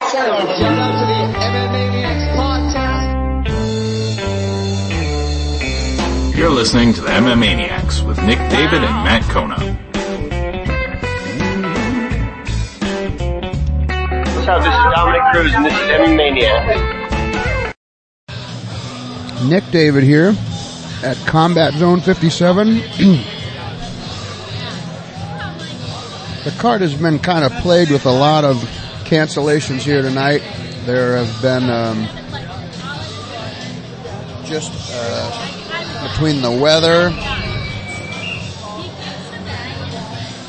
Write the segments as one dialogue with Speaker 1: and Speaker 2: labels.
Speaker 1: Welcome to the MMA Maniacs podcast.
Speaker 2: You're listening to the MMA Maniacs with Nick David and Matt Kona.
Speaker 3: What's up? This is Dominic Cruz, and this is Emmy Maniac.
Speaker 4: Nick David here at Combat Zone 57. the card has been kind of played with a lot of cancellations here tonight. There have been um, just uh, between the weather,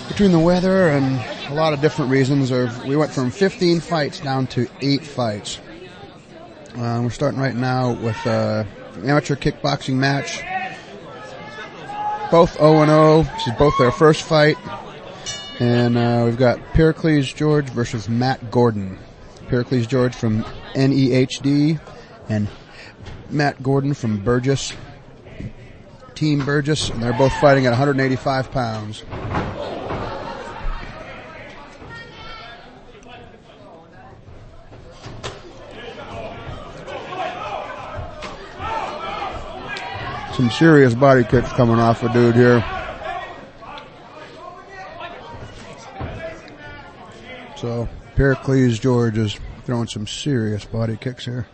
Speaker 4: between the weather and a lot of different reasons. Or we went from 15 fights down to eight fights. Uh, we're starting right now with uh, an amateur kickboxing match. Both 0 0. This is both their first fight. And uh, we've got Pericles George versus Matt Gordon. Pericles George from NEHD and Matt Gordon from Burgess. Team Burgess, and they're both fighting at 185 pounds. Some serious body kicks coming off a dude here. So Pericles George is throwing some serious body kicks here.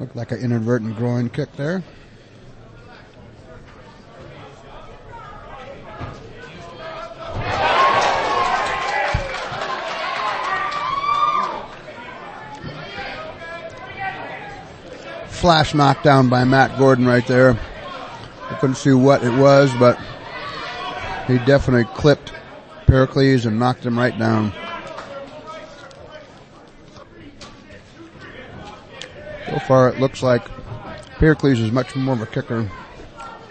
Speaker 4: Looked like an inadvertent groin kick there. Flash knockdown by Matt Gordon right there. I couldn't see what it was, but he definitely clipped Pericles and knocked him right down. So far, it looks like Pericles is much more of a kicker.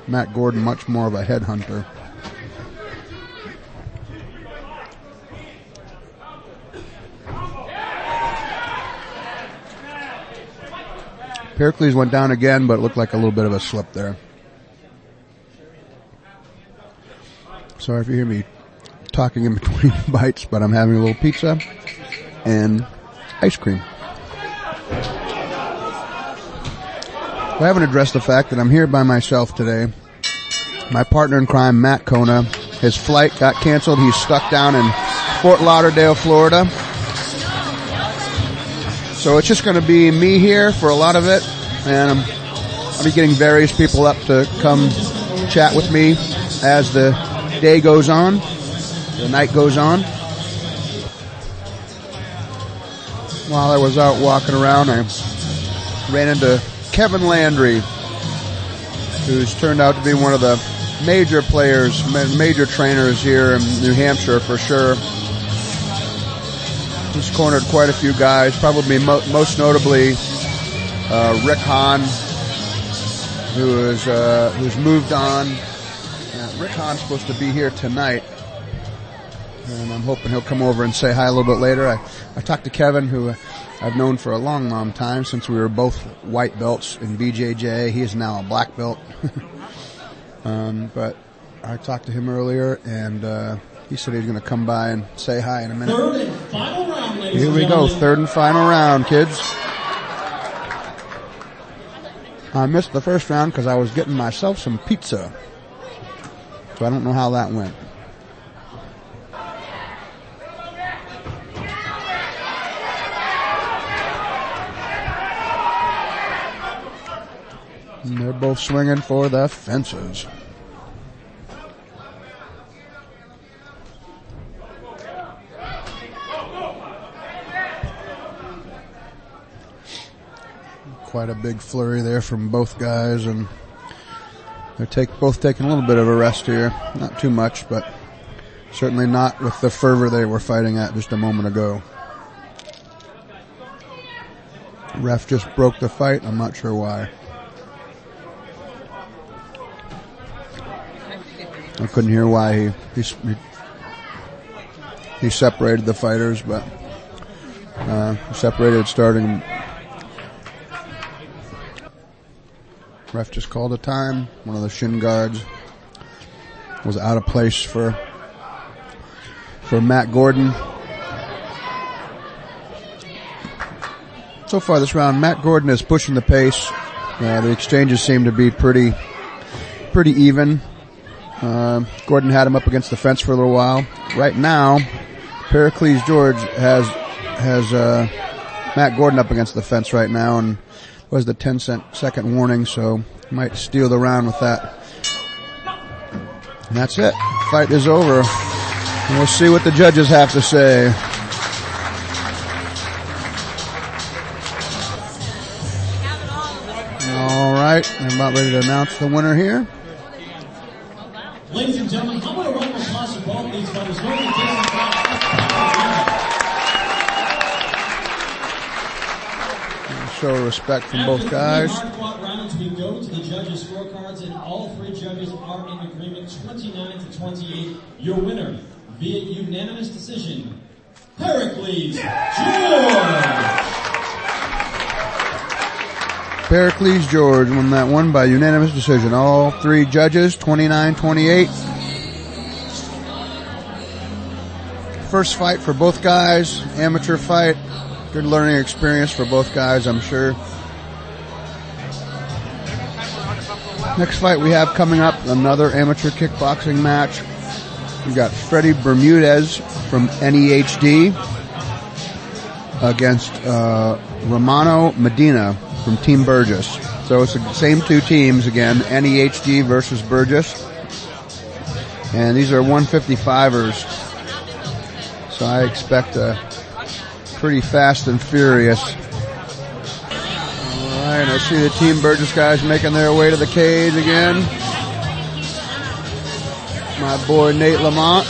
Speaker 4: Matt Gordon, much more of a headhunter. Pericles went down again, but it looked like a little bit of a slip there. Sorry if you hear me talking in between bites, but I'm having a little pizza and ice cream. I haven't addressed the fact that I'm here by myself today. My partner in crime, Matt Kona, his flight got canceled. He's stuck down in Fort Lauderdale, Florida. So it's just going to be me here for a lot of it, and I'm, I'll be getting various people up to come chat with me as the day goes on, the night goes on. While I was out walking around, I ran into Kevin Landry, who's turned out to be one of the major players, ma- major trainers here in New Hampshire for sure. He's cornered quite a few guys, probably mo- most notably uh, Rick Hahn, who is uh, who's moved on. Uh, Rick Hahn's supposed to be here tonight, and I'm hoping he'll come over and say hi a little bit later. I, I talked to Kevin, who I've known for a long, long time since we were both white belts in BJJ. He is now a black belt. um, but I talked to him earlier, and uh, he said he was going to come by and say hi in a minute.
Speaker 5: Third and final round, ladies
Speaker 4: Here
Speaker 5: and
Speaker 4: we go,
Speaker 5: gentlemen.
Speaker 4: third and final round, kids. I missed the first round because I was getting myself some pizza. So I don't know how that went. And they're both swinging for the fences. quite a big flurry there from both guys, and they're take, both taking a little bit of a rest here. Not too much, but certainly not with the fervor they were fighting at just a moment ago. Ref just broke the fight. I'm not sure why. I couldn't hear why he he, s- he, he separated the fighters, but uh, separated starting Ref just called a time. One of the shin guards was out of place for for Matt Gordon. So far this round, Matt Gordon is pushing the pace. Uh, the exchanges seem to be pretty pretty even. Uh, Gordon had him up against the fence for a little while. Right now, Pericles George has has uh, Matt Gordon up against the fence right now, and was the 10 cent second warning, so might steal the round with that. And that's it. Fight is over. And we'll see what the judges have to say. All right, I'm about ready to announce the winner here.
Speaker 5: Ladies and gentlemen, how about a round of applause for both these fighters? Norman Taylor and Bob
Speaker 4: Show respect from both guys.
Speaker 5: After the three hard-fought rounds, we go to the judges' scorecards, and all three judges are in agreement, 29 to 28. Your winner, via unanimous decision, Heracles George.
Speaker 4: Pericles George won that one by unanimous decision. All three judges, 29-28. First fight for both guys, amateur fight. Good learning experience for both guys, I'm sure. Next fight we have coming up, another amateur kickboxing match. We've got Freddie Bermudez from E NEHD against uh, Romano Medina from Team Burgess. So it's the same two teams again, NEHD versus Burgess. And these are 155ers. So I expect a pretty fast and furious. Alright, I see the Team Burgess guys making their way to the cage again. My boy Nate Lamont.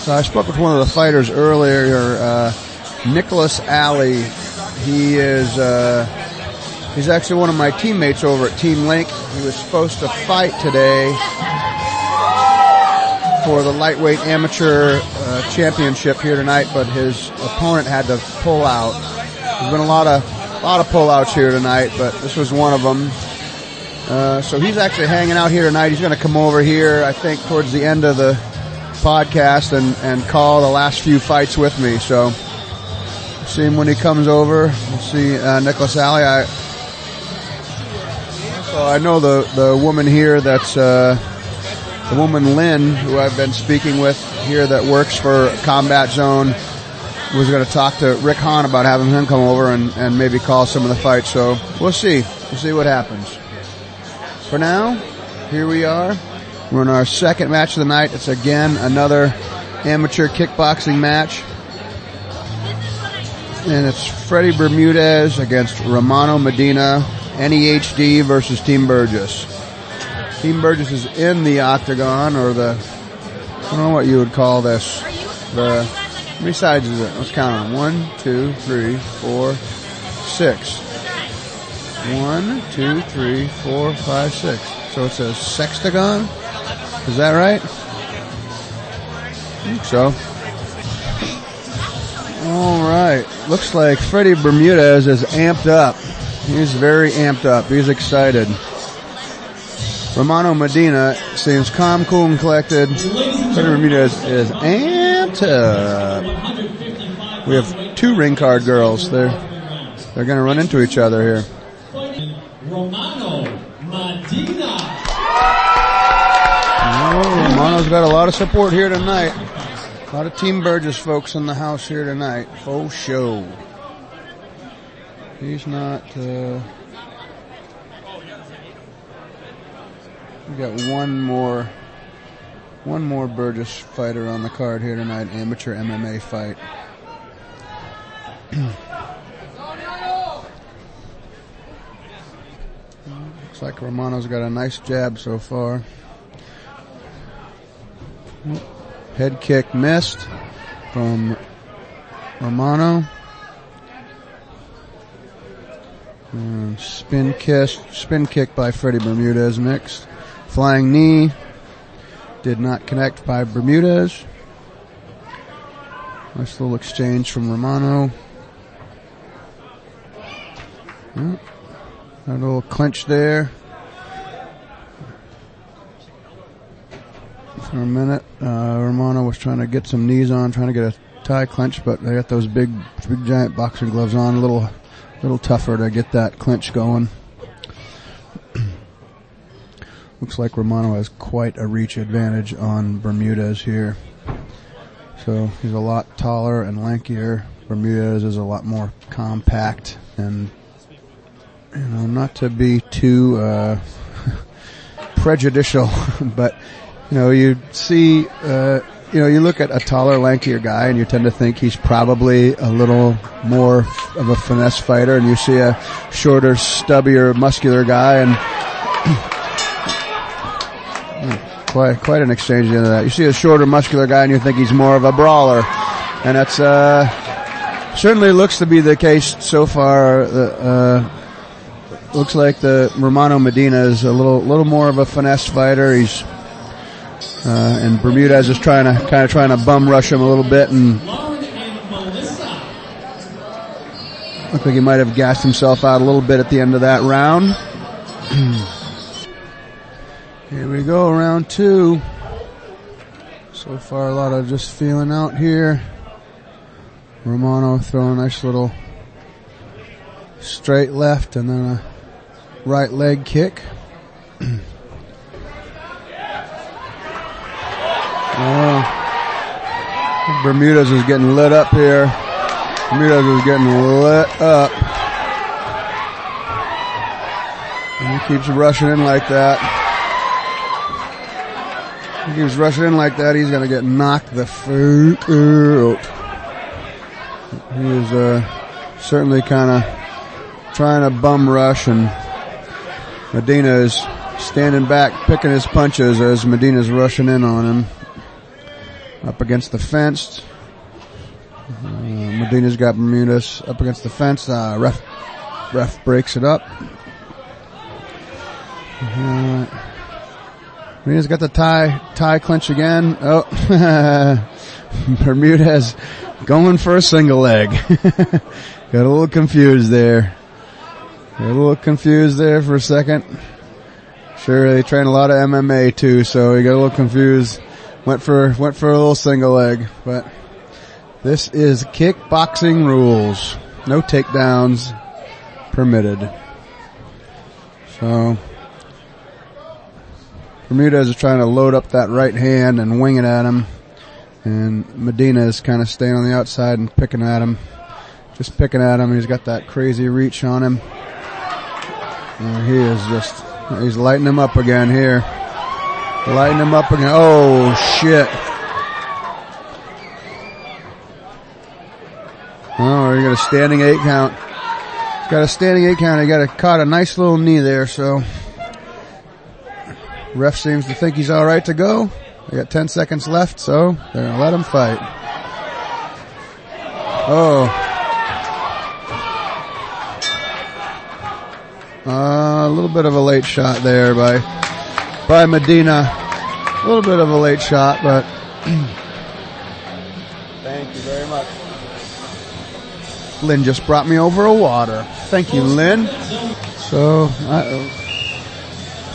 Speaker 4: So I spoke with one of the fighters earlier, uh, Nicholas Alley. He is uh, he's actually one of my teammates over at Team Link. He was supposed to fight today for the lightweight amateur uh, championship here tonight, but his opponent had to pull out. There's been a lot of a lot of pullouts here tonight, but this was one of them. Uh, so he's actually hanging out here tonight. He's going to come over here, I think, towards the end of the podcast and, and call the last few fights with me. So see him when he comes over. We'll see uh, Nicholas Alley. I, so I know the, the woman here that's uh, the woman Lynn, who I've been speaking with here that works for Combat Zone, was going to talk to Rick Hahn about having him come over and, and maybe call some of the fights. So we'll see. We'll see what happens. For now, here we are. We're in our second match of the night. It's again another amateur kickboxing match. And it's Freddie Bermudez against Romano Medina, NEHD versus Team Burgess. Team Burgess is in the octagon or the, I don't know what you would call this. The, how many sides is it? Let's count them. One, two, three, four, six. One, two, three, four, five, six. So it's a sextagon? Is that right? I think so. Alright. Looks like Freddie Bermudez is amped up. He's very amped up. He's excited. Romano Medina seems calm, cool, and collected. Freddie Bermudez is amped up. We have two ring card girls. They're, they're gonna run into each other here.
Speaker 5: Fighting Romano Medina.
Speaker 4: Oh, Romano's got a lot of support here tonight. A lot of Team Burgess folks in the house here tonight. For show. He's not, uh, we got one more, one more Burgess fighter on the card here tonight, amateur MMA fight. Looks like Romano's got a nice jab so far. Head kick missed from Romano. And Uh, spin kiss, spin kick by Freddie Bermudez mixed. Flying knee did not connect by Bermudez. Nice little exchange from Romano. Yeah, A little clinch there. For a minute, uh, Romano was trying to get some knees on, trying to get a tie clinch, but they got those big, big giant boxing gloves on. A little, little tougher to get that clinch going. Looks like Romano has quite a reach advantage on Bermudez here. So he's a lot taller and lankier. Bermudez is a lot more compact and you know, not to be too uh, prejudicial, but you know, you see, uh, you know, you look at a taller, lankier guy, and you tend to think he's probably a little more of a finesse fighter, and you see a shorter, stubbier, muscular guy, and quite quite an exchange into that. You see a shorter, muscular guy, and you think he's more of a brawler, and that's uh, certainly looks to be the case so far. The, uh, looks like the Romano Medina is a little little more of a finesse fighter. He's uh, and Bermudez is trying to kind of trying to bum rush him a little bit, and
Speaker 5: Lauren and Melissa.
Speaker 4: looked like he might have gassed himself out a little bit at the end of that round. here we go, round two. So far, a lot of just feeling out here. Romano throwing a nice little straight left and then a right leg kick. Oh. Bermudez is getting lit up here. Bermudez is getting lit up. And he keeps rushing in like that. He keeps rushing in like that. He's gonna get knocked the fuck out. He is uh, certainly kind of trying to bum rush, and Medina is standing back, picking his punches as Medina's rushing in on him. Up against the fence, uh, Medina's got Bermudez up against the fence. Uh, ref, ref breaks it up. Uh, Medina's got the tie, tie clinch again. Oh, Bermudez going for a single leg. got a little confused there. Got a little confused there for a second. Sure, they train a lot of MMA too, so he got a little confused. Went for, went for a little single leg, but this is kickboxing rules. No takedowns permitted. So, Bermudez is trying to load up that right hand and wing it at him. And Medina is kind of staying on the outside and picking at him. Just picking at him. He's got that crazy reach on him. And he is just, he's lighting him up again here. Lighting him up again. Oh shit. Oh, he got a standing eight count. He's got a standing eight count. He got a, caught a nice little knee there, so. Ref seems to think he's all right to go. They got 10 seconds left, so they're gonna let him fight. Oh. Uh, a little bit of a late shot there by, by Medina. A little bit of a late shot, but. Thank you very much. Lynn just brought me over a water. Thank you, Lynn. So, I,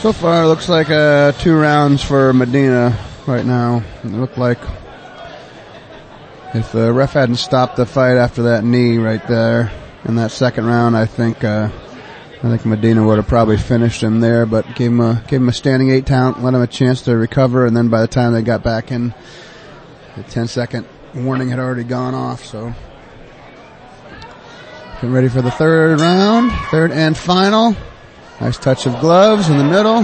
Speaker 4: so far, it looks like uh, two rounds for Medina right now. It looked like if the ref hadn't stopped the fight after that knee right there in that second round, I think uh, I think Medina would have probably finished him there, but gave him a gave him a standing eight count, let him a chance to recover, and then by the time they got back in, the 10 second warning had already gone off. So, getting ready for the third round, third and final. Nice touch of gloves in the middle,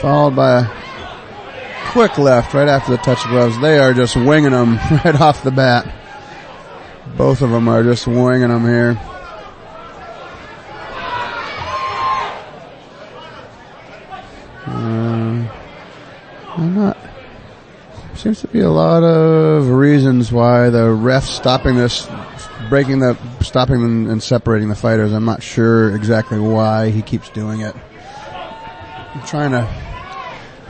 Speaker 4: followed by a quick left right after the touch of gloves. They are just winging them right off the bat. Both of them are just winging them here. Uh, I'm not. Seems to be a lot of reasons why the ref stopping this, breaking the, stopping them and separating the fighters. I'm not sure exactly why he keeps doing it. I'm trying to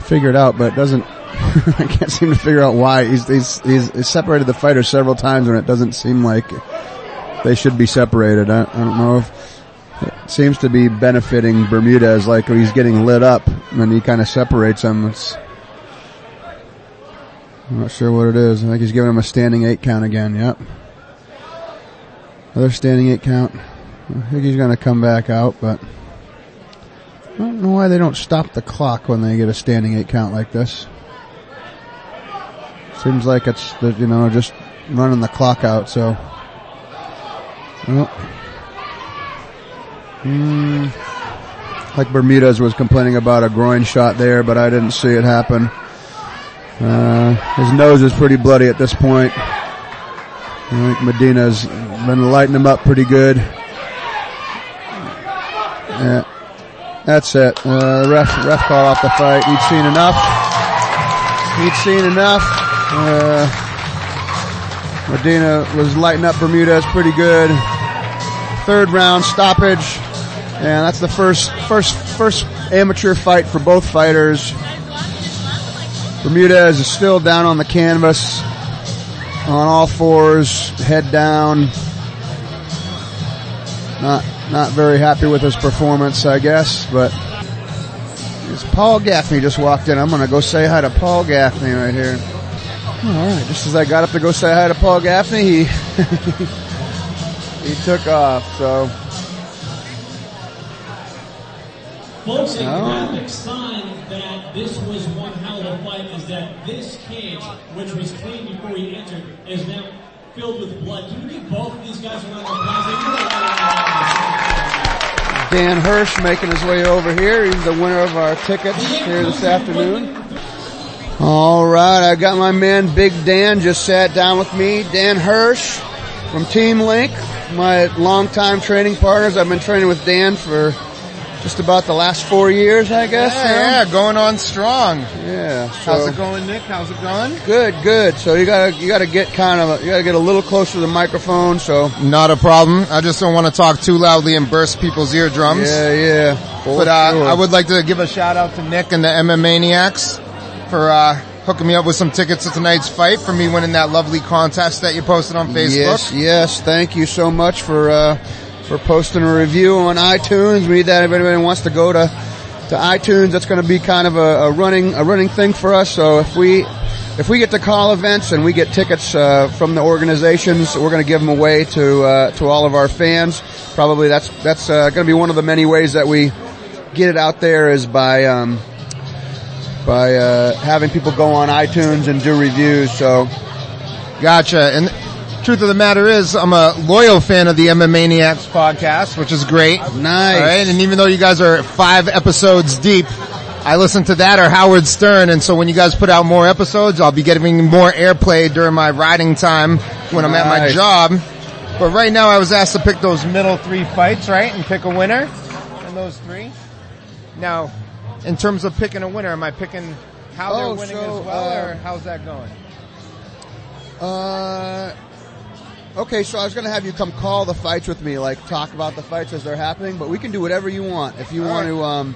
Speaker 4: figure it out, but it doesn't, I can't seem to figure out why he's, he's, he's, he's separated the fighters several times and it doesn't seem like they should be separated. I, I don't know if seems to be benefiting Bermudez, like he's getting lit up and he kind of separates him. It's, I'm not sure what it is. I think he's giving him a standing eight count again. Yep. Another standing eight count. I think he's going to come back out, but I don't know why they don't stop the clock when they get a standing eight count like this. Seems like it's, the, you know, just running the clock out, so. Oh. Well, Hmm. like Bermudez was complaining about a groin shot there, but I didn't see it happen. Uh, his nose is pretty bloody at this point. I think Medina's been lighting him up pretty good. Yeah, that's it. Uh, ref, ref called off the fight. He'd seen enough. He'd seen enough. Uh, Medina was lighting up Bermudez pretty good. Third round stoppage. And that's the first, first, first amateur fight for both fighters. Bermudez is still down on the canvas on all fours, head down. Not, not very happy with his performance, I guess, but it's Paul Gaffney just walked in. I'm gonna go say hi to Paul Gaffney right here. Alright, just as I got up to go say hi to Paul Gaffney, he, he took off, so.
Speaker 5: Folks in graphic sign that this was one hell of a fight is that this cage, which was clean before he entered, is now filled with blood. Can we give both of these guys a round of applause? They really are a round of applause.
Speaker 4: Dan Hirsch making his way over here. He's the winner of our tickets here this afternoon. All right, I got my man Big Dan just sat down with me. Dan Hirsch from Team Link, my longtime training partners. I've been training with Dan for just about the last four years, I guess.
Speaker 6: Yeah, yeah, going on strong.
Speaker 4: now? yeah. So
Speaker 6: How's it going, Nick? How's it going?
Speaker 4: good, good. So you gotta you gotta get kind of you gotta get a little closer to the microphone. So
Speaker 6: Not a problem. I just don't want to talk too loudly and burst people's eardrums.
Speaker 4: yeah, yeah.
Speaker 6: But uh, I would like to give a shout out to Nick and the MMA Maniacs for uh, hooking me up with some tickets to tonight's fight for me winning that lovely contest that you posted on Facebook.
Speaker 4: Yes, yes. Thank you so much for uh, for posting a review on iTunes. We need that if anybody wants to go to to iTunes. That's going to be kind of a, a running a running thing for us. So if we if we get to call events and we get tickets uh, from the organizations, we're going to give them away to uh, to all of our fans. Probably that's that's uh, going to be one of the many ways that we get it out there is by. Um, by uh, having people go on iTunes and do reviews, so
Speaker 6: Gotcha. And truth of the matter is, I'm a loyal fan of the MMA Maniacs podcast, which is great.
Speaker 4: nice.
Speaker 6: All right, and even though you guys are five episodes deep, I listen to that or Howard Stern, and so when you guys put out more episodes, I'll be getting more airplay during my riding time when I'm at my
Speaker 4: Nice.
Speaker 6: job. But right now, I was asked to pick those middle three fights, right, and pick a winner, and those three. Now, in terms of picking a winner, am I picking how
Speaker 4: Oh,
Speaker 6: they're winning
Speaker 4: so,
Speaker 6: as well,
Speaker 4: uh,
Speaker 6: or how's that going?
Speaker 4: Uh, okay, so I was gonna have you come call the fights with me, like talk about the fights as they're happening, but we can do whatever you want. If you
Speaker 6: All
Speaker 4: want
Speaker 6: right.
Speaker 4: to, um,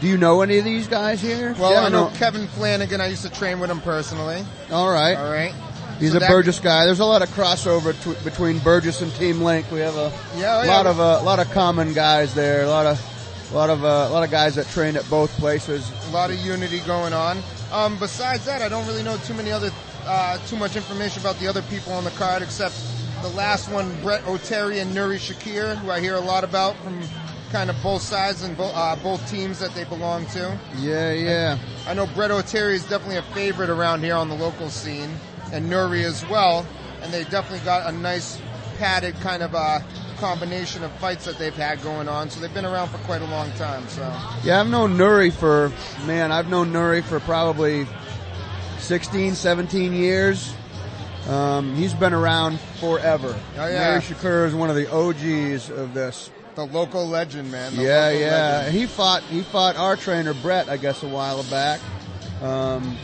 Speaker 4: do you know any of these guys here?
Speaker 6: Well,
Speaker 4: Yeah,
Speaker 6: I know Kevin Flanagan. I used to train with him personally.
Speaker 4: All right.
Speaker 6: All right.
Speaker 4: He's
Speaker 6: So
Speaker 4: a
Speaker 6: that-
Speaker 4: Burgess guy. There's a lot of crossover tw- between Burgess and Team Link. We have a
Speaker 6: Yeah, oh, yeah.
Speaker 4: lot of uh, lot of common guys there. A lot of a lot of uh, a lot of guys that trained at both places.
Speaker 6: a lot of unity going on. Um, besides that, I don't really know too many other, uh, too much information about the other people on the card except the last one, Brett Oteri and Nuri Shakir, who I hear a lot about from kind of both sides and bo- uh, both teams that they belong to.
Speaker 4: Yeah, yeah.
Speaker 6: I know Brett Oteri is definitely a favorite around here on the local scene, and Nuri as well. And they definitely got a nice padded kind of uh, combination of fights that they've had going on. So they've been around for quite a long time. So
Speaker 4: Yeah, I've known Nuri for, man, I've known Nuri for probably 16, 17 years. Um, he's been around forever.
Speaker 6: Oh, yeah.
Speaker 4: Nuri Shakur is one of the OGs of this.
Speaker 6: the local legend, man. the
Speaker 4: yeah,
Speaker 6: local
Speaker 4: yeah.
Speaker 6: legend.
Speaker 4: He fought, he fought our trainer Brett, I guess, a while back. Um,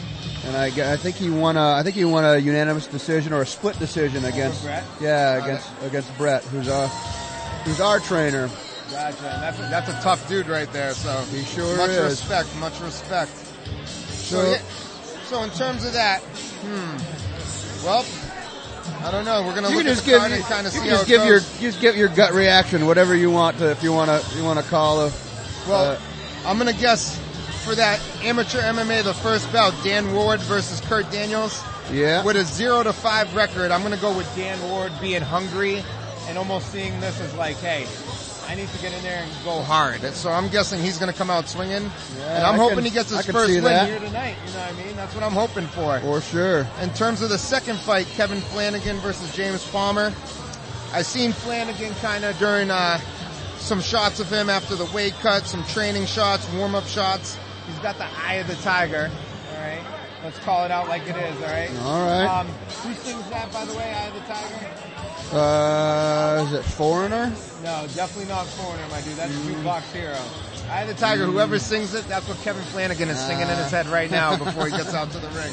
Speaker 4: and I, gue- I think he won a, I think he won a unanimous decision or a split decision against,
Speaker 6: Brett?
Speaker 4: yeah, against, against Brett, who's our, who's our trainer.
Speaker 6: Gotcha. That's a, that's a tough dude right there. So
Speaker 4: He sure
Speaker 6: much
Speaker 4: is.
Speaker 6: respect, much respect. So,
Speaker 4: So-
Speaker 6: yeah, so in terms of that, hmm. Well, I don't know. We're gonna
Speaker 4: You
Speaker 6: look
Speaker 4: can just
Speaker 6: at the
Speaker 4: give
Speaker 6: card
Speaker 4: you,
Speaker 6: and kind of
Speaker 4: you
Speaker 6: see
Speaker 4: can
Speaker 6: how
Speaker 4: just
Speaker 6: it
Speaker 4: give
Speaker 6: goes.
Speaker 4: your just give your gut reaction, whatever you want to, if you want to you want to call a.
Speaker 6: Well,
Speaker 4: uh,
Speaker 6: I'm gonna guess for that amateur MMA, the first bout, Dan Ward versus Kurt Daniels.
Speaker 4: Yeah.
Speaker 6: With a zero to five record, I'm gonna go with Dan Ward being hungry and almost seeing this as like, hey, I need to get in there and go hard. And so I'm guessing he's gonna come out swinging, and
Speaker 4: I
Speaker 6: I'm
Speaker 4: can-
Speaker 6: hoping he gets
Speaker 4: I
Speaker 6: his
Speaker 4: can
Speaker 6: first
Speaker 4: see
Speaker 6: win
Speaker 4: that.
Speaker 6: here tonight. You know what I mean? That's what I'm hoping for.
Speaker 4: for sure.
Speaker 6: In terms of the second fight, Kevin Flanagan versus James Palmer, I seen Flanagan kind of during uh, some shots of him after the weight cut, some training shots, warm up shots. He's got the eye of the tiger. All right, let's call it out like it is. All right.
Speaker 4: All right.
Speaker 6: Um, who sings that, by the way? Eye of the tiger.
Speaker 4: Uh, is it foreigner?
Speaker 6: No, definitely not foreigner, my dude. That's
Speaker 4: Mm.
Speaker 6: jukebox hero. Eye of the tiger. Whoever sings it, that's what Kevin Flanagan is singing in his head right now before he gets out to the ring.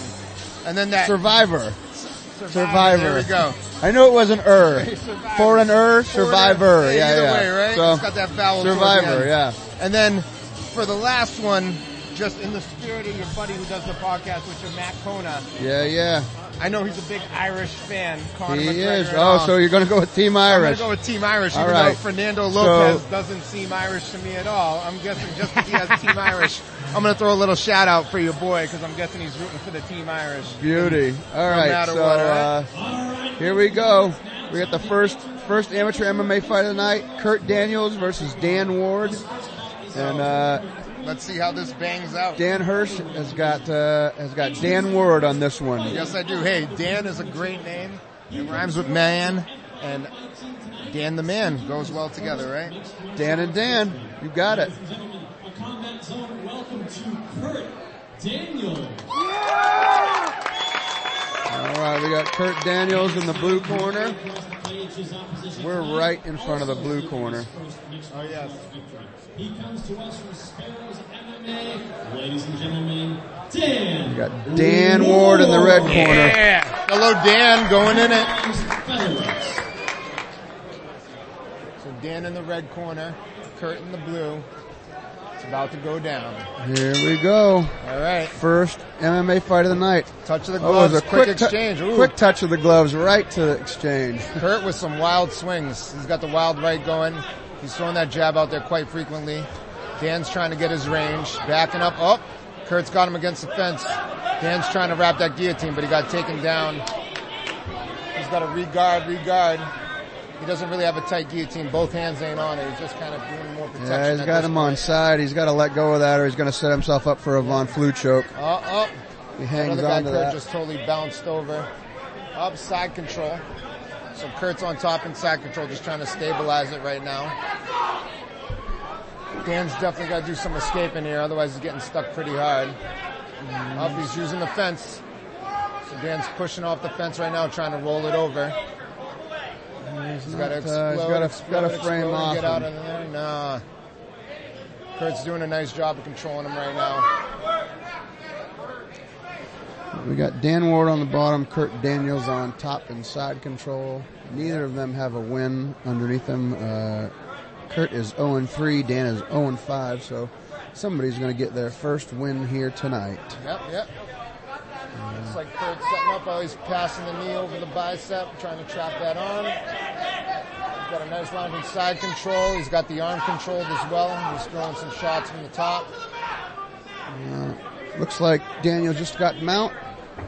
Speaker 6: And then that
Speaker 4: Survivor. Survivor.
Speaker 6: There we go.
Speaker 4: I know it wasn't er.
Speaker 6: Survivor.
Speaker 4: Foreigner,
Speaker 6: Foreigner.
Speaker 4: survivor. Yeah,
Speaker 6: either
Speaker 4: yeah.
Speaker 6: way, right?
Speaker 4: So,
Speaker 6: it's got that vowel. toward the
Speaker 4: survivor.
Speaker 6: end.
Speaker 4: Yeah.
Speaker 6: And then for the last one, just in the spirit of your buddy who does the podcast, which is Matt Kona.
Speaker 4: Yeah, yeah.
Speaker 6: I know he's a big Irish fan. Conor
Speaker 4: He
Speaker 6: McGregor
Speaker 4: is.
Speaker 6: and all.
Speaker 4: Oh, so you're going to go with Team
Speaker 6: I'm gonna
Speaker 4: Irish.
Speaker 6: go with Team Irish,
Speaker 4: All
Speaker 6: even
Speaker 4: right.
Speaker 6: though Fernando Lopez
Speaker 4: So-
Speaker 6: doesn't seem Irish to me at all. I'm guessing just because he has Team Irish, I'm gonna throw a little shout out for your boy because I'm guessing he's rooting for the Team Irish.
Speaker 4: Beauty. All right.
Speaker 6: matter
Speaker 4: So
Speaker 6: what,
Speaker 4: uh, here we go. We got the first first amateur MMA fight of the night: Kurt Daniels versus Dan Ward. And uh,
Speaker 6: Let's see how this bangs out.
Speaker 4: Dan Hirsch has got uh, has got Dan Ward on this one.
Speaker 6: Yes, I do. Hey, Dan is a great name. It rhymes with man, and Dan the man goes well together, right?
Speaker 4: Dan and Dan, you got it.
Speaker 5: Ladies and gentlemen, a combat zone welcome to Kurt Daniel.
Speaker 4: All right, we got Kurt Daniels in the blue corner. We're right in front of the blue corner.
Speaker 6: Oh yes.
Speaker 5: He comes to us from Sparrows MMA. Ladies and gentlemen,
Speaker 4: We
Speaker 5: Dan
Speaker 4: got Dan Ward in the red corner.
Speaker 6: Yeah. Hello, Dan, going in it.
Speaker 5: Featherweight.
Speaker 6: So Dan in the red corner, Kurt in the blue. It's about to go down.
Speaker 4: Here we go.
Speaker 6: All right.
Speaker 4: First MMA fight of the night.
Speaker 6: Touch of the
Speaker 4: Oh, it
Speaker 6: gloves,
Speaker 4: was a
Speaker 6: quick,
Speaker 4: quick, tou-
Speaker 6: exchange. Ooh.
Speaker 4: quick touch of the gloves right to the exchange.
Speaker 6: Kurt with some wild swings. He's got the wild right going. He's throwing that jab out there quite frequently. Dan's trying to get his range. Backing up. Up. Kurt's got him against the fence. Dan's trying to wrap that guillotine, but he got taken down. He's got to reguard, reguard. He doesn't really have a tight guillotine. Both hands ain't on it. He's just kind of doing more protection.
Speaker 4: Yeah, he's
Speaker 6: at
Speaker 4: got
Speaker 6: this
Speaker 4: him
Speaker 6: point.
Speaker 4: on side. He's got to let go of that, or he's going to set himself up for a Von Flu choke.
Speaker 6: Uh, up.
Speaker 4: He hangs
Speaker 6: Another guy
Speaker 4: on to
Speaker 6: Kurt
Speaker 4: that.
Speaker 6: just totally bounced over. Up side control. So Kurt's on top and side control, just trying to stabilize it right now. Dan's definitely got to do some escaping here, otherwise he's getting stuck pretty hard.
Speaker 4: Mm-hmm.
Speaker 6: Up, he's using the fence. So Dan's pushing off the fence right now, trying to roll it over. He's got to
Speaker 4: not, uh,
Speaker 6: explode.
Speaker 4: he's gotta-
Speaker 6: explode,
Speaker 4: gotta frame
Speaker 6: explode,
Speaker 4: off
Speaker 6: Get out
Speaker 4: him.
Speaker 6: of there. Nah. Kurt's doing a nice job of controlling him right now.
Speaker 4: We got Dan Ward on the bottom, Kurt Daniels on top and side control. Neither of them have a win underneath them. Uh, Kurt is 0-3, Dan is 0-5, so somebody's going to get their first win here tonight.
Speaker 6: Yep, yep. Looks like Kurt setting up. Oh, he's passing the knee over the bicep, trying to trap that arm. He's got a nice line from side control. He's got the arm controlled as well. He's throwing some shots from the top.
Speaker 4: Looks like Daniel just got mount.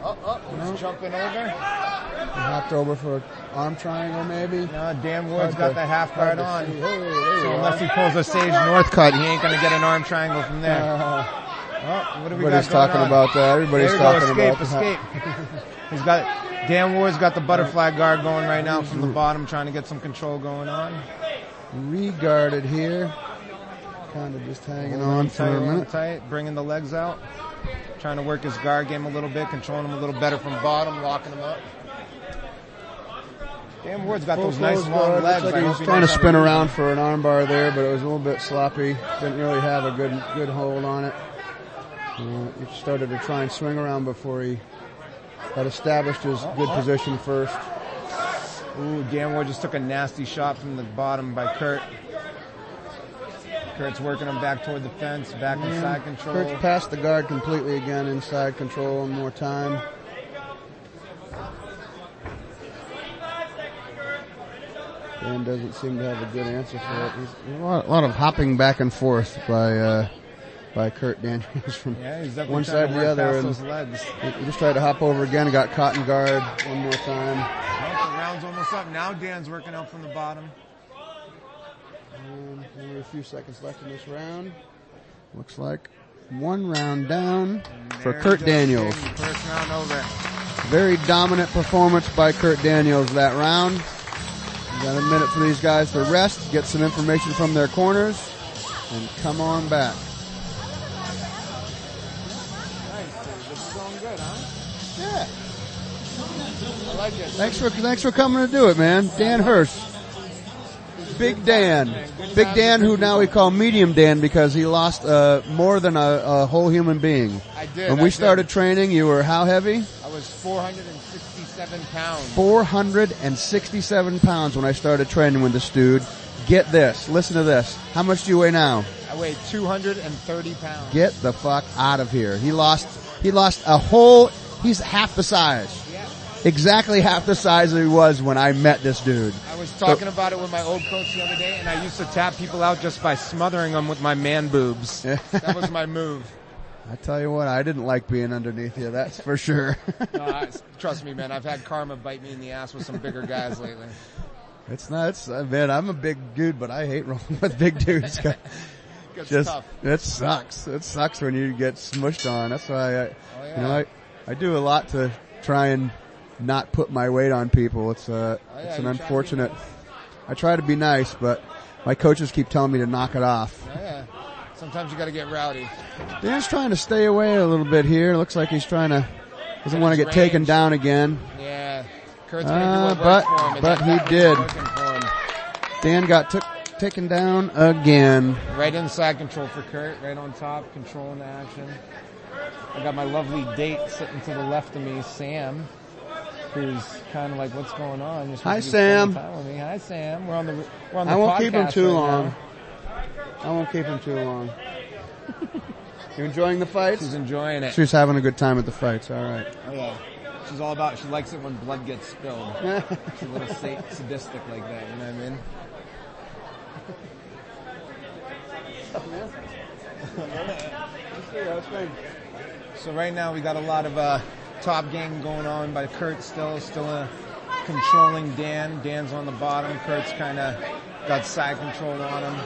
Speaker 6: Oh, oh, he's jumping over.
Speaker 4: Hopped over for an arm triangle maybe.
Speaker 6: No, Dan
Speaker 4: Hard
Speaker 6: Ward's
Speaker 4: to-
Speaker 6: got the half guard
Speaker 4: hard to
Speaker 6: on.
Speaker 4: see. Hey, there you
Speaker 6: So
Speaker 4: are.
Speaker 6: unless he pulls a Sage North cut, he ain't going to get an arm triangle from there.
Speaker 4: Uh,
Speaker 6: Oh, what do we
Speaker 4: Everybody's
Speaker 6: got going
Speaker 4: talking
Speaker 6: on?
Speaker 4: about that. Everybody's
Speaker 6: There we
Speaker 4: talking
Speaker 6: go, escape,
Speaker 4: about
Speaker 6: escape. He's got Dan Ward's got the butterfly guard going right now from the bottom, trying to get some control going on.
Speaker 4: that. Regarded here. Kind of just hanging on for
Speaker 6: Tight,
Speaker 4: a minute.
Speaker 6: tight, bringing the legs out, trying to work his guard game a little bit, controlling him a little better from bottom, locking him up. Dan Ward's got those nice long
Speaker 4: Guard.
Speaker 6: legs.
Speaker 4: Looks like
Speaker 6: I
Speaker 4: he
Speaker 6: hope
Speaker 4: was
Speaker 6: he
Speaker 4: trying to
Speaker 6: knows how
Speaker 4: spin
Speaker 6: use
Speaker 4: around for an armbar there, but it was a little bit sloppy. Didn't really have a good good hold on it. Uh, he started to try and swing around before he had established his good position first.
Speaker 6: Ooh, Dan Ward just took a nasty shot from the bottom by Kurt. Kurt's working him back toward the fence, back in side control.
Speaker 4: Kurtz passed the guard completely again inside control one more time. Dan doesn't seem to have a good answer for it. He's, a, lot, a lot of hopping back and forth by uh, by Kurt Daniels from
Speaker 6: Yeah, he's definitely
Speaker 4: one
Speaker 6: trying
Speaker 4: side to
Speaker 6: to
Speaker 4: the
Speaker 6: work
Speaker 4: other,
Speaker 6: past
Speaker 4: and
Speaker 6: those legs.
Speaker 4: he just tried to hop over again. Got caught in guard one more time.
Speaker 6: Well, the round's almost up. Now Dan's working out from the bottom.
Speaker 4: Um, only a few seconds left in this round. Looks like one round down for
Speaker 6: There
Speaker 4: Kurt
Speaker 6: goes
Speaker 4: Daniels.
Speaker 6: King, First round over.
Speaker 4: Very dominant performance by Kurt Daniels that round. We Got a minute for these guys to rest, get some information from their corners, and come on back.
Speaker 6: This is going good, huh?
Speaker 4: Yeah.
Speaker 6: I like it.
Speaker 4: Thanks for thanks for coming to do it, man. Dan Hurst. Big Dan. Big Dan, who now we call Medium Dan because he lost uh, more than a, a whole human being.
Speaker 7: I did.
Speaker 4: When
Speaker 7: I
Speaker 4: we
Speaker 7: did.
Speaker 4: started training, you were how heavy?
Speaker 7: I was 467 pounds.
Speaker 4: 467 pounds when I started training with this dude. Get this. Listen to this. How much do you weigh now?
Speaker 7: I weighed 230 pounds.
Speaker 4: Get the fuck out of here. He lost, he lost a whole, he's half the size.
Speaker 7: Yeah.
Speaker 4: Exactly half the size he was when I met this dude.
Speaker 7: I was talking about it with my old coach the other day, and I used to tap people out just by smothering them with my man boobs. that was my move.
Speaker 4: I tell you what, I didn't like being underneath you, that's for sure.
Speaker 7: No, I- trust me, man. I've had karma bite me in the ass with some bigger guys lately.
Speaker 4: it's not, it's, uh, man, I'm a big dude, but I hate rolling with big dudes.
Speaker 7: Gets
Speaker 4: just
Speaker 7: tough.
Speaker 4: it sucks. It sucks when you get smushed on. That's why I,
Speaker 7: Oh, yeah.
Speaker 4: you know, I, I do a lot to try and not put my weight on people. It's uh
Speaker 7: Oh, yeah, you
Speaker 4: it's an
Speaker 7: try to be
Speaker 4: unfortunate.
Speaker 7: nice.
Speaker 4: I try to be nice, but my coaches keep telling me to knock it off.
Speaker 7: Oh, yeah. Sometimes you got to get rowdy.
Speaker 4: Dan's trying to stay away a little bit here. Looks like he's trying to doesn't want to get taken
Speaker 7: range.
Speaker 4: down again.
Speaker 7: Yeah. Kurt's
Speaker 4: Uh,
Speaker 7: gonna do what
Speaker 4: but-
Speaker 7: works for him, and
Speaker 4: but
Speaker 7: that
Speaker 4: he
Speaker 7: was
Speaker 4: did.
Speaker 7: working for him.
Speaker 4: Dan got took taken down again.
Speaker 7: Right inside control for Kurt, right on top, controlling the action. I got my lovely date sitting to the left of me, Sam, who's kind of like, "What's going on?" Just
Speaker 4: Hi,
Speaker 7: wanted to spend
Speaker 4: Sam.
Speaker 7: time with me. Hi, Sam. We're on the we're on the
Speaker 4: I won't keep him
Speaker 7: podcast
Speaker 4: too
Speaker 7: right
Speaker 4: long.
Speaker 7: now.
Speaker 4: I won't keep him too long. you enjoying the fights?
Speaker 7: She's enjoying it.
Speaker 4: She's having a good time at the fights. All right.
Speaker 6: Oh, yeah. She's all about, she likes it when blood gets spilled. She's a little sa- sadistic like that, you know what I mean? So right now we got a lot of uh, top game going on by Kurt still, still uh, controlling Dan. Dan's on the bottom. Kurt's kind of got side control on him.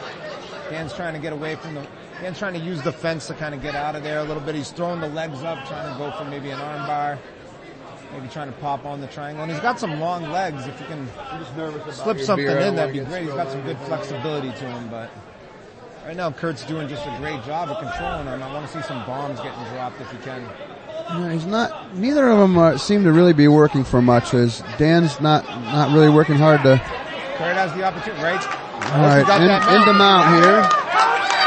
Speaker 6: Dan's trying to get away from the. Dan's trying to use the fence to kind of get out of there a little bit. He's throwing the legs up, trying to go for maybe an arm bar, maybe trying to pop on the triangle. And he's got some long legs. If you can slip something in, that'd be great. He's got some good flexibility to him, but right now Kurt's doing just a great job of controlling him. I want to see some bombs getting dropped if he can.
Speaker 4: No, he's not. Neither of them uh, seem to really be working for much. As Dan's not not really working hard to.
Speaker 6: Kurt has the opportunity, right?
Speaker 4: All right,
Speaker 6: got
Speaker 4: in,
Speaker 6: that mount.
Speaker 4: in the mount here.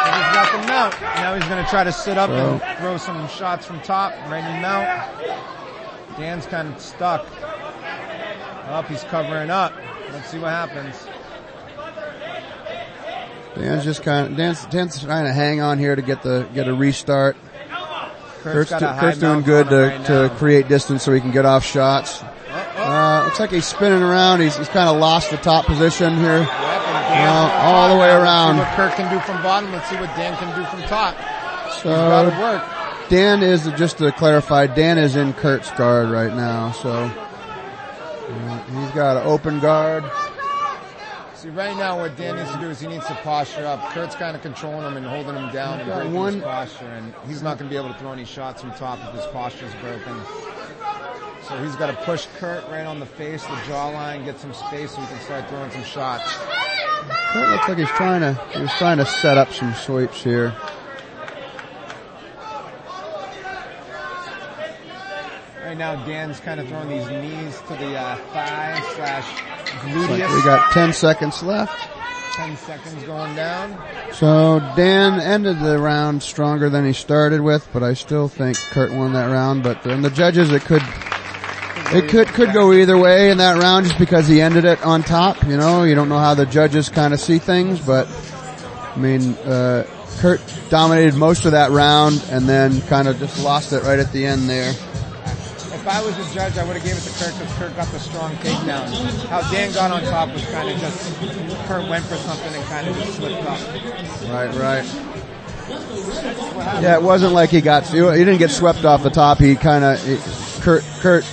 Speaker 6: And he's got the mount. Now he's going to try to sit up
Speaker 4: So-
Speaker 6: and throw some shots from top, right in the mount. Dan's kind of stuck. Up, he's covering up. Let's see what happens.
Speaker 4: Dan's just kind of Dan's, Dan's trying to hang on here to get the get a restart. Kurt's,
Speaker 6: got
Speaker 4: do-
Speaker 6: a high
Speaker 4: Kurt's doing
Speaker 6: mount
Speaker 4: good
Speaker 6: on
Speaker 4: to,
Speaker 6: him right
Speaker 4: to
Speaker 6: now.
Speaker 4: create distance so he can get off shots. Uh, looks like he's spinning around. He's, he's kind of lost the top position here.
Speaker 7: Yep, and Dan's
Speaker 4: Well,
Speaker 7: on
Speaker 4: all the
Speaker 7: top
Speaker 4: way
Speaker 7: now.
Speaker 4: around.
Speaker 7: Let's see what Kurt can do from bottom. Let's see what Dan can do from top. Got to
Speaker 4: So
Speaker 7: work.
Speaker 4: Dan is just to clarify. Dan is in Kurt's guard right now. So uh, he's got an open guard.
Speaker 7: See, right now what Dan needs to do is he needs to posture up. Kurt's kind of controlling him and holding him down and
Speaker 4: got
Speaker 7: breaking
Speaker 4: one-
Speaker 7: his posture, and he's not going to be able to throw any shots from top if his posture's broken. So he's got to push Kurt right on the face, the jawline, get some space so he can start throwing some shots.
Speaker 4: Kurt looks like he's trying to he was trying to set up some sweeps here.
Speaker 6: Right now, Dan's kind of throwing these knees to the uh, thigh slash
Speaker 4: Looks
Speaker 6: gluteus.
Speaker 4: Like we got 10 seconds left.
Speaker 6: Ten seconds going down.
Speaker 4: So Dan ended the round stronger than he started with, but I still think Kurt won that round. But then the judges, it could it could could go either way in that round just because he ended it on top. You know, you don't know how the judges kind of see things, but I mean, uh, Kurt dominated most of that round and then kind of just lost it right at the end there.
Speaker 6: If If I was a judge, I would have gave it to Kurt because Kurt got the strong takedown. How Dan got on top was kind of just Kurt went for something and kind of just slipped up.
Speaker 4: Right, right. Yeah, it wasn't like he got he didn't get swept off the top. He kind of Kurt Kurt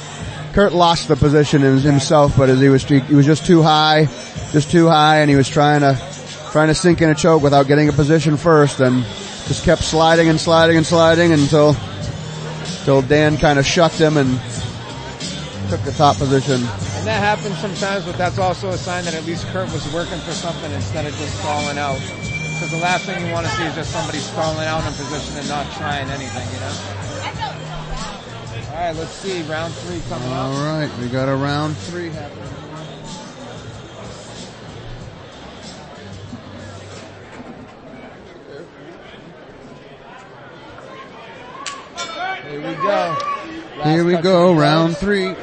Speaker 4: Kurt lost the position in- himself, but as he was he was just too high, just too high, and he was trying to trying to sink in a choke without getting a position first, and just kept sliding and sliding and sliding until until Dan kind of shucked him and took the top position.
Speaker 6: And that happens sometimes, but that's also a sign that at least Kurt was working for something instead of just stalling out. Because the last thing you want to see is just somebody stalling out in position and not trying anything, you know? All right, let's see. Round three coming
Speaker 4: All
Speaker 6: up.
Speaker 4: right, we got a round three happening.
Speaker 6: Here we go. Last
Speaker 4: Here we
Speaker 6: touch
Speaker 4: go,
Speaker 6: of the
Speaker 4: round
Speaker 6: gloves.
Speaker 4: three.
Speaker 6: Work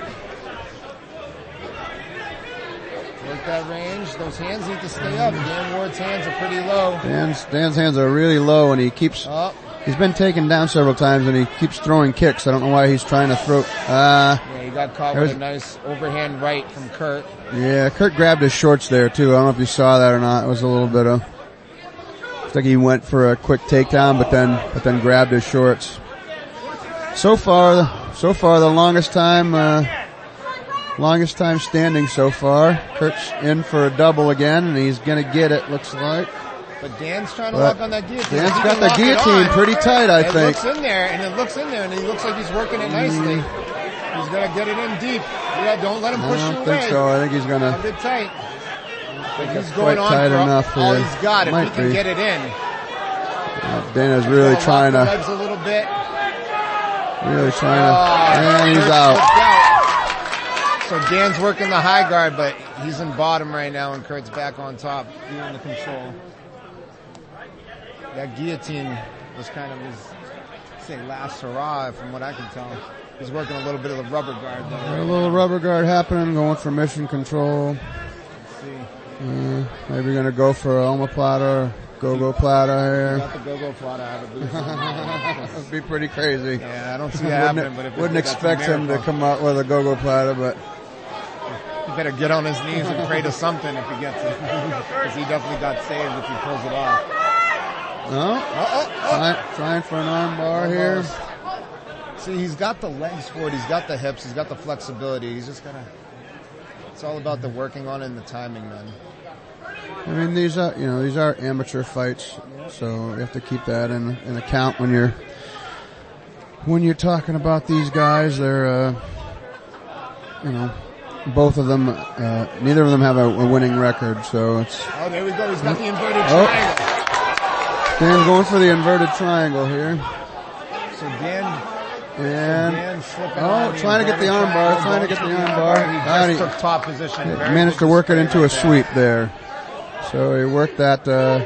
Speaker 6: that range. Those hands need to stay up. Dan Ward's hands are pretty low.
Speaker 4: Dan's, Dan's hands are really low, and he keeps
Speaker 6: Oh,
Speaker 4: He's been taken down several times and he keeps throwing kicks. I don't know why he's trying to throw. Uh,
Speaker 6: yeah, he got caught
Speaker 4: There
Speaker 6: with a
Speaker 4: was-
Speaker 6: nice overhand right from Kurt.
Speaker 4: yeah, Kurt grabbed his shorts there too. I don't know if you saw that or not. It was a little bit of. It's like he went for a quick takedown, but then but then grabbed his shorts. So far, so far the longest time, uh, longest time standing so far. Kurt's in for a double again, and he's gonna get it. Looks like.
Speaker 6: But Dan's trying to
Speaker 4: But
Speaker 6: lock on that guillotine.
Speaker 4: Dan's
Speaker 6: He
Speaker 4: got
Speaker 6: can
Speaker 4: the
Speaker 6: lock it
Speaker 4: guillotine
Speaker 6: on.
Speaker 4: pretty tight, I
Speaker 6: it
Speaker 4: think.
Speaker 6: looks in there, and it looks in there, and he looks like he's working it nicely. He's gonna get it in deep. Yeah, don't let him
Speaker 4: Mm. I
Speaker 6: push you
Speaker 4: don't
Speaker 6: away.
Speaker 4: think so. I think he's gonna.
Speaker 6: Hold it tight. But he's
Speaker 4: quite
Speaker 6: going on
Speaker 4: tight
Speaker 6: for
Speaker 4: enough
Speaker 6: all
Speaker 4: here.
Speaker 6: he's got. If
Speaker 4: Might
Speaker 6: he can
Speaker 4: be.
Speaker 6: get it in,
Speaker 4: Dana's really
Speaker 6: Lock
Speaker 4: trying
Speaker 6: the
Speaker 4: to.
Speaker 6: legs a little bit.
Speaker 4: Really trying
Speaker 6: Oh,
Speaker 4: to. And he's
Speaker 6: Kurt's
Speaker 4: out.
Speaker 6: flipped out. So Dan's working the high guard, but he's in bottom right now, and Kurt's back on top, doing the control. That guillotine was kind of his, say, last hurrah, from what I can tell. He's working a little bit of the rubber guard,
Speaker 4: Got a
Speaker 6: though.
Speaker 4: little rubber guard happening, going for mission control.
Speaker 6: Let's see.
Speaker 4: Maybe gonna go for a Alma Plata or Go-Go Plata
Speaker 6: Got the go-go plot out of the booth.
Speaker 4: here. That'd be pretty crazy.
Speaker 6: Yeah, I don't see that
Speaker 4: Wouldn't,
Speaker 6: happening,
Speaker 4: e-
Speaker 6: but if it
Speaker 4: wouldn't
Speaker 6: did, that's a
Speaker 4: expect him to
Speaker 6: miracle.
Speaker 4: come out with a Go-Go Plata, but
Speaker 6: He better get on his knees and pray to something if he gets it. Because he definitely got saved if he pulls it off.
Speaker 4: no. Try- trying for an arm bar here.
Speaker 6: See, he's got the legs for it. He's got the hips. He's got the flexibility. He's just gonna. It's all about the working on it and the timing, man.
Speaker 4: I mean, these are you know these are amateur fights, so you have to keep that in, in account when you're when you're talking about these guys. They're uh, you know both of them, uh, neither of them have a, a winning record, so it's
Speaker 6: Oh, there we go. He's got the inverted
Speaker 4: Oh.
Speaker 6: triangle.
Speaker 4: Dan going for the inverted triangle here.
Speaker 6: So Dan,
Speaker 4: And
Speaker 6: Dan slipping. on
Speaker 4: oh, trying to get the
Speaker 6: inverted
Speaker 4: arm bar,
Speaker 6: triangle.
Speaker 4: trying to get the arm
Speaker 6: He just
Speaker 4: bar.
Speaker 6: took top position.
Speaker 4: He
Speaker 6: Very
Speaker 4: managed to
Speaker 6: good
Speaker 4: work it into a
Speaker 6: display right
Speaker 4: sweep there. So he worked that uh,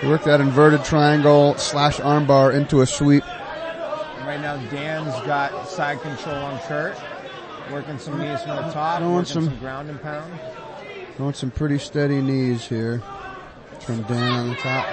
Speaker 4: he worked that inverted triangle slash arm bar into a sweep.
Speaker 6: there. Right now, Dan's got side control on Kurt, working some knees from the top,
Speaker 4: Throwing
Speaker 6: working
Speaker 4: some-
Speaker 6: some ground and pound.
Speaker 4: Going some pretty steady knees here from Dan on the top.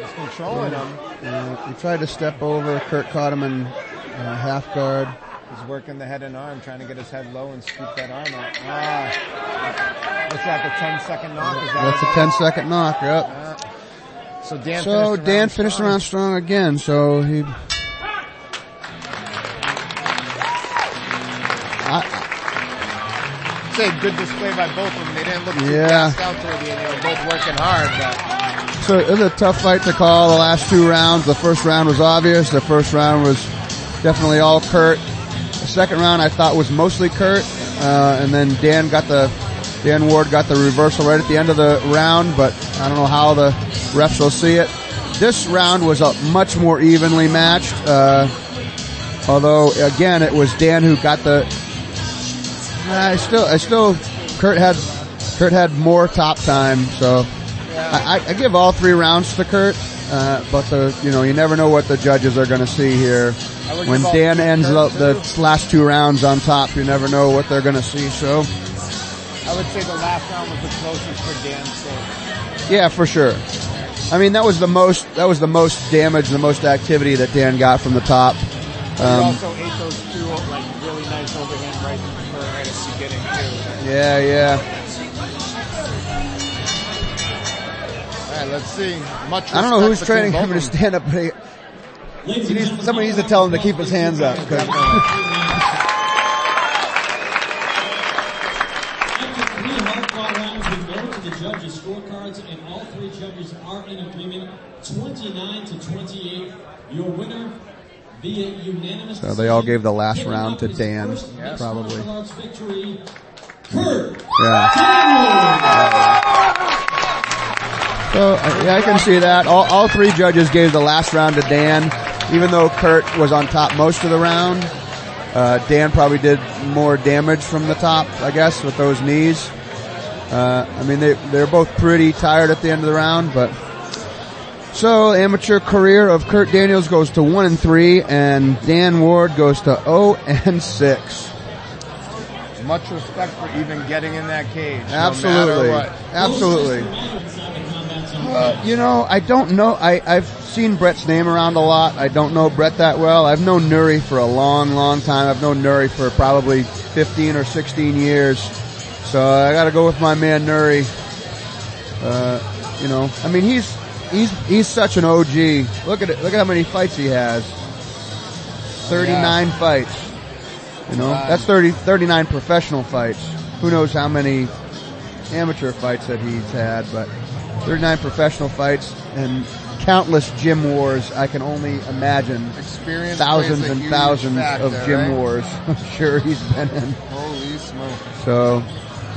Speaker 6: He's controlling him.
Speaker 4: Uh, he tried to step over. Kurt caught him in uh, half guard.
Speaker 6: He's working the head and arm, trying to get his head low and scoop that arm out. Ah. What's that, the 10 second knock? Is that
Speaker 4: That's a
Speaker 6: what
Speaker 4: 10 second knock. Yep.
Speaker 6: that- So
Speaker 4: So
Speaker 6: Dan finished the
Speaker 4: Dan
Speaker 6: round
Speaker 4: finished the
Speaker 6: strong.
Speaker 4: round strong again. So he.
Speaker 6: Say, good display by both of them. They didn't look too
Speaker 4: Yeah.
Speaker 6: gassed out toward the end. They were both working hard, but
Speaker 4: So it was a tough fight to call the last two rounds. The first round was obvious. The first round was definitely all Kurt. The second round I thought was mostly Kurt. Uh, and then Dan got the, Dan Ward got the reversal right at the end of the round, but I don't know how the refs will see it. This round was a much more evenly matched. Uh, although again, it was Dan who got the, I still, I still, Kurt had, Kurt had more top time, so I, I, I give all three rounds to Kurt. Uh, but the, you know, you never know what the judges are going to see here.
Speaker 6: I would
Speaker 4: When
Speaker 6: give all
Speaker 4: Dan
Speaker 6: three to
Speaker 4: ends
Speaker 6: Kurt,
Speaker 4: up the last two rounds on top, you never know what they're going to see. So,
Speaker 6: I would say the last round was the closest for Dan. So
Speaker 4: yeah, for sure. I mean, that was the most, that was the most damage, the most activity that Dan got from the top. Um,
Speaker 8: he also ate those two like really nice overhand right for right as you get in too.
Speaker 4: Yeah, yeah.
Speaker 6: All right, let's see. Much
Speaker 4: I don't know
Speaker 6: respect
Speaker 4: who's
Speaker 6: between
Speaker 4: training
Speaker 6: both
Speaker 4: him to
Speaker 6: of them.
Speaker 4: stand up, but he,
Speaker 5: Ladies
Speaker 4: he
Speaker 5: and
Speaker 4: needs,
Speaker 5: gentlemen,
Speaker 4: somebody needs to tell him to keep his hands up. 'cause-
Speaker 5: After three hard-fought rounds, we go to the judges' scorecards, and all three judges are in agreement, 29 to 28. Your winner via unanimous.
Speaker 4: So they all
Speaker 5: decision,
Speaker 4: gave the last
Speaker 5: picking
Speaker 4: round
Speaker 5: up
Speaker 4: to
Speaker 5: his
Speaker 4: Dan,
Speaker 5: first mixed
Speaker 4: probably.
Speaker 5: martial arts victory, Kurt
Speaker 4: yeah.
Speaker 5: Daniels.
Speaker 4: So I- yeah, I can see that. All, all three judges gave the last round to Dan, even though Kurt was on top most of the round. Uh, Dan probably did more damage from the top, I guess, with those knees. Uh, I mean, they they're both pretty tired at the end of the round, but so amateur career of Kurt Daniels goes to one and three, and Dan Ward goes to zero and six.
Speaker 6: Much respect for even getting in that cage. no matter
Speaker 4: Absolutely,
Speaker 6: what.
Speaker 4: absolutely.
Speaker 5: Inside the combat zone.
Speaker 4: Uh, you know, I don't know. I, I've seen Brett's name around a lot. I don't know Brett that well. I've known Nuri for a long, long time. I've known Nuri for probably 15 or 16 years. So I gotta go with my man Nuri. Uh, you know, I mean, he's, he's, he's such an OG. Look at it. Look at how many fights he has. 39 fights. You know, that's 30, 39 professional fights. Who knows how many amateur fights that he's had, but 39 professional fights and countless gym wars. I can only imagine
Speaker 6: Experience
Speaker 4: thousands
Speaker 6: plays a
Speaker 4: and
Speaker 6: huge
Speaker 4: thousands of
Speaker 6: factor,
Speaker 4: gym
Speaker 6: right?
Speaker 4: wars. I'm sure he's been in.
Speaker 6: Holy smoke.
Speaker 4: So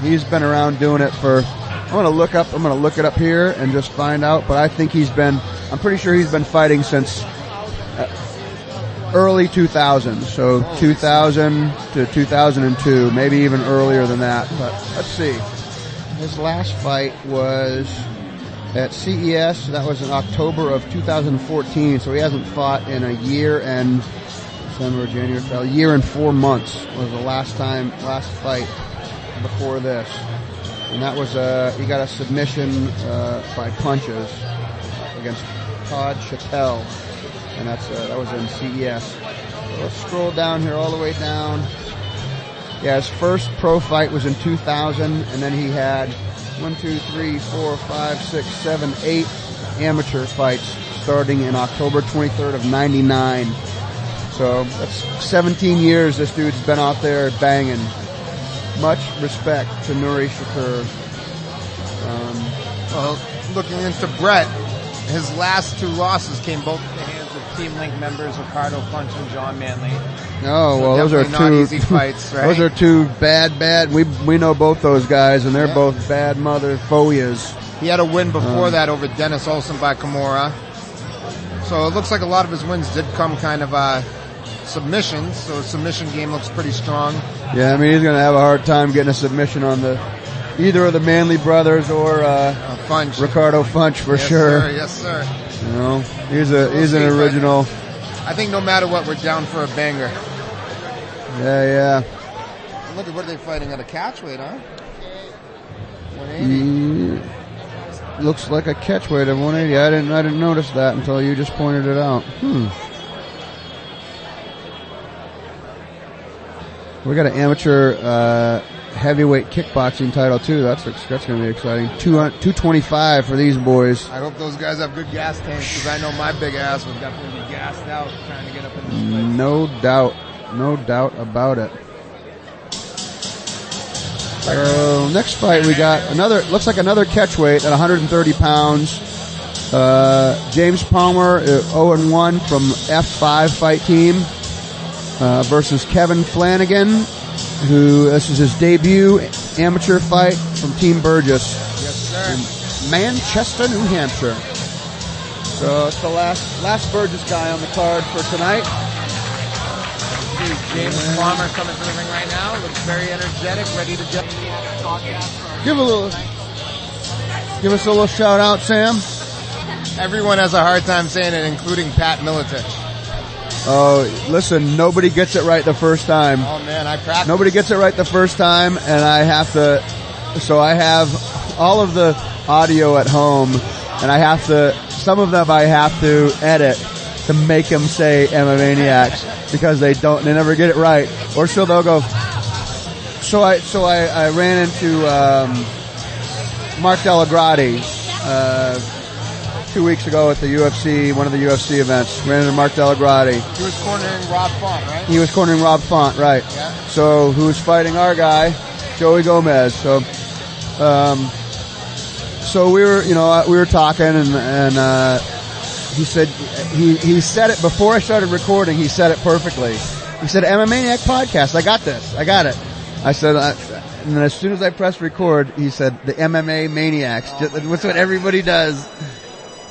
Speaker 4: he's been around doing it for. I'm gonna look up. I'm gonna look it up here and just find out. But I think he's been. I'm pretty sure he's been fighting since uh, early 2000. So 2000 to 2002, maybe even earlier than that. But let's see. His last fight was at CES. That was in October of 2014. So he hasn't fought in a year and December, January, a year and four months was the last time, last fight before this, and that was uh, he got a submission uh, by punches against Todd Chattel, and that's uh, that was in CES. So let's scroll down here all the way down. Yeah, his first pro fight was in 2000, and then he had one, two, three, four, five, six, seven, eight amateur fights starting in October 23rd of 99. So that's 17 years this dude's been out there banging. Much respect to Nuri Shakur.
Speaker 6: Well, looking into Brett, his last two losses came both in the hands of Team Link members Ricardo Punch and John Manley.
Speaker 4: Oh well, those are two
Speaker 6: definitely not easy fights, right?
Speaker 4: Those are two bad, bad. We we know both those guys, and they're
Speaker 6: Yeah.
Speaker 4: both bad mother foyas.
Speaker 6: He had a win before
Speaker 4: Mm.
Speaker 6: that over Dennis Olsen by Kimura. So it looks like a lot of his wins did come kind of uh, submissions. So his submission game looks pretty strong.
Speaker 4: Yeah, I mean he's gonna have a hard time getting a submission on the either of the Manly brothers or uh,
Speaker 6: Uh, Funch.
Speaker 4: Ricardo Funch for
Speaker 6: yes,
Speaker 4: sure.
Speaker 6: Sir, yes, sir.
Speaker 4: You know, he's a
Speaker 6: We'll
Speaker 4: he's an
Speaker 6: see, but-
Speaker 4: original.
Speaker 6: I think no matter what, we're down for a banger.
Speaker 4: Yeah,
Speaker 6: Look at what are they fighting at a catch weight, huh?
Speaker 4: yeah.
Speaker 6: 180.
Speaker 4: He Mm, looks like a catch weight of 180. I didn't I didn't notice that until you just pointed it out. Hmm. We got an amateur uh, heavyweight kickboxing title too. That's that's gonna be exciting. 200, 225 for these boys.
Speaker 6: I hope those guys have good gas tanks because I know my big ass would definitely be gassed out trying to get up in this place.
Speaker 4: No doubt. No doubt about it. So next fight we got another, looks like another catch weight at 130 pounds. Uh, James Palmer, uh, 0 and 1 from F5 fight team, uh, versus Kevin Flanagan, who, this is his debut amateur fight from Team Burgess.
Speaker 6: Yes, sir.
Speaker 4: Manchester, New Hampshire. So it's the last, last Burgess guy on the card for tonight.
Speaker 6: James Palmer coming to the ring right now. Looks very energetic, ready to go.
Speaker 4: Give a little, give us a little shout out, Sam.
Speaker 6: Everyone has a hard time saying it, including Pat Militich.
Speaker 4: Oh, listen, nobody gets it right the first time.
Speaker 6: Oh man, I practiced.
Speaker 4: Nobody gets it right the first time, and I have to. So I have all of the audio at home, and I have to. Some of them I have to edit to make them say MMA maniacs because they don't, they never get it right. Or so they'll go. So I, so I, I ran into um, Mark Delagrati uh, two weeks ago at the UFC, one of the UFC events. Ran into Mark Delagrati.
Speaker 6: He was cornering Rob Font, right?
Speaker 4: He was cornering Rob Font, right?
Speaker 6: Yeah.
Speaker 4: So who's fighting our guy, Joey Gomez? So, um, so we were, you know, uh, we were talking, and and uh, he said he he said it before I started recording. He said it perfectly. He said, "MMA Maniac podcast. I got this. I got it." I said. I, and then as soon as I pressed record, he said, the MMA maniacs. Just, that's what everybody does.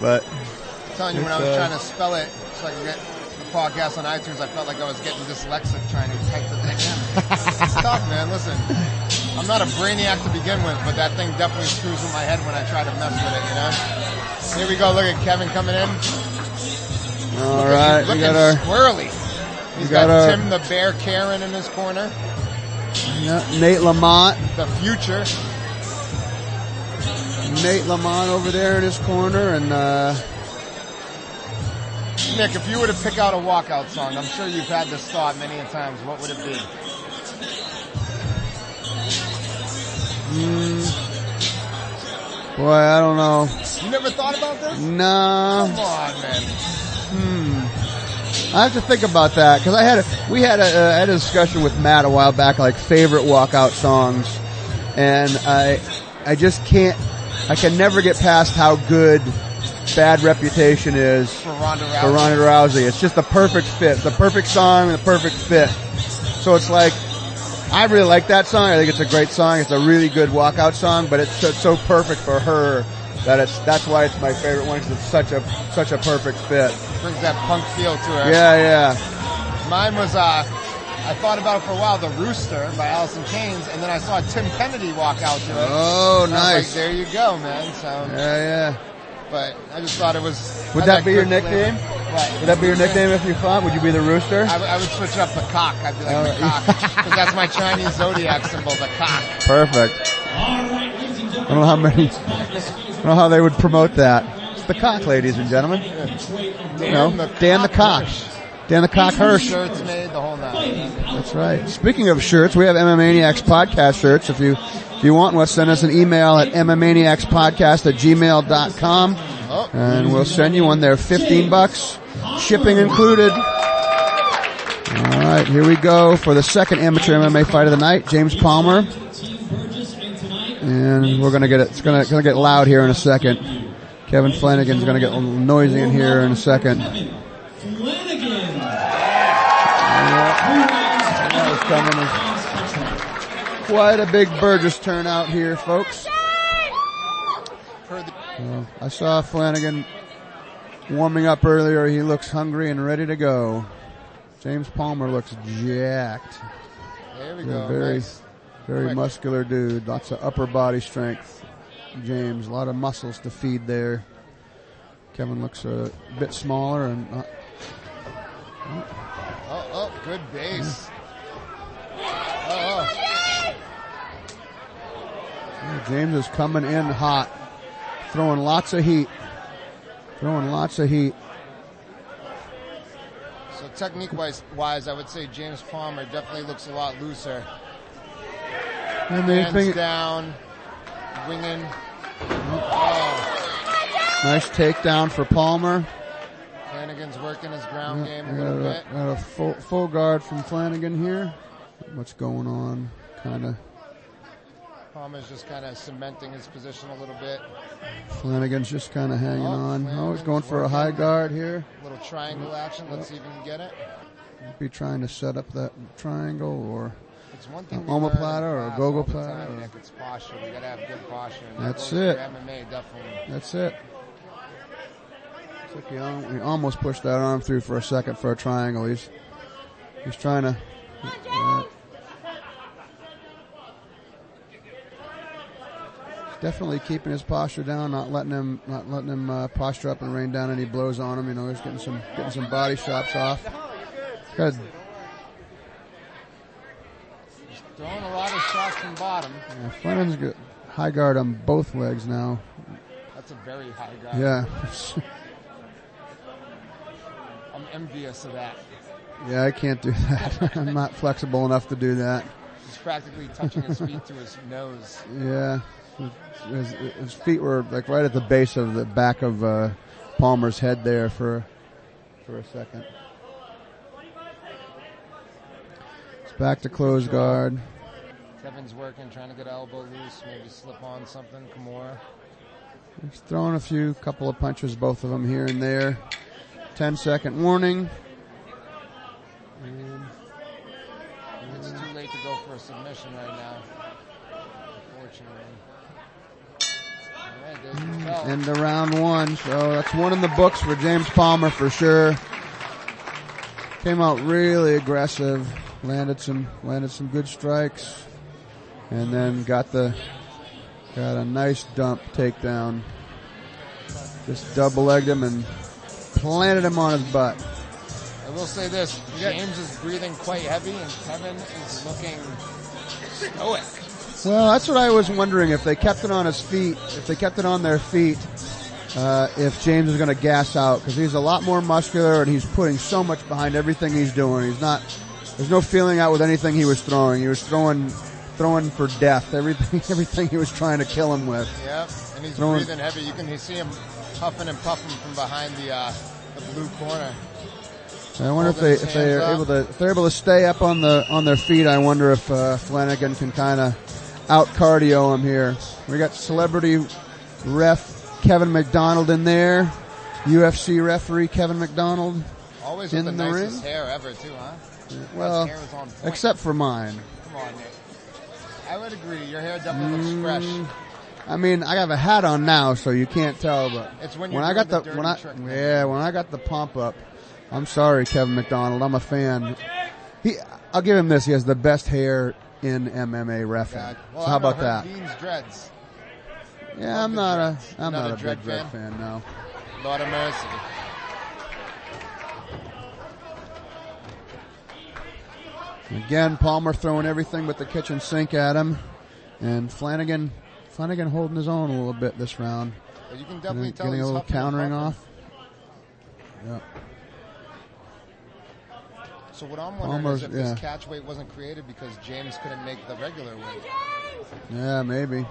Speaker 4: But
Speaker 6: I'm telling you, when I was
Speaker 4: It's, uh,
Speaker 6: trying to spell it so I could get the podcast on iTunes, I felt like I was getting dyslexic trying to type the thing in. it's tough, man. Listen, I'm not a brainiac to begin with, but that thing definitely screws with my head when I try to mess with it, you know? Here we go. Look at Kevin coming in.
Speaker 4: all right,
Speaker 6: Looking
Speaker 4: we got our
Speaker 6: squirrely. He's
Speaker 4: we got
Speaker 6: got,
Speaker 4: our-
Speaker 6: Tim the Bear Karen in his corner.
Speaker 4: yeah, Nate Lamont.
Speaker 6: The future.
Speaker 4: Nate Lamont over there in his corner, and uh,
Speaker 6: Nick, if you were to pick out a walkout song, I'm sure you've had this thought many a times. What would it be?
Speaker 4: boy, I don't know.
Speaker 6: You never thought about this?
Speaker 4: Nah,
Speaker 6: Come on, man.
Speaker 4: I have to think about that because I had a, we had a, uh, I had a discussion with Matt a while back, like favorite walkout songs, and I I just can't, I can never get past how good Bad Reputation is
Speaker 6: For Ronda Rousey.
Speaker 4: for Ronda Rousey. It's just the perfect fit, the perfect song, and the perfect fit. So it's like, I really like that song. I think it's a great song. It's a really good walkout song, but it's so, so perfect for her that it's that's why it's my favorite one because it's such a such a perfect fit.
Speaker 6: brings that punk feel to her.
Speaker 4: Yeah, yeah.
Speaker 6: Mine was, uh, I thought about it for a while, The Rooster by Allison Chains, and then I saw Tim Kennedy walk out to it.
Speaker 4: Oh,
Speaker 6: And I
Speaker 4: nice.
Speaker 6: was like, there you go, man. So,
Speaker 4: Yeah,
Speaker 6: but I just thought it was.
Speaker 4: Would
Speaker 6: had
Speaker 4: that be your
Speaker 6: good flavor.
Speaker 4: nickname?
Speaker 6: Right.
Speaker 4: yeah. Would that be your nickname if you fought? Would you be the rooster?
Speaker 6: I, would- I would switch up the cock. I'd be like
Speaker 4: Oh.
Speaker 6: the cock, because that's my Chinese zodiac symbol, the cock.
Speaker 4: Perfect.
Speaker 9: Alright, ladies and
Speaker 4: I don't know
Speaker 9: gentlemen.
Speaker 4: how many. I don't know how they would promote that. It's the cock, ladies and gentlemen. You know, Dan the cock. Dan the cock Hirsch.
Speaker 6: Shirts made the whole night.
Speaker 4: That's right. Speaking of shirts, we have MManiacs podcast shirts. If you if you want one, send us an email at mmaniacspodcast at gmail.com and we'll send you one. They're 15 bucks, shipping included. All right, here we go for the second amateur MMA fight of the night. James Palmer, and we're gonna get it. It's gonna gonna get loud here in a second. Kevin Flanagan's gonna get noisy in here in a second.
Speaker 9: Flanagan.
Speaker 4: That was coming. Quite a big Burgess turnout here, folks.
Speaker 6: For the-
Speaker 4: Well, I saw Flanagan warming up earlier. He looks hungry and ready to go. James Palmer looks jacked.
Speaker 6: There we
Speaker 4: He's a
Speaker 6: go.
Speaker 4: very,
Speaker 6: nice.
Speaker 4: very
Speaker 6: Quick.
Speaker 4: muscular dude. Lots of upper body strength. James, a lot of muscles to feed there. Kevin looks a bit smaller and uh, not
Speaker 6: Oh, oh, good base. Oh,
Speaker 4: James is coming in hot, throwing lots of heat, throwing lots of heat.
Speaker 6: oh. So technique wise, wise, I would say James Palmer definitely looks a lot looser.
Speaker 4: And the
Speaker 6: Hands
Speaker 4: thing-
Speaker 6: down, winging.
Speaker 4: nice takedown for Palmer.
Speaker 6: Flanagan's working his ground
Speaker 4: Yeah,
Speaker 6: game
Speaker 4: I
Speaker 6: a
Speaker 4: got
Speaker 6: little
Speaker 4: a,
Speaker 6: bit.
Speaker 4: got a full, full guard from Flanagan here. What's going on? Kind of
Speaker 6: Palmer's just kind of cementing his position a little bit.
Speaker 4: Flanagan's just kind of hanging
Speaker 6: Oh,
Speaker 4: on. Oh, he's
Speaker 6: Flanagan's
Speaker 4: going for a high guard here.
Speaker 6: little triangle action. Let's see if he can get it.
Speaker 4: Be trying to set up that triangle or
Speaker 6: It's one thing.
Speaker 4: An
Speaker 6: we learn in
Speaker 4: omoplata or a
Speaker 6: class
Speaker 4: gogo
Speaker 6: all the
Speaker 4: plata
Speaker 6: time,
Speaker 4: or-
Speaker 6: Nick, It's posture. We gotta have good posture. And that
Speaker 4: That's
Speaker 6: goes
Speaker 4: it.
Speaker 6: for MMA definitely.
Speaker 4: that's it. Looks like he, al- he almost pushed that arm through for a second for a triangle. He's he's trying to. uh, yeah. Definitely keeping his posture down, not letting him, not letting him uh, posture up and rain down any blows on him. You know, he's getting some, getting some body shots off. Good.
Speaker 6: Throwing a lot of shots from bottom.
Speaker 4: Yeah, Flanagan's good. High guard on both legs now.
Speaker 6: That's a very high guy.
Speaker 4: Yeah.
Speaker 6: Oh,
Speaker 10: I'm envious of that.
Speaker 4: Yeah, I can't do that. I'm not flexible enough to do that.
Speaker 10: He's practically touching his feet to his nose.
Speaker 4: Yeah. His, his feet were like right at the base of the back of uh, Palmer's head there for for a second. It's back to close guard.
Speaker 10: Kevin's working, trying to get elbow loose, maybe slip on something, Kimura.
Speaker 4: He's throwing a few couple of punches, both of them here and there. 10 second warning.
Speaker 10: It's too late to go for a submission right now. Unfortunately. Alright, there's the bell.
Speaker 4: End of round one. So that's one in the books for James Palmer for sure. Came out really aggressive, landed some landed some good strikes, and then got the got a nice dump takedown. Just double legged him and planted him on his butt.
Speaker 10: I will say this, James is breathing quite heavy and Kevin is looking stoic.
Speaker 4: Well, that's what I was wondering if they kept it on his feet, if they kept it on their feet, uh, if James is going to gas out because he's a lot more muscular and he's putting so much behind everything he's doing. He's not. There's no feeling out with anything he was throwing. He was throwing, throwing for death. Everything, everything he was trying to kill him with.
Speaker 6: Yeah, and he's
Speaker 4: Throwing-
Speaker 6: breathing heavy. You can see him huffing and puffing from behind the uh, the blue corner.
Speaker 4: And I wonder if they if they are able to if they're able to stay up on the on their feet. I wonder if uh, Flanagan can kind of out cardio him here. We got celebrity ref Kevin McDonald in there, UFC referee Kevin McDonald.
Speaker 6: Always with
Speaker 4: In
Speaker 6: the,
Speaker 4: the
Speaker 6: nicest
Speaker 4: ring?
Speaker 6: hair ever, too, huh?
Speaker 4: Well,
Speaker 6: hair was on point.
Speaker 4: except for mine.
Speaker 6: Come on, Nick. I would agree. Your hair definitely
Speaker 4: Mm.
Speaker 6: looks fresh.
Speaker 4: I mean, I have a hat on now, so you can't tell. But
Speaker 6: It's when you're
Speaker 4: I
Speaker 6: doing
Speaker 4: got
Speaker 6: the
Speaker 4: the, when I
Speaker 6: dirty trick, man.
Speaker 4: yeah when I got the pump up. I'm sorry, Kevin McDonald. I'm a fan. He, I'll give him this. He has the best hair in MMA refing.
Speaker 6: God.
Speaker 4: so how
Speaker 6: I know
Speaker 4: about that?
Speaker 6: Dean's dreads.
Speaker 4: Yeah, I'm
Speaker 6: the
Speaker 4: not a
Speaker 6: Dreads.
Speaker 4: I'm
Speaker 6: Not
Speaker 4: not,
Speaker 6: a
Speaker 4: a,
Speaker 6: Dread
Speaker 4: big Dread
Speaker 6: fan?
Speaker 4: fan. No.
Speaker 6: Lord of mercy.
Speaker 4: Again, Palmer throwing everything but the kitchen sink at him, and Flanagan Flanagan holding his own a little bit this round.
Speaker 6: But you can
Speaker 4: And
Speaker 6: definitely
Speaker 4: then
Speaker 6: tell
Speaker 4: getting
Speaker 6: he's
Speaker 4: a little
Speaker 6: huffing and
Speaker 4: countering
Speaker 6: puffing.
Speaker 4: off. Yep.
Speaker 6: So what I'm wondering
Speaker 4: Palmer's-
Speaker 6: is if
Speaker 4: yeah.
Speaker 6: this catch weight wasn't created because James couldn't make the regular weight.
Speaker 4: Yeah, maybe.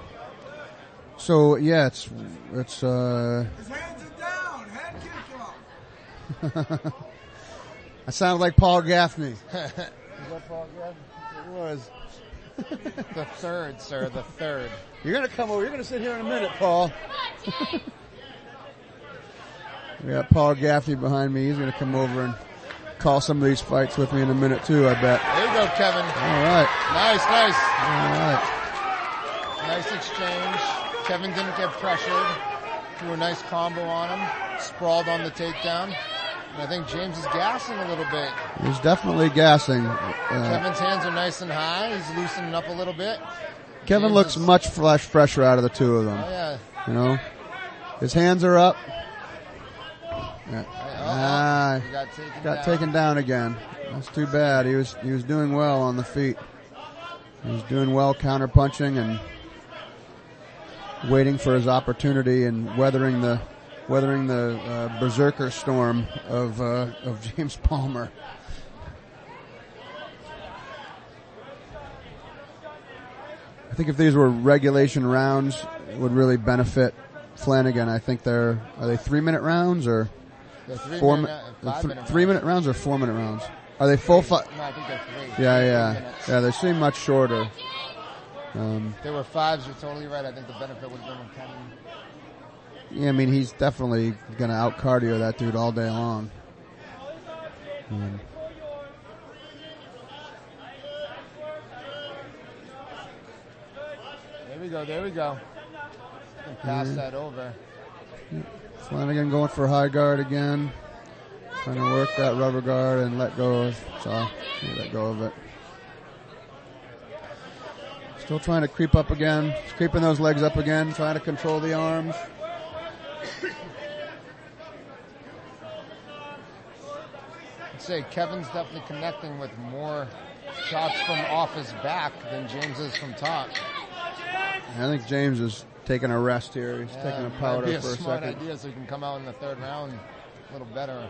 Speaker 4: So yeah, it's it's uh.
Speaker 11: His hands are down. Head kick off.
Speaker 4: I sound like Paul Gaffney.
Speaker 6: It was. the third, sir, the third.
Speaker 4: You're gonna come over. You're gonna sit here in a minute, Paul. we got Paul Gaffney behind me. He's gonna come over and call some of these fights with me in a minute too. I bet.
Speaker 6: There you go, Kevin.
Speaker 4: All right,
Speaker 6: Nice, nice.
Speaker 4: all right.
Speaker 6: Nice exchange. Kevin didn't get pressured. Threw a nice combo on him. Sprawled on the takedown. And I think James is gassing a little bit.
Speaker 4: He's definitely gassing. Uh,
Speaker 6: Kevin's hands are nice and high. He's loosening up a little bit.
Speaker 4: Kevin
Speaker 6: James
Speaker 4: looks
Speaker 6: is-
Speaker 4: much flesh fresher out of the two of
Speaker 6: Oh
Speaker 4: them.
Speaker 6: yeah.
Speaker 4: You know, his hands are up. Yeah. Ah,
Speaker 6: He got taken
Speaker 4: got
Speaker 6: down.
Speaker 4: taken down again. That's too bad. He was he was doing well on the feet. He was doing well counter punching and waiting for his opportunity and weathering the weathering the uh, berserker storm of uh, of James Palmer. I think if these were regulation rounds, it would really benefit Flanagan. I think they're are they three minute rounds or
Speaker 6: The three
Speaker 4: four
Speaker 6: minute,
Speaker 4: minute,
Speaker 6: uh, five
Speaker 4: th-
Speaker 6: minute
Speaker 4: three
Speaker 6: round.
Speaker 4: minute rounds or four minute rounds? Are they full five?
Speaker 6: No, I think they're three.
Speaker 4: Yeah,
Speaker 6: Three
Speaker 4: yeah,
Speaker 6: minutes.
Speaker 4: yeah. They seem much shorter.
Speaker 6: There were fives. You're totally right. I think the benefit would have been with Kevin.
Speaker 4: Yeah, I mean he's definitely gonna out cardio that dude all day long. Um,
Speaker 6: There we go. There we go. You can
Speaker 4: Mm-hmm.
Speaker 6: pass that over.
Speaker 4: Flanagan going for high guard again, trying to work that rubber guard and let go of. So he let go of it. Still trying to creep up again. He's creeping those legs up again, trying to control the arms.
Speaker 6: I'd say Kevin's definitely connecting with more shots from off his back than James is from top.
Speaker 4: I think James is taking a rest here. He's taking a
Speaker 6: That'd
Speaker 4: powder
Speaker 6: be a
Speaker 4: for a
Speaker 6: smart
Speaker 4: second.
Speaker 6: idea so he can come out in the third round a little better.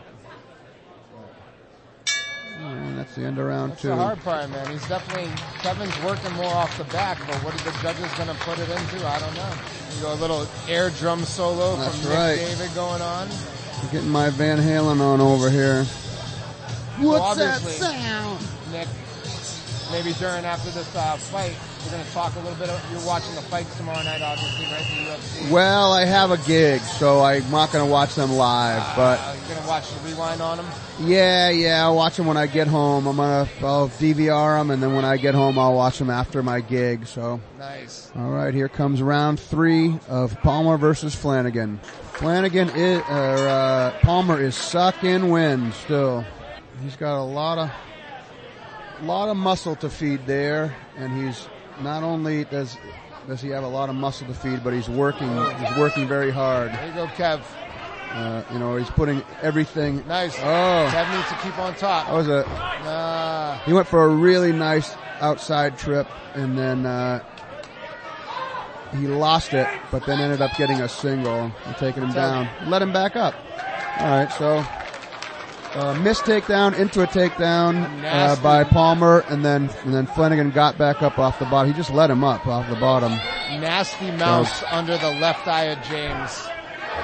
Speaker 4: And that's the end of round
Speaker 6: That's
Speaker 4: two.
Speaker 6: the hard part, man. He's definitely Kevin's working more off the back, but what are the judges going to put it into? I don't know. You go a little air drum solo
Speaker 4: That's
Speaker 6: from
Speaker 4: right.
Speaker 6: Nick David going on.
Speaker 4: Getting my Van Halen on over here. What's that
Speaker 6: obviously-
Speaker 4: sound?
Speaker 6: Nick, maybe during after this uh, fight, we're going to talk a little bit. Of, you're watching the fights tomorrow night, obviously, right? The UFC.
Speaker 4: Well, I have a gig, so I'm not going to watch them live, but
Speaker 6: Uh, you're going to watch the rewind on him.
Speaker 4: Yeah, yeah. I'll watch them when I get home. I'm gonna I'll DVR them, and then when I get home, I'll watch them after my gig. So,
Speaker 6: Nice.
Speaker 4: all right, here comes round three of Palmer versus Flanagan. Flanagan is, or uh, Palmer is sucking wind still. He's got a lot of lot of muscle to feed there, and he's not only does does he have a lot of muscle to feed, but he's working he's working very hard.
Speaker 6: There you go, Kev.
Speaker 4: Uh, you know, he's putting everything.
Speaker 6: Nice.
Speaker 4: Oh,
Speaker 6: Kev needs to keep on
Speaker 4: that
Speaker 6: top.
Speaker 4: was a
Speaker 6: Uh,
Speaker 4: He went for a really nice outside trip and then uh, he lost it, but then ended up getting a single and taking him down. Let him back up. All right, so uh, missed takedown into a takedown uh,
Speaker 6: Nasty.
Speaker 4: by Palmer, and then and then Flanagan got back up off the bottom. He just let him up off the bottom.
Speaker 6: nasty mouse under the left eye of James.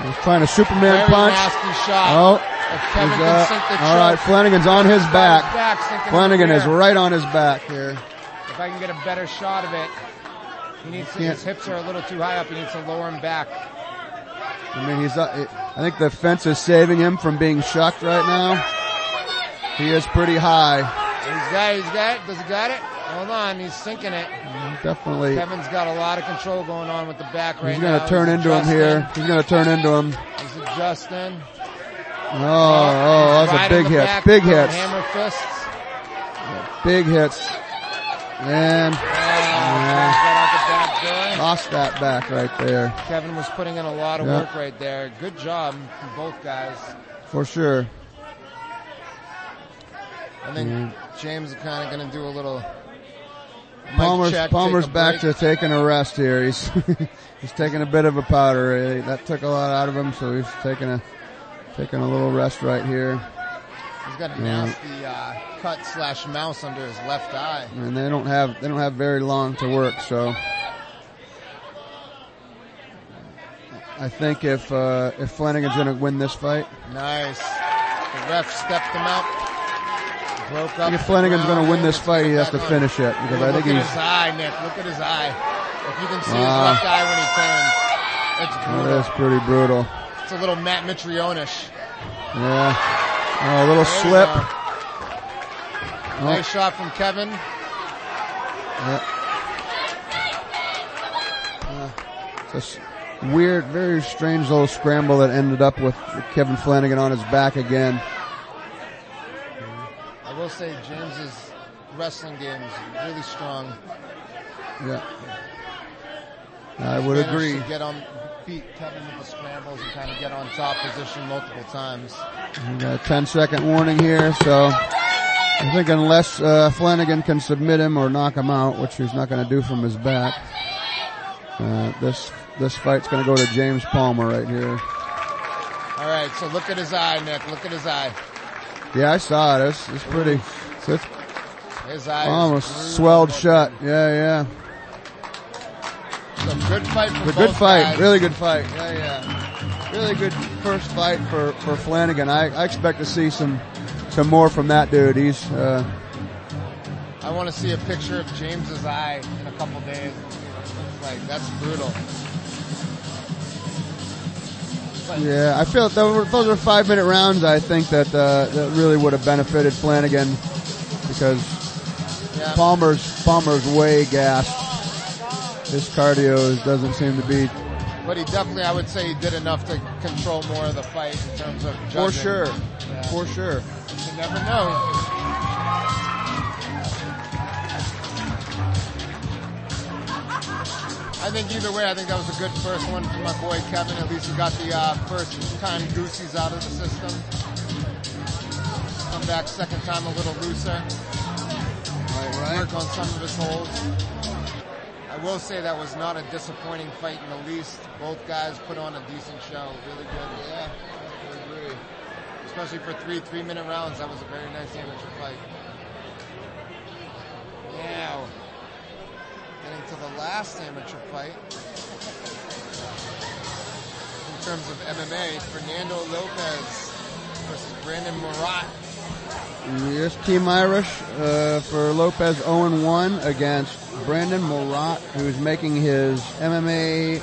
Speaker 4: He was trying a Superman
Speaker 6: Very
Speaker 4: punch.
Speaker 6: nasty shot.
Speaker 4: Oh,
Speaker 6: If Kevin
Speaker 4: he's,
Speaker 6: can
Speaker 4: uh,
Speaker 6: sink the
Speaker 4: all right,
Speaker 6: choke,
Speaker 4: Flanagan's on his back.
Speaker 6: back sinking
Speaker 4: Flanagan
Speaker 6: the
Speaker 4: is
Speaker 6: rear.
Speaker 4: right on his back here.
Speaker 6: If I can get a better shot of it, he needs to,
Speaker 4: can't-
Speaker 6: his hips are a little too high up. He needs to lower him back.
Speaker 4: I mean, he's. Uh, I think the fence is saving him from being shucked right now. He is pretty high.
Speaker 6: He's got, he's got, does he got it? Hold on, he's sinking it.
Speaker 4: Definitely,
Speaker 6: Kevin's got a lot of control going on with the back right
Speaker 4: he's
Speaker 6: now.
Speaker 4: going to turn into him here. He's going to turn into him.
Speaker 6: He's adjusting.
Speaker 4: Oh, oh, that's a
Speaker 6: Riding
Speaker 4: big
Speaker 6: the
Speaker 4: hit.
Speaker 6: back,
Speaker 4: Big
Speaker 6: throwing
Speaker 4: hits.
Speaker 6: Hammer fists.
Speaker 4: Big hits. And
Speaker 6: Kevin's got out the back door.
Speaker 4: lost that back right there
Speaker 6: Kevin was putting in a lot of
Speaker 4: Yeah.
Speaker 6: work right there. Good job from both guys.
Speaker 4: for sure.
Speaker 6: I think
Speaker 4: Mm-hmm.
Speaker 6: James is kind of going to do a little. mic
Speaker 4: Palmer's
Speaker 6: check, take
Speaker 4: Palmer's
Speaker 6: a
Speaker 4: back
Speaker 6: break.
Speaker 4: to taking a rest here. He's he's taking a bit of a powder. Eh, That took a lot out of him, so he's taking a taking a little rest right here.
Speaker 6: He's got a nasty uh, cut slash mouse under his left eye.
Speaker 4: and they don't have they don't have very long to work. So I think if uh, if Flanagan's going to win this fight,
Speaker 6: Nice. The ref stepped him out. Broke
Speaker 4: I
Speaker 6: up.
Speaker 4: think if Flanigan's
Speaker 6: the
Speaker 4: going
Speaker 6: round.
Speaker 4: to win this fight, he has to
Speaker 6: Back on.
Speaker 4: finish it because I
Speaker 6: Look
Speaker 4: think
Speaker 6: at
Speaker 4: he's Ah.
Speaker 6: his eye, Nick. Look at his eye. If you can see
Speaker 4: Wow.
Speaker 6: his left eye when he turns, it's brutal.
Speaker 4: that's pretty brutal.
Speaker 6: It's a little Matt Mitrione-ish.
Speaker 4: Yeah, oh, a little
Speaker 6: There we
Speaker 4: slip. Oh.
Speaker 6: go. Nice shot from Kevin.
Speaker 4: This weird, very strange little scramble that ended up with Kevin Flanagan on his back again.
Speaker 6: I will say James's wrestling game is really strong.
Speaker 4: Yeah, I would
Speaker 6: Managed
Speaker 4: agree.
Speaker 6: To get on, beat Kevin with the scrambles and kind of get on top position multiple times.
Speaker 4: We got a 10 uh, second warning here, so I think unless uh, Flanagan can submit him or knock him out, which he's not going to do from his back, uh, this this fight's going to go to James Palmer right here.
Speaker 6: All right, so look at his eye, Nick. Look at his eye.
Speaker 4: Yeah, I saw it. It's, it's pretty. It's
Speaker 6: His eye is
Speaker 4: almost
Speaker 6: bruised.
Speaker 4: swelled shut. Yeah, yeah.
Speaker 6: So good fight from
Speaker 4: It's a good
Speaker 6: both
Speaker 4: fight.
Speaker 6: guys.
Speaker 4: Really good fight. Yeah, yeah. Really good first fight for, for Flanagan. I, I expect to see some some more from that dude. He's uh,
Speaker 6: I want to see a picture of James's eye in a couple days. Let's see what it looks like. That's brutal.
Speaker 4: Yeah, I feel those were, those are five minute rounds. I think that uh, that really would have benefited Flanagan because
Speaker 6: Yeah.
Speaker 4: Palmer's Palmer's way gassed. His cardio is- doesn't seem to be
Speaker 6: But he definitely, I would say, he did enough to control more of the fight in terms of judging.
Speaker 4: for sure.
Speaker 6: You never know. I think either way, I think that was a good first one for my boy Kevin. At least he got the uh, first time goosies out of the system. Come back second time a little looser. Work on some of his holds. I will say that was not a disappointing fight in the least. Both guys put on a decent show. Really good. Yeah, I agree.
Speaker 7: especially for three three minute rounds. That was a very nice amateur fight. Now, getting to the last amateur fight in terms of MMA, Fernando Lopez versus Brandon Murat.
Speaker 4: Yes, Team Irish uh, for Lopez 0-1 against Brandon Morat, who's making his MMA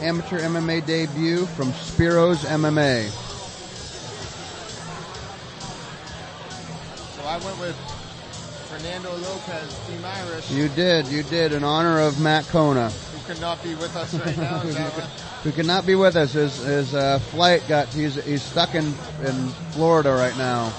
Speaker 4: amateur MMA debut from Spiro's MMA.
Speaker 7: So I went with Fernando Lopez, Team Irish,
Speaker 4: You did, you did, in honor of Matt Kona,
Speaker 7: who could not be with us right now. Donna.
Speaker 4: who cannot be with us. His, his uh, flight got, he's, he's stuck in, in Florida right now.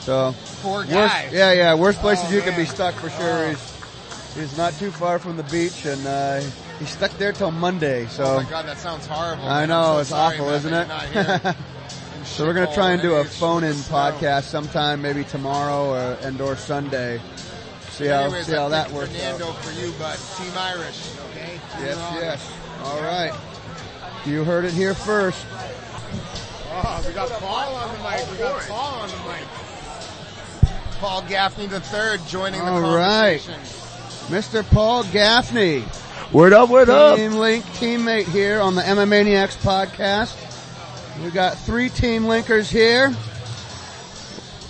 Speaker 4: So
Speaker 7: Poor
Speaker 4: Worst-
Speaker 7: guy.
Speaker 4: yeah, yeah. Worst places
Speaker 7: Oh,
Speaker 4: you could be
Speaker 7: man.
Speaker 4: stuck for sure.
Speaker 7: Oh.
Speaker 4: He's, he's not too far from the beach, and uh, he's stuck there till Monday.
Speaker 7: Oh
Speaker 4: So,
Speaker 7: my god, that sounds horrible.
Speaker 4: I
Speaker 7: man.
Speaker 4: know,
Speaker 7: I'm so
Speaker 4: it's
Speaker 7: sorry,
Speaker 4: awful,
Speaker 7: man,
Speaker 4: isn't
Speaker 7: that
Speaker 4: it?
Speaker 7: you're not here. Oh,
Speaker 4: so we're gonna try and do a
Speaker 7: Maybe it's
Speaker 4: phone-in
Speaker 7: just snow.
Speaker 4: podcast sometime, maybe tomorrow or and or Sunday. See how
Speaker 7: Anyways,
Speaker 4: see how
Speaker 7: I
Speaker 4: that
Speaker 7: picked
Speaker 4: works
Speaker 7: Fernando
Speaker 4: out.
Speaker 7: for you, but Team Irish, okay? Team
Speaker 4: Yes,
Speaker 7: Irish.
Speaker 4: yes. All right. You heard it here first.
Speaker 7: Oh, we got Paul on the mic. We got Paul on the mic. Paul Gaffney the third joining the
Speaker 4: All right.
Speaker 7: conversation.
Speaker 4: Mr. Paul Gaffney,
Speaker 11: Word up, word up.
Speaker 4: Team Link teammate here on the MManiacs podcast. We got three Team Linkers here,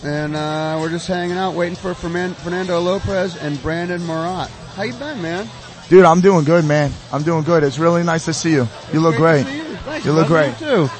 Speaker 4: and uh, we're just hanging out, waiting for Fernan- Fernando Lopez and Brandon Marat. How you been, man?
Speaker 11: Dude, I'm doing good, man. I'm doing good. It's really nice to see you. You look
Speaker 4: Great
Speaker 11: great.
Speaker 4: to see you. Thanks,
Speaker 11: You look
Speaker 4: brother.
Speaker 11: great.
Speaker 4: You too.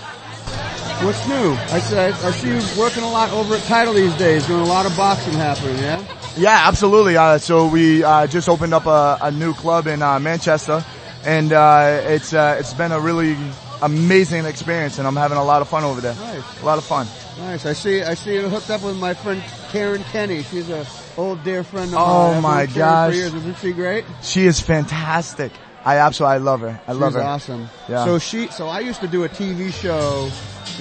Speaker 4: What's new? I said I see you working a lot over at Title these days, doing a lot of boxing happening. Yeah.
Speaker 11: Yeah, absolutely. Uh, so we uh, just opened up a, a new club in uh, Manchester, and uh, it's uh, it's been a really amazing experience, and I'm having a lot of fun over there.
Speaker 4: Nice.
Speaker 11: A lot of fun.
Speaker 4: Nice. I see. I see you hooked up with my friend Karen Kenny. She's a old dear friend of
Speaker 11: Oh
Speaker 4: mine. I've known
Speaker 11: my
Speaker 4: Karen
Speaker 11: gosh.
Speaker 4: For years. Isn't she great?
Speaker 11: She is fantastic. I absolutely I love her. I love
Speaker 4: She's
Speaker 11: her.
Speaker 4: awesome.
Speaker 11: Yeah.
Speaker 4: So she, so I used to do a TV show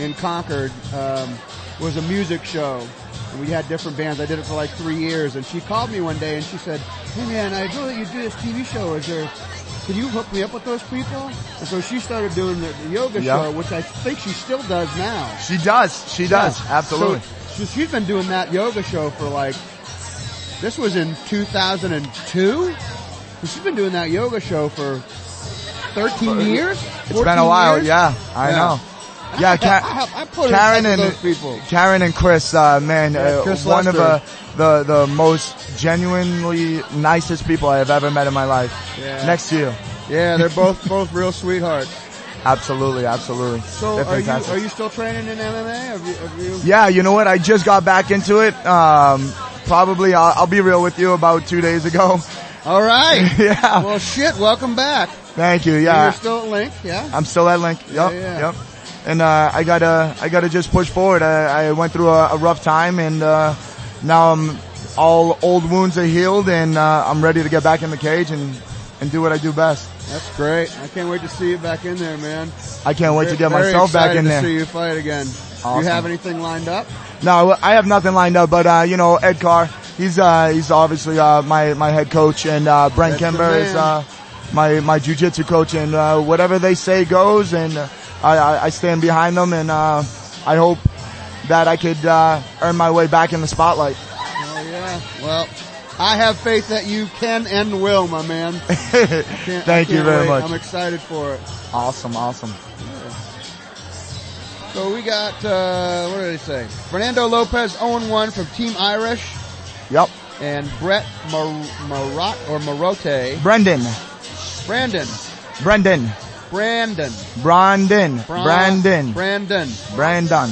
Speaker 4: in Concord. Um, it was a music show. And we had different bands. I did it for like three years. And she called me one day and she said, "Hey man, I know that you do this TV show. Is there? Can you hook me up with those people?" And so she started doing the, the yoga
Speaker 11: Yeah.
Speaker 4: show, which I think she still does now.
Speaker 11: She does. She does.
Speaker 4: Yeah.
Speaker 11: Absolutely.
Speaker 4: So, so she's been doing that yoga show for like, this was in 2002? So she's been doing that yoga show for 13 years?
Speaker 11: It's been a while. Yeah, I
Speaker 4: Yeah.
Speaker 11: know. Yeah,
Speaker 4: I,
Speaker 11: Ka-
Speaker 4: I, I put her in touch
Speaker 11: Karen
Speaker 4: with
Speaker 11: and
Speaker 4: those people.
Speaker 11: Karen and Chris, uh, man,
Speaker 4: Yeah,
Speaker 11: uh,
Speaker 4: Chris
Speaker 11: one of
Speaker 4: Lester.
Speaker 11: uh, the the most genuinely nicest people I have ever met in my life.
Speaker 4: Yeah.
Speaker 11: Next to you,
Speaker 4: Yeah, they're both both real sweethearts.
Speaker 11: absolutely, absolutely.
Speaker 4: So
Speaker 11: They're
Speaker 4: are you,
Speaker 11: fantastic.
Speaker 4: are you still training in MMA? Have you, have you?
Speaker 11: Yeah, you know what? I just got back into it. Um, probably, I'll, I'll be real with you. About two days ago.
Speaker 4: All right.
Speaker 11: yeah.
Speaker 4: Well, shit, welcome back.
Speaker 11: Thank you.
Speaker 4: And
Speaker 11: Yeah. Uh,
Speaker 4: You're still at Link, yeah?
Speaker 11: I'm still at Link. Yep.
Speaker 4: Yeah, yeah.
Speaker 11: Yep. And uh, I gotta, I gotta just push forward. I, I went through a, a rough time, and uh, now I'm all old wounds are healed, and uh, I'm ready to get back in the cage and and do what I do best.
Speaker 4: That's great. I can't wait to see you back in there, man.
Speaker 11: I can't wait to get
Speaker 4: Very
Speaker 11: myself back
Speaker 4: excited
Speaker 11: in
Speaker 4: to
Speaker 11: there.
Speaker 4: See you fight again.
Speaker 11: Awesome.
Speaker 4: You have anything lined up?
Speaker 11: No, I have nothing lined up, but uh, you know, Ed Carr, he's uh, he's obviously uh, my my head coach, and uh, Brent
Speaker 4: That's the
Speaker 11: Kember is
Speaker 4: man.
Speaker 11: uh, my my jujitsu coach, and uh, whatever they say goes, and uh, I, I I stand behind them, and uh, I hope that I could uh, earn my way back in the spotlight.
Speaker 4: Oh yeah. Well, I have faith that you can and will, my man. Can't- I
Speaker 11: Thank you
Speaker 4: can't
Speaker 11: very
Speaker 4: wait.
Speaker 11: much.
Speaker 4: I'm excited for it.
Speaker 11: Awesome, awesome.
Speaker 4: So we got uh, what did I say? Fernando Lopez 0-1 from Team Irish
Speaker 11: Yep,
Speaker 4: and Brett Mar- Marat or Marote.
Speaker 11: Brendan,
Speaker 4: Brandon.
Speaker 11: Brendan,
Speaker 4: Brandon.
Speaker 11: Brandon,
Speaker 4: Bra-
Speaker 11: Brandon,
Speaker 4: Brandon.
Speaker 11: Brandon,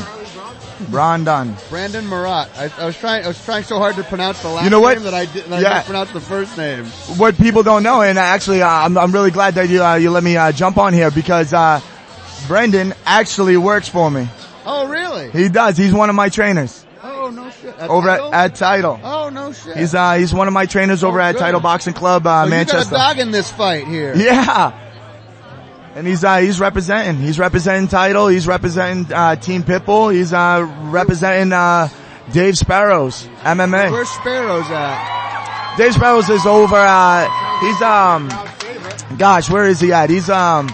Speaker 11: Brandon.
Speaker 4: Brandon Marat. I, I was trying. I was trying so hard to pronounce the last
Speaker 11: You know what?
Speaker 4: name that I did. That I
Speaker 11: Yeah.
Speaker 4: mispronounced the first name.
Speaker 11: what people don't know, and actually, uh, I'm, I'm really glad that you uh, you let me uh, jump on here because uh, Brendan actually works for me.
Speaker 4: Oh really?
Speaker 11: He does. He's one of my trainers
Speaker 4: Oh no shit. At
Speaker 11: over
Speaker 4: Title?
Speaker 11: at, at Title.
Speaker 4: Oh no shit.
Speaker 11: He's uh, he's one of my trainers over
Speaker 4: Oh,
Speaker 11: at
Speaker 4: good.
Speaker 11: Title Boxing Club, uh,
Speaker 4: So You
Speaker 11: Manchester.
Speaker 4: got a dog in this fight here.
Speaker 11: Yeah. And he's uh, he's representing. He's representing Title. He's representing uh, Team Pitbull. He's uh, representing uh, Dave Sparrows MMA.
Speaker 4: Where's Sparrows uh, at?
Speaker 11: Dave Sparrows is over uh he's um gosh, where is he at? He's um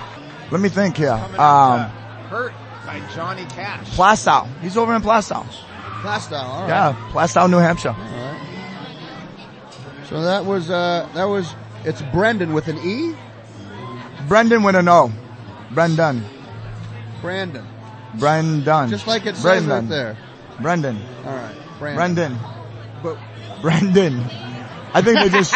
Speaker 11: let me think here. Um
Speaker 7: Hurt.
Speaker 6: by Johnny Cash.
Speaker 11: Plastow. He's over in Plastow.
Speaker 4: Plastow, all right.
Speaker 11: Yeah, Plastow, New Hampshire.
Speaker 4: So that was, uh, that was, it's Brendan with an E?
Speaker 11: Brendan with an O. Brendan.
Speaker 4: Brandon.
Speaker 11: Brendan.
Speaker 4: Just like it says right there.
Speaker 11: Brendan.
Speaker 4: All right. Brandon.
Speaker 11: Brendan.
Speaker 4: But-
Speaker 11: Brendan. I think they just.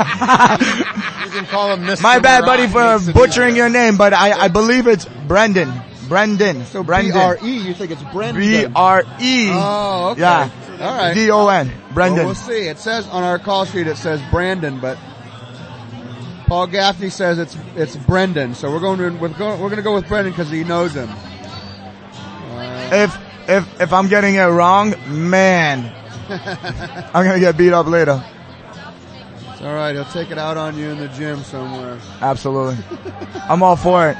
Speaker 7: You can call him Mr.
Speaker 11: My bad, buddy,
Speaker 7: Moran. Makes
Speaker 11: for
Speaker 7: it
Speaker 11: butchering
Speaker 7: easier.
Speaker 11: your name, but I, I believe it's Brendan. Brendan.
Speaker 4: So E
Speaker 11: Brendan.
Speaker 4: B-R-E, you think it's Brendan?
Speaker 11: B R E.
Speaker 4: Oh, okay.
Speaker 11: Yeah.
Speaker 4: All right. Oh,
Speaker 11: D O N.
Speaker 4: Well,
Speaker 11: Brendan.
Speaker 4: we'll see. It says on our call sheet, it says Brandon, but Paul Gaffney says it's it's Brendan. So we're going to we're going, we're going to go with Brendan because he knows him.
Speaker 11: If if if I'm getting it wrong, man, I'm gonna get beat up later.
Speaker 4: It's all right. He'll take it out on you in the gym somewhere.
Speaker 11: Absolutely. I'm all for it.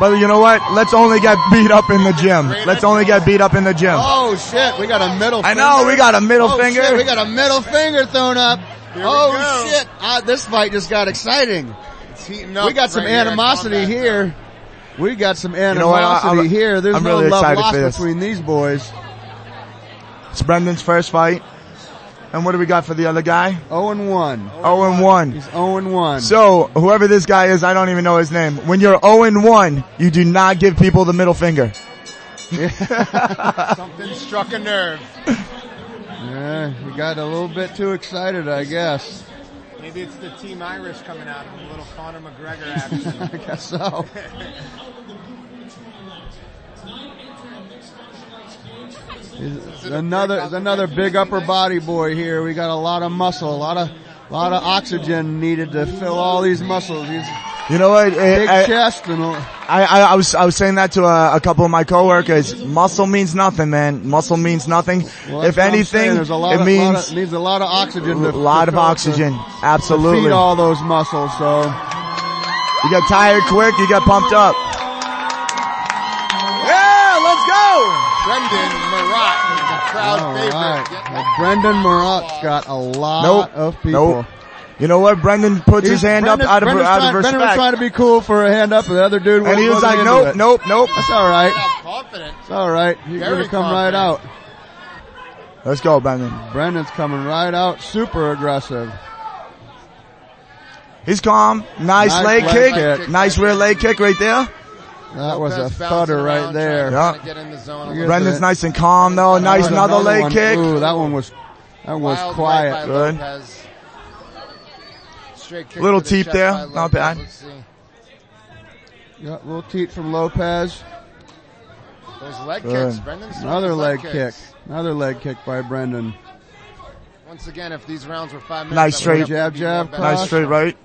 Speaker 11: But you know what? Let's only get beat up in the gym. Let's only get beat up in the gym.
Speaker 4: Oh shit! We got a middle.
Speaker 11: I know, we got a middle
Speaker 4: oh,
Speaker 11: finger.
Speaker 4: Shit, we got a middle finger thrown up.
Speaker 7: Here we
Speaker 4: oh
Speaker 7: go.
Speaker 4: shit! Ah, this fight just got exciting.
Speaker 7: It's heating up
Speaker 4: we got some
Speaker 7: right here at
Speaker 4: animosity
Speaker 7: Combat
Speaker 4: here. We got some animosity
Speaker 11: know what? I- I'm-
Speaker 4: here. There's
Speaker 11: I'm
Speaker 4: no
Speaker 11: really
Speaker 4: love
Speaker 11: excited
Speaker 4: lost
Speaker 11: for this.
Speaker 4: between these boys.
Speaker 11: It's Brendan's first fight. And what do we got for the other guy?
Speaker 4: 0 and 1.
Speaker 11: Oh and 1.
Speaker 4: He's 0 and 1.
Speaker 11: So, whoever this guy is, I don't even know his name. When you're 0 and 1, you do not give people the middle finger.
Speaker 7: Something struck a nerve.
Speaker 4: Yeah, he got a little bit too excited, I guess.
Speaker 6: Maybe it's the Team Irish coming out of a little Conor McGregor action.
Speaker 4: I guess so. Is- another is another big upper body boy here. We got a lot of muscle, a lot of lot of oxygen needed to fill all these muscles. He's
Speaker 11: You know what? Eh,
Speaker 4: big
Speaker 11: I, I,
Speaker 4: chest and all.
Speaker 11: I, I was, I was saying that to a, a couple of my coworkers. Muscle means nothing, man. Muscle means nothing.
Speaker 4: Well, that's what I'm
Speaker 11: if
Speaker 4: saying.
Speaker 11: anything,
Speaker 4: there's a lot
Speaker 11: it
Speaker 4: of,
Speaker 11: means
Speaker 4: lot of- needs a lot of oxygen.
Speaker 11: a
Speaker 4: To,
Speaker 11: lot
Speaker 4: to
Speaker 11: of
Speaker 4: fill- to-
Speaker 11: oxygen.
Speaker 4: to
Speaker 11: Absolutely.
Speaker 4: feed
Speaker 11: You
Speaker 4: all those muscles. So
Speaker 11: get tired quick, you get pumped up. Yeah, let's go!
Speaker 7: Brendan Marat is the crowd
Speaker 4: All
Speaker 7: favorite.
Speaker 4: right.
Speaker 7: Get-
Speaker 4: Well, Brendan Marat's got a lot
Speaker 11: Nope.
Speaker 4: of people.
Speaker 11: Nope. You know what? Brendan puts his hand
Speaker 4: Brendan-
Speaker 11: up out of,
Speaker 4: Brendan's
Speaker 11: out
Speaker 4: trying,
Speaker 11: of
Speaker 4: Brendan was
Speaker 11: respect.
Speaker 4: trying to be cool for a hand up, and the other dude
Speaker 11: and he was
Speaker 4: wasn't
Speaker 11: like,
Speaker 4: into
Speaker 11: nope,
Speaker 4: it.
Speaker 11: nope, nope.
Speaker 4: That's all right.
Speaker 7: Yeah, confident.
Speaker 4: It's all right. He's
Speaker 7: Very
Speaker 4: gonna come right out.
Speaker 7: confident.
Speaker 11: Let's go, Brendan.
Speaker 4: Brendan's coming right out, super aggressive.
Speaker 11: He's calm. Nice,
Speaker 4: Nice
Speaker 11: leg,
Speaker 4: leg
Speaker 11: kick.
Speaker 4: kick.
Speaker 11: Nice rear leg kick right there.
Speaker 4: That was a
Speaker 7: Lopez bouncing
Speaker 4: thunder
Speaker 7: around,
Speaker 4: right there.
Speaker 11: Yeah.
Speaker 7: trying to Get in the zone. a
Speaker 4: Look at
Speaker 7: little
Speaker 11: Brendan's
Speaker 4: that.
Speaker 11: nice and calm though. Nice,
Speaker 4: That was
Speaker 11: another leg
Speaker 4: one.
Speaker 11: kick.
Speaker 4: Ooh, that one was that one was
Speaker 7: Wild right by
Speaker 4: quiet.
Speaker 11: Good.
Speaker 7: Lopez. Straight kick
Speaker 11: Little
Speaker 7: to the
Speaker 11: teep
Speaker 7: chest
Speaker 11: there.
Speaker 7: by
Speaker 11: Not
Speaker 7: Lopez.
Speaker 11: bad.
Speaker 7: Let's see.
Speaker 4: Yeah, little teat from Lopez.
Speaker 7: Those leg
Speaker 11: Good.
Speaker 7: kicks. Brendan's throwing
Speaker 4: Another
Speaker 7: those
Speaker 4: leg kick.
Speaker 7: kicks.
Speaker 4: Another leg kick by Brendan.
Speaker 7: Once again, if these rounds were five minutes,
Speaker 11: Nice
Speaker 7: that would
Speaker 11: straight.
Speaker 7: have to be
Speaker 4: Jab,
Speaker 7: more
Speaker 4: jab,
Speaker 7: balanced.
Speaker 11: Nice straight right.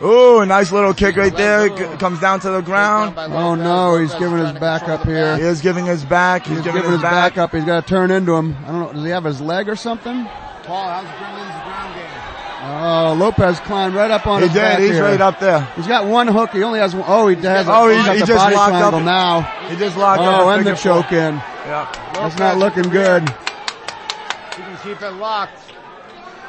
Speaker 11: Ooh, nice little kick right there. G- comes down to the
Speaker 7: Down
Speaker 11: ground.
Speaker 7: by
Speaker 4: Oh,
Speaker 7: Lopez.
Speaker 4: no, he's
Speaker 7: Lopez
Speaker 4: giving
Speaker 7: trying
Speaker 4: his
Speaker 7: to
Speaker 4: back
Speaker 7: control
Speaker 4: up
Speaker 7: the
Speaker 4: here.
Speaker 11: He
Speaker 7: back.
Speaker 11: is giving his back. He's,
Speaker 4: He's
Speaker 11: giving his
Speaker 4: back
Speaker 11: back.
Speaker 4: up. He's got to turn into him. I don't know. Does he have his leg or something?
Speaker 6: Paul, how's Brendan's ground game?
Speaker 4: Oh, Lopez climbed right up on
Speaker 11: He
Speaker 4: his back
Speaker 11: did. He's
Speaker 4: here.
Speaker 11: right up there.
Speaker 4: He's got one hook. He only has one. Oh, he has. A,
Speaker 11: Oh,
Speaker 4: he,
Speaker 11: he- he
Speaker 4: the
Speaker 11: just
Speaker 4: body
Speaker 11: locked up.
Speaker 4: triangle now.
Speaker 11: He just locked up.
Speaker 4: Oh, and the
Speaker 11: Figure four.
Speaker 4: choke in.
Speaker 11: Yeah.
Speaker 4: That's not looking good.
Speaker 7: He can keep it locked.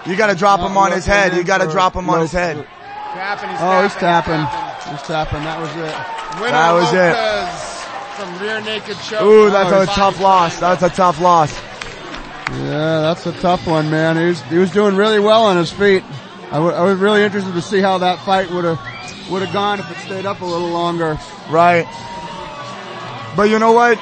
Speaker 11: You gotta drop
Speaker 4: Not
Speaker 11: him on his
Speaker 4: looking
Speaker 11: head.
Speaker 4: in
Speaker 11: You gotta
Speaker 4: for
Speaker 11: drop him on his
Speaker 4: Lopez.
Speaker 11: head.
Speaker 7: Tapping. He's
Speaker 4: Oh, he's
Speaker 7: tapping.
Speaker 4: tapping. He's tapping. That was it.
Speaker 7: Winner
Speaker 11: That was it.
Speaker 7: Lopez From rear naked choke.
Speaker 11: Ooh, that's
Speaker 7: Oh,
Speaker 11: a
Speaker 7: he's-
Speaker 11: tough loss. That's a tough loss.
Speaker 4: Yeah, that's a tough one, man. He was, he was doing really well on his feet. I wa- I was really interested to see how that fight would have would have gone if it stayed up a little longer.
Speaker 11: Right. But you know what?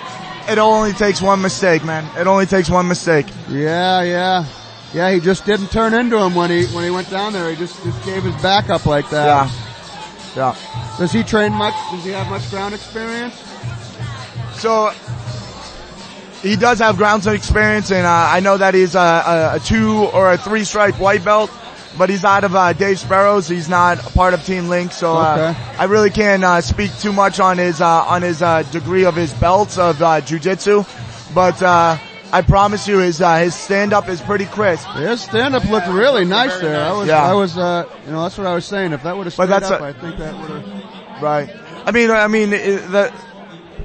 Speaker 11: It only takes one mistake, man. It only takes one mistake.
Speaker 4: Yeah, yeah, yeah. He just didn't turn into him when he when he went down there. He just, just gave his back up like that.
Speaker 11: Yeah. Yeah.
Speaker 4: Does he train much? Does he have much ground experience?
Speaker 11: So he does have ground experience, and uh, I know that he's a, a, a two or a three stripe white belt, but he's out of uh, Dave Sparrows. He's not a part of Team Link, so uh,
Speaker 4: Okay.
Speaker 11: I really can't uh, speak too much on his uh, on his uh, degree of his belts of uh, jujitsu, but. Uh, I promise you, his uh, his stand up is pretty crisp.
Speaker 4: His stand up looked really nice there. I was,
Speaker 11: Yeah.
Speaker 4: I was, uh, you know, that's what I was saying. If that would have
Speaker 11: But
Speaker 4: stayed
Speaker 11: that's
Speaker 4: up,
Speaker 11: a-
Speaker 4: I think that would have.
Speaker 11: Right. I mean, I mean it, that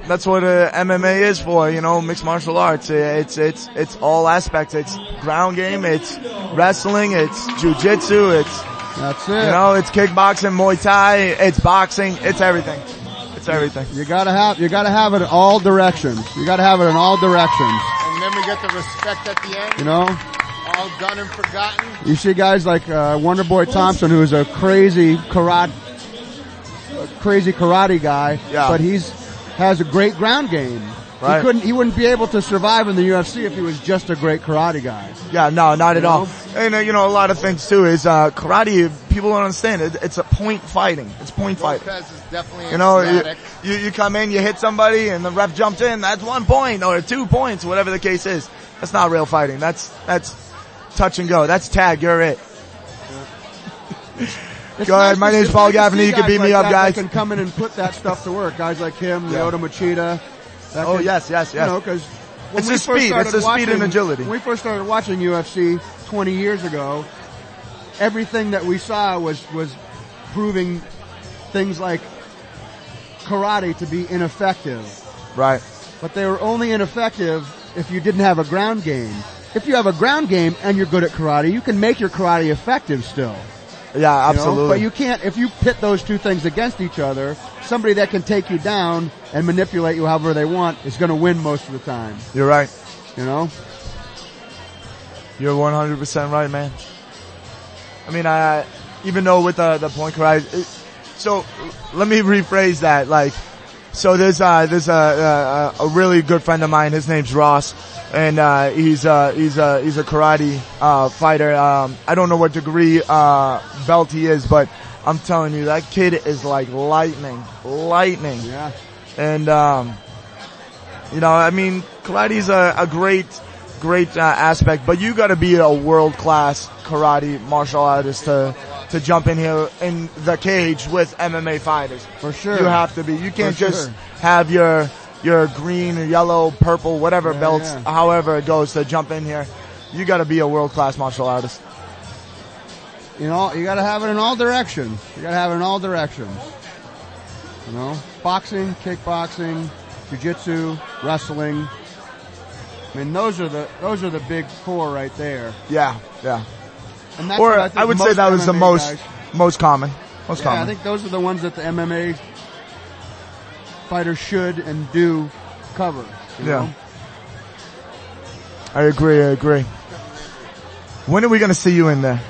Speaker 11: that's what uh, MMA is for, you know, mixed martial arts. It's it's it's all aspects. It's ground game, it's wrestling, it's jujitsu, it's
Speaker 4: That's it.
Speaker 11: you know, it's kickboxing, Muay Thai, it's boxing, it's everything. It's It's everything.
Speaker 4: You gotta have you gotta have it in all directions. You gotta have it in all directions.
Speaker 7: And then we get the respect at the end.
Speaker 4: You know,
Speaker 7: All done and forgotten.
Speaker 4: you see guys like uh, Wonder Boy Thompson, who is a crazy karate, a crazy karate guy.
Speaker 11: Yeah.
Speaker 4: But he's has a great ground game. He
Speaker 11: Right.
Speaker 4: couldn't. He wouldn't be able to survive in the UFC if he was just a great karate guy.
Speaker 11: Yeah, no, not at
Speaker 4: You
Speaker 11: all.
Speaker 4: know?
Speaker 11: And uh, you know, a lot of things too is uh, karate. People don't understand it. It's a point fighting. It's point fighting.
Speaker 7: Lopez is definitely
Speaker 11: You know, you,
Speaker 7: erratic.
Speaker 11: you you come in, you hit somebody, and the ref jumped in. That's one point or two points, whatever the case is. That's not real fighting. That's that's touch and go. That's tag. You're it.
Speaker 4: It's
Speaker 11: Go ahead.
Speaker 4: to
Speaker 11: My
Speaker 4: see-
Speaker 11: name's
Speaker 4: it's
Speaker 11: Paul
Speaker 4: nice to
Speaker 11: Gaffney.
Speaker 4: see
Speaker 11: You can
Speaker 4: guys
Speaker 11: beat
Speaker 4: like
Speaker 11: me up,
Speaker 4: that
Speaker 11: guys.
Speaker 4: That can come in and put that stuff to work. Guys like him,
Speaker 11: Yeah.
Speaker 4: Lyoto Machida. that
Speaker 11: Oh,
Speaker 4: can-
Speaker 11: yes, yes,
Speaker 4: You
Speaker 11: yes.
Speaker 4: know, because
Speaker 11: It's the speed. It's the speed and agility.
Speaker 4: When we first started watching UFC 20 years ago, everything that we saw was was proving things like karate to be ineffective
Speaker 11: Right.
Speaker 4: but they were only ineffective if you didn't have a ground game. If you have a ground game and you're good at karate, you can make your karate effective still.
Speaker 11: Yeah,
Speaker 4: you know?
Speaker 11: absolutely.
Speaker 4: But you can't, if you pit those two things against each other, somebody that can take you down and manipulate you however they want is gonna win most of the time,
Speaker 11: You're right.
Speaker 4: you know?
Speaker 11: You're 100% right, man. I mean, I, even though with the, the point karate, it, so let me rephrase that. Like, so there's, uh, there's a, a, a really good friend of mine. His name's Ross and, uh, he's, uh, he's, uh, he's a karate, uh, fighter. Um, I don't know what degree, uh, belt he is, but I'm telling you, that kid is like lightning, lightning.
Speaker 4: Yeah.
Speaker 11: And, um, you know, I mean, karate's a, a great, great uh, aspect, but you gotta be a world class karate martial artist to, to jump in here in the cage with MMA fighters.
Speaker 4: For sure.
Speaker 11: You have to be. You can't
Speaker 4: For
Speaker 11: just
Speaker 4: sure.
Speaker 11: have your, your green or yellow, purple, whatever
Speaker 4: Yeah,
Speaker 11: belts,
Speaker 4: yeah.
Speaker 11: however it goes to jump in here. You gotta be a world class martial artist.
Speaker 4: You know, you gotta have it in all directions. You gotta have it in all directions. You know? Boxing, kickboxing, jujitsu, wrestling. I mean, those are the, those are the big four right there.
Speaker 11: Yeah, yeah.
Speaker 4: And that's
Speaker 11: or
Speaker 4: what
Speaker 11: I,
Speaker 4: think
Speaker 11: would
Speaker 4: most
Speaker 11: say that was the
Speaker 4: MMA
Speaker 11: most,
Speaker 4: guys-
Speaker 11: most common. Most
Speaker 4: Yeah,
Speaker 11: common.
Speaker 4: I think those are the ones that the MMA fighters should and do cover. you
Speaker 11: Yeah.
Speaker 4: know?
Speaker 11: I agree, I agree. When are we gonna see you in there?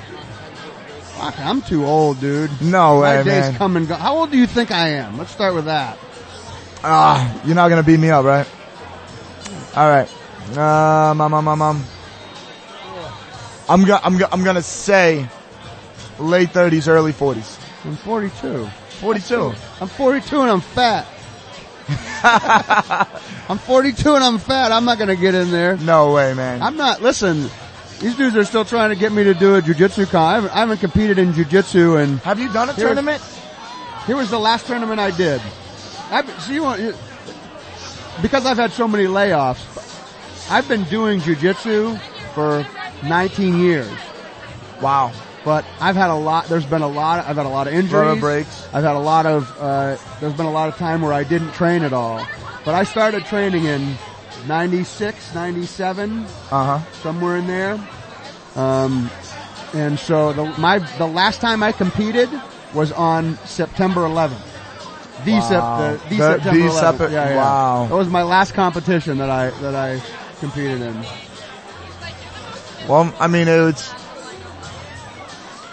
Speaker 4: Fuck, I'm too old, dude.
Speaker 11: No
Speaker 4: My
Speaker 11: way,
Speaker 4: days
Speaker 11: man.
Speaker 4: come and go. How old do you think I am? Let's start with that.
Speaker 11: Ah, you're not gonna beat me up, right? Alright. Um, um, um, um, um. I'm gonna, I'm gonna, I'm gonna say late 30s, early 40s.
Speaker 4: I'm 42.
Speaker 11: 42.
Speaker 4: I'm 42 and I'm fat. I'm 42 and I'm fat. I'm not gonna get in there.
Speaker 11: No way, man.
Speaker 4: I'm not. Listen, these dudes are still trying to get me to do a jujitsu con. I haven't, I haven't competed in jujitsu and
Speaker 11: Have you done a
Speaker 4: Here-
Speaker 11: tournament?
Speaker 4: Here was the last tournament I did. I've, so you want, you- because I've had so many layoffs, I've been doing jujitsu for 19 years,
Speaker 11: Wow.
Speaker 4: but I've had a lot, there's been a lot, I've had a lot of injuries.
Speaker 11: Vertebrae breaks.
Speaker 4: I've had a lot of, uh, there's been a lot of time where I didn't train at all, but I started training in 96, 97
Speaker 11: Uh huh.
Speaker 4: somewhere in there. Um, and so the, my the last time I competed was on September 11th. The,
Speaker 11: Wow.
Speaker 4: sep- the, the,
Speaker 11: The-
Speaker 4: September
Speaker 11: the
Speaker 4: 11th.
Speaker 11: Sep-
Speaker 4: yeah, yeah.
Speaker 11: wow.
Speaker 4: That was my last competition that I that I competed in.
Speaker 11: Well, I mean, it's,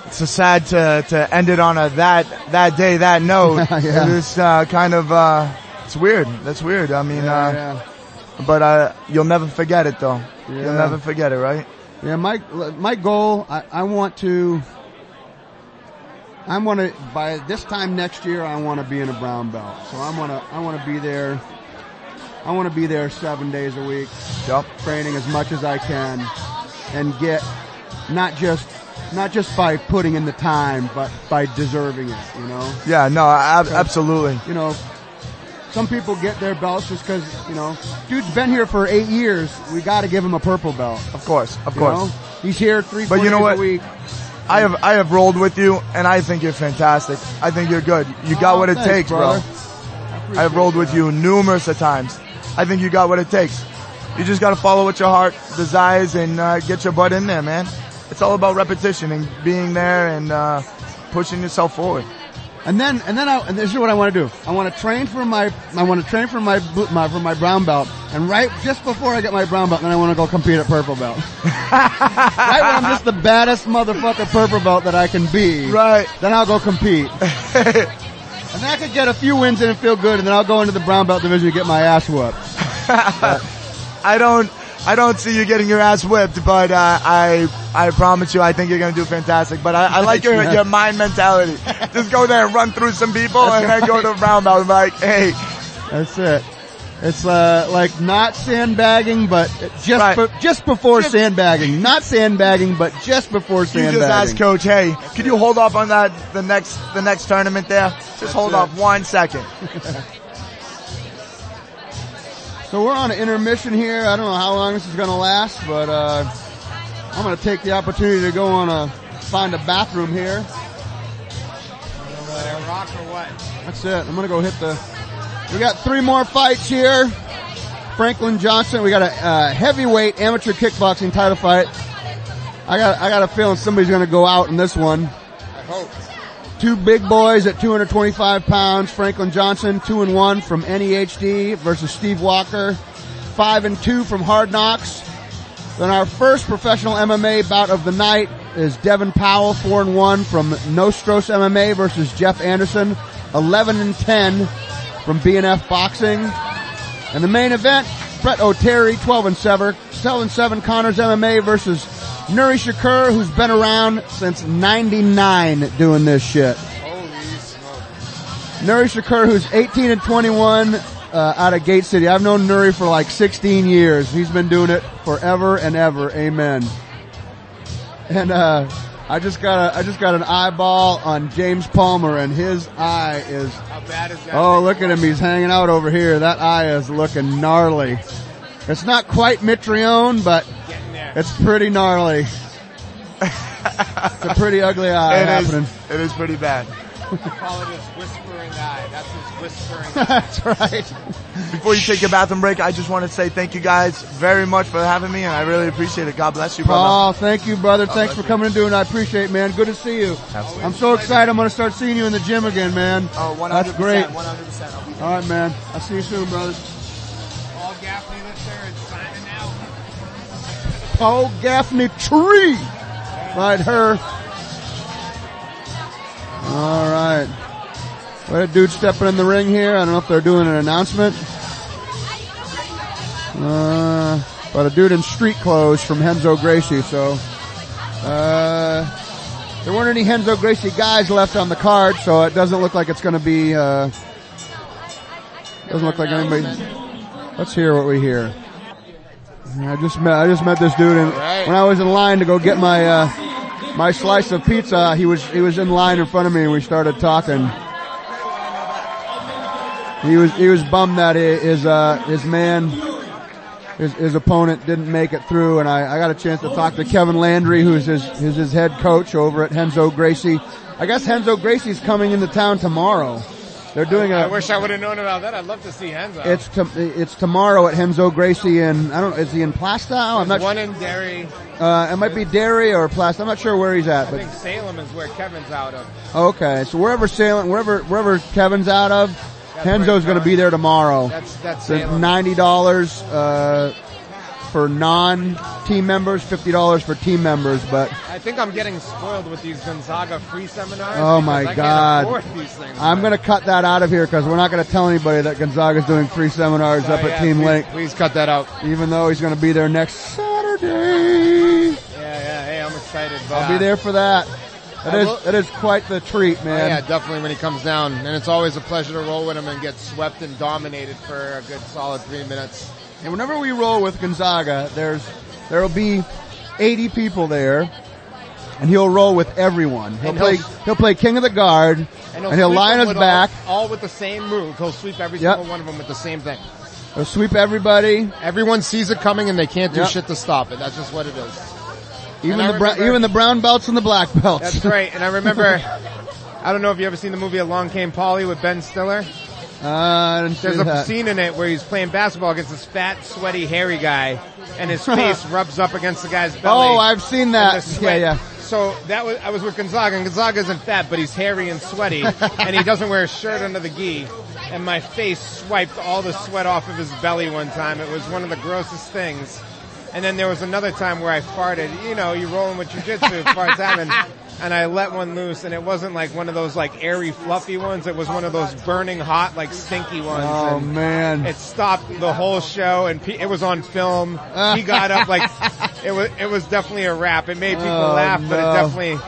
Speaker 11: it's so sad to, to end it on a that, that day, that note.
Speaker 4: Yeah.
Speaker 11: It's, uh, kind of, uh, it's weird. That's weird. I mean, uh,
Speaker 4: Yeah,
Speaker 11: But uh, you'll never forget it though.
Speaker 4: Yeah.
Speaker 11: You'll never forget it, right?
Speaker 4: yeah. yeah, my my goal I, I want to I want to by this time next year I want to be in a brown belt. So I want to I want to be there. I want to be there 7 days a week.
Speaker 11: Yep.
Speaker 4: training as much as I can and get not just not just by putting in the time, but by deserving it. You know,
Speaker 11: Yeah, no, ab- absolutely.
Speaker 4: you know. Some people get their belts just because you know, dude's been here for eight years. We got to give him a purple belt.
Speaker 11: Of course, of
Speaker 4: you
Speaker 11: course.
Speaker 4: know? he's here three, four
Speaker 11: But you know
Speaker 4: days
Speaker 11: what?
Speaker 4: a week.
Speaker 11: I have I have rolled with you, and I think you're fantastic. I think you're good. You got
Speaker 4: Oh,
Speaker 11: what it
Speaker 4: thanks,
Speaker 11: takes, bro.
Speaker 4: brother.
Speaker 11: I have rolled with you numerous of times. I think you got what it takes. You just gotta follow what your heart desires and uh, get your butt in there, man. It's all about repetition and being there and uh, pushing yourself forward.
Speaker 4: And then, and then I, and this is what I want to do. I want to train for my, I want to train for my, blue- my, for my brown belt. And right, just before I get my brown belt, then I want to go compete at purple belt. right when I'm just the baddest motherfucker purple belt that I can be.
Speaker 11: Right.
Speaker 4: Then I'll go compete. and then I could get a few wins in and feel good and then I'll go into the brown belt division and get my ass whooped.
Speaker 11: I don't, I don't see you getting your ass whipped, but uh, I, I promise you, I think you're gonna do fantastic. But I, I like your,
Speaker 4: man.
Speaker 11: your mind mentality. Just go there and run through some people, and then go to round out. Like, hey,
Speaker 4: That's it. It's uh, like not sandbagging, but just
Speaker 11: Right.
Speaker 4: be- just before sandbagging. Not sandbagging, but just before
Speaker 11: you
Speaker 4: sandbagging.
Speaker 11: just ask coach, hey, could you hold off on that the next, the next tournament there? Just hold
Speaker 4: it.
Speaker 11: off one second.
Speaker 4: So we're on an intermission here. I don't know how long this is going to last, but uh, I'm going to take the opportunity to go on a find a bathroom here.
Speaker 6: That rock or what?
Speaker 4: That's it. I'm going to go hit the. We got three more fights here. Franklin Johnson. We got a uh, heavyweight amateur kickboxing title fight. I got I got a feeling somebody's going to go out in this one.
Speaker 12: I hope.
Speaker 4: Two big boys at 225 pounds. Franklin Johnson, two and one from NEHD versus Steve Walker, five and two from Hard Knocks. Then our first professional MMA bout of the night is Devin Powell, four and one from Nostros MMA versus Jeff Anderson, 11 and 10 from BNF Boxing. And the main event, Brett O'Terry, 12 and 7, 7 and 7 Connors MMA versus Nuri Shakur, who's been around since 99 doing this shit.
Speaker 12: Holy smoke.
Speaker 4: Nuri Shakur, who's 18 and 21 uh, out of Gate City. I've known Nuri for like 16 years. He's been doing it forever and ever. Amen. And uh, I just got a, I just got an eyeball on James Palmer, and his eye is
Speaker 12: How bad is that?
Speaker 4: Oh, look at him. He's hanging out over here. That eye is looking gnarly. It's not quite Mitrione, but
Speaker 12: Getting there.
Speaker 4: it's pretty gnarly. It's a pretty ugly eye
Speaker 11: It is,
Speaker 4: happening.
Speaker 11: it is pretty bad.
Speaker 6: Call it his whispering eye. That's his whispering
Speaker 4: That's right.
Speaker 11: Before you take your bathroom break, I just want to say thank you guys very much for having me, and I really appreciate it. God bless you, brother.
Speaker 4: Oh, thank you, brother. Thanks
Speaker 11: bless
Speaker 4: for
Speaker 11: you.
Speaker 4: coming and doing. it. I appreciate, it, man. Good to see you. I'm so excited. I'm going to start seeing you in the gym again, man.
Speaker 11: Oh, 100%,
Speaker 4: That's great.
Speaker 11: 100%. I'll be
Speaker 4: All right, man. I'll see you soon, brother.
Speaker 6: Paul Gaffney this year is signing out.
Speaker 4: Paul Gaffney tree. Right her. All right. What a dude stepping in the ring here. I don't know if they're doing an announcement. Uh, but a dude in street clothes from Henzo Gracie. So, uh, there weren't any Henzo Gracie guys left on the card, so it doesn't look like it's going to be. Uh, doesn't look like anybody. Let's hear what we hear. I just met I just met this dude and when I was in line to go get my uh, my slice of pizza, he was he was in line in front of me and we started talking. He was he was bummed that he, his uh, his man his, his opponent didn't make it through and I, I got a chance to talk to Kevin Landry who's his, his his head coach over at Henzo Gracie. I guess Henzo Gracie's coming into town tomorrow. They're doing
Speaker 6: I
Speaker 4: a
Speaker 6: wish I would have known about that. I'd love to see Henzo.
Speaker 4: it's to, it's tomorrow at Henzo Gracie and I don't is he in Plastow? I'm not
Speaker 6: one in Derry.
Speaker 4: uh, it might be Derry or Plastow. I'm not sure where he's at,
Speaker 6: I
Speaker 4: but
Speaker 6: think Salem is where Kevin's out of.
Speaker 4: okay. So wherever Salem, wherever wherever Kevin's out of,
Speaker 6: That's where
Speaker 4: Henzo's
Speaker 6: he's
Speaker 4: going to
Speaker 6: going.
Speaker 4: be there tomorrow.
Speaker 6: That's that's
Speaker 4: So
Speaker 6: Salem.
Speaker 4: ninety dollars uh, for non team members, fifty dollars for team members. But
Speaker 6: I think I'm getting spoiled with these Gonzaga free seminars.
Speaker 4: Oh
Speaker 6: because
Speaker 4: my
Speaker 6: I can't
Speaker 4: God.
Speaker 6: afford these things.
Speaker 4: I'm going to cut that out of here because we're not going to tell anybody that Gonzaga's doing free seminars
Speaker 6: So,
Speaker 4: up at
Speaker 6: Oh, yeah,
Speaker 4: Team
Speaker 6: please,
Speaker 4: Link,
Speaker 6: Please cut that out.
Speaker 4: even though he's going to be there next Saturday.
Speaker 6: Yeah, yeah. Hey, I'm excited. But,
Speaker 4: I'll be
Speaker 6: uh,
Speaker 4: there for that. That
Speaker 6: I
Speaker 4: is
Speaker 6: will-
Speaker 4: that is quite the treat,
Speaker 6: oh, yeah,
Speaker 4: man.
Speaker 6: definitely when he comes down, and it's always a pleasure to roll with him and get swept and dominated for a good solid three minutes.
Speaker 4: And whenever we roll with Gonzaga, there's there will be 80 people there, and he'll roll with everyone. He'll
Speaker 6: And
Speaker 4: play
Speaker 6: he'll-
Speaker 4: he'll play king of the guard, and he'll,
Speaker 6: sweep
Speaker 4: line us
Speaker 6: them with
Speaker 4: back.
Speaker 6: all, all with the same move. He'll sweep every
Speaker 4: Yep.
Speaker 6: single one of them with the same thing.
Speaker 4: He'll sweep everybody,
Speaker 6: Everyone sees it coming, and they can't do
Speaker 4: Yep.
Speaker 6: shit to stop it. That's just what it is.
Speaker 4: even
Speaker 6: I
Speaker 4: the bra-
Speaker 6: remember-
Speaker 4: even the brown belts and the black belts.
Speaker 6: That's right. And I remember, I don't know if you ever seen the movie Along Came Polly with Ben Stiller.
Speaker 4: Uh, I didn't see
Speaker 6: There's a
Speaker 4: that.
Speaker 6: scene in it where he's playing basketball against this fat, sweaty, hairy guy, and his face rubs up against the guy's belly.
Speaker 4: Oh, I've seen
Speaker 6: and
Speaker 4: that.
Speaker 6: the sweat
Speaker 4: Yeah, yeah.
Speaker 6: so that was I was with Gonzaga, and Gonzaga isn't fat, but he's hairy and sweaty, and he doesn't wear a shirt under the gi. And my face swiped all the sweat off of his belly one time. It was one of the grossest things. And then there was another time where I farted. You know, you rolling with jujitsu, farts happen. And I let one loose, and it wasn't like one of those like airy, fluffy ones. It was one of those burning hot, like stinky ones.
Speaker 4: Oh,
Speaker 6: and
Speaker 4: man.
Speaker 6: It stopped the whole show, and pe- it was on film. He got up like it was. It was definitely a wrap. It made people
Speaker 4: Oh,
Speaker 6: laugh, but
Speaker 4: no.
Speaker 6: it definitely.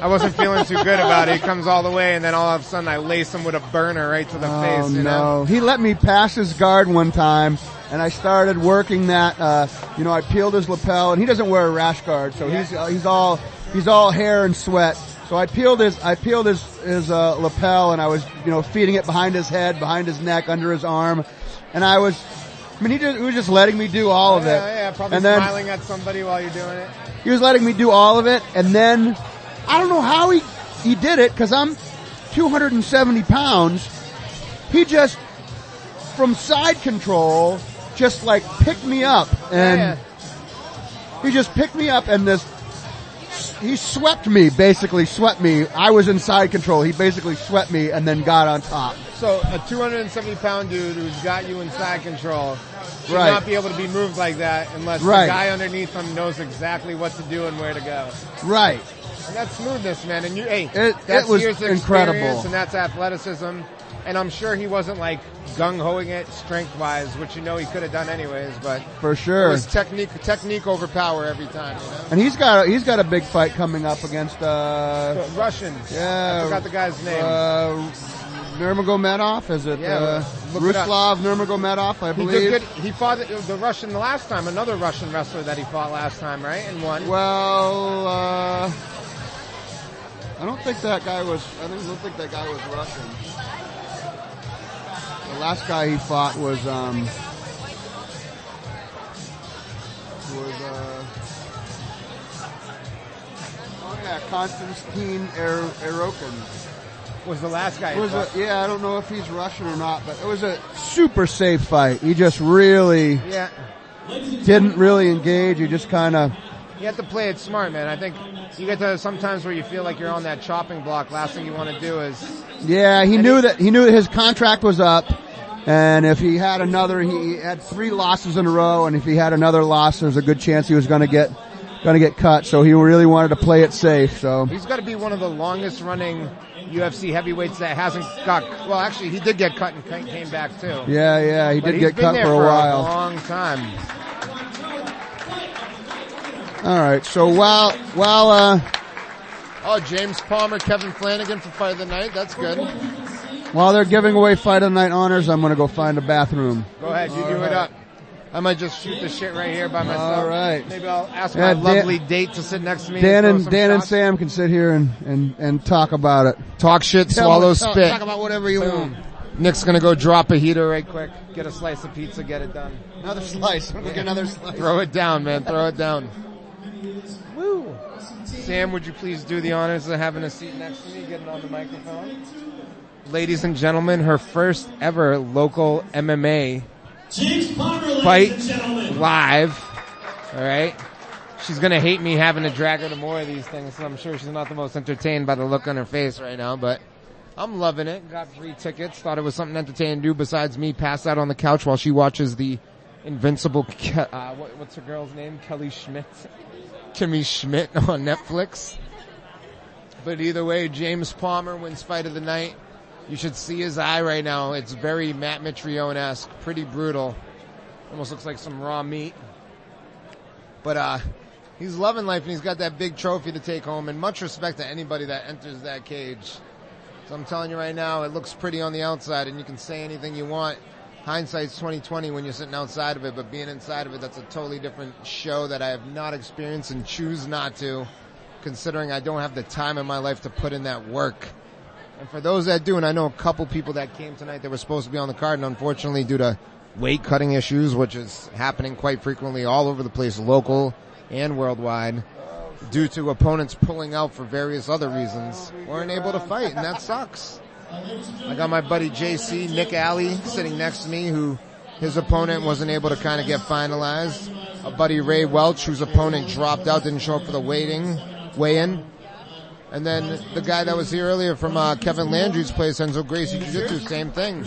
Speaker 6: I wasn't feeling too good about it. He comes all the way, and then all of a sudden, I lace him with a burner right to the
Speaker 4: Oh
Speaker 6: face. You know?
Speaker 4: no! He let me pass his guard one time, and I started working that. Uh, you know, I peeled his lapel, and he doesn't wear a rash guard, so he's uh, he's all he's all hair and sweat. So I peeled his I peeled his his uh, lapel, and I was you know feeding it behind his head, behind his neck, under his arm, and I was. I mean, he, just, he was just letting me do all of it.
Speaker 6: Yeah, yeah, probably
Speaker 4: and then
Speaker 6: smiling at somebody while you're doing it.
Speaker 4: he was letting me do all of it, and then I don't know how he he did it because I'm 270 pounds. He just from side control just like picked me up, and he just picked me up, and this he swept me basically swept me. I was in side control. He basically swept me and then got on top.
Speaker 6: So a 270 pound dude who's got you in side control should
Speaker 4: Right.
Speaker 6: not be able to be moved like that unless
Speaker 4: Right.
Speaker 6: the guy underneath him knows exactly what to do and where to go.
Speaker 4: Right.
Speaker 6: And that's smoothness, man. And you, hey,
Speaker 4: It-
Speaker 6: that's
Speaker 4: it was
Speaker 6: years of
Speaker 4: incredible.
Speaker 6: experience and that's athleticism. And I'm sure he wasn't like gung hoing it strength wise, which you know he could have done anyways. But
Speaker 4: For sure.
Speaker 6: it was technique technique over power every time. You know?
Speaker 4: And he's got a, he's got a big fight coming up against uh
Speaker 6: The Russian.
Speaker 4: Yeah.
Speaker 6: I forgot the guy's name.
Speaker 4: Uh, Nurmagomedov, is it?
Speaker 6: Yeah,
Speaker 4: uh,
Speaker 6: look it up.
Speaker 4: Ruslav Nurmagomedov, I
Speaker 6: He
Speaker 4: believe.
Speaker 6: did good. He fought the, the Russian the last time, another Russian wrestler that he fought last time, right? And won.
Speaker 4: Well, uh, I don't think that guy was. I don't, don't think that guy was Russian. The last guy he fought was um was uh oh yeah Konstantin er- Erokin.
Speaker 6: was the last guy.
Speaker 4: It
Speaker 6: he
Speaker 4: was a,
Speaker 6: fought.
Speaker 4: yeah, I don't know if he's Russian or not, but it was a super safe fight. He just really
Speaker 6: yeah,
Speaker 4: didn't really engage. He just kind of
Speaker 6: you have to play it smart, man. I think you get to sometimes where you feel like you're on that chopping block. Last thing you want to do is
Speaker 4: yeah. He knew that he knew that his contract was up, and if he had another, he had three losses in a row, and if he had another loss, there's a good chance he was going to get going to get cut. So he really wanted to play it safe. So
Speaker 6: he's got to be one of the longest running UFC heavyweights that hasn't got. Well, actually, he did get cut and ca- came back too.
Speaker 4: yeah, yeah, he
Speaker 6: But
Speaker 4: did
Speaker 6: he's
Speaker 4: get
Speaker 6: been
Speaker 4: cut
Speaker 6: there
Speaker 4: for a while.
Speaker 6: A long time.
Speaker 4: All right. So while while uh
Speaker 13: Oh, James Palmer, Kevin Flanagan for Fight of the Night. That's good.
Speaker 4: while they're giving away fight of the night honors, I'm going to go find a bathroom.
Speaker 6: Go ahead, you do
Speaker 4: right.
Speaker 6: it up. I might just shoot the shit right here by myself.
Speaker 4: All right.
Speaker 6: Maybe I'll ask
Speaker 4: Yeah,
Speaker 6: my
Speaker 4: Dan-
Speaker 6: lovely date to sit next to me.
Speaker 4: Dan
Speaker 6: throw
Speaker 4: and
Speaker 6: some
Speaker 4: Dan and
Speaker 6: shots.
Speaker 4: Sam can sit here and, and, and talk about it.
Speaker 13: Talk shit, swallow, spit.
Speaker 4: Talk about whatever you want.
Speaker 13: Nick's gonna go drop a heater right quick.
Speaker 6: Quick, get a slice of pizza, get it done.
Speaker 4: Another slice. I'm gonna get another slice.
Speaker 13: Throw it down, man. Throw it down.
Speaker 6: Woo! Sam, would you please do the honors of having a seat next to me, getting on the microphone? Ladies and gentlemen, her first ever local MMA
Speaker 5: James Palmer, ladies
Speaker 6: fight
Speaker 5: and gentlemen.
Speaker 6: live. All right. She's gonna hate me having to drag her to more of these things. So I'm sure she's not the most entertained by the look on her face right now, but I'm loving it. Got free tickets. Thought it was something entertaining to do besides me pass out on the couch while she watches the Invincible. Ke- Uh, what, what's her girl's name? Kelly Schmidt. Kimmy Schmidt on Netflix. But either way, James Palmer wins fight of the night. You should see his eye right now. It's very Matt Mitrione-esque, pretty brutal. Almost looks like some raw meat. But uh, he's loving life, and he's got that big trophy to take home. And much respect to anybody that enters that cage. So I'm telling you right now, it looks pretty on the outside, and you can say anything you want. Hindsight's 2020 when you're sitting outside of it, but being inside of it, that's a totally different show that I have not experienced and choose not to, considering I don't have the time in my life to put in that work. And for those that do, and I know a couple people that came tonight that were supposed to be on the card, and unfortunately due to weight cutting issues, which is happening quite frequently all over the place, local and worldwide, due to opponents pulling out for various other reasons, weren't able to fight, and that sucks. I got my buddy JC, Nick Alley, sitting next to me, who his opponent wasn't able to kind of get finalized. A buddy Ray Welch, whose opponent dropped out, didn't show up for the waiting. weigh in. And then the guy that was here earlier from uh, Kevin Landry's place, Enzo Gracie Jiu-Jitsu, same thing.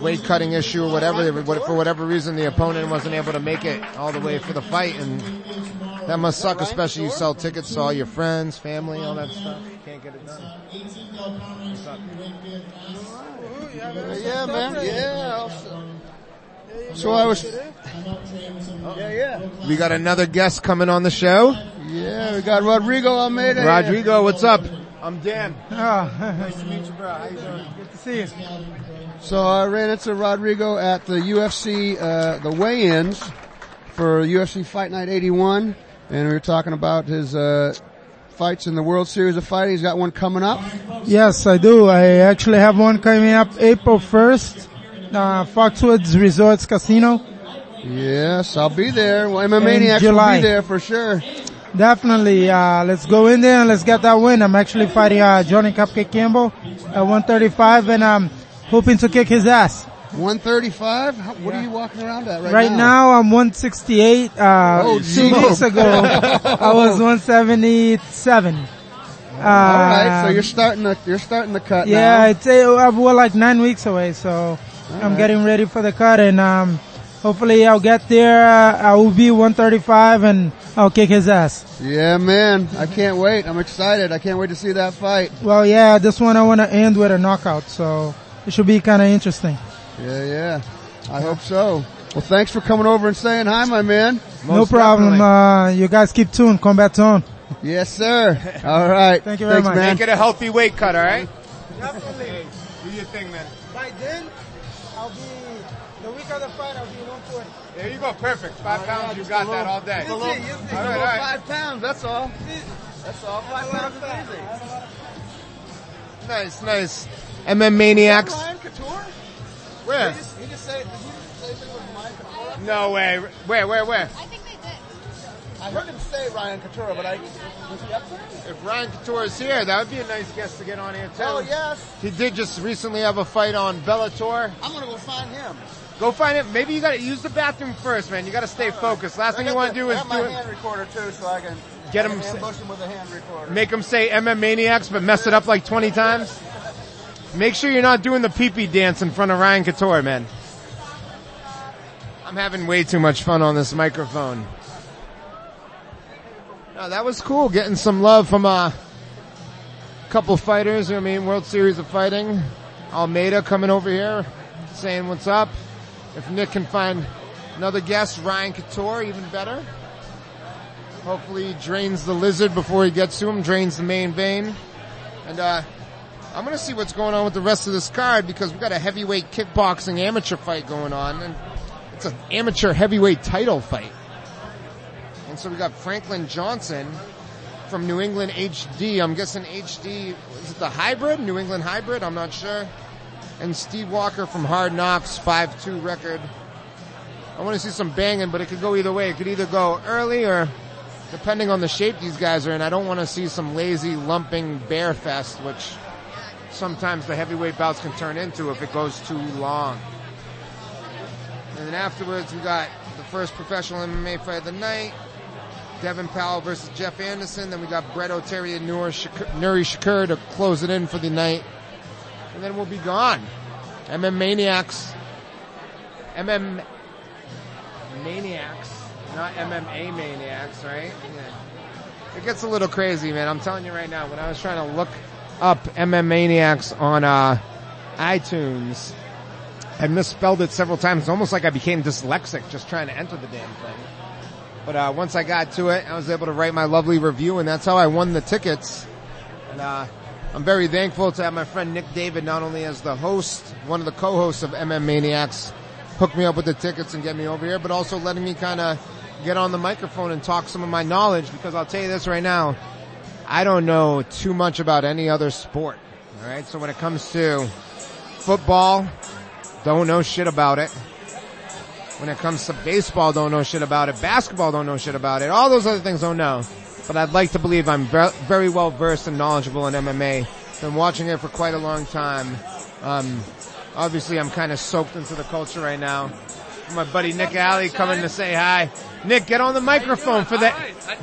Speaker 6: Weight cutting issue or whatever. they were- what- For whatever reason, the opponent wasn't able to make it all the way for the fight, and that must suck. Especially you sell tickets to all your friends, family, all that stuff. Can't get it done.
Speaker 4: Yeah, man. Yeah.
Speaker 6: So I was-
Speaker 4: Yeah, yeah.
Speaker 6: We got another guest coming on the show.
Speaker 4: Yeah, we got Rodrigo Almeida. here.
Speaker 6: Rodrigo, what's up?
Speaker 14: I'm Dan.
Speaker 4: Ah.
Speaker 14: nice to meet you, bro. How you doing? Good to see you.
Speaker 4: So uh, I ran into Rodrigo at the UFC, uh, the weigh-ins for UFC Fight Night 81, and we were talking about his uh, fights in the World Series of Fighting. He's got one coming up.
Speaker 15: Yes, I do. I actually have one coming up April 1st, uh, Foxwoods Resorts Casino.
Speaker 4: Yes, I'll be there. Well, MManiacs will
Speaker 15: July.
Speaker 4: be there for sure.
Speaker 15: Definitely, uh, let's go in there and let's get that win. I'm actually fighting, uh, Johnny Cupcake Campbell at 135 and I'm hoping to kick his ass.
Speaker 4: 135. How, what are you walking around at right,
Speaker 15: Right, now. I'm 168, uh,
Speaker 4: Oh,
Speaker 15: two
Speaker 4: geez.
Speaker 15: weeks ago I was 177.
Speaker 4: All right,
Speaker 15: Um,
Speaker 4: so you're starting the you're starting the cut.
Speaker 15: Yeah,
Speaker 4: now.
Speaker 15: it's uh, we're like nine weeks away, so I'm
Speaker 4: right.
Speaker 15: getting ready for the cut, and um, hopefully I'll get there. Uh, I will be 135, and I'll kick his ass.
Speaker 4: Yeah, man. I can't wait. I'm excited. I can't wait to see that fight.
Speaker 15: Well, yeah, this one I want to end with a knockout, so it should be kind of interesting.
Speaker 4: Yeah, yeah. I hope so. Well, thanks for coming over and saying hi, my man.
Speaker 15: no problem. Uh, you guys keep tuned. Combat on.
Speaker 4: Yes, sir. All right.
Speaker 15: Thank you very
Speaker 4: Thanks,
Speaker 15: much.
Speaker 4: Man.
Speaker 15: Thank
Speaker 6: Get a healthy weight cut, all right?
Speaker 15: Definitely.
Speaker 6: Do your thing, man.
Speaker 15: By then, I'll be the week of the fight. I'll be Oh, 140.
Speaker 6: There you go, perfect. Five pounds, you got that all day.
Speaker 15: All right, all
Speaker 6: right.
Speaker 4: Five pounds, that's all. That's all. Five pounds is easy.
Speaker 6: Nice, nice. MM Maniacs.
Speaker 4: Ryan Couture? Did
Speaker 6: Where?
Speaker 4: he just, he just say, did he just say something with Ryan Couture?
Speaker 6: No way. Where, where, where?
Speaker 4: I heard him say Ryan Couture, but I, was he up there?
Speaker 6: If Ryan Couture is here, that would be a nice guest to get on here too.
Speaker 4: Oh, yes.
Speaker 6: He did just recently have a fight on Bellator.
Speaker 4: I'm going to go find him.
Speaker 6: Go find it. Maybe you gotta use the bathroom first, man. You gotta stay focused. Last thing you wanna do
Speaker 4: I
Speaker 6: is
Speaker 4: got
Speaker 6: do
Speaker 4: my
Speaker 6: it,
Speaker 4: hand recorder, too, so I can
Speaker 6: Get
Speaker 4: I
Speaker 6: him
Speaker 4: can
Speaker 6: s-
Speaker 4: ambush him with a hand recorder.
Speaker 6: make him say MM Maniacs but mess it up like 20 times. Make sure you're not doing the pee pee dance in front of Ryan Couture, man. I'm having way too much fun on this microphone. No, that was cool getting some love from a couple fighters. I mean, World Series of Fighting. Almeida coming over here saying what's up. If Nick can find another guest, Ryan Couture, even better. Hopefully he drains the lizard before he gets to him, drains the main vein. And, uh, I'm gonna see what's going on with the rest of this card because we got a heavyweight kickboxing amateur fight going on and it's an amateur heavyweight title fight. And so we got Franklin Johnson from New England HD. I'm guessing HD, is it the hybrid? New England hybrid? I'm not sure. And Steve Walker from Hard Knocks, 5-2 record. I want to see some banging, but it could go either way. It could either go early or depending on the shape these guys are in. I don't want to see some lazy lumping bear fest, which sometimes the heavyweight bouts can turn into if it goes too long. And then afterwards, we got the first professional MMA fight of the night. Devin Powell versus Jeff Anderson. Then we got Brett Oteri and Nuri Shakur, Nuri Shakur to close it in for the night. And then we'll be gone. MM Maniacs. MM Maniacs. Not MMA Maniacs, right? Yeah. It gets a little crazy, man. I'm telling you right now, when I was trying to look up MM Maniacs on uh, iTunes, I misspelled it several times. It's almost like I became dyslexic just trying to enter the damn thing. But uh, once I got to it, I was able to write my lovely review, and that's how I won the tickets. And uh, I'm very thankful to have my friend Nick David, not only as the host, one of the co-hosts of MM Maniacs, hook me up with the tickets and get me over here, but also letting me kind of get on the microphone and talk some of my knowledge. Because I'll tell you this right now, I don't know too much about any other sport. All right, so when it comes to football, don't know shit about it. When it comes to baseball, don't know shit about it. Basketball, don't know shit about it. All those other things, don't know. But I'd like to believe I'm ver- very well versed and knowledgeable in MMA. Been watching it for quite a long time. Um, obviously, I'm kind of soaked into the culture right now. my buddy Nick Alley coming to say hi. Nick, get on the microphone for the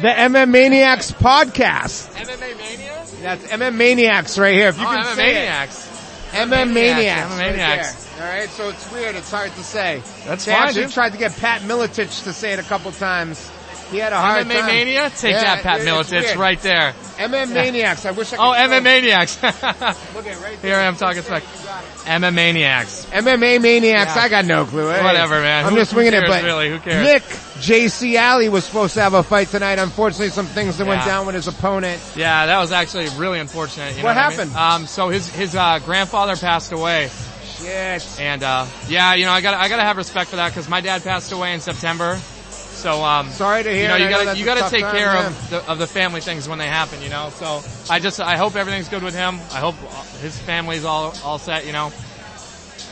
Speaker 6: the MM Maniacs podcast.
Speaker 16: MMA Mania?
Speaker 6: That's MM Maniacs right here. If you
Speaker 16: Oh,
Speaker 6: can
Speaker 16: MMA
Speaker 6: say
Speaker 16: Maniacs.
Speaker 6: it. MM Maniacs.
Speaker 16: MMA
Speaker 6: right
Speaker 16: Maniacs.
Speaker 6: there. All right, so it's weird. It's hard to say.
Speaker 16: That's
Speaker 6: they
Speaker 16: fine,
Speaker 6: actually
Speaker 16: dude.
Speaker 6: tried to get Pat Militich to say it a couple times. He had a hard
Speaker 16: MMA
Speaker 6: time.
Speaker 16: Mania? Take
Speaker 6: Yeah,
Speaker 16: that, Pat
Speaker 6: it's
Speaker 16: Militich,
Speaker 6: weird.
Speaker 16: right there.
Speaker 6: MM Maniacs. I wish I could
Speaker 16: Oh,
Speaker 6: show-
Speaker 16: MMA Maniacs.
Speaker 6: Look at it right
Speaker 16: Here I am talking smack. MMA Maniacs.
Speaker 6: MMA Maniacs,
Speaker 16: Yeah.
Speaker 6: I got no clue. Hey,
Speaker 16: Whatever, man.
Speaker 6: I'm
Speaker 16: Who-
Speaker 6: just winging
Speaker 16: who
Speaker 6: it,
Speaker 16: cares,
Speaker 6: but
Speaker 16: really? Who cares?
Speaker 6: Nick JC Alley was supposed to have a fight tonight. Unfortunately, some things that went
Speaker 16: Yeah.
Speaker 6: down with his opponent.
Speaker 16: Yeah, that was actually really unfortunate. You
Speaker 6: What
Speaker 16: know I
Speaker 6: happened?
Speaker 16: mean? Um, so his his uh, grandfather passed away.
Speaker 6: Shit.
Speaker 16: And uh, yeah, you know, I got to I gotta have respect for that because my dad passed away in September. So um,
Speaker 6: Sorry to hear.
Speaker 16: You know,
Speaker 6: I
Speaker 16: you
Speaker 6: know
Speaker 16: gotta
Speaker 6: that's
Speaker 16: you
Speaker 6: a
Speaker 16: gotta
Speaker 6: tough
Speaker 16: take
Speaker 6: time,
Speaker 16: care
Speaker 6: man.
Speaker 16: of the, of the family things when they happen. You know, so I just I hope everything's good with him. I hope uh, his family's all all set. You know,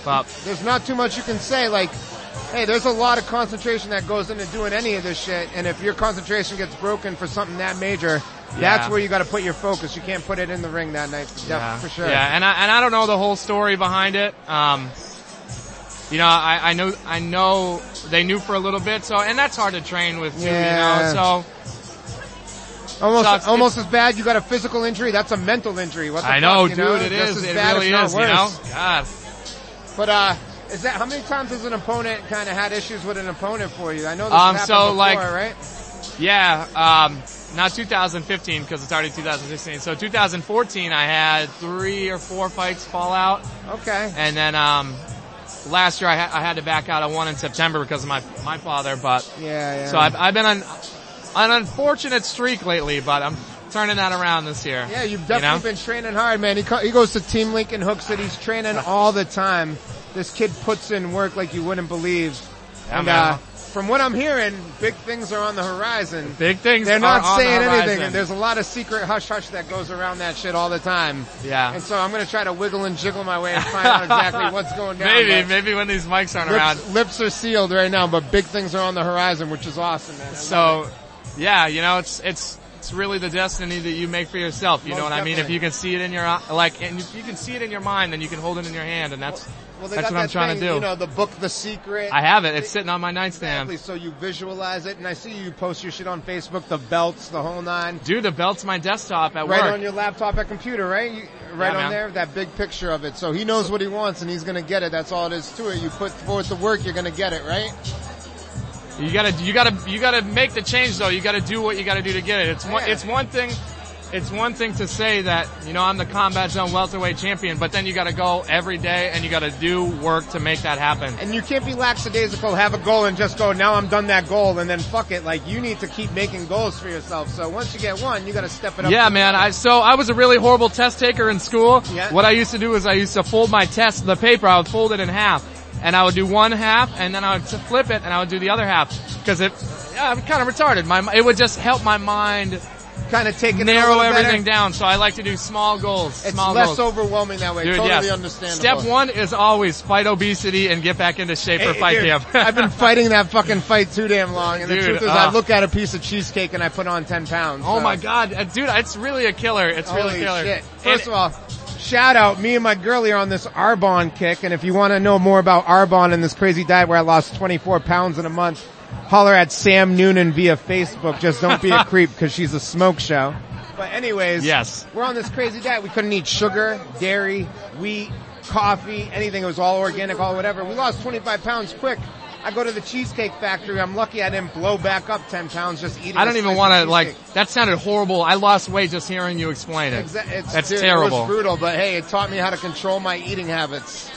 Speaker 16: but
Speaker 6: There's not too much you can say. Like, hey, there's a lot of concentration that goes into doing any of this shit, and if your concentration gets broken for something that major,
Speaker 16: Yeah.
Speaker 6: that's where you got to put your focus. You can't put it in the ring that night, for, def-
Speaker 16: Yeah.
Speaker 6: for sure.
Speaker 16: Yeah, and I and I don't know the whole story behind it. Um, you know, I, I know I know they knew for a little bit, so and that's hard to train with too,
Speaker 6: Yeah.
Speaker 16: you know. So
Speaker 6: Almost,
Speaker 16: So it's-
Speaker 6: almost as bad. You got a physical injury. That's a mental injury. What the
Speaker 16: I know,
Speaker 6: fuck, you
Speaker 16: dude,
Speaker 6: know?
Speaker 16: it
Speaker 6: Just
Speaker 16: is.
Speaker 6: As
Speaker 16: It
Speaker 6: bad,
Speaker 16: really
Speaker 6: if not
Speaker 16: is, you
Speaker 6: worse.
Speaker 16: know? God.
Speaker 6: But uh, is that how many times has an opponent kind of had issues with an opponent for you? I know this
Speaker 16: Um,
Speaker 6: happened
Speaker 16: so,
Speaker 6: before,
Speaker 16: like-
Speaker 6: right?
Speaker 16: Yeah, um, not 2015 because it's already 2016. So 2014, I had three or four fights fall out,
Speaker 6: Okay.
Speaker 16: and then um, last year I, ha- I had to back out of one in September because of my my father. But
Speaker 6: Yeah, yeah.
Speaker 16: so I've, I've been on an unfortunate streak lately, but I'm turning that around this year.
Speaker 6: yeah, you've
Speaker 16: you
Speaker 6: definitely
Speaker 16: know?
Speaker 6: been training hard, man. He, co- he goes to Team Lincoln Hooks that he's training all the time. This kid puts in work like you wouldn't believe.
Speaker 16: Yeah,
Speaker 6: and
Speaker 16: man.
Speaker 6: uh, from what I'm hearing, big things are on the horizon.
Speaker 16: Big things.
Speaker 6: They're
Speaker 16: are
Speaker 6: not
Speaker 16: on the
Speaker 6: saying anything,
Speaker 16: horizon.
Speaker 6: and there's a lot of secret hush hush that goes around that shit all the time.
Speaker 16: Yeah.
Speaker 6: And so I'm gonna try to wiggle and jiggle my way and find out exactly what's going down.
Speaker 16: Maybe,
Speaker 6: but
Speaker 16: maybe when these mics aren't around.
Speaker 6: Lips, lips are sealed right now, but big things are on the horizon, which is awesome, man. I love
Speaker 16: So, yeah, you know, it's it's it's really the destiny that you make for yourself. You
Speaker 6: Most
Speaker 16: know what I mean? If
Speaker 6: definitely.
Speaker 16: you can see it in your eye- like, and if you can see it in your mind, then you can hold it in your hand, and that's
Speaker 6: it. well, they
Speaker 16: that's
Speaker 6: got
Speaker 16: what
Speaker 6: that
Speaker 16: I'm trying
Speaker 6: thing,
Speaker 16: to do.
Speaker 6: You know, the book, The Secret.
Speaker 16: I have it. It's sitting on my nightstand.
Speaker 6: Exactly. So you visualize it, and I see you post your shit on Facebook, the belts, the whole nine.
Speaker 16: Dude, the belt's my desktop at
Speaker 6: Right
Speaker 16: work.
Speaker 6: on your laptop at computer, right? You, right
Speaker 16: Yeah,
Speaker 6: on
Speaker 16: man.
Speaker 6: there, that big picture of it. So he knows what he wants, and he's gonna get it. That's all it is to it. You put forth the work, you're gonna get it, right?
Speaker 16: You gotta, you gotta, you gotta make the change though. You gotta do what you gotta do to get it. It's one,
Speaker 6: Yeah.
Speaker 16: it's one thing, it's one thing to say that, you know, I'm the combat zone welterweight champion, but then you gotta go every day and you gotta do work to make that happen.
Speaker 6: And you can't be lackadaisical, have a goal and just go, now I'm done that goal and then fuck it. Like you need to keep making goals for yourself. So once you get one, you gotta step it up.
Speaker 16: Yeah, man. I, so I was a really horrible test taker in school.
Speaker 6: Yeah.
Speaker 16: What I used to do is I used to fold my test, the paper, I would fold it in half. And I would do one half and then I would t- flip it and I would do the other half. Cause it, yeah, I'm kind of retarded. My, it would just help my mind
Speaker 6: kind of take it in a
Speaker 16: narrow
Speaker 6: little better.
Speaker 16: everything down. So I like to do small goals.
Speaker 6: It's
Speaker 16: small
Speaker 6: less
Speaker 16: goals.
Speaker 6: overwhelming that way.
Speaker 16: Dude,
Speaker 6: totally
Speaker 16: yes.
Speaker 6: understandable.
Speaker 16: Step one is always fight obesity and get back into shape for
Speaker 6: Hey,
Speaker 16: fight
Speaker 6: dude,
Speaker 16: camp.
Speaker 6: I've been fighting that fucking fight too damn long, and
Speaker 16: Dude,
Speaker 6: the truth is,
Speaker 16: uh.
Speaker 6: I look at a piece of cheesecake and I put on ten pounds.
Speaker 16: Oh
Speaker 6: so.
Speaker 16: my god, uh, dude, it's really a killer. It's really
Speaker 6: Holy
Speaker 16: a killer.
Speaker 6: shit.
Speaker 16: And-
Speaker 6: First of all, shout out, me and my girlie are on this Arbonne kick, and if you want to know more about Arbonne and this crazy diet where I lost 24 pounds in a month, holler at Sam Noonan via Facebook. Just don't be a creep because she's a smoke show. But anyways,
Speaker 16: Yes.
Speaker 6: we're on this crazy diet. We couldn't eat sugar, dairy, wheat, coffee, anything. It was all organic, all whatever. We lost 25 pounds quick. I go to the cheesecake factory. I'm lucky I didn't blow back up 10 pounds just eating.
Speaker 16: I don't
Speaker 6: a
Speaker 16: even
Speaker 6: slice
Speaker 16: want
Speaker 6: of
Speaker 16: to like.
Speaker 6: cheesecake.
Speaker 16: That sounded horrible. I lost weight just hearing you explain it.
Speaker 6: Exa- it's-
Speaker 16: That's
Speaker 6: dude, It
Speaker 16: terrible.
Speaker 6: was brutal, but hey, it taught me how to control my eating habits.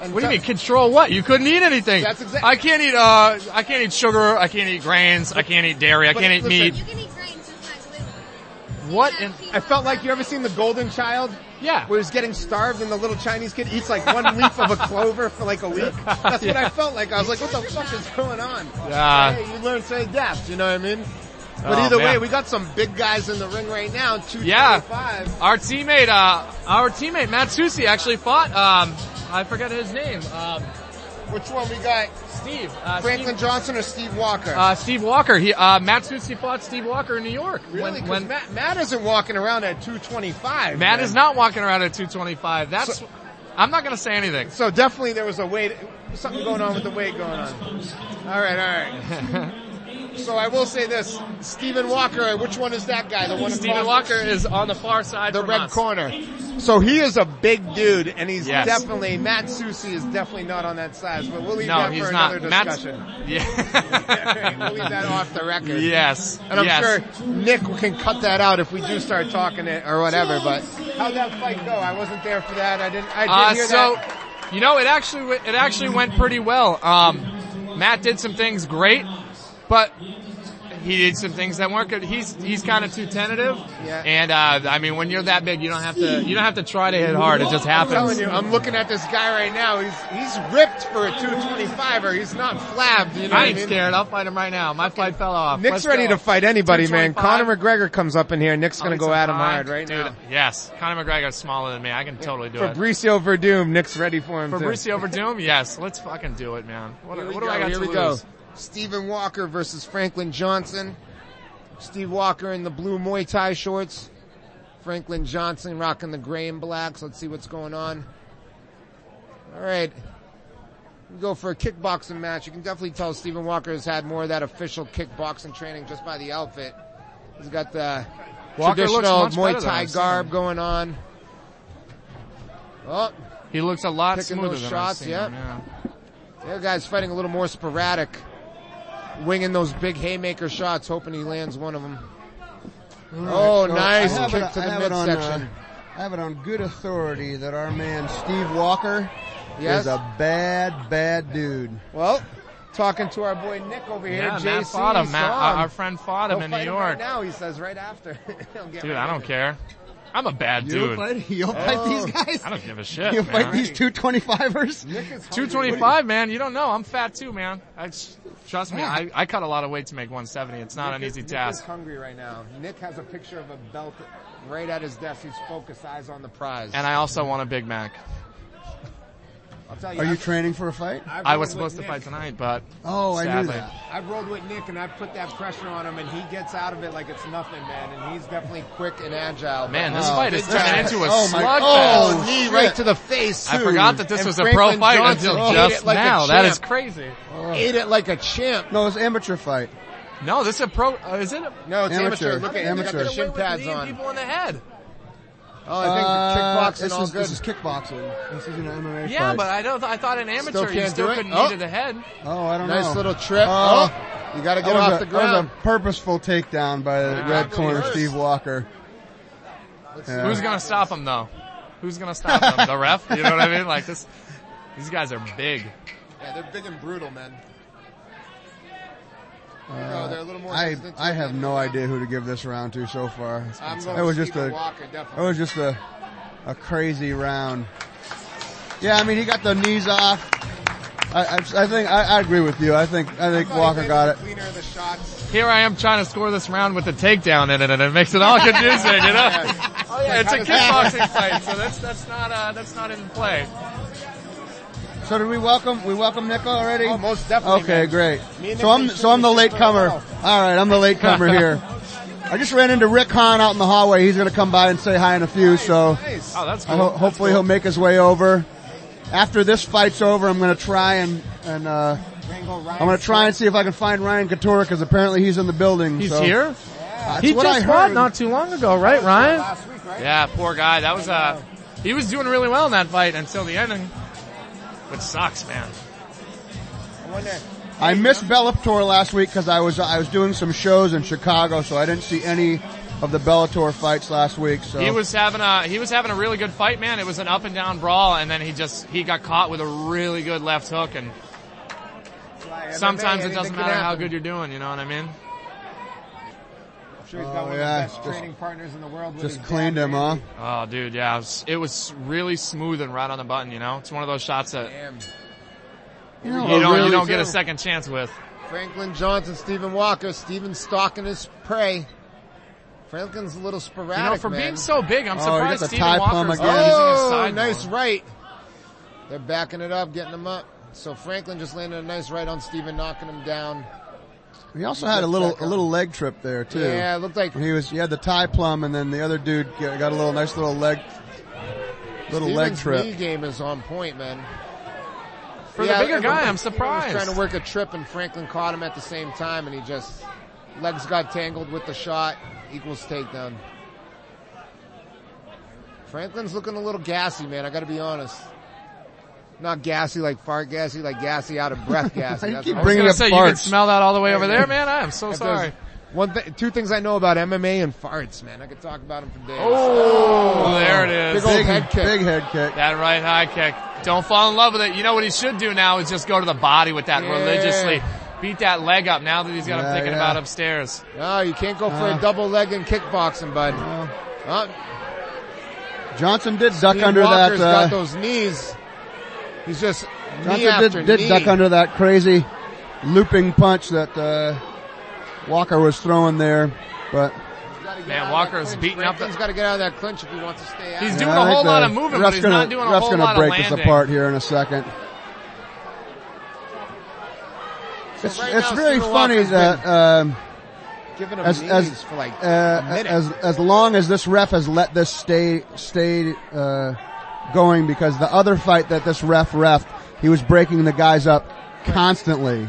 Speaker 6: And
Speaker 16: What do you
Speaker 6: so-
Speaker 16: mean control what? You couldn't eat anything.
Speaker 6: That's exact-
Speaker 16: I can't eat. Uh, I can't eat sugar. I can't eat grains. I can't eat dairy. I
Speaker 6: But
Speaker 16: can't eat
Speaker 6: listen,
Speaker 16: meat.
Speaker 17: You can eat grains sometimes with
Speaker 16: What? In-
Speaker 6: I felt like you ever seen the Golden Child?
Speaker 16: yeah.
Speaker 6: Where he's getting starved and the little Chinese kid eats like one leaf of a clover for like a week. That's what
Speaker 16: Yeah.
Speaker 6: I felt like. I was like, what the fuck is going on?
Speaker 16: Yeah.
Speaker 6: Hey, you learn to adapt, you know what I mean? But
Speaker 16: Oh,
Speaker 6: either way,
Speaker 16: man.
Speaker 6: we got some big guys in the ring right now, 225.
Speaker 16: Yeah. Our teammate, uh, our teammate Matt Susi actually fought. Um, I forget his name. Um,
Speaker 6: Which one we got?
Speaker 16: Steve. Uh,
Speaker 6: Franklin
Speaker 16: Steve,
Speaker 6: Johnson or Steve Walker?
Speaker 16: uh, Steve Walker. He uh, Matt Susi fought Steve Walker in New York.
Speaker 6: really? 'Cause Matt, Matt isn't walking around at 225.
Speaker 16: Matt
Speaker 6: man.
Speaker 16: is not walking around at 225. That's
Speaker 6: So-
Speaker 15: I'm not gonna say anything.
Speaker 6: So definitely there was a weight, something going on with the weight going on. All right, all right. so I will say this: Stephen Walker. Which one is that guy? The one.
Speaker 15: Stephen
Speaker 6: across-
Speaker 15: Walker is on the far side.
Speaker 6: The
Speaker 15: from
Speaker 6: red
Speaker 15: us.
Speaker 6: corner. So he is a big dude, and he's
Speaker 15: Yes.
Speaker 6: definitely Matt Susi is definitely not on that size. But we'll leave
Speaker 15: No,
Speaker 6: that
Speaker 15: he's
Speaker 6: for
Speaker 15: not.
Speaker 6: another
Speaker 15: Matt's-
Speaker 6: discussion.
Speaker 15: Yeah.
Speaker 6: we'll leave that off the record.
Speaker 15: Yes,
Speaker 6: and I'm
Speaker 15: yes.
Speaker 6: sure Nick can cut that out if we do start talking it or whatever. But how'd that fight go? I wasn't there for that. I didn't. I did
Speaker 15: Uh,
Speaker 6: hear
Speaker 15: so,
Speaker 6: that.
Speaker 15: you know, it actually w- it actually went pretty well. Um, Matt did some things great, but he did some things that weren't good. He's he's kind of too tentative,
Speaker 6: Yeah.
Speaker 15: and uh, I mean, when you're that big, you don't have to you don't have to try to hit hard. It just
Speaker 6: I'm telling
Speaker 15: happens.
Speaker 6: you, I'm looking at this guy right now. He's he's ripped for a 225er. He's not flabbed. You know what
Speaker 15: I
Speaker 6: I
Speaker 15: ain't
Speaker 6: mean?
Speaker 15: scared. I'll fight him right now. My fight fell off.
Speaker 6: Nick's
Speaker 15: Let's
Speaker 6: ready
Speaker 15: go.
Speaker 6: to fight anybody, man.
Speaker 15: 225.
Speaker 6: Conor McGregor comes up in here. Nick's
Speaker 15: I'll
Speaker 6: gonna
Speaker 15: eat
Speaker 6: go
Speaker 15: some
Speaker 6: at him
Speaker 15: pie.
Speaker 6: hard right
Speaker 15: Dude,
Speaker 6: now.
Speaker 15: Yes, Conor McGregor's smaller than me. I can totally do it.
Speaker 6: Fabricio Verdum. Nick's ready for him.
Speaker 15: Fabricio Verdum, yes, let's fucking do it, man. What,
Speaker 6: Here we
Speaker 15: what do
Speaker 6: go.
Speaker 15: I got
Speaker 6: Here
Speaker 15: to
Speaker 6: we
Speaker 15: lose?
Speaker 6: go. Stephen Walker versus Franklin Johnson. Steve Walker in the blue Muay Thai shorts. Franklin Johnson rocking the gray and blacks. Let's see what's going on. All right. We go for a kickboxing match. You can definitely tell Stephen Walker has had more of that official kickboxing training just by the outfit. He's got the
Speaker 15: Walker looks
Speaker 6: traditional
Speaker 15: much better
Speaker 6: Muay
Speaker 15: than
Speaker 6: Thai
Speaker 15: I've seen
Speaker 6: garb
Speaker 15: him.
Speaker 6: going on. Oh,
Speaker 15: He looks a lot
Speaker 6: Picking
Speaker 15: smoother
Speaker 6: those
Speaker 15: than
Speaker 6: shots,
Speaker 15: I've seen
Speaker 6: yep.
Speaker 15: him, yeah.
Speaker 6: The other guy's fighting a little more sporadic, winging those big haymaker shots, hoping he lands one of them. Oh,
Speaker 4: So
Speaker 6: nice
Speaker 4: I have
Speaker 6: kick
Speaker 4: it-
Speaker 6: to
Speaker 4: I
Speaker 6: the
Speaker 4: have it on,
Speaker 6: midsection.
Speaker 4: uh, I have it on good authority that our man Steve Walker
Speaker 6: Yes.
Speaker 4: is a bad, bad dude.
Speaker 6: Well, talking to our boy Nick over here,
Speaker 15: Yeah,
Speaker 6: JC.
Speaker 15: Matt fought him.
Speaker 6: saw
Speaker 15: Matt, our-
Speaker 6: him.
Speaker 15: our friend fought him
Speaker 6: He'll
Speaker 15: in
Speaker 6: fight
Speaker 15: New
Speaker 6: him right
Speaker 15: York.
Speaker 6: now, he says, right after. He'll get
Speaker 15: Dude,
Speaker 6: right
Speaker 15: I
Speaker 6: in.
Speaker 15: don't care. I'm a bad
Speaker 4: You'll
Speaker 15: dude.
Speaker 4: fight- you'll fight these guys?
Speaker 15: I don't give a shit.
Speaker 4: you
Speaker 15: man.
Speaker 4: fight these two 225ers?
Speaker 6: Nick is hungry.
Speaker 15: 225, man. You don't know. I'm fat too, man. I just, trust me.
Speaker 6: Yeah.
Speaker 15: I, I cut a lot of weight to make 170. It's not
Speaker 6: Nick
Speaker 15: an
Speaker 6: is-
Speaker 15: easy
Speaker 6: Nick is
Speaker 15: task.
Speaker 6: hungry right now. Nick has a picture of a belt right at his desk. He's focused, eyes on the prize.
Speaker 15: And I also want a Big Mac.
Speaker 6: I'll tell you,
Speaker 4: Are you
Speaker 6: I've-
Speaker 4: training for a fight?
Speaker 6: I've
Speaker 15: I was
Speaker 6: rolled with
Speaker 15: supposed to
Speaker 6: Nick.
Speaker 15: fight tonight, but
Speaker 4: Oh, I knew
Speaker 15: sadly.
Speaker 4: that.
Speaker 6: I've rolled with Nick and I put that pressure on him and he gets out of it like it's nothing, man. And he's definitely quick and agile.
Speaker 15: Man, this
Speaker 6: Oh,
Speaker 15: fight is
Speaker 6: big
Speaker 15: turning
Speaker 6: time.
Speaker 15: into a
Speaker 6: oh my-
Speaker 15: slugfest.
Speaker 6: Oh, knee
Speaker 15: Shit.
Speaker 6: right to the face.
Speaker 15: I
Speaker 6: too.
Speaker 15: forgot that this
Speaker 6: And
Speaker 15: was a pro
Speaker 6: Franklin
Speaker 15: fight
Speaker 6: Johnson
Speaker 15: until
Speaker 6: ate
Speaker 15: just
Speaker 6: it like a
Speaker 15: now. That
Speaker 6: champ.
Speaker 15: is crazy.
Speaker 6: Ate it like a champ.
Speaker 4: No, it's amateur fight.
Speaker 15: No, this is a pro. Uh, is it? A,
Speaker 6: No, it's amateur.
Speaker 4: Amateur.
Speaker 6: Look at it. They got
Speaker 4: Amateur.
Speaker 6: the shin pads on.
Speaker 15: people in the head.
Speaker 6: Oh, I think
Speaker 4: Uh,
Speaker 6: kickboxing
Speaker 4: this
Speaker 6: all
Speaker 4: is,
Speaker 6: good.
Speaker 4: This is kickboxing. This isn't an MMA
Speaker 15: Yeah,
Speaker 4: fight.
Speaker 15: but I don't. I thought an amateur you
Speaker 6: can't
Speaker 15: still
Speaker 6: do it?
Speaker 15: couldn't
Speaker 6: Oh.
Speaker 15: knee to the head.
Speaker 4: oh, I don't know.
Speaker 6: Nice little trip.
Speaker 4: Oh.
Speaker 6: Oh, you gotta
Speaker 4: That
Speaker 6: get
Speaker 4: was
Speaker 6: off
Speaker 4: a-
Speaker 6: the
Speaker 4: That
Speaker 6: ground.
Speaker 4: was a purposeful takedown by the
Speaker 15: Yeah.
Speaker 4: red corner
Speaker 6: Reverse.
Speaker 4: Steve Walker. Yeah.
Speaker 15: Who's gonna stop him though? Who's gonna stop him? The ref? You know what I mean? Like this. These guys are big.
Speaker 6: Yeah, they're big and brutal, man.
Speaker 4: Uh,
Speaker 6: no, they're a little more
Speaker 4: I
Speaker 6: hesitant to
Speaker 4: I
Speaker 6: hit.
Speaker 4: have no idea who to give this round to so far.
Speaker 6: I'm going
Speaker 4: That was
Speaker 6: with
Speaker 4: just
Speaker 6: Stephen
Speaker 4: a
Speaker 6: Walker,
Speaker 4: that
Speaker 6: definitely.
Speaker 4: was just a a crazy round. Yeah, I mean he got the knees off. I I, I think I, I agree with you. I think I think
Speaker 6: Thought he
Speaker 4: Walker
Speaker 6: landed
Speaker 4: got
Speaker 6: the
Speaker 4: it.
Speaker 6: Cleaner of the shots.
Speaker 15: Here I am trying to score this round with a takedown in it, and it makes it all confusing. You know?
Speaker 6: Oh
Speaker 15: Yeah, it's a kickboxing fight, so that's that's not uh, that's not in play.
Speaker 4: So did we welcome we welcome Nick already?
Speaker 6: Oh, most definitely,
Speaker 4: Okay,
Speaker 6: man.
Speaker 4: great.
Speaker 6: Me and
Speaker 4: So
Speaker 6: Nick
Speaker 4: I'm
Speaker 6: think
Speaker 4: so I'm the
Speaker 6: we should
Speaker 4: late comer.
Speaker 6: go
Speaker 4: All right, I'm the late comer here. I just ran into Rick Hahn out in the hallway. He's going to come by and say hi in a few. so
Speaker 6: Nice.
Speaker 15: Oh, that's
Speaker 4: I
Speaker 15: cool.
Speaker 4: ho- hopefully he'll make his way over. After this fight's over, I'm going to try and and uh,
Speaker 6: Rango Ryan.
Speaker 4: I'm going to try and see if I can find Ryan Couture because apparently he's in the building.
Speaker 15: He's
Speaker 4: so-
Speaker 15: here.
Speaker 4: That's
Speaker 18: He
Speaker 4: what
Speaker 18: just
Speaker 4: I
Speaker 18: fought
Speaker 4: heard.
Speaker 18: not too long ago, right, Ryan?
Speaker 6: Last week, right?
Speaker 15: Yeah, poor guy. That was uh, he was doing really well in that fight until the ending, which sucks, man.
Speaker 6: I wonder.
Speaker 4: I missed Bellator last week because I was I was doing some shows in Chicago, so I didn't see any of the Bellator fights last week. So
Speaker 15: He was having a he was having a really good fight, man. It was an up and down brawl, and then he just he got caught with a really good left hook. And
Speaker 6: Fly
Speaker 15: sometimes
Speaker 6: MMA,
Speaker 15: it doesn't
Speaker 6: anything can
Speaker 15: matter how
Speaker 6: happen.
Speaker 15: good you're doing, you know what I mean?
Speaker 6: I'm sure he's got
Speaker 4: Oh,
Speaker 6: one of
Speaker 4: yeah,
Speaker 6: the best
Speaker 4: just-
Speaker 6: training partners in the world. With
Speaker 4: just
Speaker 6: his
Speaker 4: cleaned
Speaker 6: dad,
Speaker 4: him, huh?
Speaker 6: Randy.
Speaker 15: Oh, dude, yeah, it was, it was really smooth and right on the button. You know, it's one of those shots that
Speaker 6: Damn.
Speaker 4: You
Speaker 15: you don't you don't get a
Speaker 6: too.
Speaker 15: second chance with.
Speaker 6: Franklin Johnson, Stephen Walker, Stephen stalking his prey. Franklin's a little sporadic.
Speaker 15: You know, for
Speaker 6: man.
Speaker 15: being so big, I'm
Speaker 4: Oh, you
Speaker 15: surprised
Speaker 4: got the
Speaker 15: Stephen
Speaker 4: tie
Speaker 15: Walker
Speaker 4: palm
Speaker 15: is
Speaker 4: again.
Speaker 15: not using his
Speaker 6: Oh,
Speaker 15: side.
Speaker 6: nice
Speaker 15: more.
Speaker 6: right. They're backing it up, getting him up. So Franklin just landed a nice right on Stephen, knocking him down.
Speaker 4: He also had a little a little leg trip there too.
Speaker 6: Yeah, it looked like
Speaker 4: He was he had the tie plum, and then the other dude got got a little nice little leg. Little
Speaker 6: Steven's
Speaker 4: leg trip.
Speaker 6: knee game is on point, man.
Speaker 15: For the bigger
Speaker 6: it-
Speaker 15: guy, I'm
Speaker 6: he was
Speaker 15: surprised.
Speaker 6: trying to work a trip, and Franklin caught him at the same time, and he just legs got tangled with the shot equals takedown. Franklin's looking a little gassy, man. I got to be honest. Not gassy like fart gassy, like gassy out of breath gassy. That's
Speaker 15: keep
Speaker 6: what-
Speaker 15: bringing I was gonna up say, you can farts. smell that all the way over there, man. I am so
Speaker 6: If there's
Speaker 15: sorry.
Speaker 6: One thing, two things I know about MMA and farts, man. I could talk about them for days.
Speaker 15: Oh, there it is.
Speaker 6: Big old head kick.
Speaker 4: Big head kick.
Speaker 15: That right high kick. Don't fall in love with it. You know what he should do now is just go to the body with that
Speaker 6: Yeah.
Speaker 15: religiously. Beat that leg up now that he's got
Speaker 6: Yeah,
Speaker 15: him thinking
Speaker 6: yeah.
Speaker 15: about upstairs.
Speaker 6: No, you can't go for
Speaker 15: Uh.
Speaker 6: a double leg in kickboxing, bud.
Speaker 15: Uh-huh.
Speaker 6: Uh,
Speaker 4: Johnson did duck
Speaker 6: Dean
Speaker 4: under
Speaker 6: Walker's
Speaker 4: that.
Speaker 6: got
Speaker 4: uh,
Speaker 6: those knees. He's just knee
Speaker 4: Johnson
Speaker 6: after
Speaker 4: did, did
Speaker 6: knee.
Speaker 4: duck under that crazy looping punch that uh, Walker was throwing there, but
Speaker 15: Man, Walker's beating up the.
Speaker 6: He's got to get out of that clinch if he wants to stay out.
Speaker 15: He's
Speaker 4: Yeah,
Speaker 15: doing
Speaker 4: I
Speaker 15: a
Speaker 4: think
Speaker 15: whole lot
Speaker 4: the
Speaker 15: of moving, but
Speaker 4: ref's
Speaker 15: he's
Speaker 4: gonna,
Speaker 15: not doing a
Speaker 4: ref's
Speaker 15: whole
Speaker 4: gonna
Speaker 15: lot
Speaker 4: break
Speaker 15: of landing.
Speaker 4: us apart here in a second. It's,
Speaker 6: right
Speaker 4: it's
Speaker 6: now,
Speaker 4: really
Speaker 6: Stephen
Speaker 4: funny
Speaker 6: Walker's
Speaker 4: that um,
Speaker 6: Giving him
Speaker 4: as
Speaker 6: knees
Speaker 4: as,
Speaker 6: for like
Speaker 4: uh,
Speaker 6: a minute.
Speaker 4: as as long as this ref has let this stay stay uh, going because the other fight that this ref ref he was breaking the guys up constantly,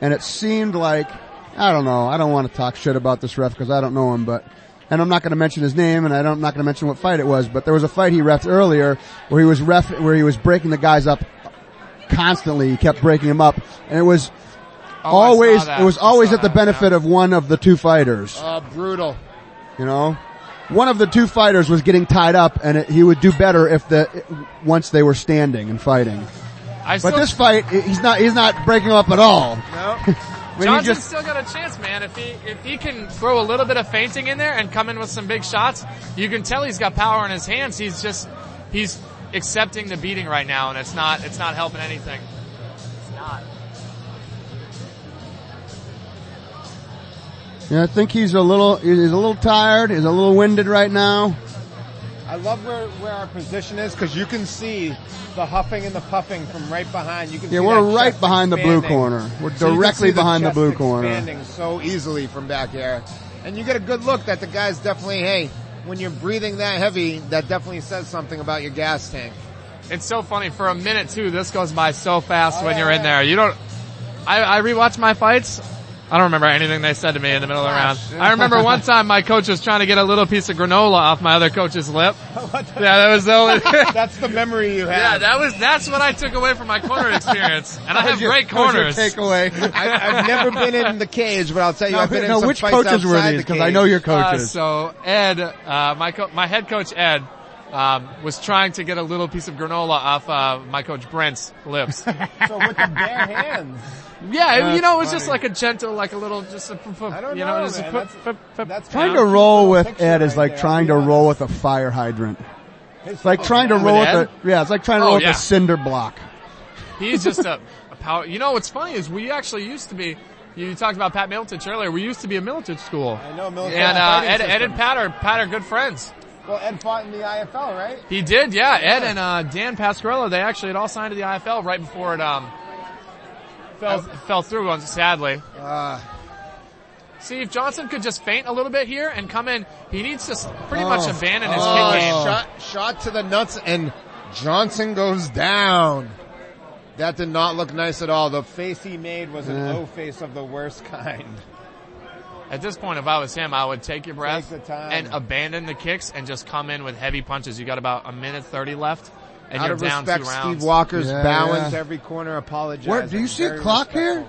Speaker 4: and it seemed like I don't know I don't want to talk shit about this ref because I don't know him, but and I'm not going to mention his name and I don't, am not going to mention what fight it was, but there was a fight he refed earlier where he was ref where he was breaking the guys up constantly. He kept breaking him up, and it was. always,
Speaker 6: that.
Speaker 4: it was
Speaker 6: Oh, I
Speaker 4: always
Speaker 6: saw
Speaker 4: at the
Speaker 6: that,
Speaker 4: benefit of one of the two fighters.
Speaker 6: Uh, brutal.
Speaker 4: You know, one of the two fighters was getting tied up, and it, he would do better if the once they were standing and fighting.
Speaker 15: I
Speaker 4: but
Speaker 15: still-
Speaker 4: this fight, he- he's not he's not breaking up at all.
Speaker 15: No.
Speaker 4: I mean, he
Speaker 15: Johnson's
Speaker 4: just
Speaker 15: still got a chance, man. If he if he can throw a little bit of feinting in there and come in with some big shots, you can tell he's got power in his hands. He's just he's accepting the beating right now, and it's not it's not helping anything. It's not.
Speaker 4: yeah, I think he's a little he's a little tired. He's a little winded right now.
Speaker 19: I love where, where our position is because you can see the huffing and the puffing from right behind. You can
Speaker 4: Yeah,
Speaker 19: see
Speaker 4: we're
Speaker 19: that
Speaker 4: right
Speaker 19: chest
Speaker 4: behind the blue
Speaker 19: expanding.
Speaker 4: corner. We're
Speaker 19: So you can
Speaker 4: directly
Speaker 19: see the
Speaker 4: behind the
Speaker 19: chest
Speaker 4: blue corner.
Speaker 19: expanding
Speaker 6: so easily from back there. And you get a good look that the guy's definitely, hey, when you're breathing that heavy, that definitely says something about your gas tank.
Speaker 15: It's so funny for a minute too. This goes by so fast
Speaker 6: Oh,
Speaker 15: when you're in there. You don't. I, I rewatch my fights. I don't remember anything they said to me in the middle of the round. I remember one time my coach was trying to get a little piece of granola off my other coach's lip. Yeah, that was the only.
Speaker 19: That's the memory you have.
Speaker 15: Yeah, that was that's what I took away from my corner experience, and I have great corners.
Speaker 6: I, I've never been in the cage, but I'll tell you,
Speaker 4: Now,
Speaker 6: I've been
Speaker 4: now,
Speaker 6: in some
Speaker 4: which
Speaker 6: fights
Speaker 4: coaches were
Speaker 6: outside
Speaker 4: these?
Speaker 6: the
Speaker 4: 'Cause I
Speaker 6: cage.
Speaker 4: know your
Speaker 15: Uh, so Ed, uh, my co- my head coach Ed, um, was trying to get a little piece of granola off uh, my coach Brent's lips.
Speaker 19: so with the bare hands.
Speaker 15: Yeah,
Speaker 19: That's
Speaker 15: you know, it was just
Speaker 19: funny.
Speaker 15: like a gentle, like a little, just a, f- f-
Speaker 19: I don't
Speaker 15: you
Speaker 19: know,
Speaker 15: just a
Speaker 19: man.
Speaker 15: f- f- f-
Speaker 4: Trying to roll with Ed is like trying to roll with a fire hydrant. It's like trying to
Speaker 15: With
Speaker 4: roll with
Speaker 15: Ed?
Speaker 4: a yeah. It's like trying to
Speaker 15: Oh,
Speaker 4: roll with
Speaker 15: yeah.
Speaker 4: a cinder block.
Speaker 15: He's just a, a power. You know what's funny is we actually used to be. You talked about Pat Militich earlier. We used to be a Militich school. I
Speaker 19: know Militich
Speaker 15: And uh,
Speaker 19: fighting
Speaker 15: Ed, Ed
Speaker 19: system.
Speaker 15: and Pat are Pat are good friends.
Speaker 19: Well, Ed fought in the IFL, right?
Speaker 15: He did, yeah. Ed and uh, Dan Pasquarello, they actually had all signed to the IFL right before it um, fell fell through, on- sadly.
Speaker 6: Uh.
Speaker 15: See if Johnson could just faint a little bit here and come in. He needs to s- pretty much abandon his
Speaker 6: Oh,
Speaker 15: kick game.
Speaker 6: Shot, shot to the nuts and Johnson goes down. That did not look nice at all. The
Speaker 19: face he made was an O face of the worst kind.
Speaker 15: At this point, if I was him, I would take your breath
Speaker 19: Take the time.
Speaker 15: and abandon the kicks and just come in with heavy punches. You got about a minute thirty left, and
Speaker 6: Out
Speaker 15: you're
Speaker 6: of
Speaker 15: down
Speaker 6: respect,
Speaker 15: two
Speaker 6: Steve
Speaker 15: rounds.
Speaker 6: Walker's
Speaker 4: Yeah,
Speaker 6: bowing to
Speaker 4: yeah.
Speaker 6: every corner, apologizing.
Speaker 4: Where, do you see a
Speaker 6: Very
Speaker 4: clock
Speaker 6: respectful.
Speaker 4: here?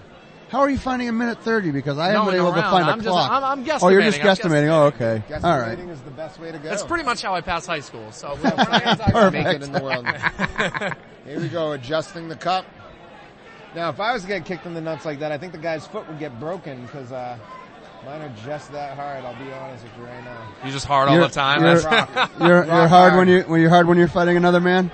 Speaker 4: How are you finding a minute thirty? Because I
Speaker 6: No,
Speaker 4: haven't been
Speaker 6: no
Speaker 4: able to
Speaker 6: round.
Speaker 4: find a
Speaker 6: I'm just-
Speaker 4: clock.
Speaker 6: I'm- I'm
Speaker 4: oh, you're just
Speaker 15: guesstimating. I'm
Speaker 4: guesstimating. Oh, okay.
Speaker 6: Guesstimating
Speaker 4: All right.
Speaker 6: is the best way to go.
Speaker 15: That's pretty much how I passed high school. So we're, we're not gonna talk about
Speaker 6: Make it in the world.
Speaker 15: Perfect.
Speaker 6: Here we go, adjusting the cup.
Speaker 19: Now, if I was to get kicked in the nuts like that, I think the guy's foot would get broken because uh, mine are just that hard. I'll be honest with you right now.
Speaker 15: You just hard all
Speaker 4: You're-
Speaker 15: the time.
Speaker 4: You're,
Speaker 15: That's-
Speaker 4: you're, you're hard, when you when you're hard when you're fighting another man.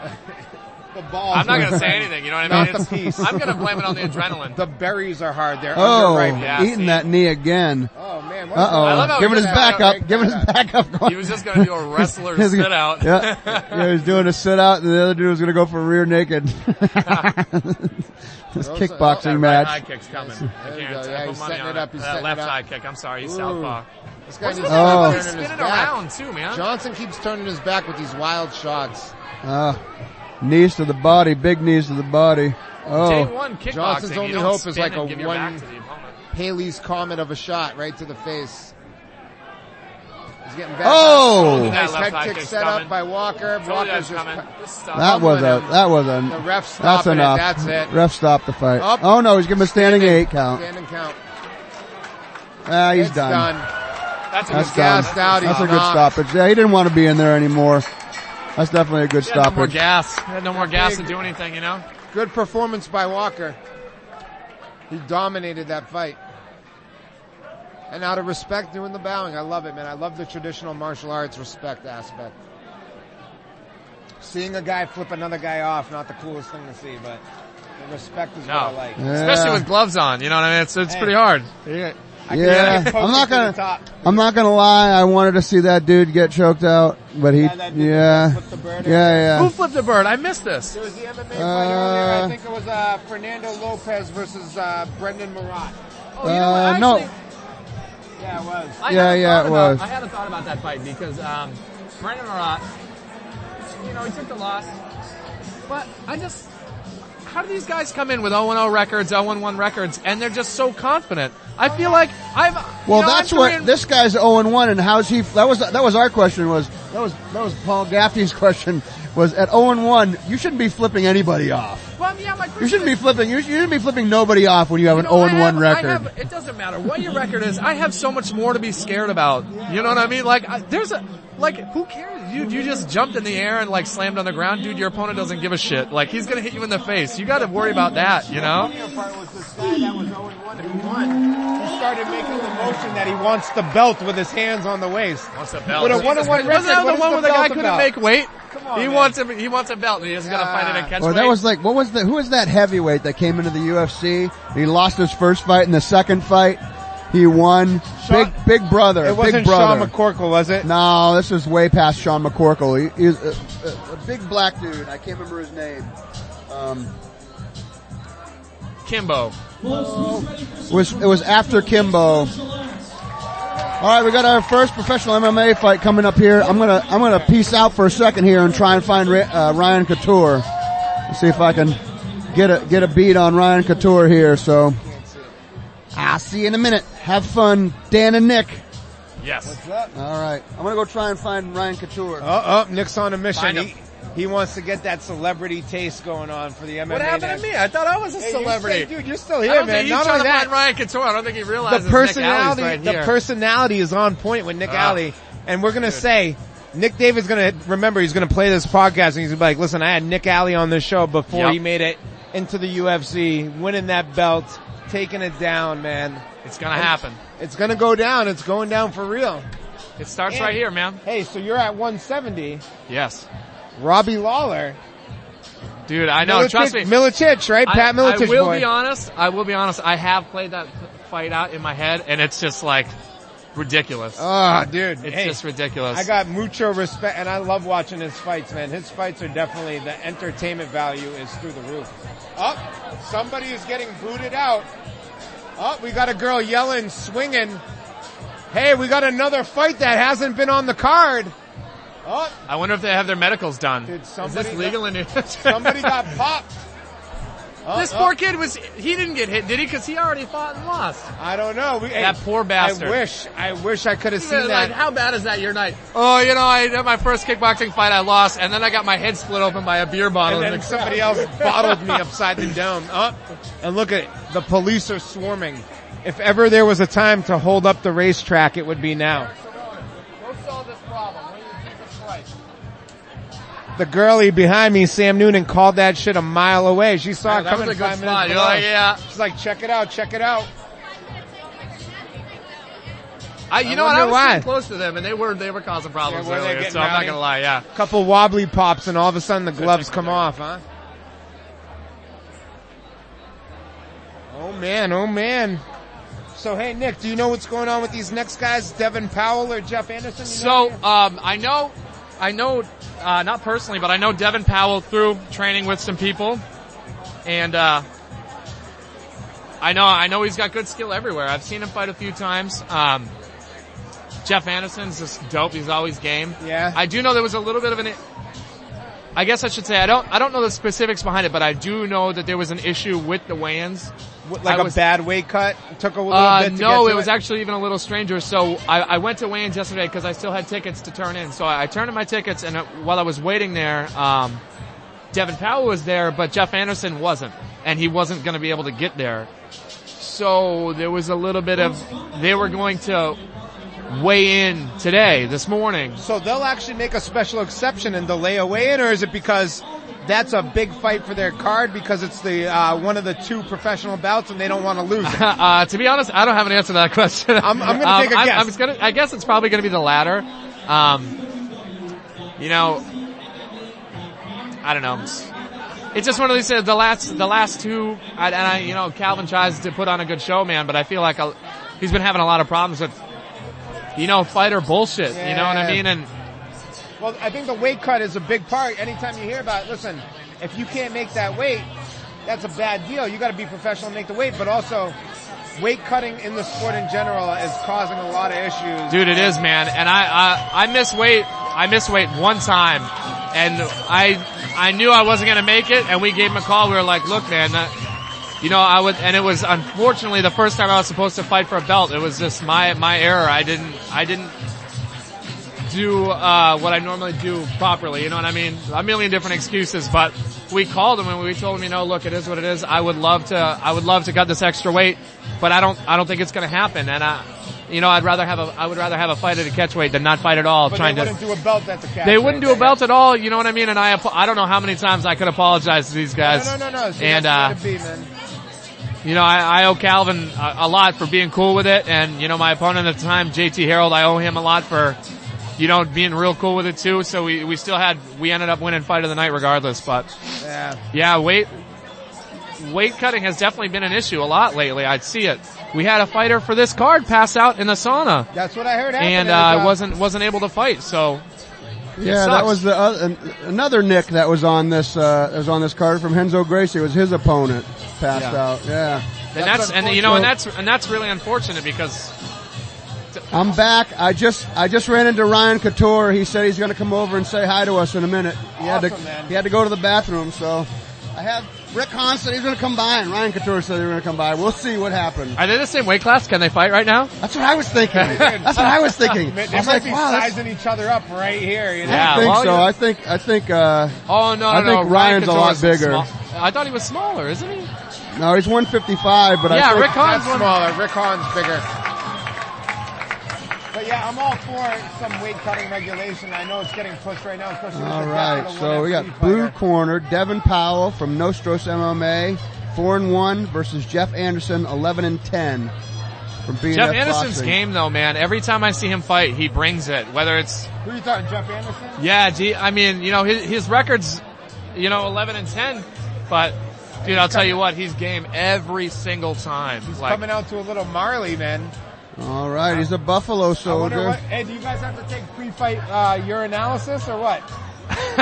Speaker 19: The balls.
Speaker 15: I'm not gonna say anything. You know what I
Speaker 19: Not
Speaker 15: mean?
Speaker 19: the
Speaker 15: It's-
Speaker 19: piece.
Speaker 15: I'm gonna blame it on the adrenaline.
Speaker 19: The berries are hard. They're
Speaker 4: Oh,
Speaker 19: underripe.
Speaker 4: eating that knee again.
Speaker 19: Oh man.
Speaker 4: Uh
Speaker 15: I love how
Speaker 4: oh. Giving
Speaker 15: he
Speaker 4: his
Speaker 15: just
Speaker 4: back
Speaker 15: had to
Speaker 4: up. Giving his back up.
Speaker 15: He was just gonna do a wrestler
Speaker 4: He's gonna-
Speaker 15: sit out.
Speaker 4: Yeah. yeah. He was doing a sit out and the other dude was gonna go for a rear naked. this
Speaker 15: Those-
Speaker 4: kickboxing
Speaker 15: that
Speaker 4: match.
Speaker 15: Right high kick's coming. I
Speaker 6: There you
Speaker 15: guarantee-
Speaker 6: go. Yeah,
Speaker 15: I put
Speaker 6: he's
Speaker 15: money
Speaker 6: setting
Speaker 15: on
Speaker 6: it up. He's
Speaker 15: That
Speaker 6: setting
Speaker 15: left
Speaker 6: it up.
Speaker 15: high kick. I'm sorry, he's
Speaker 6: Ooh.
Speaker 15: southpaw.
Speaker 6: This guy
Speaker 15: What's
Speaker 6: needs
Speaker 15: with
Speaker 6: to
Speaker 15: everybody
Speaker 6: turn in his
Speaker 15: spinning
Speaker 6: back.
Speaker 15: around too, man?
Speaker 6: Johnson keeps turning his back with these wild shots.
Speaker 4: Uh, knees to the body, big knees to the body. Oh,
Speaker 15: J1 kickboxing,
Speaker 6: Johnson's
Speaker 15: you
Speaker 6: only
Speaker 15: don't
Speaker 6: hope
Speaker 15: spin
Speaker 6: is like
Speaker 15: and
Speaker 6: a
Speaker 15: give your back
Speaker 6: one
Speaker 15: to the opponent.
Speaker 6: Haley's comet of a shot right to the face. He's getting back.
Speaker 4: Oh! Told you
Speaker 6: nice
Speaker 4: that
Speaker 15: left
Speaker 6: head
Speaker 15: eye
Speaker 6: kick
Speaker 15: kick's
Speaker 6: set up
Speaker 15: coming.
Speaker 6: by Walker.
Speaker 15: Told you that
Speaker 6: Walker's
Speaker 15: was
Speaker 6: just
Speaker 15: coming.
Speaker 6: cu-
Speaker 4: that was a
Speaker 6: Tumbling him.
Speaker 4: that was a
Speaker 6: The ref
Speaker 4: that's
Speaker 6: stopping it,
Speaker 4: enough.
Speaker 6: that's it.
Speaker 4: Ref stopped the fight.
Speaker 6: Up.
Speaker 4: Oh no, he's giving a standing eight count.
Speaker 6: Standing count.
Speaker 4: Ah, he's
Speaker 6: it's
Speaker 4: done.
Speaker 6: done.
Speaker 15: That's
Speaker 6: a
Speaker 4: That's
Speaker 6: good
Speaker 4: done.
Speaker 6: gassed out.
Speaker 4: That's
Speaker 6: He's
Speaker 4: a good
Speaker 6: knocked.
Speaker 4: stoppage. Yeah, he didn't want to be in there anymore. That's definitely a good
Speaker 15: He had no more
Speaker 4: stoppage.
Speaker 15: gas. He had no more gas to
Speaker 6: big-
Speaker 15: do anything, you know?
Speaker 6: Good performance by Walker. He dominated that fight. And out of respect, doing the bowing. I love it, man. I love the traditional martial arts respect aspect. Seeing a guy flip another guy off, not the coolest thing to see, but the respect is
Speaker 15: No.
Speaker 6: what I like.
Speaker 15: Especially with gloves on, you know what I mean? It's, it's pretty hard.
Speaker 4: Yeah, I'm not gonna. I'm not gonna lie. I wanted to see that dude get choked out, but he.
Speaker 6: that dude
Speaker 4: Yeah,
Speaker 6: flipped the bird.
Speaker 4: yeah,
Speaker 15: Who flipped the bird? I missed this.
Speaker 6: It was the MMA fight
Speaker 4: Uh,
Speaker 6: earlier. I think it was uh, Fernando Lopez versus uh, Brendan Marat.
Speaker 4: yeah. Uh, no,
Speaker 6: Yeah, it was.
Speaker 15: I
Speaker 4: Yeah,
Speaker 15: had a
Speaker 4: yeah,
Speaker 15: thought
Speaker 4: it
Speaker 15: about-
Speaker 4: was.
Speaker 15: I had a thought about that fight because um, Brendan Marat, you know, he took the loss. But I just, how do these guys come in with 0-0 records, 0-1 records, and they're just so confident? I feel like I've.
Speaker 4: Well,
Speaker 15: you know,
Speaker 4: that's
Speaker 15: I'm
Speaker 4: what
Speaker 15: doing-
Speaker 4: this guy's zero and one, and how's he? That was that was our question. Was that was that was Paul Gaffney's question? Was at zero and one, you shouldn't be flipping anybody off.
Speaker 15: Well, yeah, my question
Speaker 4: You shouldn't be
Speaker 15: is-
Speaker 4: flipping. You, sh- you shouldn't be flipping nobody off when you have an
Speaker 15: No,
Speaker 4: zero
Speaker 15: I
Speaker 4: and one
Speaker 15: have-
Speaker 4: record.
Speaker 15: I have- it doesn't matter what your record is. I have so much more to be scared about. You know what I mean? Like, I, there's a like, who cares? You you just jumped in the air and like slammed on the ground, dude. Your opponent doesn't give a shit. Like, he's gonna hit you in the face. You got to worry about that. You know?
Speaker 6: The funnier part was this guy that was 0-1 who won. He started making the motion that he wants the belt with his hands on the waist.
Speaker 15: Wants a belt.
Speaker 6: With a one-on-one
Speaker 15: Jesus Christ.
Speaker 6: record,
Speaker 15: Wasn't that
Speaker 6: what
Speaker 15: the
Speaker 6: is
Speaker 15: one
Speaker 6: the
Speaker 15: where the guy
Speaker 6: belt
Speaker 15: couldn't
Speaker 6: about?
Speaker 15: make weight?
Speaker 6: Come on,
Speaker 15: he
Speaker 6: man.
Speaker 15: wants a he wants a belt. and He just got to fight it a catch
Speaker 4: Or that
Speaker 15: weight.
Speaker 4: was like, what was the, who was that heavyweight that came into the UFC? He lost his first fight in the second fight. He won. big, big brother.
Speaker 6: It
Speaker 4: big
Speaker 6: wasn't
Speaker 4: brother.
Speaker 6: Sean McCorkle, was it?
Speaker 4: no, this is way past Sean McCorkle. He, he's a, a, a big black dude. I can't remember his name. Um,
Speaker 15: Kimbo.
Speaker 4: was it was after Kimbo. All right, we got our first professional MMA fight coming up here. I'm gonna I'm gonna peace out for a second here and try and find Ra- uh, Ryan Couture. Let's see if I can get a get a beat on Ryan Couture here. So I'll see you in a minute. Have fun, Dan and Nick.
Speaker 15: Yes.
Speaker 4: All right, I'm gonna go try and find Ryan Couture.
Speaker 6: Uh oh, Nick's on a mission.
Speaker 15: Find him.
Speaker 6: He, he wants to get that celebrity taste going on for the MMA.
Speaker 15: What happened
Speaker 6: next.
Speaker 15: to me? I thought I was a
Speaker 6: Hey, you
Speaker 15: celebrity.
Speaker 6: said, dude, you're still
Speaker 15: I
Speaker 6: here,
Speaker 15: don't
Speaker 6: man.
Speaker 15: Think he's
Speaker 6: Not
Speaker 15: trying
Speaker 6: only
Speaker 15: to
Speaker 6: that,
Speaker 15: find Ryan Couture. I don't think he realizes
Speaker 6: the personality,
Speaker 15: Nick Alley's right
Speaker 6: the
Speaker 15: here.
Speaker 6: personality is on point with Nick
Speaker 15: Ah.
Speaker 6: Alley, and we're gonna say Nick David's gonna remember he's gonna play this podcast, and he's gonna be like, "Listen, I had Nick Alley on this show before
Speaker 15: Yep.
Speaker 6: he made it into the UFC, winning that belt, taking it down, man.
Speaker 15: It's gonna happen.
Speaker 6: It's gonna go down. It's going down for real.
Speaker 15: It starts
Speaker 6: And-
Speaker 15: right here, man.
Speaker 6: Hey, so you're at 170,
Speaker 15: Yes.
Speaker 6: Robbie Lawler,
Speaker 15: Dude, I know.
Speaker 6: Milicic-
Speaker 15: trust me.
Speaker 6: Milicic, right?
Speaker 15: I-
Speaker 6: Pat Milicic
Speaker 15: I will
Speaker 6: boy.
Speaker 15: be honest. I will be honest. I have played that fight out in my head, and it's just like ridiculous.
Speaker 6: Ah, dude,
Speaker 15: it's
Speaker 6: hey.
Speaker 15: just ridiculous.
Speaker 6: I got mucho respect, and I love watching his fights, man. His fights are definitely the entertainment value is through the roof. Up, somebody is getting booted out. Up, we got a girl yelling, swinging. Hey, we got another fight that hasn't been on the card. Up,
Speaker 15: I wonder if they have their medicals done.
Speaker 6: Did
Speaker 15: Is
Speaker 6: somebody
Speaker 15: this legal in New Hampshire?
Speaker 6: somebody got popped. Up,
Speaker 15: This
Speaker 6: up.
Speaker 15: poor kid was, he didn't get hit, did he? Cause he already fought and lost.
Speaker 6: I don't know. We,
Speaker 15: That
Speaker 6: hey,
Speaker 15: poor bastard.
Speaker 6: I wish, I wish I could have seen
Speaker 15: like,
Speaker 6: that.
Speaker 15: how bad is that your night? Oh, you know, I did my first kickboxing fight, I lost, and then I got my head split open by a beer bottle.
Speaker 6: and
Speaker 15: in
Speaker 6: then
Speaker 15: the
Speaker 6: somebody
Speaker 15: crowd.
Speaker 6: else bottled me upside the dome. Up and look at it. The police are swarming. If ever there was a time to hold up the racetrack, it would be now. The girlie behind me, Sam Noonan, called that shit a mile away. She saw
Speaker 15: Yeah,
Speaker 6: it
Speaker 15: that was
Speaker 6: coming
Speaker 15: a good
Speaker 6: five minutes
Speaker 15: spot. You're
Speaker 6: below.
Speaker 15: like, yeah.
Speaker 6: She's like, check it out, check it out.
Speaker 15: I, you
Speaker 6: I
Speaker 15: know what? I
Speaker 6: wonder
Speaker 15: was
Speaker 6: why.
Speaker 15: sitting close to them, and they were they were causing problems
Speaker 6: Yeah, were they
Speaker 15: earlier.
Speaker 6: getting
Speaker 15: So I'm not
Speaker 6: rowdy?
Speaker 15: gonna lie. Yeah,
Speaker 6: Couple wobbly pops, and all of a sudden the gloves come off, huh? Oh man, oh man. So hey, Nick, do you know what's going on with these next guys, Devin Powell or Jeff Anderson? You know
Speaker 15: So um, I know, I know, uh, not personally, but I know Devin Powell through training with some people, and uh, I know I know he's got good skill everywhere. I've seen him fight a few times. Um, Jeff Anderson's just dope. He's always game.
Speaker 6: Yeah.
Speaker 15: I do know there was a little bit of an
Speaker 6: I guess I should say I don't I don't know the specifics behind it, but I do know that there was an issue with the weigh-ins.
Speaker 4: Like
Speaker 6: a
Speaker 4: a bad weight cut? Took a little
Speaker 6: uh,
Speaker 4: bit to
Speaker 6: no,
Speaker 4: get to
Speaker 6: it was actually even a little stranger. So I, I went to Wayne's yesterday because I still had tickets to turn in. So I, I turned in my tickets, and uh, while I was waiting there, um, Devin Powell was there, but Jeff Anderson wasn't, and he wasn't going to be able to get there. So there was a little bit of they were going to weigh in today, this morning.
Speaker 4: So they'll actually make a special exception and delay a weigh-in, or is it because that's a big fight for their card because it's the uh, one of the two professional bouts and they don't want to lose it?
Speaker 6: uh, to be honest, I don't have an answer to that question.
Speaker 4: I'm-
Speaker 6: Um,
Speaker 4: I'm gonna take a
Speaker 6: I'm-
Speaker 4: guess.
Speaker 6: I'm just gonna- I guess it's probably going to be the latter. Um, you know, I don't know. It's just one of these. Uh, the last, the last two, I, and I, you know, Calvin tries to put on a good show, man, but I feel like a, he's been having a lot of problems with, you know, fighter bullshit. You know what I
Speaker 4: Yeah.
Speaker 6: mean? And
Speaker 4: Well, I think the weight cut is a big part. Anytime you hear about it, listen, if you can't make that weight, that's a bad deal. You got to be professional and make the weight, but also weight cutting in the sport in general is causing a lot of issues.
Speaker 6: Dude, it is, man. And I, I, I miss weight. I miss weight one time, and I, I knew I wasn't gonna make it. And we gave him a call. We were like, "Look, man, uh, you know, I would." And it was unfortunately the first time I was supposed to fight for a belt. It was just my, my error. I didn't, I didn't do uh, what I normally do properly. You know what I mean? A million different excuses, but we called him and we told him, you know, look, it is what it is. I would love to, I would love to cut this extra weight, but I don't, I don't think it's going to happen. And I, you know, I'd rather have a, I would rather have a fight at a catch weight than not fight at all.
Speaker 4: But they
Speaker 6: trying
Speaker 4: wouldn't
Speaker 6: to,
Speaker 4: do a belt at the catch.
Speaker 6: they wouldn't do a belt at all. You know what I mean? And I, apo- I don't know how many times I could apologize to these guys.
Speaker 4: No, no, no, no. See,
Speaker 6: and uh,
Speaker 4: that's the way to be, man.
Speaker 6: you know, I, I owe Calvin a, a lot for being cool with it, and you know, my opponent at the time, JT Harold, I owe him a lot for, you know, being real cool with it too. So we, we still had we ended up winning fight of the night regardless. But
Speaker 4: Yeah.
Speaker 6: yeah, weight weight cutting has definitely been an issue a lot lately. I see it. We had a fighter for this card pass out in the sauna,
Speaker 4: That's what I heard happen.
Speaker 6: and uh,
Speaker 4: It was,
Speaker 6: I wasn't wasn't able to fight. So it
Speaker 16: Yeah, that
Speaker 6: sucks.
Speaker 16: was the oth- an another Nick that was on this uh, that was on this card from Henzo Gracie. It was his opponent passed
Speaker 6: Yeah.
Speaker 16: out. Yeah,
Speaker 6: and that's, and you know, and that's and that's really unfortunate because
Speaker 16: I'm back. I just I just ran into Ryan Couture. He said he's going to come over and say hi to us in a minute. He had to
Speaker 4: Awesome, man.
Speaker 16: he had to go to the bathroom, so I have Rick Hahn said he's going to come by, and Ryan Couture said they were going to come by. We'll see what happens.
Speaker 6: are they the same weight class? Can they fight right now?
Speaker 16: That's what I was thinking. that's what I was thinking. I
Speaker 4: They
Speaker 16: was
Speaker 4: might
Speaker 16: like,
Speaker 4: be
Speaker 16: wow, that's-
Speaker 4: sizing each other up right here. You know?
Speaker 16: I think so. I think I think. Uh,
Speaker 6: Oh no!
Speaker 16: I
Speaker 6: no, no,
Speaker 16: think
Speaker 6: Ryan
Speaker 16: Ryan's a
Speaker 6: Couture's
Speaker 16: lot bigger.
Speaker 6: small- I thought he was smaller, isn't he?
Speaker 16: No, he's 155, but I
Speaker 6: yeah,
Speaker 16: think,
Speaker 6: Rick Hahn's
Speaker 4: That's
Speaker 6: one.
Speaker 4: smaller. Rick Hahn's bigger. But yeah, I'm all for some weight cutting regulation. I know it's getting pushed right now, especially with
Speaker 16: All
Speaker 4: the
Speaker 16: right,
Speaker 4: down to
Speaker 16: so
Speaker 4: one
Speaker 16: we got
Speaker 4: FC
Speaker 16: Blue
Speaker 4: fighter.
Speaker 16: Corner, Devin Powell from Nostros MMA, four and one versus Jeff Anderson, eleven and ten from BNF
Speaker 6: Jeff Anderson's
Speaker 16: Boxing.
Speaker 6: game though, man. Every time I see him fight, he brings it. Whether it's
Speaker 4: Who you talking, Jeff Anderson?
Speaker 6: yeah, gee, I mean, you know, his, his records, you know, 11 and 10, but dude, I'll tell you what, he's game every single time. Like,
Speaker 4: Coming out to a little Marley, man.
Speaker 16: All right, he's a Buffalo
Speaker 4: I wonder
Speaker 16: soldier.
Speaker 4: what, hey, do you guys have to take pre-fight uh, urinalysis or what?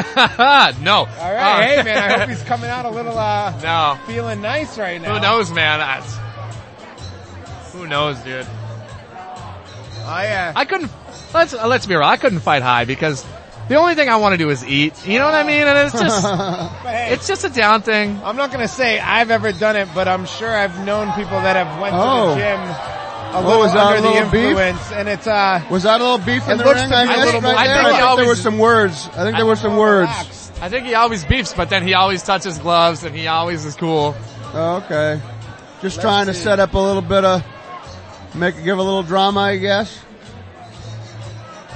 Speaker 6: no. Uh,
Speaker 4: All right, hey man, I hope he's coming out a little uh,
Speaker 6: No.
Speaker 4: feeling nice right now.
Speaker 6: Who knows, man? That's, who knows, dude?
Speaker 4: I, uh,
Speaker 6: I couldn't. Let's uh, let's be real. I couldn't fight high because the only thing I want to do is eat. You know what I mean? And it's just
Speaker 4: but hey,
Speaker 6: it's just a down thing.
Speaker 4: I'm not gonna say I've ever done it, but I'm sure I've known people that have went to
Speaker 16: Oh.
Speaker 4: the gym a
Speaker 16: Oh,
Speaker 4: little
Speaker 16: was that a
Speaker 4: under the
Speaker 16: little beef?
Speaker 4: influence, and it's uh,
Speaker 16: was that a little beef in
Speaker 4: It
Speaker 16: the
Speaker 4: looks
Speaker 16: ring?
Speaker 4: to me
Speaker 16: I
Speaker 4: a
Speaker 16: guess
Speaker 4: little
Speaker 16: right
Speaker 4: more- I
Speaker 16: there.
Speaker 4: think
Speaker 16: I
Speaker 4: he
Speaker 16: think
Speaker 6: always-
Speaker 16: there were some words. I think there were some words.
Speaker 6: I think he always beefs, but then he always touches gloves and he always is cool.
Speaker 16: Okay, just trying to set up a little bit of make give a little drama, I guess.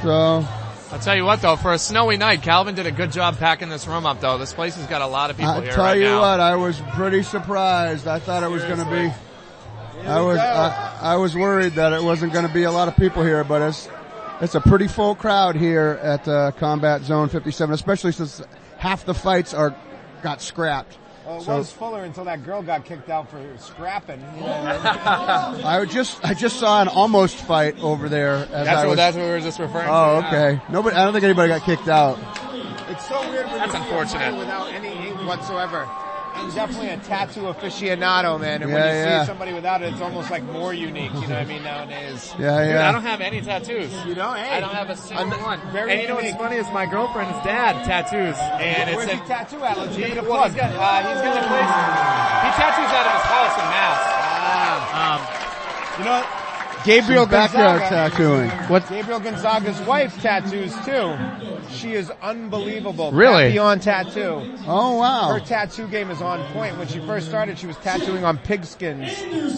Speaker 16: So
Speaker 6: I'll tell you what though, for a snowy night, Calvin did a good job packing this room up though. This place has got a lot of people
Speaker 16: I
Speaker 6: here
Speaker 16: tell
Speaker 6: right
Speaker 16: you
Speaker 6: now.
Speaker 16: what, I was pretty surprised. I thought it was going to be. I was I, I was worried that it wasn't going to be a lot of people here, but it's it's a pretty full crowd here at uh, Combat Zone 57, especially since half the fights are got scrapped.
Speaker 4: Well, it
Speaker 16: So-
Speaker 4: was Fuller until that girl got kicked out for scrapping. you know.
Speaker 16: I would just I just saw an almost fight over there. As
Speaker 6: That's
Speaker 16: I
Speaker 6: what
Speaker 16: was,
Speaker 6: that's what we were just referring
Speaker 16: Oh,
Speaker 6: to.
Speaker 16: okay. Nobody. I don't think anybody got kicked out.
Speaker 4: it's so weird. When
Speaker 6: That's
Speaker 4: you see a
Speaker 6: unfortunate.
Speaker 4: fight Without any hate whatsoever.
Speaker 6: I'm definitely a tattoo aficionado, man. And
Speaker 20: Yeah,
Speaker 6: when you
Speaker 20: yeah.
Speaker 6: see somebody without it, it's almost like more unique. You know what I mean? Nowadays.
Speaker 20: Yeah,
Speaker 4: Dude,
Speaker 20: yeah.
Speaker 4: I don't have any tattoos. You
Speaker 6: know, hey,
Speaker 4: I don't have a single
Speaker 6: I'm
Speaker 4: one.
Speaker 6: very
Speaker 4: and you know what's
Speaker 6: unique.
Speaker 4: funny is my girlfriend's dad tattoos, and
Speaker 6: Where's
Speaker 4: it's
Speaker 6: your tattoo at? Let's give it a
Speaker 4: well,
Speaker 6: plug.
Speaker 4: he's got uh, he's got a place. He tattoos out of his house in Mass. Um,
Speaker 6: Ah. you know, Gabriel
Speaker 16: Some backyard
Speaker 6: Gonzaga.
Speaker 16: tattooing.
Speaker 6: What? Gabriel Gonzaga's wife tattoos too. She is unbelievable.
Speaker 16: Really?
Speaker 6: Beyond tattoo.
Speaker 16: Oh wow.
Speaker 6: Her tattoo game is on point. When she first started, she was tattooing on pigskins,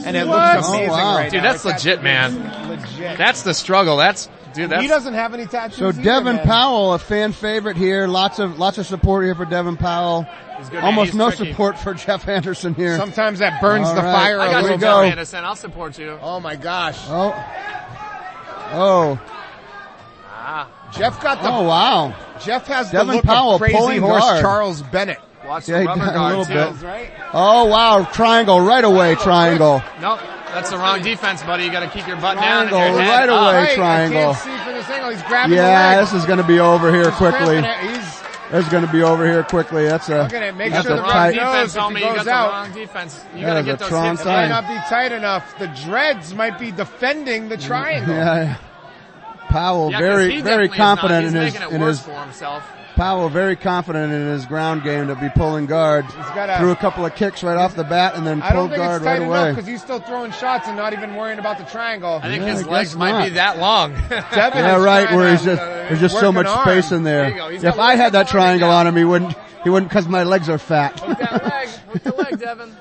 Speaker 6: and it
Speaker 4: What?
Speaker 6: looks amazing
Speaker 4: Oh, wow.
Speaker 6: right
Speaker 4: Dude,
Speaker 6: now.
Speaker 4: that's
Speaker 6: Her tattoo
Speaker 4: legit, man.
Speaker 6: is Legit.
Speaker 4: That's the struggle. That's dude. That's
Speaker 6: he doesn't have any tattoos.
Speaker 16: So
Speaker 6: either,
Speaker 16: Devin
Speaker 6: man.
Speaker 16: Powell, a fan favorite here. Lots of lots of support here for Devin Powell.
Speaker 4: He's good, man.
Speaker 16: Almost
Speaker 4: He's
Speaker 16: no
Speaker 4: tricky.
Speaker 16: support for Jeff Anderson here.
Speaker 6: Sometimes that burns
Speaker 16: All
Speaker 6: the
Speaker 16: right.
Speaker 6: fire
Speaker 4: I
Speaker 6: a
Speaker 4: got
Speaker 6: little
Speaker 4: you,
Speaker 6: bit.
Speaker 4: Jeff Anderson. I'll support you.
Speaker 6: Oh my gosh.
Speaker 16: Oh. Oh.
Speaker 4: Ah,
Speaker 6: Jeff got the.
Speaker 16: Oh wow.
Speaker 6: Jeff has the
Speaker 16: Oh. Devin
Speaker 6: look
Speaker 16: Powell
Speaker 6: of crazy
Speaker 16: pulling
Speaker 6: horse
Speaker 16: guard.
Speaker 6: Charles Bennett.
Speaker 4: watch
Speaker 16: Yeah,
Speaker 4: the
Speaker 16: he
Speaker 4: rubber
Speaker 16: done a
Speaker 4: guard
Speaker 16: little
Speaker 4: too.
Speaker 16: bit. Oh wow, triangle right
Speaker 6: Oh,
Speaker 16: away, triangle.
Speaker 4: Nope, that's the wrong defense, buddy. You got to keep your butt down and
Speaker 16: Triangle,
Speaker 4: your head
Speaker 16: right
Speaker 4: up.
Speaker 16: away,
Speaker 4: Right.
Speaker 16: triangle.
Speaker 6: See from this angle, he's grabbing the
Speaker 16: Yeah,
Speaker 6: leg.
Speaker 16: this is going to be over here quickly.
Speaker 6: grabbing it. He's-
Speaker 16: This is going to be over here quickly. That's a
Speaker 6: Look at it. Make
Speaker 16: that's
Speaker 6: sure
Speaker 16: a
Speaker 6: the
Speaker 4: Wrong
Speaker 16: tight.
Speaker 4: defense,
Speaker 6: Knows if
Speaker 4: homie.
Speaker 6: he
Speaker 4: You got
Speaker 6: goes
Speaker 4: the
Speaker 6: out.
Speaker 4: wrong defense. You
Speaker 16: That
Speaker 4: got to
Speaker 16: is a
Speaker 4: get those
Speaker 16: strong
Speaker 4: hips.
Speaker 6: It
Speaker 16: side.
Speaker 6: might not be tight enough. The dreads might be defending the triangle.
Speaker 16: Yeah. Powell
Speaker 4: Yeah, 'cause
Speaker 16: very very
Speaker 4: he definitely is not.
Speaker 16: confident
Speaker 4: He's
Speaker 16: in his
Speaker 4: making it
Speaker 16: in
Speaker 4: worse
Speaker 16: his
Speaker 4: for himself.
Speaker 16: Powell very confident in his ground game to be pulling guard.
Speaker 6: got a-
Speaker 16: Threw a couple of kicks right off the bat and then
Speaker 6: I don't
Speaker 16: pulled
Speaker 6: think it's
Speaker 16: guard
Speaker 6: tight
Speaker 16: right
Speaker 6: enough
Speaker 16: away.
Speaker 6: because he's still throwing shots and not even worrying about the triangle.
Speaker 4: I think
Speaker 16: Yeah,
Speaker 4: his
Speaker 16: I
Speaker 4: legs
Speaker 16: guess
Speaker 4: might
Speaker 16: not.
Speaker 4: be that long.
Speaker 6: Devin
Speaker 16: Yeah,
Speaker 6: is
Speaker 16: right.
Speaker 6: trying
Speaker 16: Where
Speaker 6: to-
Speaker 16: he's just there's just so
Speaker 6: work an
Speaker 16: much space
Speaker 6: arm.
Speaker 16: in
Speaker 4: There you
Speaker 16: there.
Speaker 4: go. He's
Speaker 16: if
Speaker 4: got
Speaker 16: I
Speaker 4: legs
Speaker 16: had that
Speaker 4: on
Speaker 16: triangle on him, he wouldn't he wouldn't because my legs are fat.
Speaker 4: that leg, with the leg, Devin.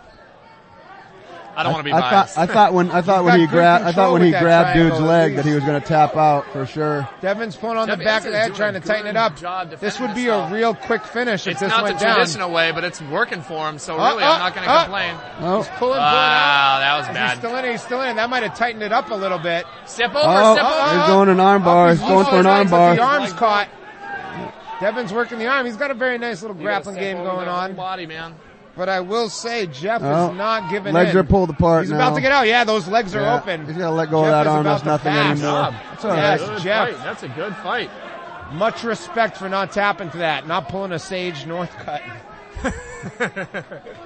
Speaker 4: I don't want to be
Speaker 16: I
Speaker 4: biased.
Speaker 16: thought I thought when I thought when
Speaker 6: got
Speaker 16: he
Speaker 6: good
Speaker 16: grabbed I thought
Speaker 6: control
Speaker 16: when he
Speaker 6: with that
Speaker 16: grabbed
Speaker 6: triangle,
Speaker 16: dude's
Speaker 6: at
Speaker 16: leg that
Speaker 6: least.
Speaker 16: he was going to tap out for sure.
Speaker 6: Devin's pulling on
Speaker 4: Devin
Speaker 6: the back
Speaker 4: Anderson's
Speaker 6: of the head,
Speaker 4: doing
Speaker 6: trying to
Speaker 4: a
Speaker 6: tighten it
Speaker 4: good
Speaker 6: up.
Speaker 4: job
Speaker 6: This
Speaker 4: defending
Speaker 6: would be a
Speaker 4: himself.
Speaker 6: real quick finish if
Speaker 4: it's
Speaker 6: this
Speaker 4: not the
Speaker 6: went down.
Speaker 4: traditional way, but it's working for him. So
Speaker 6: Oh,
Speaker 4: really,
Speaker 6: oh,
Speaker 4: I'm not going to
Speaker 6: oh.
Speaker 4: complain.
Speaker 16: Oh.
Speaker 6: He's pulling, pulling
Speaker 4: Wow,
Speaker 6: out.
Speaker 4: that was
Speaker 6: Is
Speaker 4: bad.
Speaker 6: He's still in it. He's still in it. That might have tightened it up a little bit.
Speaker 4: Step over,
Speaker 16: Oh,
Speaker 4: step over.
Speaker 16: he's going an arm bar. He's going
Speaker 6: Oh,
Speaker 16: for an
Speaker 6: his
Speaker 16: arm
Speaker 6: legs, but
Speaker 16: bar.
Speaker 6: The arm's caught. Devin's working the arm. He's got a very nice little
Speaker 4: You gotta
Speaker 6: grappling
Speaker 4: step
Speaker 6: game
Speaker 4: over
Speaker 6: going
Speaker 4: the whole
Speaker 6: on.
Speaker 4: Body, man.
Speaker 6: But I will say, Jeff
Speaker 16: Oh.
Speaker 6: is not giving
Speaker 16: Legs
Speaker 6: in.
Speaker 16: are pulled apart
Speaker 6: He's
Speaker 16: now.
Speaker 6: about to get out. Yeah, those legs are
Speaker 16: Yeah.
Speaker 6: open.
Speaker 16: He's got to let go of
Speaker 6: Jeff
Speaker 16: that
Speaker 6: is
Speaker 16: arm.
Speaker 6: about
Speaker 16: That's
Speaker 6: to
Speaker 16: nothing
Speaker 6: pass.
Speaker 16: anymore.
Speaker 6: Job.
Speaker 16: That's all
Speaker 6: Yes,
Speaker 16: right.
Speaker 4: Good
Speaker 6: Jeff.
Speaker 4: fight. That's a good fight.
Speaker 6: Much respect for not tapping to that, not pulling a Sage North cut.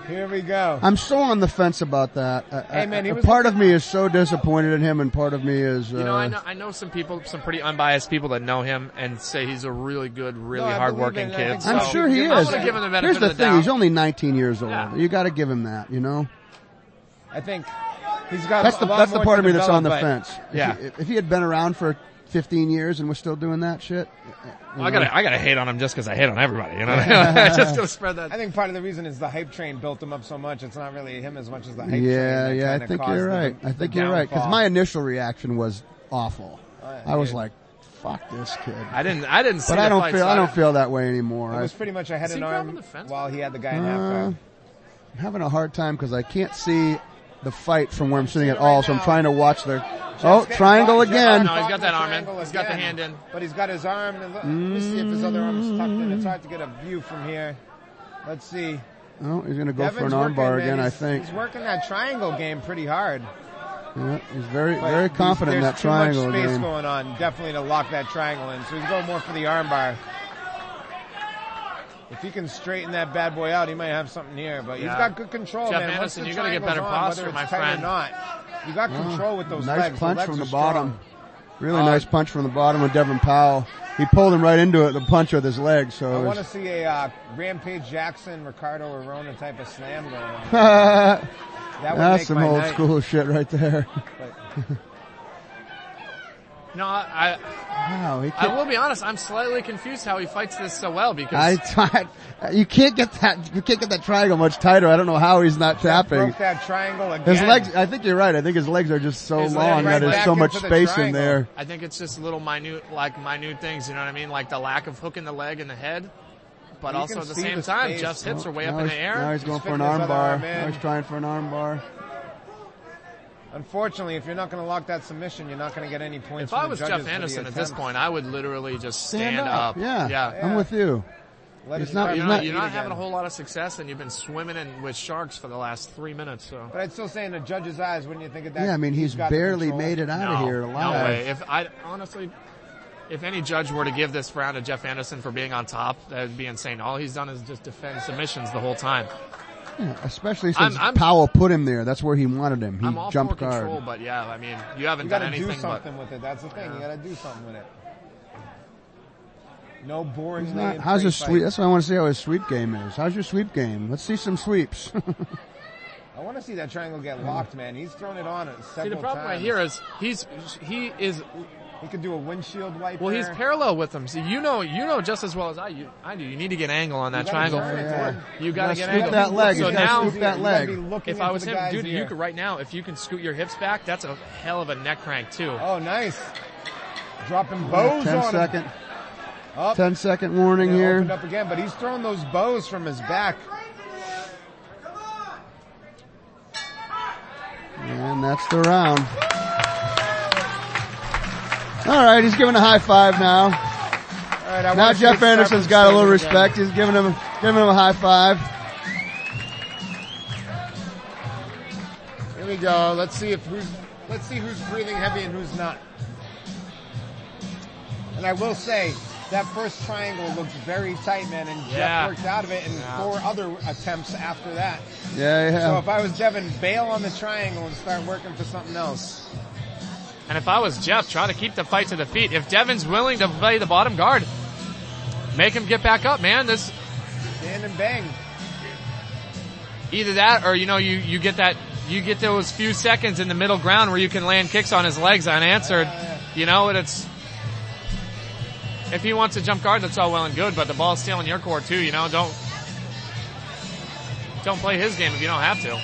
Speaker 6: Here we go.
Speaker 16: I'm so on the fence about that. I-
Speaker 6: Hey,
Speaker 16: I-
Speaker 6: man, he
Speaker 16: I-
Speaker 6: was-
Speaker 16: part of me is so disappointed in him, and part of me is. Uh,
Speaker 4: You know, I know, I know some people, some pretty unbiased people that know him and say he's a really good, really
Speaker 6: No, I
Speaker 4: hardworking
Speaker 6: believe it, and I
Speaker 4: kid.
Speaker 6: think
Speaker 4: So
Speaker 16: am sure he
Speaker 4: I'm
Speaker 16: is.
Speaker 4: gonna give him the benefit
Speaker 16: Here's the
Speaker 4: of the
Speaker 16: thing:
Speaker 4: doubt.
Speaker 16: he's only 19 years old.
Speaker 4: Yeah.
Speaker 16: You got to give him that. You know,
Speaker 6: I think he's got.
Speaker 16: that's
Speaker 6: a
Speaker 16: the
Speaker 6: lot
Speaker 16: that's the
Speaker 6: more
Speaker 16: part
Speaker 6: to
Speaker 16: of me that's
Speaker 6: develop,
Speaker 16: on the
Speaker 6: but-
Speaker 16: fence. If
Speaker 4: Yeah.
Speaker 16: he, if he had been around for 15 years and was still doing that shit,
Speaker 4: Well, I gotta, I gotta hate on him just because I hate on everybody. You know, I'm just gonna spread that.
Speaker 6: I think part of the reason is the hype train built him up so much. It's not really him as much as the hype
Speaker 16: yeah,
Speaker 6: train. that
Speaker 16: yeah, I
Speaker 6: kinda
Speaker 16: think
Speaker 6: caused
Speaker 16: you're
Speaker 6: the-
Speaker 16: right. I
Speaker 6: the
Speaker 16: think you're right because
Speaker 6: downfall. Oh,
Speaker 16: my initial reaction was awful.
Speaker 6: yeah,
Speaker 16: I was
Speaker 6: dude.
Speaker 16: like, "Fuck this kid."
Speaker 4: I didn't, I didn't see
Speaker 16: but
Speaker 4: the
Speaker 16: I don't
Speaker 4: fight,
Speaker 16: feel
Speaker 4: so
Speaker 16: I don't feel that way anymore.
Speaker 6: It
Speaker 16: I-
Speaker 6: was pretty much I had
Speaker 4: Is
Speaker 6: an
Speaker 4: he grabbing
Speaker 6: arm
Speaker 4: the fence?
Speaker 6: while he had the guy in half.
Speaker 16: Uh,
Speaker 6: guard.
Speaker 16: I'm having a hard time because I can't see the fight from where I'm sitting at all, so I'm trying to watch the. Oh, triangle again.
Speaker 4: No, he's got that arm in.
Speaker 6: Triangle
Speaker 4: He's got the
Speaker 6: again.
Speaker 4: hand in.
Speaker 6: But he's got his arm. And look, Let me see if his other arm is tucked in. It's hard to get a view from here. Let's see.
Speaker 16: Oh, he's gonna go for an
Speaker 6: Devin's working,
Speaker 16: armbar
Speaker 6: man.
Speaker 16: again. I
Speaker 6: He's-
Speaker 16: think.
Speaker 6: He's working that triangle game pretty hard.
Speaker 16: Yeah, he's very,
Speaker 6: But
Speaker 16: very
Speaker 6: there's-
Speaker 16: confident in
Speaker 6: there's
Speaker 16: that triangle
Speaker 6: too much space
Speaker 16: again.
Speaker 6: going on, definitely to lock that triangle in. So he's going more for the armbar. If he can straighten that bad boy out, he might have something here. But he's
Speaker 4: Yeah.
Speaker 6: got good control,
Speaker 4: Jeff
Speaker 6: man. Once
Speaker 4: Anderson,
Speaker 6: the
Speaker 4: you gotta get
Speaker 6: triangle's
Speaker 4: better
Speaker 6: on,
Speaker 4: posture,
Speaker 6: whether
Speaker 4: my
Speaker 6: it's tight
Speaker 4: friend.
Speaker 6: Or not, you got control with those
Speaker 16: nice
Speaker 6: legs.
Speaker 16: punch
Speaker 6: the legs
Speaker 16: from
Speaker 6: are
Speaker 16: the
Speaker 6: strong. Uh,
Speaker 16: bottom. Really nice punch from the bottom with Devin Powell. He pulled him right into it, the punch with his leg. So
Speaker 6: I
Speaker 16: it
Speaker 6: want to
Speaker 16: was-
Speaker 6: see a uh, Rampage Jackson, Ricardo Arona type of slam going on. That would
Speaker 16: that's
Speaker 6: make
Speaker 16: some
Speaker 6: my
Speaker 16: old
Speaker 6: night.
Speaker 16: school shit right there.
Speaker 4: No, I,
Speaker 16: wow, he
Speaker 4: I
Speaker 16: can't.
Speaker 4: will be honest. I'm slightly confused how he fights this so well
Speaker 16: I
Speaker 4: because
Speaker 16: tried, you can't get that, you can't get that triangle much tighter. I don't know how he's not tapping.
Speaker 6: Broke that triangle again.
Speaker 16: His legs, I think you're right. I think his legs are just so
Speaker 4: His
Speaker 16: long
Speaker 4: legs
Speaker 16: that
Speaker 4: right
Speaker 16: there's
Speaker 6: back
Speaker 16: so much
Speaker 6: into the
Speaker 16: space in
Speaker 6: triangle.
Speaker 16: there.
Speaker 4: I think it's just little minute, like minute things. You know what I mean? Like the lack of hooking the leg and the head, but
Speaker 6: You
Speaker 4: also
Speaker 6: can
Speaker 4: at the
Speaker 6: see
Speaker 4: same
Speaker 6: the
Speaker 4: time,
Speaker 6: space.
Speaker 4: Jeff's hips are way
Speaker 16: Oh, now
Speaker 4: up in the
Speaker 16: he's- Now
Speaker 4: air.
Speaker 16: he's going
Speaker 6: He's
Speaker 16: for an
Speaker 6: fitting his
Speaker 16: arm
Speaker 6: other
Speaker 16: bar.
Speaker 6: arm in.
Speaker 16: Now he's trying for an arm bar.
Speaker 6: Unfortunately, if you're not going to lock that submission, you're not going to get any points.
Speaker 4: If I
Speaker 6: from
Speaker 4: was
Speaker 6: the
Speaker 4: Jeff
Speaker 6: judges for the
Speaker 4: Anderson at this
Speaker 6: attempt.
Speaker 4: point, I would literally just
Speaker 16: Stand
Speaker 4: stand, up.
Speaker 16: Yeah,
Speaker 4: yeah.
Speaker 16: I'm with you.
Speaker 6: Let
Speaker 16: It's
Speaker 6: it
Speaker 16: not-
Speaker 6: try
Speaker 16: it's
Speaker 4: You
Speaker 6: to
Speaker 4: know,
Speaker 16: not-
Speaker 6: eat
Speaker 4: you're not
Speaker 6: again.
Speaker 4: having a whole lot of success, and you've been swimming in with sharks for the last three minutes. So
Speaker 6: But I'd still say in the judge's eyes, wouldn't you think of that?
Speaker 16: yeah, I mean, he's
Speaker 6: got the
Speaker 16: barely
Speaker 6: control.
Speaker 16: made it out of
Speaker 4: no,
Speaker 16: here alive.
Speaker 4: no way. If I honestly, if any judge were to give this round to Jeff Anderson for being on top, that would be insane. All he's done is just defend submissions the whole time.
Speaker 16: Yeah, especially
Speaker 4: I'm-
Speaker 16: since
Speaker 4: I'm-
Speaker 16: Powell put him there. That's where he wanted him. He
Speaker 4: I'm all
Speaker 16: jumped
Speaker 4: for
Speaker 16: guard.
Speaker 4: control, but yeah, I mean, you haven't
Speaker 6: You
Speaker 4: done
Speaker 6: gotta
Speaker 4: anything
Speaker 6: do
Speaker 4: but
Speaker 6: something with it. That's the thing. You gotta do something with it. No boring.
Speaker 16: It's not- how's his sweep? That's what I want to see. How his sweep game is. How's your sweep game? Let's see some sweeps.
Speaker 6: I want to see that triangle get locked, man. He's thrown it on it several
Speaker 4: See, the problem
Speaker 6: times.
Speaker 4: right here is he's he is
Speaker 6: he could do a windshield wiper.
Speaker 4: well, he's parallel with him. So you know, you know just as well as I, you, I do. You need to get angle on that
Speaker 6: You gotta
Speaker 4: triangle.
Speaker 6: turn it, man.
Speaker 4: You got to
Speaker 6: You gotta
Speaker 4: get
Speaker 6: scoop
Speaker 4: angle.
Speaker 6: that leg.
Speaker 4: So
Speaker 6: You gotta
Speaker 4: now,
Speaker 6: scoop that You gotta be leg. looking
Speaker 4: if I
Speaker 6: into
Speaker 4: was
Speaker 6: the
Speaker 4: him,
Speaker 6: guy's
Speaker 4: dude, you
Speaker 6: ear.
Speaker 4: could right now. If you can scoot your hips back, that's a hell of a neck crank too.
Speaker 6: Oh, nice. Dropping
Speaker 16: Ten
Speaker 6: bows
Speaker 16: second,
Speaker 6: on him.
Speaker 16: ten second
Speaker 6: Up.
Speaker 16: warning
Speaker 6: Yeah,
Speaker 16: here.
Speaker 6: Opened up again, but he's throwing those bows from his back.
Speaker 16: And that's the round. All right, he's giving a high five now.
Speaker 6: right, I
Speaker 16: now
Speaker 6: wanna see
Speaker 16: Jeff
Speaker 6: the
Speaker 16: Anderson's
Speaker 6: Stafford
Speaker 16: got a little
Speaker 6: stand again.
Speaker 16: respect. He's giving him giving him a high five.
Speaker 6: Here we go. Let's see if who's let's see who's breathing heavy and who's not. And I will say that first triangle looked very tight, man, and
Speaker 4: Yeah.
Speaker 6: Jeff worked out of it in
Speaker 4: Yeah.
Speaker 6: four other attempts after that.
Speaker 16: Yeah, yeah.
Speaker 6: So if I was Devin, bail on the triangle and start working for something else.
Speaker 4: And if I was Jeff, try to keep the fight to the feet. If Devin's willing to play the bottom guard, make him get back up, man. This
Speaker 6: Stand and bang.
Speaker 4: either that or you know you you get that you get those few seconds in the middle ground where you can land kicks on his legs unanswered. You know, and it's if he wants to jump guard, that's all well and good, but the ball's still in your court too. You know, don't don't play his game if you don't have to.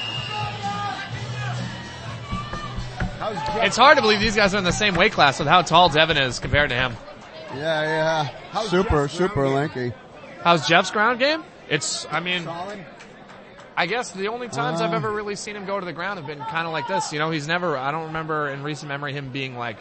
Speaker 6: How's Jeff?
Speaker 4: It's hard to believe these guys are in the same weight class with how tall Devin is compared to him.
Speaker 16: Yeah, yeah.
Speaker 6: How's
Speaker 16: super,
Speaker 6: Jeff's
Speaker 16: super
Speaker 6: round
Speaker 16: lanky.
Speaker 4: How's Jeff's ground game? It's, I mean, I guess the only times I've
Speaker 16: Uh.
Speaker 4: ever really seen him go to the ground have been kind of like this. You know, he's never, I don't remember in recent memory him being like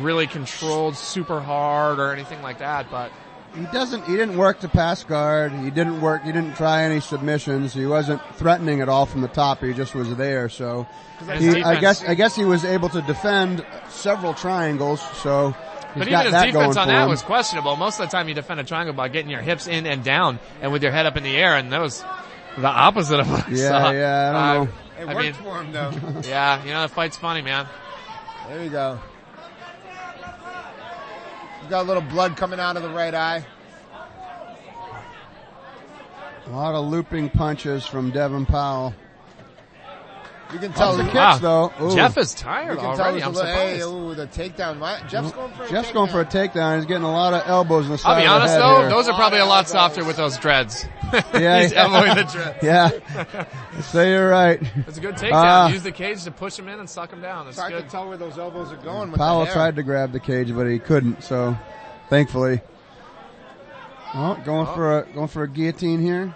Speaker 4: really controlled super hard or anything like that, but
Speaker 16: He doesn't. He didn't work the pass guard. He didn't work. He didn't try any submissions. He wasn't threatening at all from the top. He just was there. So,
Speaker 4: And his
Speaker 16: he, I
Speaker 4: defense-
Speaker 16: guess. I guess he was able to defend several triangles. So, he's
Speaker 4: But
Speaker 16: got
Speaker 4: even his
Speaker 16: that
Speaker 4: defense
Speaker 16: going
Speaker 4: on
Speaker 16: for
Speaker 4: that
Speaker 16: him.
Speaker 4: was questionable. Most of the time, you defend a triangle by getting your hips in and down and with your head up in the air, and that was the opposite of what I
Speaker 16: Yeah,
Speaker 4: saw.
Speaker 16: yeah, I don't
Speaker 4: Uh,
Speaker 6: It
Speaker 4: I
Speaker 6: worked
Speaker 4: mean,
Speaker 6: for him though.
Speaker 4: yeah, you know, the fight's funny, man.
Speaker 6: There we go. He's got a little blood coming out of the right eye.
Speaker 16: A lot of looping punches from Devin Powell.
Speaker 6: You can
Speaker 16: Lots
Speaker 6: tell.
Speaker 16: of
Speaker 6: he-
Speaker 16: kicks though. Ooh.
Speaker 4: Jeff is tired
Speaker 6: You can
Speaker 4: already.
Speaker 6: tell
Speaker 4: I'm
Speaker 6: he's a little, hey,
Speaker 4: surprised.
Speaker 6: ooh, the takedown. My, Jeff's going for a
Speaker 16: Jeff's
Speaker 6: takedown.
Speaker 16: going for a takedown. He's getting a lot of elbows in the side
Speaker 4: I'll be
Speaker 16: of the
Speaker 4: honest
Speaker 16: head
Speaker 4: though,
Speaker 16: here.
Speaker 4: those are probably a lot softer with those dreads.
Speaker 16: Yeah,
Speaker 4: he's
Speaker 16: yeah.
Speaker 4: elbowing the dreads.
Speaker 16: Yeah. Say you're right.
Speaker 4: It's a good takedown.
Speaker 16: Ah.
Speaker 4: Use the cage to push him in and suck him down. That's
Speaker 6: It's hard
Speaker 4: good.
Speaker 6: to tell where those elbows are going. With
Speaker 16: Powell
Speaker 6: the hair.
Speaker 16: tried to grab the cage, but he couldn't. So, thankfully, oh, going for a going for a guillotine here.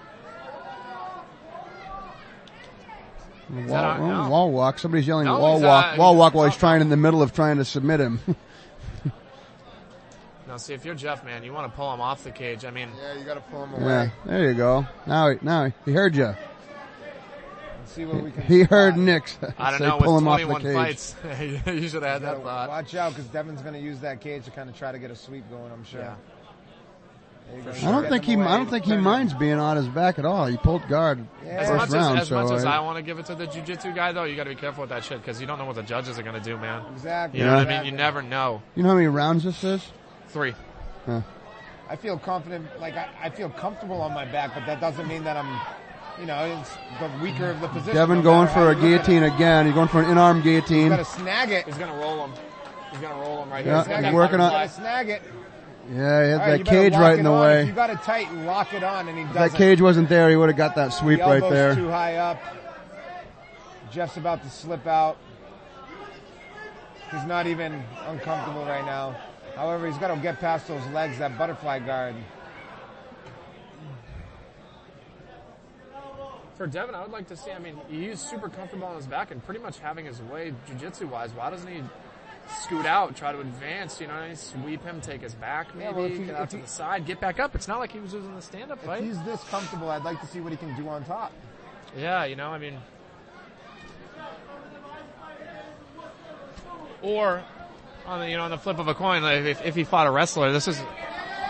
Speaker 16: Wall,
Speaker 4: that on-
Speaker 16: oh,
Speaker 4: no.
Speaker 16: wall walk. Somebody's yelling
Speaker 4: No,
Speaker 16: wall
Speaker 4: he's, uh,
Speaker 16: walk. Wall
Speaker 4: he's-
Speaker 16: walk while he's trying in the middle of trying to submit him.
Speaker 4: Now see, if you're Jeff, man, you want to pull him off the cage. I mean,
Speaker 6: Yeah, you got to pull him away.
Speaker 16: yeah, there you go. Now, he, now he- he heard you.
Speaker 6: Let's see what we can.
Speaker 16: He heard Nick's.
Speaker 4: I don't
Speaker 16: say,
Speaker 4: know.
Speaker 16: Pull
Speaker 4: With
Speaker 16: him off
Speaker 4: 21
Speaker 16: the cage.
Speaker 4: fights, you should have had that thought.
Speaker 6: Watch out, because Devin's going to use that cage to kind of try to get a sweep going. I'm sure. There you go.
Speaker 16: I don't think he. I don't think he minds being on his back at all. He pulled guard
Speaker 4: As
Speaker 16: first
Speaker 4: much
Speaker 16: round.
Speaker 4: as, as,
Speaker 16: so
Speaker 4: much as
Speaker 16: I-
Speaker 4: I want to give it to the jujitsu guy, though, you got to be careful with that shit because you don't know what the judges are going to do, man.
Speaker 6: Exactly.
Speaker 4: You know what I
Speaker 6: Yeah.
Speaker 4: mean? You never know.
Speaker 16: you know how many rounds this is?
Speaker 4: Three.
Speaker 16: Huh.
Speaker 6: I feel confident. Like I, I feel comfortable on my back, but that doesn't mean that I'm, you know, it's the weaker of the position.
Speaker 16: Devin
Speaker 6: no
Speaker 16: going
Speaker 6: matter
Speaker 16: for
Speaker 6: how
Speaker 16: a
Speaker 6: you look at it.
Speaker 16: guillotine again. He's going for an in-arm
Speaker 6: You
Speaker 16: guillotine.
Speaker 6: got to snag it.
Speaker 4: He's going to roll him. He's going to roll him right
Speaker 16: Yeah,
Speaker 4: here.
Speaker 16: he's
Speaker 4: gonna
Speaker 16: working
Speaker 4: fucking
Speaker 16: on-
Speaker 4: fly.
Speaker 6: Gotta snag it.
Speaker 16: Yeah, he had
Speaker 6: All right, you
Speaker 16: that
Speaker 6: better
Speaker 16: cage
Speaker 6: lock
Speaker 16: right
Speaker 6: it
Speaker 16: in the
Speaker 6: on. If
Speaker 16: way.
Speaker 6: you got it tight, lock it on, and he doesn't.
Speaker 16: That cage wasn't there. He would have got that sweep
Speaker 6: The
Speaker 16: right
Speaker 6: elbow's
Speaker 16: there.
Speaker 6: Too high up. Jeff's about to slip out. He's not even uncomfortable right now. However, he's got to get past those legs, that butterfly guard.
Speaker 4: For Devin, I would like to see. I mean, he's super comfortable on his back and pretty much having his way jujitsu wise. Why doesn't he scoot out, try to advance? You know, what I mean? sweep him, take his back, maybe
Speaker 6: Yeah, well, if he-
Speaker 4: get
Speaker 6: if
Speaker 4: out to
Speaker 6: he-
Speaker 4: the side, get back up. It's not like he was losing the stand up
Speaker 6: If
Speaker 4: fight.
Speaker 6: he's this comfortable, I'd like to see what he can do on top.
Speaker 4: Yeah, you know, I mean, or on the you know on the flip of a coin, like if, if he fought a wrestler, this is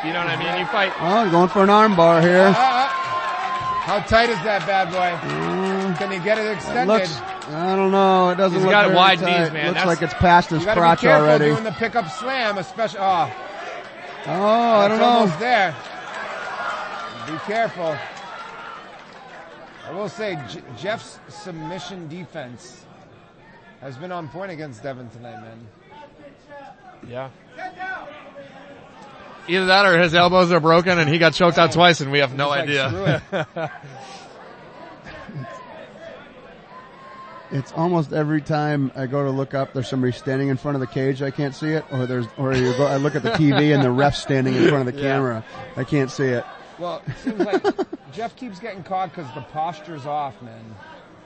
Speaker 4: you know what I mean. You fight
Speaker 16: Oh, going for an armbar here.
Speaker 6: How tight is that bad boy? Can he get it
Speaker 16: It
Speaker 6: extended?
Speaker 16: looks, I don't know. It doesn't
Speaker 6: He's
Speaker 16: look
Speaker 6: got
Speaker 16: very
Speaker 6: wide
Speaker 16: tight.
Speaker 6: knees, man.
Speaker 16: Looks
Speaker 6: That's-
Speaker 16: like it's past his
Speaker 6: you gotta
Speaker 16: crotch
Speaker 6: be careful
Speaker 16: already.
Speaker 6: doing the pickup slam, especially. Oh,
Speaker 16: Oh, I don't
Speaker 6: it's
Speaker 16: know.
Speaker 6: Almost there. Be careful. I will say J- Jeff's submission defense has been on point against Devin tonight, man.
Speaker 4: Yeah. Either that or his elbows are broken and he got choked out twice and we have no
Speaker 6: He's like,
Speaker 4: idea.
Speaker 6: "Screw it."
Speaker 16: It's almost every time I go to look up, there's somebody standing in front of the cage. I can't see it, or there's, or you go, I look at the TV and the ref standing in front of the
Speaker 6: Yeah.
Speaker 16: camera. I can't see it.
Speaker 6: Well, it seems like Jeff keeps getting caught because the posture's off, man.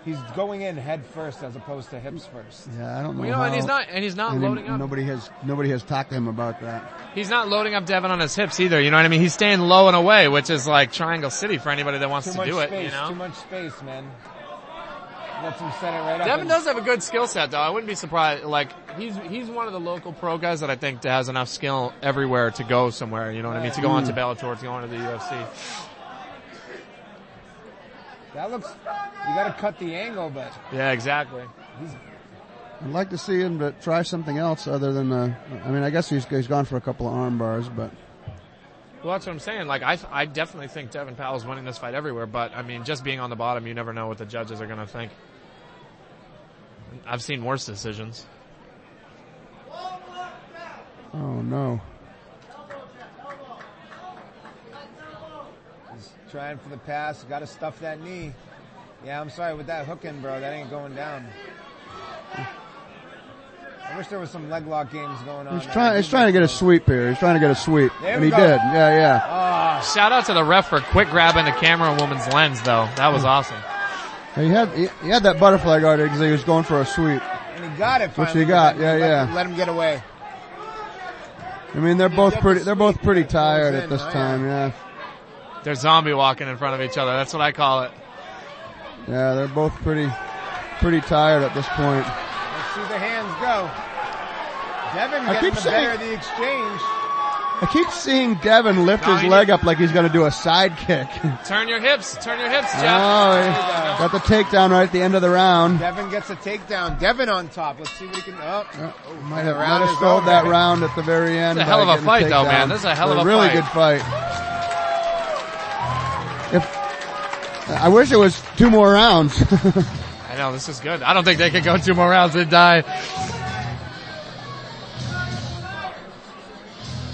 Speaker 6: He's going in head first as opposed to hips first.
Speaker 16: Yeah, I don't know.
Speaker 4: You know, and
Speaker 16: how-
Speaker 4: he's not- and he's not
Speaker 16: he-
Speaker 4: loading up.
Speaker 16: Nobody has, nobody has talked to him about that.
Speaker 4: He's not loading up Devin on his hips either, you know what I mean? He's staying low and away, which is like Triangle City for anybody that wants
Speaker 6: Too
Speaker 4: to
Speaker 6: much
Speaker 4: do
Speaker 6: space,
Speaker 4: it, you know?
Speaker 6: too much space, man. Lets him set it right up.
Speaker 4: Devin
Speaker 6: and-
Speaker 4: does have a good skill set though. I wouldn't be surprised. Like he's he's one of the local pro guys that I think has enough skill everywhere to go somewhere. You know what I mean? To go on
Speaker 6: Mm.
Speaker 4: to Bellator, to go on to the UFC.
Speaker 6: That looks. You got to cut the angle, but
Speaker 4: Yeah, exactly.
Speaker 16: I'd like to see him to try something else other than the. I mean, I guess he's he's gone for a couple of arm bars, but
Speaker 4: Well, that's what I'm saying. Like I I definitely think Devin Powell's winning this fight everywhere. But I mean, just being on the bottom, you never know what the judges are going to think. I've seen worse decisions.
Speaker 16: oh no.
Speaker 6: he's trying for the pass. Got to stuff that knee. Yeah, I'm sorry with that hook in, bro. That ain't going down. I wish there was some leg lock games going on.
Speaker 16: He's trying. He's trying to get a sweep here. He's trying to get a sweep,
Speaker 6: There
Speaker 16: and
Speaker 6: we
Speaker 16: he
Speaker 6: go.
Speaker 16: did. Yeah, yeah.
Speaker 4: Shout out to the ref for quick grabbing the camera woman's lens though. That was awesome.
Speaker 16: He had he, he had that butterfly guard because he was going for a sweep.
Speaker 6: And he got it.
Speaker 16: Which
Speaker 6: finally,
Speaker 16: he got,
Speaker 6: but
Speaker 16: yeah,
Speaker 6: let-
Speaker 16: yeah.
Speaker 6: Let him get away.
Speaker 16: I mean, they're both pretty. They're both pretty tired at this
Speaker 6: oh, yeah.
Speaker 16: time. Yeah,
Speaker 4: They're zombie walking in front of each other. That's what I call it.
Speaker 16: yeah. They're both pretty, pretty tired at this point.
Speaker 6: Let's see the hands go. Devin
Speaker 16: I
Speaker 6: getting
Speaker 16: keep
Speaker 6: the
Speaker 16: saying-
Speaker 6: better of the exchange.
Speaker 16: I keep seeing Devin lift
Speaker 4: No,
Speaker 16: his
Speaker 4: he
Speaker 16: leg up like he's going to do a side kick. oh,
Speaker 4: Turn your hips. Turn your hips,
Speaker 16: he
Speaker 4: Jeff.
Speaker 16: Oh, got the takedown right at the end of the round.
Speaker 6: Devin gets a takedown. Devin on top. Let's see what he can. Oh, oh
Speaker 16: Might have, might
Speaker 6: the round
Speaker 16: have
Speaker 6: is
Speaker 16: stalled
Speaker 6: over.
Speaker 16: that round at the very end.
Speaker 4: It's a
Speaker 16: by
Speaker 4: hell of a
Speaker 16: getting
Speaker 4: fight, though, man.
Speaker 16: takedown.
Speaker 4: This is a hell of a
Speaker 16: really
Speaker 4: fight.
Speaker 16: good fight. If I wish it was two more rounds.
Speaker 4: I know this is good. I don't think they could go two more rounds and die.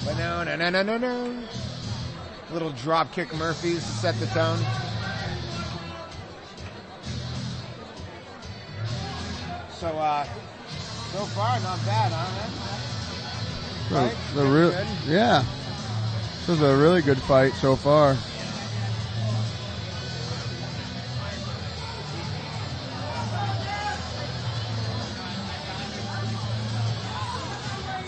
Speaker 6: But no, no, no, no, no, no. Little drop kick Murphy's to set the tone. So, uh, so far not bad, huh?
Speaker 16: The,
Speaker 6: man?
Speaker 16: the
Speaker 6: Right?
Speaker 16: real,
Speaker 6: Good?
Speaker 16: yeah. This is a really good fight so far.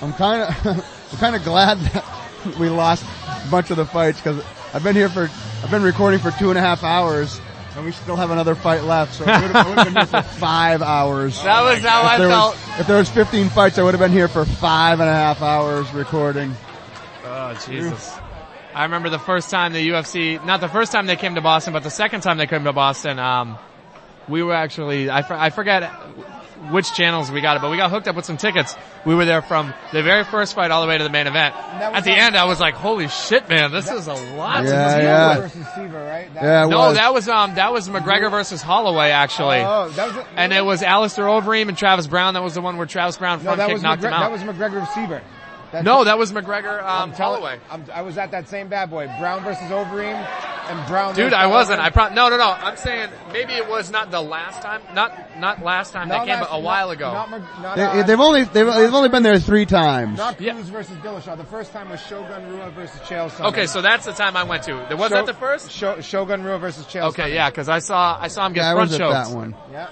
Speaker 16: I'm kind of, I'm kind of glad that we lost a bunch of the fights because I've been here for, I've been recording for two and a half hours and we still have another fight left. So I would have been here for five hours.
Speaker 4: That was how I
Speaker 16: if there
Speaker 4: felt.
Speaker 16: Was, if there was 15 fights, I would have been here for five and a half hours recording.
Speaker 4: Oh Jesus! I remember the first time the UFC, not the first time they came to Boston, but the second time they came to Boston. Um, we were actually I, for, I forget which channels we got it, but we got hooked up with some tickets. We were there from the very first fight all the way to the main event.
Speaker 6: that
Speaker 4: At
Speaker 6: was
Speaker 4: the
Speaker 6: on-
Speaker 4: end, I was like, "Holy shit, man! This
Speaker 6: That-
Speaker 4: is a
Speaker 16: Yeah,
Speaker 4: lot." to
Speaker 6: Seaver
Speaker 4: see."
Speaker 16: yeah.
Speaker 6: versus Seaver, right? That-
Speaker 16: Yeah, it
Speaker 4: No,
Speaker 16: was.
Speaker 4: that was um that was McGregor versus Holloway actually.
Speaker 6: Oh, that was, a-
Speaker 4: And it was Alistair Overeem and Travis Brown. That was the one where Travis Brown
Speaker 6: no,
Speaker 4: front
Speaker 6: that
Speaker 4: kick
Speaker 6: was,
Speaker 4: knocked
Speaker 6: McGre-
Speaker 4: him out.
Speaker 6: that was McGregor Seaver. That's
Speaker 4: no, that was McGregor um,
Speaker 6: I'm tell-
Speaker 4: Holloway.
Speaker 6: I'm, I was at that same bad boy. Brown versus Overeem and Brown.
Speaker 4: Dude,
Speaker 6: versus
Speaker 4: I wasn't.
Speaker 6: Overeem.
Speaker 4: I pro- no, no, no. I'm saying maybe it was not the last time. Not not last time
Speaker 6: Not
Speaker 4: they came,
Speaker 6: last-
Speaker 4: but a while
Speaker 6: not-
Speaker 4: ago.
Speaker 6: Not, Mc- not,
Speaker 16: They,
Speaker 6: uh,
Speaker 16: they've only they've, they've only been there three times.
Speaker 6: Not Cruz versus Dillashaw. The first time was Shogun Rua versus Chael Sonnen.
Speaker 4: okay, so that's the time I went to. There- Was
Speaker 6: Sho-
Speaker 4: that the first?
Speaker 6: Sho- Shogun Rua versus Chael
Speaker 4: Okay, yeah, because I saw I saw him get
Speaker 16: Yeah, I
Speaker 4: front
Speaker 16: was at
Speaker 4: choked.
Speaker 16: that one.
Speaker 6: Sonnen. Yeah.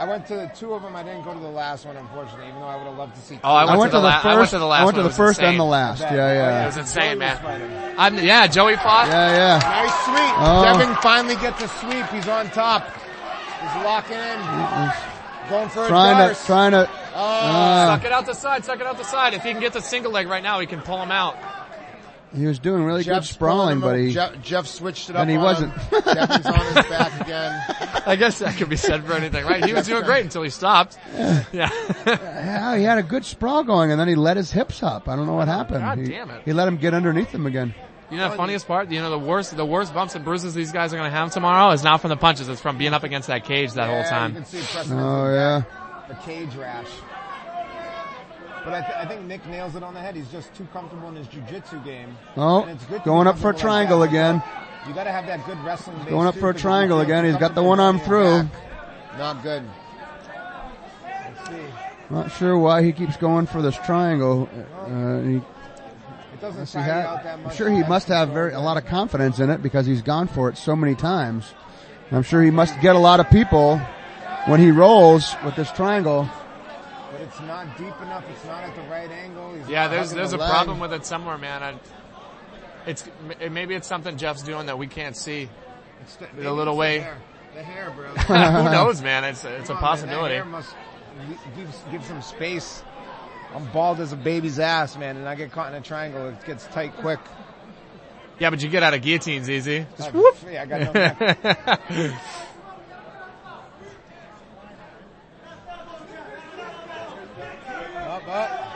Speaker 6: I went to the two of them. I didn't go to the last one, unfortunately, even though I would have loved to see.
Speaker 4: Oh, I
Speaker 16: I
Speaker 4: went,
Speaker 16: went
Speaker 4: to, the
Speaker 16: the
Speaker 4: la-
Speaker 16: first.
Speaker 4: I went to the last.
Speaker 16: I went to
Speaker 4: one.
Speaker 16: the
Speaker 4: It was
Speaker 16: first and the
Speaker 4: insane.
Speaker 16: last. Yeah,
Speaker 6: That-
Speaker 16: yeah,
Speaker 4: It was
Speaker 6: Joey
Speaker 4: insane,
Speaker 6: was
Speaker 4: man.
Speaker 6: fighting.
Speaker 4: I'm, yeah, Joey fought.
Speaker 16: yeah, yeah.
Speaker 6: Nice sweep.
Speaker 16: Oh.
Speaker 6: Devin finally gets a sweep. He's on top. He's locking in. Going for a
Speaker 16: Trying to
Speaker 6: darce.
Speaker 16: trying to. Ah.
Speaker 6: Oh.
Speaker 4: Suck it out the side. Suck it out the side. If he can get the single leg right now, he can pull him out. He was doing really
Speaker 7: Jeff's
Speaker 4: good
Speaker 7: pulling
Speaker 4: sprawling, but
Speaker 7: him
Speaker 4: he
Speaker 7: up. Jeff, Jeff switched it up.
Speaker 4: and he
Speaker 7: on
Speaker 4: wasn't.
Speaker 7: Him. Jeff was on his back again.
Speaker 16: I guess that could be said for anything, right? He was doing great until he stopped. Yeah.
Speaker 4: Yeah, he had a good sprawl going, and then he let his hips up. I don't know what happened.
Speaker 16: God
Speaker 4: he,
Speaker 16: damn it.
Speaker 4: He let him get underneath him again.
Speaker 16: You know the funniest part? You know the worst, the worst bumps and bruises these guys are going to have tomorrow is not from the punches. It's from being up against that cage that
Speaker 6: Yeah,
Speaker 16: whole time.
Speaker 6: You can see Preston
Speaker 4: Oh
Speaker 6: in the
Speaker 4: yeah.
Speaker 6: back, the cage rash. But I, th- I think Nick nails it on the head. He's just too comfortable in his jiu-jitsu game.
Speaker 4: Oh,
Speaker 6: And it's good to be
Speaker 4: going up for a
Speaker 6: comfortable like that.
Speaker 4: triangle again.
Speaker 6: You got to have that good wrestling. Base
Speaker 4: Going up
Speaker 6: too,
Speaker 4: for a
Speaker 6: 'cause
Speaker 4: triangle
Speaker 6: you feel
Speaker 4: again. He's got the
Speaker 6: comfortable
Speaker 4: one arm
Speaker 6: in your
Speaker 4: through.
Speaker 6: back. Not good. Let's see.
Speaker 4: Not sure why he keeps going for this triangle. Uh, he,
Speaker 6: It doesn't
Speaker 4: unless he
Speaker 6: tire you
Speaker 4: had-
Speaker 6: out that
Speaker 4: I'm
Speaker 6: much.
Speaker 4: sure he must have very a lot of confidence in it because he's gone for it so many times. And I'm sure he must get a lot of people when he rolls with this triangle.
Speaker 6: But it's not deep enough. It's not at the right angle. He's
Speaker 16: Yeah,
Speaker 6: not
Speaker 16: there's
Speaker 6: hugging
Speaker 16: there's
Speaker 6: the
Speaker 16: a
Speaker 6: leg.
Speaker 16: problem with it somewhere, man. I, it's m- maybe it's something Jeff's doing that we can't see.
Speaker 6: It's
Speaker 16: With
Speaker 6: maybe
Speaker 16: a little
Speaker 6: it's the
Speaker 16: way.
Speaker 6: hair. The hair, bro.
Speaker 16: Who knows, man? It's a- it's a
Speaker 6: Come on,
Speaker 16: possibility.
Speaker 6: Man, that hair must le- gives gives some space. I'm bald as a baby's ass, man, and I get caught in a triangle. It gets tight quick.
Speaker 16: Yeah, but you get out of guillotines easy. Just
Speaker 6: Uh,
Speaker 16: whoop.
Speaker 6: yeah, I got no back. Up, up.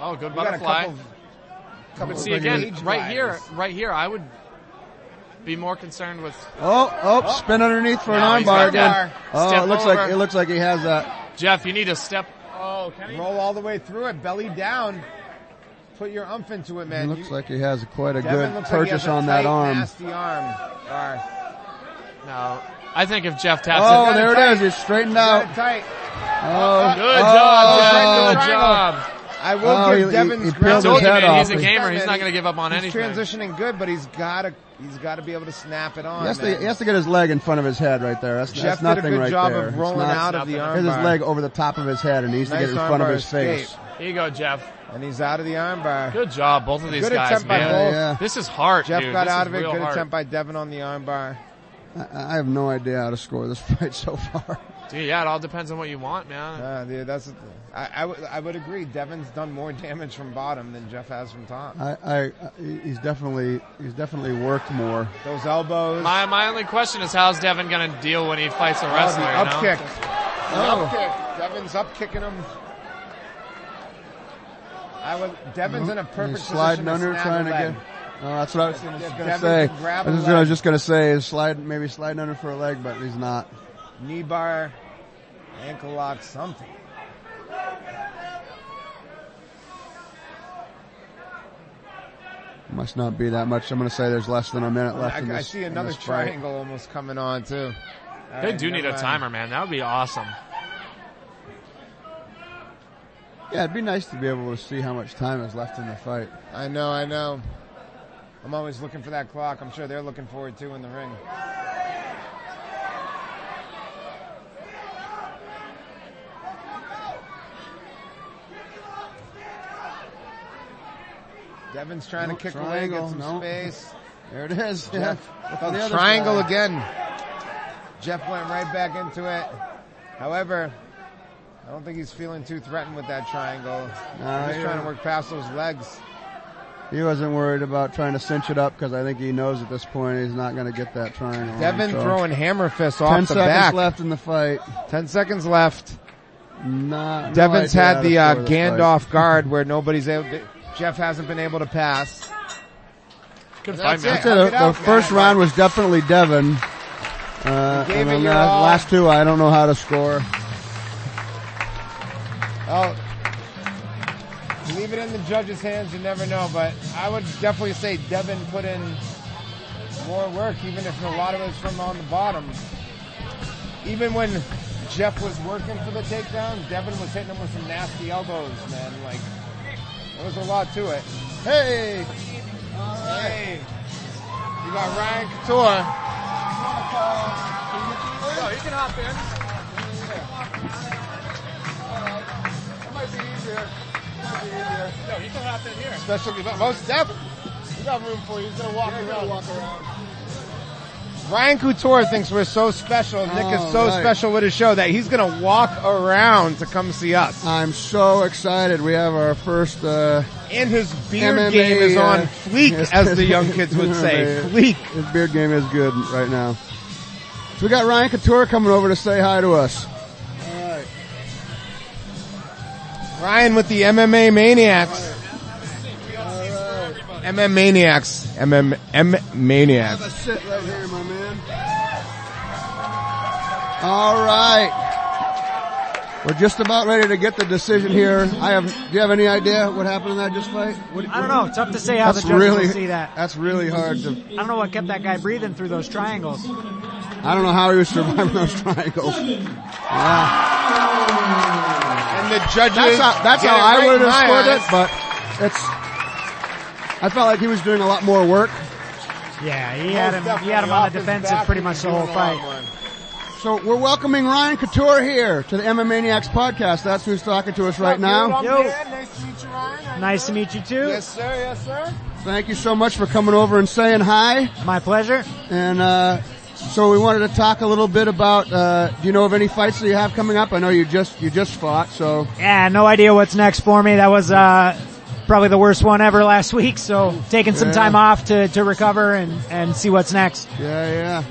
Speaker 16: oh, good
Speaker 6: We got a
Speaker 16: butterfly.
Speaker 6: couple- couple
Speaker 16: but see
Speaker 6: of
Speaker 16: again,
Speaker 6: cage
Speaker 16: right here,
Speaker 6: riders.
Speaker 16: right here, I would be more concerned with
Speaker 4: Oh, oh, spin underneath for an
Speaker 16: No, he's
Speaker 4: armbar
Speaker 16: got
Speaker 4: again.
Speaker 16: that.
Speaker 4: Oh,
Speaker 16: Step
Speaker 4: it looks like
Speaker 16: over.
Speaker 4: it looks like he has that.
Speaker 16: Jeff. You need to step. Oh, can he?
Speaker 6: Roll all the way through it, belly down. Put your umph into it,
Speaker 4: It
Speaker 6: man. You-
Speaker 4: looks like he has quite a
Speaker 6: Devin
Speaker 4: good
Speaker 6: looks like he has
Speaker 4: purchase
Speaker 6: a
Speaker 4: on that
Speaker 6: tight,
Speaker 4: arm.
Speaker 6: Nasty arm. Alright.
Speaker 16: No, I think if Jeff taps
Speaker 4: Oh,
Speaker 16: it,
Speaker 4: there it is. He's straightened out.
Speaker 6: Got it tight.
Speaker 4: Oh,
Speaker 16: Good job,
Speaker 4: oh,
Speaker 16: Jeff. Good
Speaker 4: triangle.
Speaker 16: job.
Speaker 6: I will
Speaker 4: Oh, he-
Speaker 6: give
Speaker 4: he-
Speaker 6: Devin's
Speaker 4: he
Speaker 6: ground.
Speaker 4: peeled his
Speaker 16: Told you,
Speaker 4: head
Speaker 16: man,
Speaker 4: off.
Speaker 16: he's a gamer.
Speaker 6: man,
Speaker 16: He's not gonna give up on
Speaker 6: he's
Speaker 16: anything.
Speaker 6: transitioning good, but he's gotta he's gotta be able to snap it on.
Speaker 4: He has, to,
Speaker 6: man.
Speaker 4: he has to get his leg in front of his head right there. That's, that's
Speaker 6: Jeff did a
Speaker 4: nothing
Speaker 6: good
Speaker 4: right
Speaker 6: job
Speaker 4: there.
Speaker 6: of
Speaker 4: It's
Speaker 6: rolling
Speaker 4: not-
Speaker 6: out of the
Speaker 4: He has
Speaker 6: armbar.
Speaker 4: his leg over the top of his head and he needs to
Speaker 6: Nice
Speaker 4: get in front of
Speaker 6: armbar
Speaker 4: his face.
Speaker 6: escape.
Speaker 16: Here you go, Jeff.
Speaker 6: And he's out of the armbar.
Speaker 16: Good job, both of these
Speaker 6: Good
Speaker 16: guys,
Speaker 6: attempt by
Speaker 16: man.
Speaker 6: both.
Speaker 4: Yeah.
Speaker 16: This is hard,
Speaker 6: Jeff
Speaker 16: dude.
Speaker 6: got
Speaker 16: This
Speaker 6: out
Speaker 16: is
Speaker 6: of it.
Speaker 16: real
Speaker 6: Good
Speaker 16: hard.
Speaker 6: attempt by Devin on the armbar.
Speaker 4: I, I have no idea how to score this fight so far.
Speaker 16: Dude, yeah, it all depends on what you want, man.
Speaker 6: Ah, dude, that's I, I would I would agree. Devin's done more damage from bottom than Jeff has from top.
Speaker 4: I, I, I he's definitely he's definitely worked more.
Speaker 6: Those elbows.
Speaker 16: My my only question is how's Devin gonna deal when he fights a
Speaker 6: Oh,
Speaker 16: wrestler?
Speaker 6: the
Speaker 16: you know?
Speaker 6: up kick. Oh. Up kick. Devin's up kicking him. I was, Devin's in a
Speaker 4: Mm-hmm. He's
Speaker 6: perfect
Speaker 4: sliding
Speaker 6: position
Speaker 4: under,
Speaker 6: to snap
Speaker 4: trying to
Speaker 6: a leg.
Speaker 4: get. Oh, that's what I was
Speaker 6: If
Speaker 4: just
Speaker 6: Devin
Speaker 4: gonna say.
Speaker 6: can grab
Speaker 4: This
Speaker 6: a
Speaker 4: is what I
Speaker 6: leg.
Speaker 4: was just gonna say is slide, maybe sliding under for a leg, but he's not.
Speaker 6: knee bar, ankle lock, something.
Speaker 4: Must not be that much. I'm gonna say there's less than a minute left.
Speaker 6: I,
Speaker 4: in
Speaker 6: I
Speaker 4: this,
Speaker 6: see
Speaker 4: in
Speaker 6: another
Speaker 4: this fight.
Speaker 6: triangle almost coming on too. All
Speaker 16: They
Speaker 6: right,
Speaker 16: do need
Speaker 6: never
Speaker 16: a
Speaker 6: mind.
Speaker 16: timer, man. That would be awesome.
Speaker 4: Yeah, it'd be nice to be able to see how much time is left in the fight.
Speaker 6: I know, I know. I'm always looking for that clock. I'm sure they're looking for it too in the ring. Devin's trying
Speaker 4: Nope,
Speaker 6: to kick away,
Speaker 4: triangle,
Speaker 6: get some
Speaker 4: nope.
Speaker 6: space.
Speaker 4: There it is.
Speaker 6: Jeff,
Speaker 4: Yeah.
Speaker 6: oh,
Speaker 4: On the other
Speaker 6: triangle
Speaker 4: side.
Speaker 6: again. Jeff went right back into it. However, I don't think he's feeling too threatened with that triangle.
Speaker 4: No,
Speaker 6: he's
Speaker 4: he-
Speaker 6: trying to work past those legs.
Speaker 4: He wasn't worried about trying to cinch it up because I think he knows at this point he's not going to get that triangle.
Speaker 6: Devin
Speaker 4: So,
Speaker 6: throwing hammer fists off
Speaker 4: Ten
Speaker 6: the
Speaker 4: seconds
Speaker 6: back.
Speaker 4: left in the fight.
Speaker 6: Ten seconds left.
Speaker 4: Not, no
Speaker 6: Devin's
Speaker 4: idea
Speaker 6: had
Speaker 4: how to
Speaker 6: the uh,
Speaker 4: score this
Speaker 6: Gandalf guard where nobody's able. To, Jeff hasn't been able to pass.
Speaker 16: Good fight,
Speaker 6: That's
Speaker 16: man.
Speaker 6: it.
Speaker 4: fight. So the
Speaker 6: Knock it out,
Speaker 4: the first
Speaker 6: man.
Speaker 4: round was definitely Devin. Uh,
Speaker 6: You gave
Speaker 4: and
Speaker 6: it
Speaker 4: then
Speaker 6: your
Speaker 4: the
Speaker 6: all.
Speaker 4: last two, I don't know how to score.
Speaker 6: Oh, leave it in the judges' hands. You never know, but I would definitely say Devin put in more work, even if a lot of it was from on the bottom. Even when Jeff was working for the takedown, Devin was hitting him with some nasty elbows, man. Like there was a lot to it. Hey, hey, you got Ryan Couture.
Speaker 21: No, you can hop in. No, you can hop in here.
Speaker 6: Special, most Devin. We got room for you. He's gonna walk around. Ryan Couture thinks we're so special. Nick is so
Speaker 4: All right.
Speaker 6: special with his show that he's gonna walk around to come see us.
Speaker 4: I'm so excited. We have our first. Uh,
Speaker 6: and his beard
Speaker 4: MMA,
Speaker 6: game is
Speaker 4: uh,
Speaker 6: on fleek,
Speaker 4: yes.
Speaker 6: as the young kids would say. Fleek.
Speaker 4: His beard game is good right now. So we got Ryan Couture coming over to say hi to us.
Speaker 6: Ryan with the MMA Maniacs. MM Maniacs. MM, Maniacs.
Speaker 4: Have a sit right here, my man. All right. We're just about ready to get the decision here. I have. Do you have any idea what happened in that just fight? What,
Speaker 15: I don't know. Tough to say how
Speaker 4: That's
Speaker 15: the judges
Speaker 4: really-
Speaker 15: will see that.
Speaker 4: That's really hard to.
Speaker 15: I don't know what kept that guy breathing through those triangles.
Speaker 4: I don't know how he was surviving those triangles. Yeah.
Speaker 6: And the judges.
Speaker 4: That's how, that's
Speaker 6: get
Speaker 4: how
Speaker 6: it
Speaker 4: I
Speaker 6: right
Speaker 4: would
Speaker 6: in my
Speaker 4: have
Speaker 6: eyes.
Speaker 4: scored it, but it's. I felt like he was doing a lot more work.
Speaker 15: Yeah, he had him. He had him on the defensive pretty much the whole fight.
Speaker 4: So we're welcoming Ryan Couture here to the MMA Maniacs podcast. That's who's talking to us right now.
Speaker 6: Nice to meet you, Ryan.
Speaker 15: Nice to meet you too.
Speaker 6: Yes, sir. Yes, sir.
Speaker 4: Thank you so much for coming over and saying hi.
Speaker 15: My pleasure.
Speaker 4: And uh, so we wanted to talk a little bit about. Uh, do you know of any fights that you have coming up? I know you just you just fought, so
Speaker 15: Yeah, no idea what's next for me. That was uh, probably the worst one ever last week. So taking some
Speaker 4: Yeah.
Speaker 15: time off to, to recover and, and see what's next.
Speaker 4: yeah, yeah.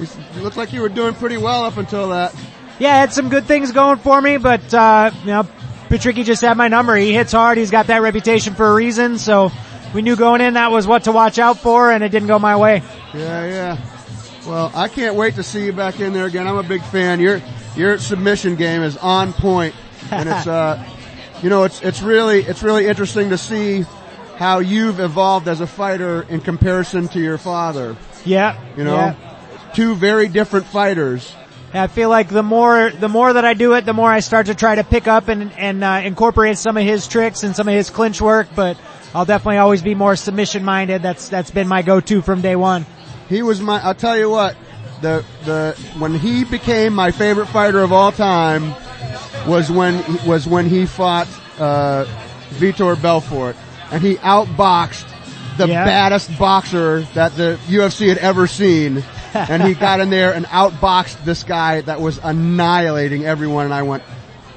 Speaker 4: You s- You looked like you were doing pretty well up until that.
Speaker 15: Yeah, I had some good things going for me, but uh, you know, Patricky just had my number. He hits hard. He's got that reputation for a reason. So we knew going in that was what to watch out for, and it didn't go my way.
Speaker 4: Yeah, yeah. Well, I can't wait to see you back in there again. I'm a big fan. Your your submission game is on point, and it's uh, you know, it's it's really it's really interesting to see how you've evolved as a fighter in comparison to your father.
Speaker 15: Yeah,
Speaker 4: You know,
Speaker 15: yeah.
Speaker 4: two very different fighters.
Speaker 15: I feel like the more the more that I do it, the more I start to try to pick up and and uh, incorporate some of his tricks and some of his clinch work. But I'll definitely always be more submission minded. That's that's been my go to from day one.
Speaker 4: He was my. I'll tell you what. The the when he became my favorite fighter of all time was when was when he fought uh, Vitor Belfort, and he outboxed the
Speaker 15: Yeah.
Speaker 4: baddest boxer that the UFC had ever seen. and he got in there and outboxed this guy that was annihilating everyone. And I went,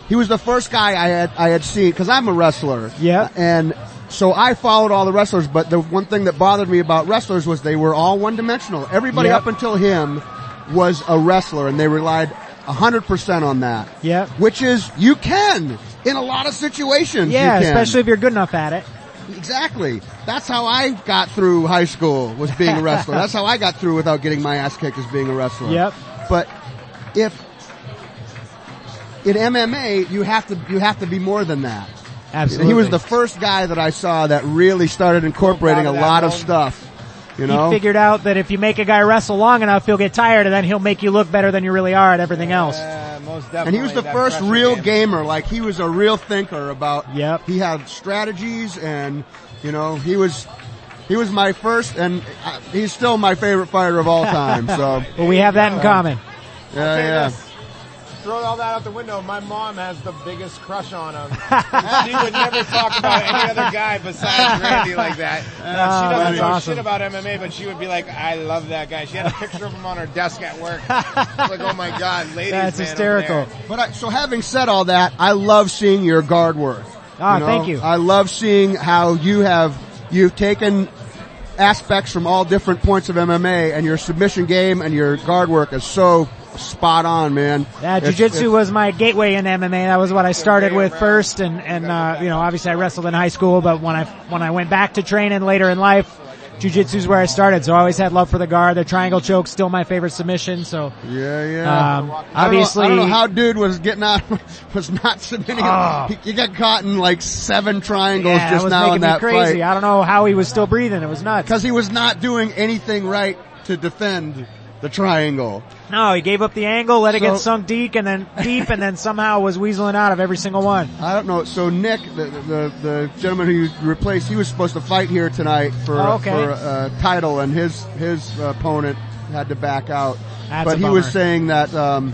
Speaker 4: he was the first guy I had I had seen because I'm a wrestler. Yeah, and so I followed all the wrestlers. But the one thing that bothered me about wrestlers was they were all one dimensional. Everybody
Speaker 15: Yep.
Speaker 4: up until him was a wrestler, and they relied hundred percent on that.
Speaker 15: Yeah,
Speaker 4: which is you can in a lot of situations. you
Speaker 15: Yeah,
Speaker 4: can.
Speaker 15: especially if you're good enough at it.
Speaker 4: Exactly. That's how I got through high school was being a wrestler. That's how I got through without getting my ass kicked as being a wrestler.
Speaker 15: Yep.
Speaker 4: But if in MMA you have to you have to be more than that.
Speaker 15: Absolutely.
Speaker 4: He was the first guy that I saw that really started incorporating a lot of stuff. You know,
Speaker 15: He figured out that if you make a guy wrestle long enough, he'll get tired, and then he'll make you look better than you really are at everything else.
Speaker 4: and he was the first real gamer. Like he was a real thinker about. Yep. He had strategies, and you know he was he was my first, and uh, he's still my favorite fighter of all time. So,
Speaker 15: Well, we have that in common. Uh,
Speaker 4: Yeah, Oh, yeah.
Speaker 6: Throw all that out the window. My mom has the biggest crush on him. she would never talk about any other guy besides Randy like that.
Speaker 15: Oh,
Speaker 6: she doesn't
Speaker 15: that's
Speaker 6: know
Speaker 15: awesome.
Speaker 6: shit about MMA, but she would be like, "I love that guy." She had a picture of him on her desk at work. It's like, oh my god, ladies,
Speaker 4: That's
Speaker 6: man, I'm
Speaker 4: hysterical.
Speaker 6: there.
Speaker 4: But I, so having said all that, I love seeing your guard work.
Speaker 6: Ah, thank you.
Speaker 4: I love seeing how you have you've taken aspects from all different points of MMA, and your submission game and your guard work is so spot on, man.
Speaker 15: Yeah,
Speaker 4: It's-
Speaker 15: jujitsu
Speaker 4: it's-
Speaker 15: was my gateway in MMA. That was what I started with first, and and uh, you know, obviously I wrestled in high school, but when I when I went back to training later in life, jujitsu's where I started. So I always had love for the guard. The triangle choke still my favorite submission. So
Speaker 4: Yeah, yeah.
Speaker 15: Um,
Speaker 4: I don't know-
Speaker 15: obviously-
Speaker 4: I don't know how dude was getting out, was not submitting.
Speaker 15: Oh.
Speaker 4: He, he got caught in like seven triangles
Speaker 15: yeah, it
Speaker 4: just
Speaker 15: was
Speaker 4: now
Speaker 15: making
Speaker 4: in that
Speaker 15: me crazy.
Speaker 4: fight.
Speaker 15: I don't know how he was still breathing. It was nuts.
Speaker 4: Because he was not doing anything right to defend the triangle.
Speaker 15: No, he gave up the angle, let it get
Speaker 4: So-
Speaker 15: sunk deep, and then deep, and then somehow was weaseling out of every single one.
Speaker 4: I don't know. So Nick, the, the, the gentleman who you replaced, he was supposed to fight here tonight for
Speaker 15: Oh, okay.
Speaker 4: for a title, and his his opponent had to back out.
Speaker 15: That's
Speaker 4: but
Speaker 15: a
Speaker 4: he was
Speaker 15: bummer.
Speaker 4: saying that um,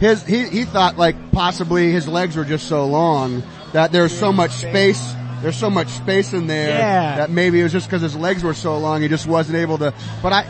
Speaker 4: his he he thought like possibly his legs were just so long that there's so much space. There's so much space in there
Speaker 15: Yeah.
Speaker 4: that maybe it was just because his legs were so long, he just wasn't able to. But I,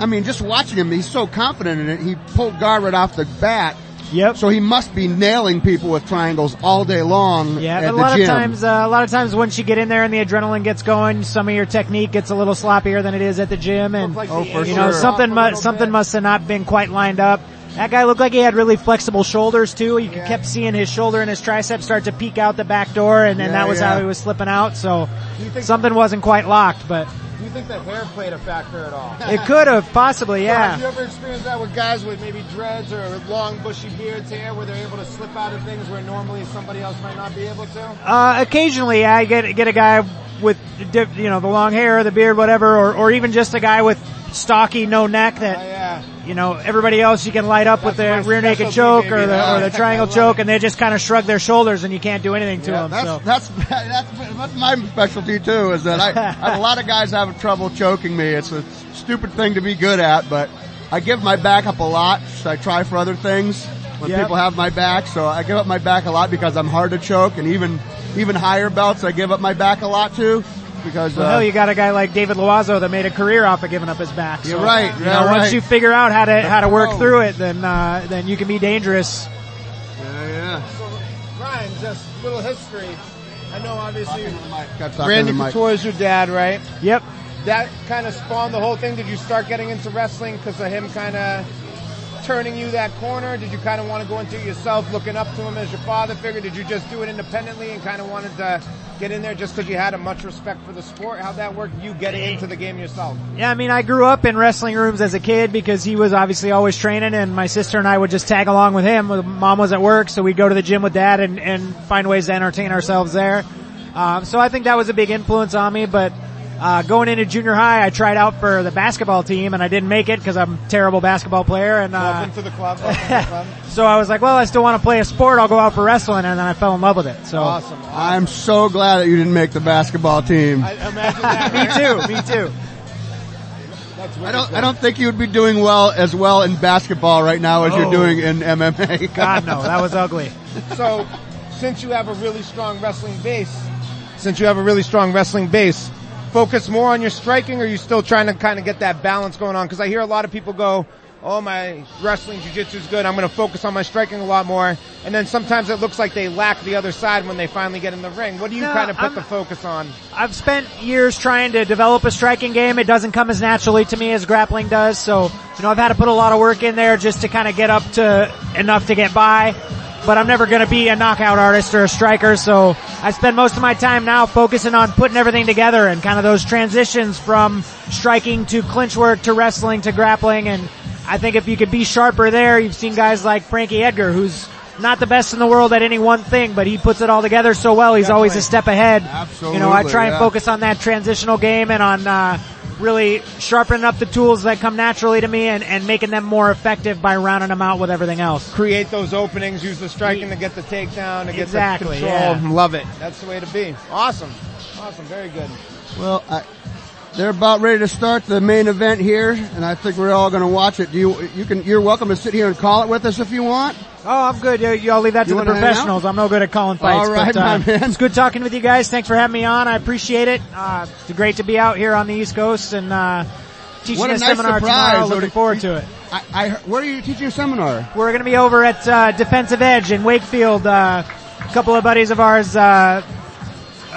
Speaker 4: I mean, just watching him, he's so confident in it. He pulled guard right off the bat.
Speaker 15: Yep.
Speaker 4: So he must be nailing people with triangles all day long.
Speaker 15: Yeah,
Speaker 4: at
Speaker 15: but a
Speaker 4: the
Speaker 15: lot
Speaker 4: gym.
Speaker 15: of times, uh, a lot of times once you get in there and the adrenaline gets going, some of your technique gets a little sloppier than it is at the gym, and
Speaker 22: Looked like Oh, the
Speaker 15: you
Speaker 22: for
Speaker 15: know
Speaker 22: sure.
Speaker 15: something must something must have not been quite lined up. That guy looked like he had really flexible shoulders too. You kept seeing his shoulder and his tricep start to peek out the back door, and then
Speaker 6: Yeah,
Speaker 15: that was
Speaker 6: yeah.
Speaker 15: how he was slipping out. So
Speaker 6: Do you think-
Speaker 15: something wasn't quite locked, but
Speaker 6: Do you think the hair played a factor at all?
Speaker 15: it could have possibly,
Speaker 6: Have you
Speaker 15: yeah.
Speaker 6: ever experienced that with guys with maybe dreads or long bushy beards hair where they're able to slip out of things where normally somebody else might not be able to?
Speaker 15: Uh, occasionally I get get a guy with di- you know the long hair, the beard, whatever, or or even just a guy with stocky, no neck
Speaker 4: Oh,
Speaker 15: that
Speaker 4: uh,
Speaker 15: you know everybody else you can light up with the rear naked choke or the or the triangle choke, and they just kind of shrug their shoulders and you can't do anything to them.
Speaker 4: that's,
Speaker 15: so.
Speaker 4: that's, that's, that's my specialty too, is that I, I have a lot of guys have trouble choking me. It's a stupid thing to be good at, but I give my back up a lot. So I try for other things when
Speaker 22: Yep.
Speaker 4: people have my back. So I give up my back a lot because I'm hard to choke and even, even higher belts I give up my back a lot too because,
Speaker 15: Well,
Speaker 4: uh,
Speaker 15: hell, you got a guy like David Loazo that made a career off of giving up his back. So,
Speaker 4: You're right,
Speaker 15: You
Speaker 4: you're
Speaker 15: know,
Speaker 4: right.
Speaker 15: Once you figure out how to
Speaker 4: The
Speaker 15: how to work
Speaker 4: pro.
Speaker 15: through it, then uh, then you can be dangerous.
Speaker 4: uh,
Speaker 6: So, Ryan, just little history. I know obviously
Speaker 4: talking
Speaker 6: Randy
Speaker 4: to the mic.
Speaker 6: Couture is your dad, right?
Speaker 15: Yep.
Speaker 6: That kind of spawned the whole thing. Did you start getting into wrestling because of him kind of turning you that corner? Did you kind of want to go into it yourself, looking up to him as your father figure? Did you just do it independently and kind of wanted to get in there just because you had a much respect for the sport? How'd that work? You getting into the game yourself?
Speaker 15: Yeah, I mean, I grew up in wrestling rooms as a kid because he was obviously always training and my sister and I would just tag along with him. Mom was at work, so we'd go to the gym with dad and, and find ways to entertain ourselves there. Um, so I think that was a big influence on me, but, uh, going into junior high, I tried out for the basketball team and I didn't make it because I'm a terrible basketball player and, uh,
Speaker 6: Welcome to the club. Welcome to the club.
Speaker 15: so I was like, well, I still want to play a sport. I'll go out for wrestling. And then I fell in love with it. So
Speaker 6: awesome.
Speaker 4: I'm so glad that you didn't make the basketball team.
Speaker 6: Imagine
Speaker 15: that. me too. Me too.
Speaker 6: That's
Speaker 4: I don't, I don't think you would be doing well as well in basketball right now as you're
Speaker 15: Oh.
Speaker 4: doing in MMA.
Speaker 15: God, no, that was ugly.
Speaker 6: so, since you have a really strong wrestling base, since you have a really strong wrestling base, focus more on your striking or are you still trying to kind of get that balance going on? Cause I hear a lot of people go, Oh, my wrestling jiu-jitsu is good. I'm going to focus on my striking a lot more. And then sometimes it looks like they lack the other side when they finally get in the ring. What do you
Speaker 15: No,
Speaker 6: kind of put
Speaker 15: I'm-
Speaker 6: the focus on?
Speaker 15: I've spent years trying to develop a striking game. It doesn't come as naturally to me as grappling does. So, you know, I've had to put a lot of work in there just to kind of get up to enough to get by. But I'm never going to be a knockout artist or a striker. So I spend most of my time now focusing on putting everything together and kind of those transitions from striking to clinch work to wrestling to grappling. And I think if you could be sharper there, you've seen guys like Frankie Edgar who's not the best in the world at any one thing, but he puts it all together so well. He's always a step ahead. You know, I
Speaker 22: Absolutely,
Speaker 15: try and
Speaker 22: yeah.
Speaker 15: focus on that transitional game and on uh, really sharpening up the tools that come naturally to me and, and making them more effective by rounding them out with everything else.
Speaker 6: Create those openings, use the striking to get the takedown, to get
Speaker 15: Exactly,
Speaker 6: the
Speaker 15: yeah.
Speaker 6: control. Love it. That's the way to be. Awesome. Awesome. Very good.
Speaker 4: Well, I, they're about ready to start the main event here, and I think we're all going to watch it. Do you? You can. You're welcome to sit here and call it with us if you want.
Speaker 15: Oh, I'm good. You, y'all leave that
Speaker 4: You
Speaker 15: to the
Speaker 4: wanna hang out?
Speaker 15: professionals. I'm no good at calling fights.
Speaker 4: All right,
Speaker 15: but, uh,
Speaker 4: my man.
Speaker 15: It's good talking with you guys. Thanks for having me on. I appreciate it. Uh, it's great to be out here on the East Coast and uh, teaching
Speaker 4: What a nice
Speaker 15: seminar
Speaker 4: surprise.
Speaker 15: tomorrow.
Speaker 4: What
Speaker 15: Looking
Speaker 4: a-
Speaker 15: forward to it.
Speaker 4: I, I, heard- where are you teaching a seminar?
Speaker 15: We're going to be over at uh, Defensive Edge in Wakefield. Uh, a couple of buddies of ours, uh,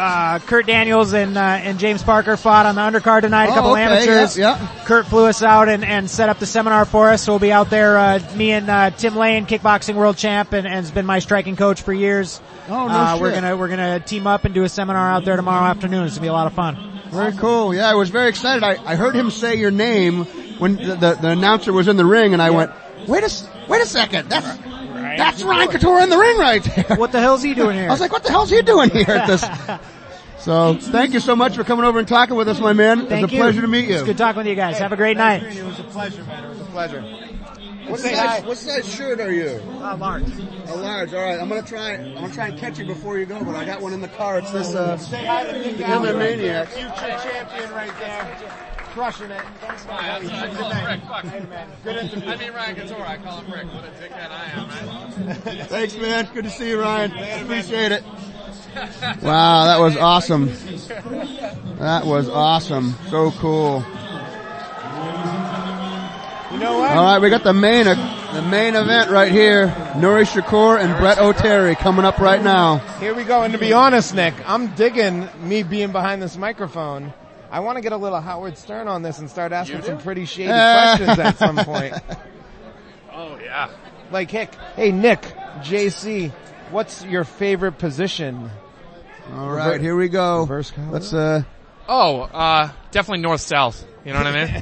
Speaker 15: uh, Kurt Daniels and uh, and James Parker, fought on the undercard tonight. a
Speaker 4: Oh,
Speaker 15: couple
Speaker 4: okay,
Speaker 15: of amateurs.
Speaker 4: yeah,
Speaker 15: Kurt flew us out and, and set up the seminar for us. So we'll be out there. Uh, me and uh, Tim Lane, kickboxing world champ, and, and has been my striking coach for years.
Speaker 4: Oh, no
Speaker 15: uh, We're
Speaker 4: shit.
Speaker 15: gonna we're gonna team up and do a seminar out there tomorrow afternoon. It's gonna be a lot of fun.
Speaker 4: Very cool. Oh. Yeah, I was very excited. I, I heard him say your name when the, the, the announcer was in the ring, and I went, "Wait a s- wait a second, that's that's Ryan Couture in the ring right there."
Speaker 15: What the hell's he doing here?
Speaker 4: I was like, "What the hell's he doing here?" At this. So thank you so much for coming over and talking with us, my man.
Speaker 15: Thank
Speaker 4: it's a
Speaker 15: you.
Speaker 4: pleasure to meet you.
Speaker 15: It's good talking with you guys. Have a great
Speaker 6: Thanks,
Speaker 15: night.
Speaker 6: Randy. It was a pleasure, man. It was a pleasure.
Speaker 4: What
Speaker 6: Say
Speaker 4: size,
Speaker 6: hi.
Speaker 4: what size shirt are you?
Speaker 15: A large.
Speaker 4: A large. All right. I'm gonna try. I'm gonna try and catch you before you go. But I got one in the car. It's this. Uh,
Speaker 6: Say hi to Nick
Speaker 4: the
Speaker 6: Allen,
Speaker 4: MMA maniac.
Speaker 6: Future champion right there. Crushing it. Thanks, man.
Speaker 16: I
Speaker 6: Good
Speaker 16: call him Rick.
Speaker 6: night.
Speaker 16: Fuck.
Speaker 6: Good interview.
Speaker 16: I mean Ryan Couture. I call him Rick. What a dickhead I am, right?
Speaker 4: Thanks, man. Good to see you, Ryan. Appreciate it. Wow, that was awesome. That was awesome. So cool.
Speaker 6: You know what?
Speaker 4: All right, we got the main the main event right here. Nuri Shakur and Brett O'Terry coming up right now.
Speaker 6: Here we go. And to be honest, Nick, I'm digging me being behind this microphone. I want to get a little Howard Stern on this and start asking some pretty shady questions at some point.
Speaker 16: Oh yeah.
Speaker 6: Like, Hick, hey Nick, JC, what's your favorite position?
Speaker 4: All right, here we go. Let's uh
Speaker 16: Oh, uh, definitely north south. You know what I mean?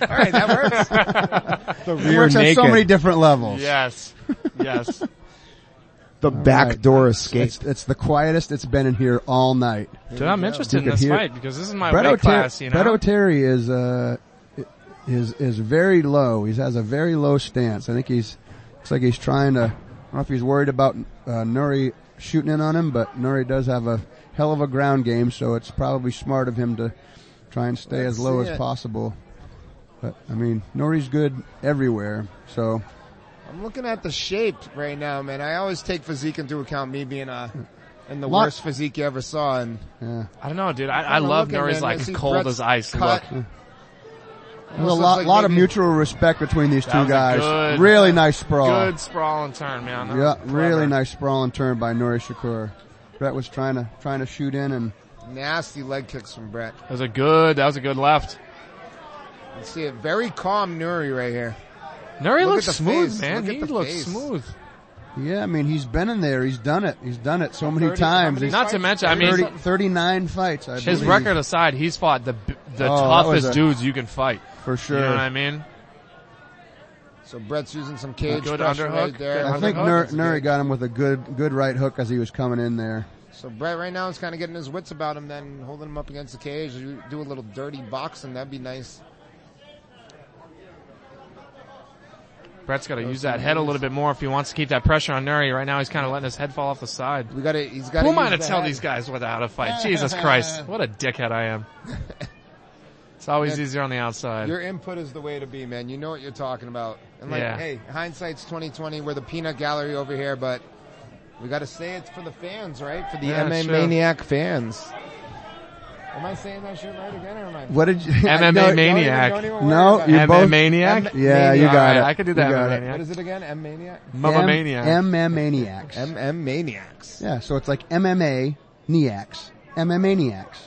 Speaker 16: All
Speaker 6: right, that
Speaker 16: works.
Speaker 4: it works at so many different levels.
Speaker 16: Yes. Yes.
Speaker 4: The
Speaker 6: back door escape.
Speaker 4: It's, it's the quietest it's been in here all night.
Speaker 16: Dude, I'm interested
Speaker 4: You
Speaker 16: in
Speaker 4: could
Speaker 16: this
Speaker 4: hear-
Speaker 16: fight because this is my
Speaker 4: Brett
Speaker 16: weight
Speaker 4: O'Ter-
Speaker 16: class, you know?
Speaker 4: Brett O'Terry is uh is is very low. He has a very low stance. I think he's looks like he's trying to. I don't know if he's worried about uh, Nuri shooting in on him, but Nuri does have a hell of a ground game, so it's probably smart of him to try and stay
Speaker 6: Let's
Speaker 4: as low
Speaker 6: see
Speaker 4: as
Speaker 6: it.
Speaker 4: possible. But I mean, Nuri's good everywhere, so
Speaker 6: I'm looking at the shape right now, man. I always take physique into account, me being uh in the
Speaker 4: Lot-
Speaker 6: worst physique you ever saw and
Speaker 4: yeah.
Speaker 16: I don't know, dude. I, I
Speaker 6: I'm
Speaker 16: love
Speaker 6: looking,
Speaker 16: Nuri's
Speaker 6: man. I
Speaker 16: like
Speaker 6: see
Speaker 16: cold
Speaker 6: Brett's
Speaker 16: as ice
Speaker 6: cut.
Speaker 16: look.
Speaker 4: There's a
Speaker 6: Almost
Speaker 4: lot,
Speaker 6: looks like
Speaker 4: lot of
Speaker 6: maybe-
Speaker 4: mutual respect between these
Speaker 16: That
Speaker 4: two
Speaker 16: was a
Speaker 4: guys.
Speaker 16: good-
Speaker 4: really nice sprawl.
Speaker 16: Good sprawl and turn, man. That
Speaker 4: Yeah,
Speaker 16: was clever.
Speaker 4: really nice sprawling turn by Nuri Shakur. Brett was trying to trying to shoot in, and
Speaker 6: nasty leg kicks from Brett.
Speaker 16: That was a good, that was a good left.
Speaker 6: You see it very calm Nuri right here.
Speaker 16: Nuri
Speaker 6: Look
Speaker 16: looks
Speaker 6: at the
Speaker 16: smooth,
Speaker 6: face.
Speaker 16: man.
Speaker 6: Look at
Speaker 16: he
Speaker 6: the
Speaker 16: looks
Speaker 6: face.
Speaker 16: smooth.
Speaker 4: yeah, I mean he's been in there. He's done it. He's done it so many
Speaker 16: 30
Speaker 4: times. He's
Speaker 16: Not to mention, I mean,
Speaker 4: 30 39 fights. I
Speaker 16: his
Speaker 4: believe.
Speaker 16: record aside, he's fought the b- the
Speaker 4: Oh, that was
Speaker 16: toughest
Speaker 4: a-
Speaker 16: dudes you can fight.
Speaker 4: For
Speaker 16: You
Speaker 4: sure.
Speaker 16: know what I mean?
Speaker 6: So Brett's using some cage
Speaker 16: Good
Speaker 6: pressure
Speaker 16: underhook.
Speaker 6: right there.
Speaker 4: I think Nur- Nuri got him with a good good right hook as he was coming in there.
Speaker 6: So Brett right now is kind of getting his wits about him, then holding him up against the cage. You do a little dirty boxing, that'd be nice.
Speaker 16: Brett's got to use that head a little bit more if he wants to keep that pressure on Nuri. Right now, he's kind of letting his head fall off the side.
Speaker 6: We got to. He's got.
Speaker 16: Who am I to tell these guys what how to fight? Jesus Christ, what a dickhead I am. It's always
Speaker 6: Nick,
Speaker 16: easier on the outside.
Speaker 6: Your input is the way to be, man. You know what you're talking about. And like,
Speaker 16: Yeah.
Speaker 6: hey, hindsight's 2020. We're the peanut gallery over here, but we got to say it's for the fans, right? For the
Speaker 16: Yeah,
Speaker 6: MMA
Speaker 16: sure.
Speaker 6: maniac fans. Am I saying that shit right again, or am I?
Speaker 4: What did you?
Speaker 16: MMA
Speaker 4: No,
Speaker 16: maniac.
Speaker 6: don't even worry
Speaker 4: No,
Speaker 6: about
Speaker 4: you
Speaker 16: MMA
Speaker 4: both.
Speaker 16: maniac?
Speaker 4: Yeah, you
Speaker 16: All
Speaker 4: got
Speaker 16: right,
Speaker 4: it.
Speaker 16: I could do
Speaker 4: You
Speaker 16: that,
Speaker 4: got
Speaker 16: man.
Speaker 4: it.
Speaker 6: What is it again? M maniac.
Speaker 16: Mama
Speaker 4: M-
Speaker 16: maniac.
Speaker 4: MM maniacs.
Speaker 6: MM maniacs.
Speaker 4: Yeah, so it's like MMA niacs. MM maniacs.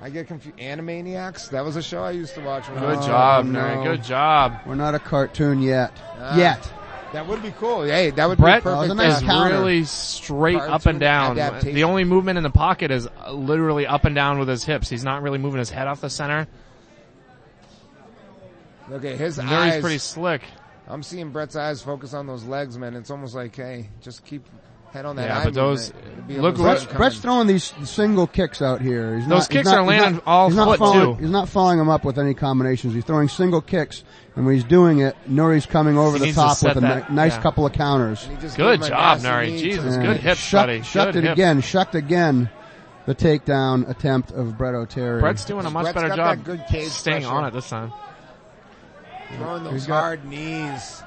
Speaker 6: I get confused. Animaniacs. That was a show I used to watch. When I
Speaker 16: Good
Speaker 6: was-
Speaker 16: job,
Speaker 4: Oh, no.
Speaker 16: Nuri. Good job.
Speaker 4: We're not a cartoon yet.
Speaker 6: Ah.
Speaker 4: yet.
Speaker 6: That would be cool. Hey, that would
Speaker 16: Brett
Speaker 6: be perfect.
Speaker 4: That was a nice
Speaker 16: is
Speaker 6: thing.
Speaker 4: counter.
Speaker 16: really straight up
Speaker 6: Cartoon
Speaker 16: and down.
Speaker 6: adaptation.
Speaker 16: The only movement in the pocket is uh, literally up and down with his hips. He's not really moving his head off the center.
Speaker 6: Look at his
Speaker 16: Nuri's
Speaker 6: eyes.
Speaker 16: pretty slick.
Speaker 6: I'm seeing Brett's eyes focus on those legs, man. It's almost like, hey, just keep head on that.
Speaker 16: Yeah,
Speaker 6: eye
Speaker 16: but those-
Speaker 6: movement. You'll be able
Speaker 16: look
Speaker 6: to
Speaker 16: what-
Speaker 6: see it
Speaker 4: Brett's
Speaker 6: coming.
Speaker 4: throwing these single kicks out here. He's
Speaker 16: Those
Speaker 4: not, he's
Speaker 16: kicks
Speaker 4: not-
Speaker 16: are
Speaker 4: he's
Speaker 16: landing
Speaker 4: not-
Speaker 16: all
Speaker 4: he's not
Speaker 16: foot,
Speaker 4: following-
Speaker 16: too.
Speaker 4: He's not following them up with any combinations. He's throwing single kicks, and when he's doing it, Nuri's coming over
Speaker 16: He
Speaker 4: the
Speaker 16: needs to
Speaker 4: top
Speaker 16: set
Speaker 4: with a
Speaker 16: that-
Speaker 4: ni- nice
Speaker 16: yeah.
Speaker 4: couple of counters.
Speaker 6: He just
Speaker 16: Good
Speaker 6: gave him a
Speaker 16: job,
Speaker 6: nasty
Speaker 16: Nuri.
Speaker 6: knee
Speaker 16: Jesus,
Speaker 6: to-
Speaker 4: And
Speaker 16: good hips,
Speaker 4: shucked,
Speaker 16: buddy.
Speaker 4: Shucked
Speaker 16: Good
Speaker 4: it
Speaker 16: hips.
Speaker 4: again. Shucked again. The takedown attempt of Brett O'Terry.
Speaker 16: Brett's doing a much
Speaker 6: Brett's
Speaker 16: better
Speaker 6: got that
Speaker 16: job
Speaker 6: good cage
Speaker 16: staying
Speaker 6: pressure.
Speaker 16: on it this time.
Speaker 6: Throwing those
Speaker 4: He's got-
Speaker 6: hard knees.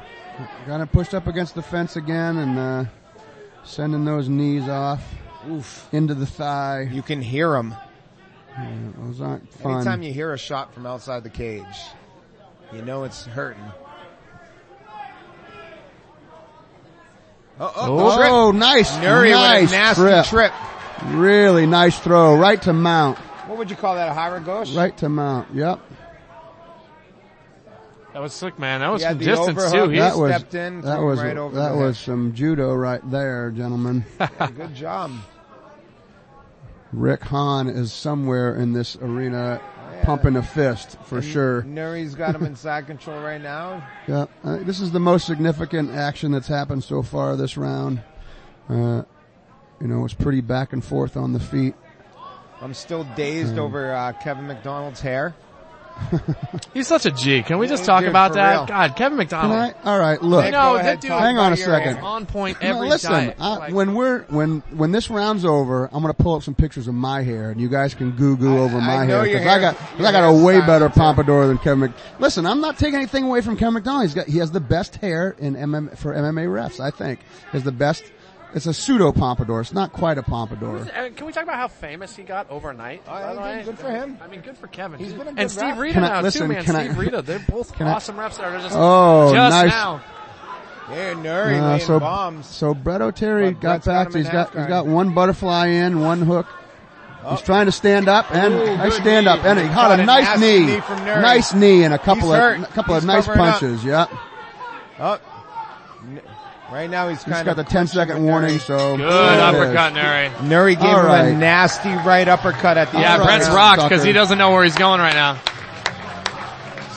Speaker 4: got him pushed up against the fence again, and uh, sending those knees off
Speaker 6: Oof.
Speaker 4: into the thigh.
Speaker 6: You can hear them.
Speaker 4: Those aren't fun.
Speaker 6: Anytime you hear a shot from outside the cage, you know it's hurting. Oh, oh,
Speaker 4: Oh,
Speaker 6: trip.
Speaker 4: nice,
Speaker 6: Nuri
Speaker 4: nice
Speaker 6: with a nasty
Speaker 4: trip.
Speaker 6: trip.
Speaker 4: Really nice throw, right to mount,
Speaker 6: What would you call that? A hieroglyph?
Speaker 4: right to mount. Yep,
Speaker 16: That was slick, man. That was
Speaker 6: Yeah,
Speaker 16: from
Speaker 6: the
Speaker 16: distance too.
Speaker 6: overhook.
Speaker 16: He,
Speaker 4: that was
Speaker 6: stepped in,
Speaker 4: that
Speaker 6: threw him
Speaker 4: was
Speaker 6: right over
Speaker 4: that
Speaker 6: the
Speaker 4: was
Speaker 6: head.
Speaker 4: some judo right there, gentlemen.
Speaker 6: Good job.
Speaker 4: Rick Hahn is somewhere in this arena,
Speaker 6: Oh,
Speaker 4: pumping a fist for sure.
Speaker 6: Nuri's got him inside control right now.
Speaker 4: Yep, I think uh, this is the most significant action that's happened so far this round. Uh, you know, it's pretty back and forth on the feet.
Speaker 6: I'm still
Speaker 4: Hmm.
Speaker 6: dazed over uh, Kevin McDonald's hair.
Speaker 16: he's such a G. Can we just talk
Speaker 6: dude,
Speaker 16: about
Speaker 6: for
Speaker 16: that?
Speaker 6: real.
Speaker 16: God, Kevin
Speaker 4: Can
Speaker 16: McDonald.
Speaker 4: I?
Speaker 6: Oh.
Speaker 4: All right, look.
Speaker 16: You
Speaker 6: Go
Speaker 16: know,
Speaker 6: ahead,
Speaker 16: that dude
Speaker 6: Tom.
Speaker 4: Hang on a
Speaker 16: is
Speaker 4: second.
Speaker 16: on point
Speaker 4: No,
Speaker 16: every
Speaker 4: listen,
Speaker 16: diet.
Speaker 4: I,
Speaker 16: Like-
Speaker 4: when we're when when this round's over, I'm gonna pull up some pictures of my hair, and you guys can goo goo over my
Speaker 6: I know
Speaker 4: hair
Speaker 6: your
Speaker 4: I
Speaker 6: hair-
Speaker 4: got 'cause I
Speaker 6: your
Speaker 4: got a
Speaker 6: hair's
Speaker 4: way
Speaker 6: stylish,
Speaker 4: better
Speaker 6: yeah.
Speaker 4: pompadour than Kevin. Mc, listen, I'm not taking anything away from Kevin McDonald. He's got he has the best hair in MM for MMA refs. I think he has the best It's a pseudo pompadour. It's not quite a pompadour.
Speaker 23: I mean, can we talk about how famous he got overnight? by the
Speaker 6: dude,
Speaker 23: way?
Speaker 6: good for him.
Speaker 23: I mean, good for Kevin.
Speaker 6: He's been a good
Speaker 23: and Steve
Speaker 6: rep.
Speaker 23: Rita
Speaker 4: Can I-
Speaker 23: now
Speaker 4: listen,
Speaker 23: too, man.
Speaker 4: can I-
Speaker 23: Steve Rita, they're both
Speaker 4: can I-
Speaker 23: awesome reps that are just
Speaker 4: Oh,
Speaker 23: just
Speaker 4: nice.
Speaker 23: now.
Speaker 6: Yeah, Nuri
Speaker 4: Uh,
Speaker 6: laying
Speaker 4: so,
Speaker 6: bombs.
Speaker 4: so Brett O'Terry got
Speaker 6: Brett's got
Speaker 4: back.
Speaker 6: him
Speaker 4: He's
Speaker 6: in
Speaker 4: got
Speaker 6: halftime.
Speaker 4: he's got one butterfly in, one hook.
Speaker 6: Oh.
Speaker 4: He's trying to stand up and
Speaker 6: Ooh,
Speaker 4: nice
Speaker 6: good
Speaker 4: stand up
Speaker 6: knee.
Speaker 4: and he
Speaker 6: He
Speaker 4: caught
Speaker 6: caught
Speaker 4: a
Speaker 6: a
Speaker 4: nice
Speaker 6: nasty
Speaker 4: knee,
Speaker 6: knee from Nuri.
Speaker 4: nice knee and a couple
Speaker 6: He's
Speaker 4: of
Speaker 6: hurt.
Speaker 4: a couple
Speaker 6: He's
Speaker 4: of nice
Speaker 6: covering up.
Speaker 4: punches. Yeah,
Speaker 6: Up. Oh. N- Right now he's
Speaker 4: he's
Speaker 6: kind
Speaker 4: got
Speaker 6: of
Speaker 4: the 10 second warning. So
Speaker 16: Good
Speaker 4: there it is.
Speaker 16: uppercut, Nuri.
Speaker 6: Nuri gave
Speaker 4: All
Speaker 6: him
Speaker 4: right.
Speaker 6: a nasty right uppercut at the
Speaker 16: Yeah,
Speaker 6: end.
Speaker 16: Brett's rocked because he doesn't know where he's going right now.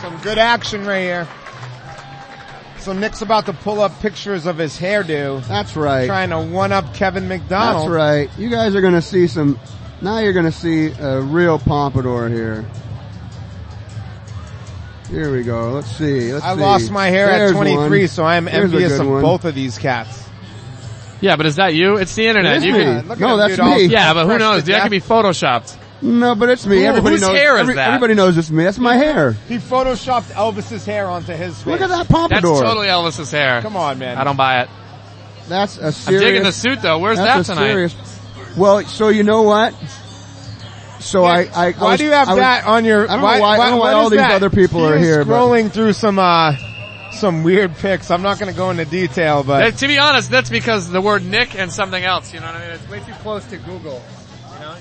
Speaker 6: Some good action right here. So Nick's about to pull up pictures of his hairdo.
Speaker 4: That's right.
Speaker 6: Trying to one up Kevin
Speaker 4: That's
Speaker 6: McDonald.
Speaker 4: right. You guys are gonna see some. Now you're gonna see a real pompadour here. Here we go. Let's see. Let's
Speaker 6: I
Speaker 4: see.
Speaker 6: lost my hair
Speaker 4: There's
Speaker 6: at 23,
Speaker 4: one.
Speaker 6: so I am
Speaker 4: There's a
Speaker 6: envious
Speaker 4: good
Speaker 6: of
Speaker 4: one.
Speaker 6: both of these cats.
Speaker 16: Yeah, but is that you? It's the internet.
Speaker 4: It is
Speaker 16: you
Speaker 4: me.
Speaker 16: can-
Speaker 4: Look at No, him, that's dude, all me.
Speaker 16: Yeah, but who
Speaker 4: fresh to
Speaker 16: knows? That
Speaker 4: death.
Speaker 16: could be photoshopped.
Speaker 4: No, but it's me.
Speaker 16: Who-
Speaker 4: everybody
Speaker 16: whose
Speaker 4: knows.
Speaker 16: hair is
Speaker 4: every-
Speaker 16: that?
Speaker 4: Everybody knows it's me. That's my hair.
Speaker 6: He photoshopped Elvis's hair onto his face.
Speaker 4: Look at that pompadour.
Speaker 16: That's totally Elvis's hair.
Speaker 6: Come on, man.
Speaker 16: I don't buy it.
Speaker 4: That's a
Speaker 16: I'm
Speaker 4: serious.
Speaker 16: digging the suit though. Where's
Speaker 4: that's
Speaker 16: that
Speaker 4: a
Speaker 16: tonight?
Speaker 4: serious- well, so you know what? So I, I, I
Speaker 6: Why
Speaker 4: was-
Speaker 6: do you have
Speaker 4: I was-
Speaker 6: that on your?
Speaker 4: I don't know why- I don't know why
Speaker 6: what
Speaker 4: all
Speaker 6: is
Speaker 4: these
Speaker 6: that?
Speaker 4: other people
Speaker 6: He
Speaker 4: are
Speaker 6: is
Speaker 4: here, but-
Speaker 6: Scrolling through some uh, some weird pics. I'm not going to go into detail,
Speaker 16: Uh,
Speaker 6: but
Speaker 16: to be honest, that's because the word Nick and something else. You know what I mean? It's way too close to Google. You know?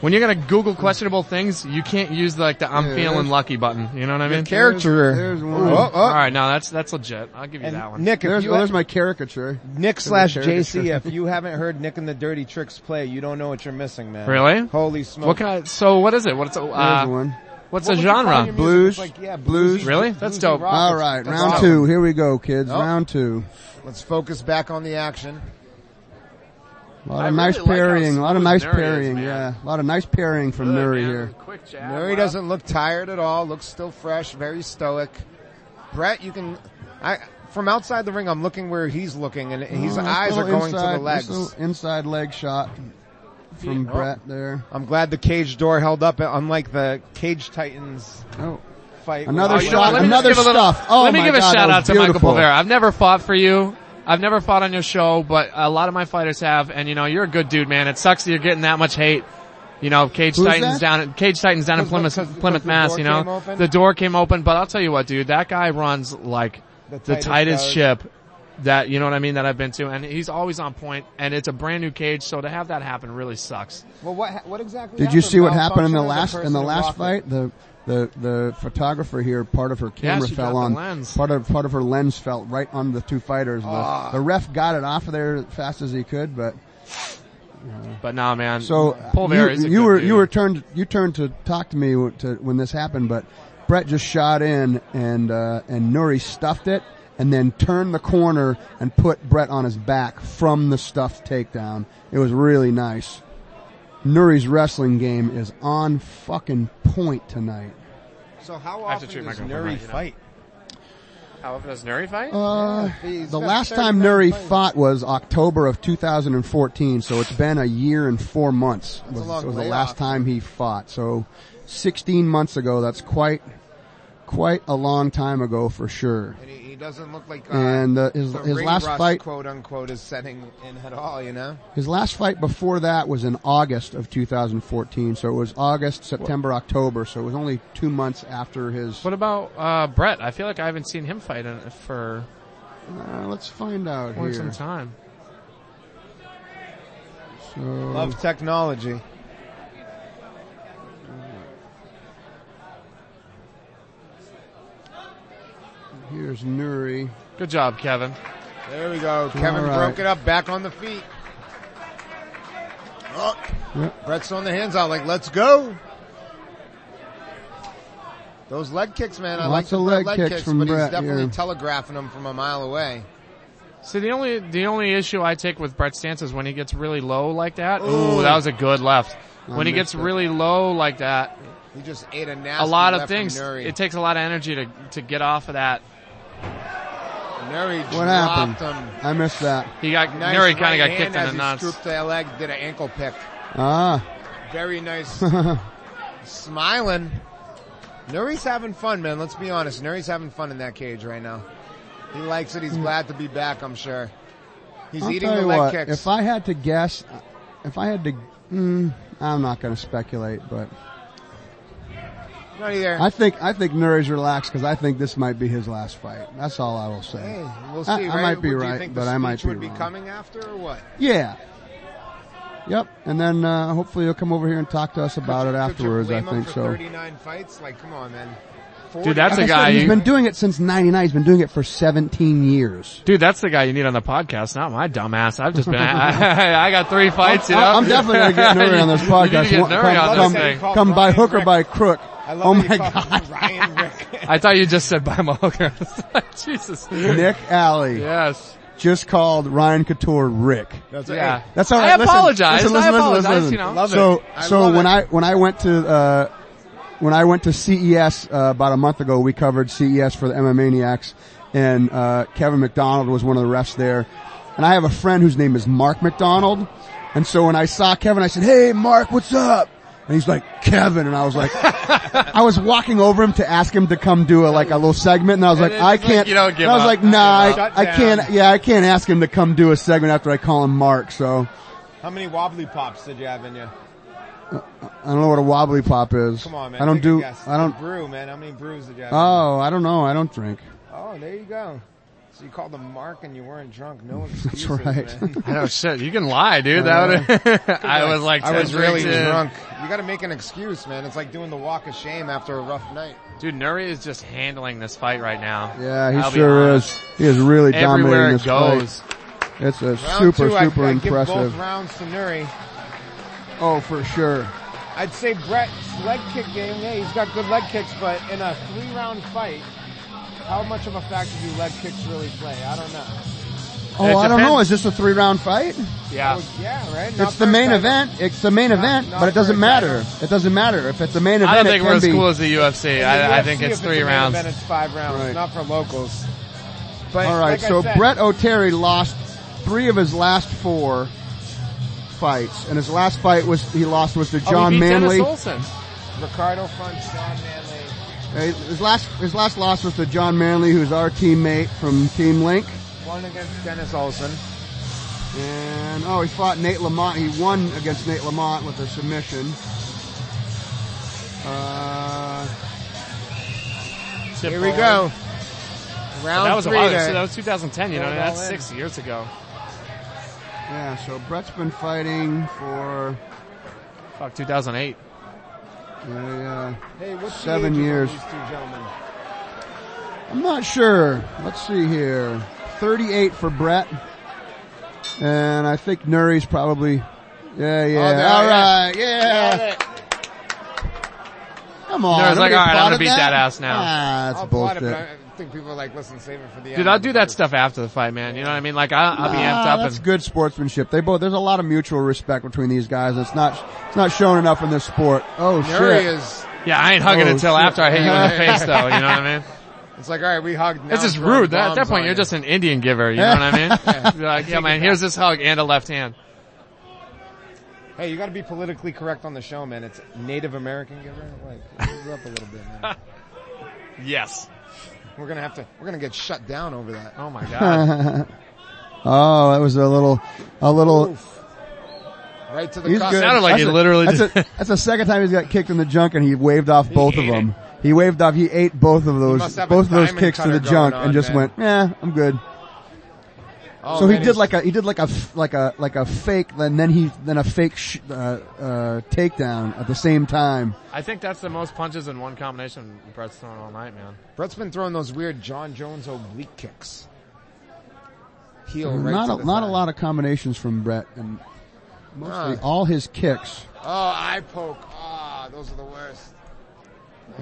Speaker 16: When you're gonna Google questionable things, you can't use like the "I'm
Speaker 6: Yeah.
Speaker 16: feeling lucky" button. You know what I mean?
Speaker 6: caricature.
Speaker 4: There's one.
Speaker 6: Ooh. Oh, oh.
Speaker 16: All right, no, that's that's legit. I'll give you
Speaker 6: And
Speaker 16: that one.
Speaker 6: Nick, if
Speaker 4: There's,
Speaker 6: you
Speaker 4: well, there's my caricature.
Speaker 6: Nick
Speaker 4: There's
Speaker 6: slash
Speaker 4: my caricature.
Speaker 6: JC, if you haven't heard Nick and the Dirty Tricks play, you don't know what you're missing, man.
Speaker 16: Really?
Speaker 6: Holy smokes!
Speaker 16: What can I? So what is it? What's uh,
Speaker 4: There's one.
Speaker 16: what's
Speaker 6: What
Speaker 16: the
Speaker 6: would you call your
Speaker 16: genre?
Speaker 6: music?
Speaker 4: Blues,
Speaker 6: It's like, yeah,
Speaker 4: blues.
Speaker 6: bluesy-
Speaker 16: Really? That's
Speaker 6: bluesy
Speaker 16: dope.
Speaker 6: rock.
Speaker 4: All right,
Speaker 6: That's
Speaker 4: round
Speaker 6: awesome.
Speaker 4: two. Here we go, kids.
Speaker 6: Nope.
Speaker 4: Round two.
Speaker 6: Let's focus back on the action.
Speaker 4: A lot of
Speaker 16: I
Speaker 4: nice
Speaker 16: really like how
Speaker 4: parrying. a lot of
Speaker 16: smooth
Speaker 4: nice
Speaker 16: Nuri is,
Speaker 4: parrying.
Speaker 16: man.
Speaker 4: yeah, a lot of nice parrying from
Speaker 16: Good,
Speaker 4: Nuri
Speaker 16: man.
Speaker 4: here.
Speaker 16: Quick jab.
Speaker 6: Nuri
Speaker 16: Wow.
Speaker 6: doesn't look tired at all. Looks still fresh, very stoic. Brett, you can, I from outside the ring, I'm looking where he's looking, and his
Speaker 4: Oh, nice
Speaker 6: eyes are
Speaker 4: little
Speaker 6: going
Speaker 4: inside-
Speaker 6: to the legs.
Speaker 4: nice little inside leg shot from
Speaker 6: Oh.
Speaker 4: Brett there.
Speaker 6: I'm glad the cage door held up, unlike the Cage Titans
Speaker 4: Oh.
Speaker 6: fight.
Speaker 4: Another
Speaker 16: Oh,
Speaker 6: with-
Speaker 16: you know what?
Speaker 4: shot,
Speaker 16: Let me just
Speaker 4: another
Speaker 16: give a little-
Speaker 4: stuff. Oh
Speaker 16: let me
Speaker 4: my
Speaker 16: give a shout
Speaker 4: God, that
Speaker 16: out
Speaker 4: was
Speaker 16: to
Speaker 4: beautiful.
Speaker 16: Michael Pulvera. I've never fought for you. I've never fought on your show, but a lot of my fighters have. And you know, you're a good dude, man. It sucks that you're getting that much hate. You know, Cage
Speaker 4: Who's
Speaker 16: Titans
Speaker 4: that?
Speaker 16: down, Cage Titans down in
Speaker 6: Because-
Speaker 16: Plymouth,
Speaker 6: because- because
Speaker 16: Plymouth,
Speaker 6: the
Speaker 16: Mass.
Speaker 6: door
Speaker 16: You know,
Speaker 6: came open?
Speaker 16: the door came open, but I'll tell you what, dude, that guy runs like
Speaker 6: The
Speaker 16: the,
Speaker 6: tightest
Speaker 16: tightest
Speaker 6: guard.
Speaker 16: ship that you know what I mean that I've been to, and he's always on point. And it's a brand new cage, so to have that happen really sucks.
Speaker 6: Well, what, ha- what exactly?
Speaker 4: Did you see what happened in the
Speaker 6: Malfunction
Speaker 4: last
Speaker 6: of
Speaker 4: in the
Speaker 6: person
Speaker 4: last
Speaker 6: walking.
Speaker 4: fight? The the the photographer here, part of her camera
Speaker 16: she dropped
Speaker 4: fell
Speaker 16: the
Speaker 4: on
Speaker 16: lens.
Speaker 4: part of part of her lens fell right on the two fighters. The, the ref got it off of there as fast as he could, but
Speaker 16: But nah, man.
Speaker 4: so
Speaker 16: Pulvera
Speaker 4: you,
Speaker 16: is a
Speaker 4: you
Speaker 16: good
Speaker 4: were
Speaker 16: dude.
Speaker 4: you were turned you turned to talk to me w- to, when this happened, but Brett just shot in and uh, and Nuri stuffed it and then turned the corner and put Brett on his back from the stuffed takedown. It was really nice. Nuri's wrestling game is on fucking point tonight.
Speaker 6: So how
Speaker 16: have to
Speaker 6: often
Speaker 16: treat
Speaker 6: does
Speaker 16: my girlfriend
Speaker 6: Nuri
Speaker 16: right, you know.
Speaker 6: fight?
Speaker 16: However, does Nuri fight?
Speaker 4: Uh,
Speaker 6: he's
Speaker 4: the
Speaker 6: got
Speaker 4: last
Speaker 6: 30
Speaker 4: time Nuri
Speaker 6: fights.
Speaker 4: fought was October of 2014, so it's been a year and four months.
Speaker 6: a
Speaker 4: Was,
Speaker 6: long
Speaker 4: was the
Speaker 6: layoff.
Speaker 4: last time he fought. So 16 months ago, that's quite, quite a long time ago for sure.
Speaker 6: And he, he doesn't look like. Uh,
Speaker 4: And, uh, his-
Speaker 6: the
Speaker 4: his
Speaker 6: ring
Speaker 4: last
Speaker 6: rust,
Speaker 4: fight-
Speaker 6: quote unquote, is setting in at all. You know.
Speaker 4: His last fight before that was in August of 2014, so it was August, September, October, so it was only two months after his.
Speaker 16: What about uh, Brett? I feel like I haven't seen him fight in, for
Speaker 4: Uh, let's find out
Speaker 16: quite some
Speaker 4: here.
Speaker 16: time.
Speaker 4: So,
Speaker 6: Love technology.
Speaker 4: here's Nuri.
Speaker 16: Good job, Kevin.
Speaker 6: There we go. Kevin
Speaker 4: right.
Speaker 6: broke it up. Back on the feet. Oh,
Speaker 4: Yep.
Speaker 6: Brett's on the hands out. Like, let's go. Those leg kicks, man. I
Speaker 4: Lots
Speaker 6: like the
Speaker 4: of
Speaker 6: Brett
Speaker 4: leg
Speaker 6: leg
Speaker 4: kicks
Speaker 6: kicks,
Speaker 4: from
Speaker 6: but
Speaker 4: Brett,
Speaker 6: he's definitely
Speaker 4: yeah.
Speaker 6: telegraphing them from a mile away.
Speaker 16: See, the only the only issue I take with Brett's stance is when he gets really low like that. Ooh, that was a good left. when he
Speaker 4: missed
Speaker 16: gets
Speaker 4: it.
Speaker 16: really low like that,
Speaker 6: He just ate a nasty.
Speaker 16: a lot
Speaker 6: left
Speaker 16: of
Speaker 6: from
Speaker 16: things.
Speaker 6: Nuri.
Speaker 16: It takes a lot of energy to to get off of that.
Speaker 6: Nuri
Speaker 4: What
Speaker 6: dropped
Speaker 4: happened?
Speaker 6: him.
Speaker 4: I missed that.
Speaker 16: He got
Speaker 6: Nice
Speaker 16: Nuri kind
Speaker 6: right
Speaker 16: of got
Speaker 6: hand
Speaker 16: kicked in
Speaker 6: as
Speaker 16: the
Speaker 6: he
Speaker 16: nuts.
Speaker 6: Scooped that leg, did an ankle pick.
Speaker 4: Ah.
Speaker 6: Very nice. Smiling. Nuri's having fun, man. Let's be honest. Nuri's having fun in that cage right now. He likes it. He's glad to be back, I'm sure. He's
Speaker 4: Hmm. I'll
Speaker 6: eating
Speaker 4: tell
Speaker 6: the
Speaker 4: you
Speaker 6: leg
Speaker 4: what,
Speaker 6: kicks.
Speaker 4: If I had to guess, if I had to, mm, I'm not going to speculate, but
Speaker 6: Not either.
Speaker 4: I think I think Nuri's relaxed because I think this might be his last fight. That's all I will say.
Speaker 6: Hey, we'll see,
Speaker 4: I,
Speaker 6: right?
Speaker 4: I might be
Speaker 6: Would- do you
Speaker 4: right,
Speaker 6: think the
Speaker 4: but I might
Speaker 6: speech
Speaker 4: be
Speaker 6: would be
Speaker 4: wrong.
Speaker 6: coming after or what?
Speaker 4: Yeah. Yep. And then uh, hopefully he'll come over here and talk to us about it afterwards. I
Speaker 6: Blame him
Speaker 4: think
Speaker 6: for
Speaker 4: so.
Speaker 6: 39 fights? Like, come on, man.
Speaker 16: Dude, that's
Speaker 4: Like
Speaker 16: a
Speaker 4: I said,
Speaker 16: guy.
Speaker 4: He's
Speaker 16: you-
Speaker 4: been doing it since '99. He's been doing it for 17 years.
Speaker 16: Dude, that's the guy you need on the podcast, not my dumbass. I've just been, I, I got three fights, you know?
Speaker 4: I- I'm definitely going to get Nuri on this
Speaker 16: You need to
Speaker 4: podcast.
Speaker 16: get
Speaker 4: One-
Speaker 16: Nuri on
Speaker 4: come,
Speaker 16: this thing.
Speaker 4: come, come by hook or by crook. oh my god.
Speaker 6: Ryan Rick.
Speaker 16: I thought you just said by Mulligan. Jesus.
Speaker 4: Nick Alley.
Speaker 16: Yes.
Speaker 4: Just called Ryan Couture Rick.
Speaker 16: That's right. Yeah.
Speaker 4: That's all right.
Speaker 16: I
Speaker 4: listen,
Speaker 16: apologize.
Speaker 4: Listen,
Speaker 16: I
Speaker 4: listen, listen,
Speaker 16: apologize,
Speaker 4: listen.
Speaker 16: you know. Love
Speaker 4: so
Speaker 16: it. I
Speaker 4: so
Speaker 16: love
Speaker 4: when
Speaker 16: it.
Speaker 4: I when I went to uh, when I went to CES uh, about a month ago, we covered CES for the MMA Maniacs, and uh, Kevin McDonald was one of the refs there. And I have a friend whose name is Mark McDonald, and so when I saw Kevin, I said, "Hey, Mark, what's up?" And he's like, "Kevin," and I was like, I was walking over him to ask him to come do a, like a little segment, and I was
Speaker 16: And
Speaker 4: like,
Speaker 16: it's
Speaker 4: "I
Speaker 16: like,
Speaker 4: can't."
Speaker 16: you don't give
Speaker 4: and I was
Speaker 16: up.
Speaker 4: like,
Speaker 16: You
Speaker 4: "Nah,
Speaker 16: give up.
Speaker 4: I, I
Speaker 16: Shut
Speaker 4: can't."
Speaker 16: down.
Speaker 4: Yeah, I can't ask him to come do a segment after I call him Mark, so
Speaker 24: How many wobbly pops did you have in you?
Speaker 4: I don't know what a wobbly pop is.
Speaker 24: Come on, man.
Speaker 4: I don't
Speaker 24: take a
Speaker 4: do,
Speaker 24: guess.
Speaker 4: I don't,
Speaker 24: brew, man. How many brews did you have? in you?
Speaker 4: oh, I don't know, I don't drink.
Speaker 24: Oh, there you go. So you called him Mark and you weren't drunk. No
Speaker 4: That's
Speaker 24: excuses.
Speaker 4: right.
Speaker 24: Man.
Speaker 16: I know, shit, you can lie, dude.
Speaker 4: Uh,
Speaker 16: That would, I was like,
Speaker 6: I was
Speaker 16: 10
Speaker 6: really
Speaker 16: drinks in.
Speaker 6: drunk. You gotta make an excuse, man. It's like doing the walk of shame after a rough night.
Speaker 16: Dude, Nuri is just handling this fight right now.
Speaker 4: Yeah, he
Speaker 16: I'll be
Speaker 4: sure
Speaker 16: honest.
Speaker 4: is. He is really
Speaker 16: Everywhere
Speaker 4: dominating
Speaker 16: it
Speaker 4: this
Speaker 16: goes.
Speaker 4: fight. It's a
Speaker 6: Round
Speaker 4: super,
Speaker 6: two, I-
Speaker 4: super
Speaker 6: I, Give
Speaker 4: impressive.
Speaker 6: both rounds to Nuri.
Speaker 4: Oh, for sure.
Speaker 6: I'd say Brett's leg kick game. Yeah, he's got good leg kicks, but in a three-round fight, how much of a factor do leg kicks really play? I don't know.
Speaker 4: Oh, I don't know. Is this a three round fight?
Speaker 16: Yeah.
Speaker 6: Oh, Yeah, right. Not
Speaker 4: It's the
Speaker 6: for a
Speaker 4: main
Speaker 6: title.
Speaker 4: event. It's the main event,
Speaker 6: not
Speaker 4: but it
Speaker 6: for
Speaker 4: doesn't
Speaker 6: a
Speaker 4: matter. It doesn't matter if it's the main event.
Speaker 16: I don't
Speaker 4: it
Speaker 16: think
Speaker 4: can
Speaker 16: we're as
Speaker 4: be.
Speaker 16: cool as the UFC.
Speaker 6: In the
Speaker 16: I, I
Speaker 6: UFC,
Speaker 16: think
Speaker 6: if
Speaker 16: it's three
Speaker 6: a main
Speaker 16: rounds.
Speaker 6: Event, it's five rounds,
Speaker 4: Right.
Speaker 6: not for locals. But
Speaker 4: All right,
Speaker 6: like I
Speaker 4: so
Speaker 6: said-
Speaker 4: Brett O'Terry lost three of his last four fights, and his last fight was he lost was to
Speaker 16: Oh, he
Speaker 4: John
Speaker 16: beat Dennis
Speaker 4: Manley.
Speaker 16: Olsen.
Speaker 6: Ricardo Fun, Sean Manley.
Speaker 4: Uh, His last his last loss was to John Manley, who's our teammate from Team Link.
Speaker 6: One against Dennis Olsen.
Speaker 4: And oh, he fought Nate Lamont. He won against Nate Lamont with a submission. Uh,
Speaker 16: Chip
Speaker 6: Here we
Speaker 16: Bowen.
Speaker 6: go. Round
Speaker 16: That was a
Speaker 6: three.
Speaker 16: while ago.
Speaker 6: there.
Speaker 16: So that was 2010. You know,
Speaker 6: Going
Speaker 16: that's
Speaker 6: all in.
Speaker 16: six years ago.
Speaker 4: yeah, so Brett's been fighting for
Speaker 16: Fuck, 2008.
Speaker 4: uh,
Speaker 6: Hey, what's the
Speaker 4: seven
Speaker 6: ages of
Speaker 4: years.
Speaker 6: These two gentlemen.
Speaker 4: I'm not sure. Let's see here. 38 for Brett. And I think Nuri's probably, yeah, yeah.
Speaker 6: Oh, there
Speaker 4: all
Speaker 6: it
Speaker 4: right,
Speaker 6: is.
Speaker 4: yeah.
Speaker 6: Got it.
Speaker 4: Come on.
Speaker 16: Nuri's like,
Speaker 4: nobody
Speaker 16: all right, I'm gonna
Speaker 4: applauded
Speaker 16: beat that ass now.
Speaker 4: Ah, that's
Speaker 6: I'll applaud
Speaker 4: bullshit.
Speaker 6: it, but I think people are like, listen, save it for the end.
Speaker 16: Dude, I'll do that stuff after the fight, man. You know what I mean? Like, I, I'll be amped
Speaker 4: Ah,
Speaker 16: up
Speaker 4: that's
Speaker 16: and
Speaker 4: good sportsmanship. They both, there's a lot of mutual respect between these guys. It's not, it's not shown enough in this sport. Oh
Speaker 6: Nuri
Speaker 4: shit.
Speaker 6: is.
Speaker 16: yeah, I ain't hugging
Speaker 4: Oh,
Speaker 16: until
Speaker 4: shit.
Speaker 16: after I hit you in the face, though. You know what I mean?
Speaker 6: It's like, all right, we hugged. Now
Speaker 16: It's just
Speaker 6: I'm throwing
Speaker 16: rude. That, at that
Speaker 6: bombs
Speaker 16: point,
Speaker 6: on
Speaker 16: you're
Speaker 6: you.
Speaker 16: just an Indian giver. You know what I mean? You're like, yeah, man, here's this hug and a left hand.
Speaker 6: Hey, you got to be politically correct on the show, man. It's Native American giver. Like, move it up a little bit, man.
Speaker 16: Yes.
Speaker 6: We're gonna have to. We're gonna get shut down over that.
Speaker 16: Oh my god.
Speaker 4: oh, that was a little, a little,
Speaker 6: Right to the.
Speaker 4: Oh. He's
Speaker 6: cuff.
Speaker 4: good.
Speaker 16: Sounded like he
Speaker 4: a-
Speaker 16: literally
Speaker 4: That's,
Speaker 16: did-
Speaker 4: a, that's the second time he's got kicked in the junk, and he waved off both of
Speaker 16: ate
Speaker 4: them. He waved off. He ate both of those,
Speaker 6: must have a
Speaker 4: both of those
Speaker 6: diamond
Speaker 4: kicks to the
Speaker 6: cutter
Speaker 4: junk,
Speaker 6: going
Speaker 4: and
Speaker 6: on,
Speaker 4: just
Speaker 6: man.
Speaker 4: went, "Yeah, I'm good."
Speaker 6: Oh,
Speaker 4: so he
Speaker 6: man,
Speaker 4: did like a, he did like a, f- like a, like a fake, and then he, then a fake sh- uh, uh, takedown at the same time.
Speaker 16: I think that's the most punches in one combination Brett's thrown all night, man.
Speaker 6: Brett's been throwing those weird John Jones oblique kicks. Heel right
Speaker 4: not
Speaker 6: to
Speaker 4: a,
Speaker 6: the
Speaker 4: not a
Speaker 6: thigh.
Speaker 4: lot of combinations from Brett, and mostly
Speaker 6: Ah.
Speaker 4: all his kicks.
Speaker 6: Oh, eye poke. Ah, those are the worst.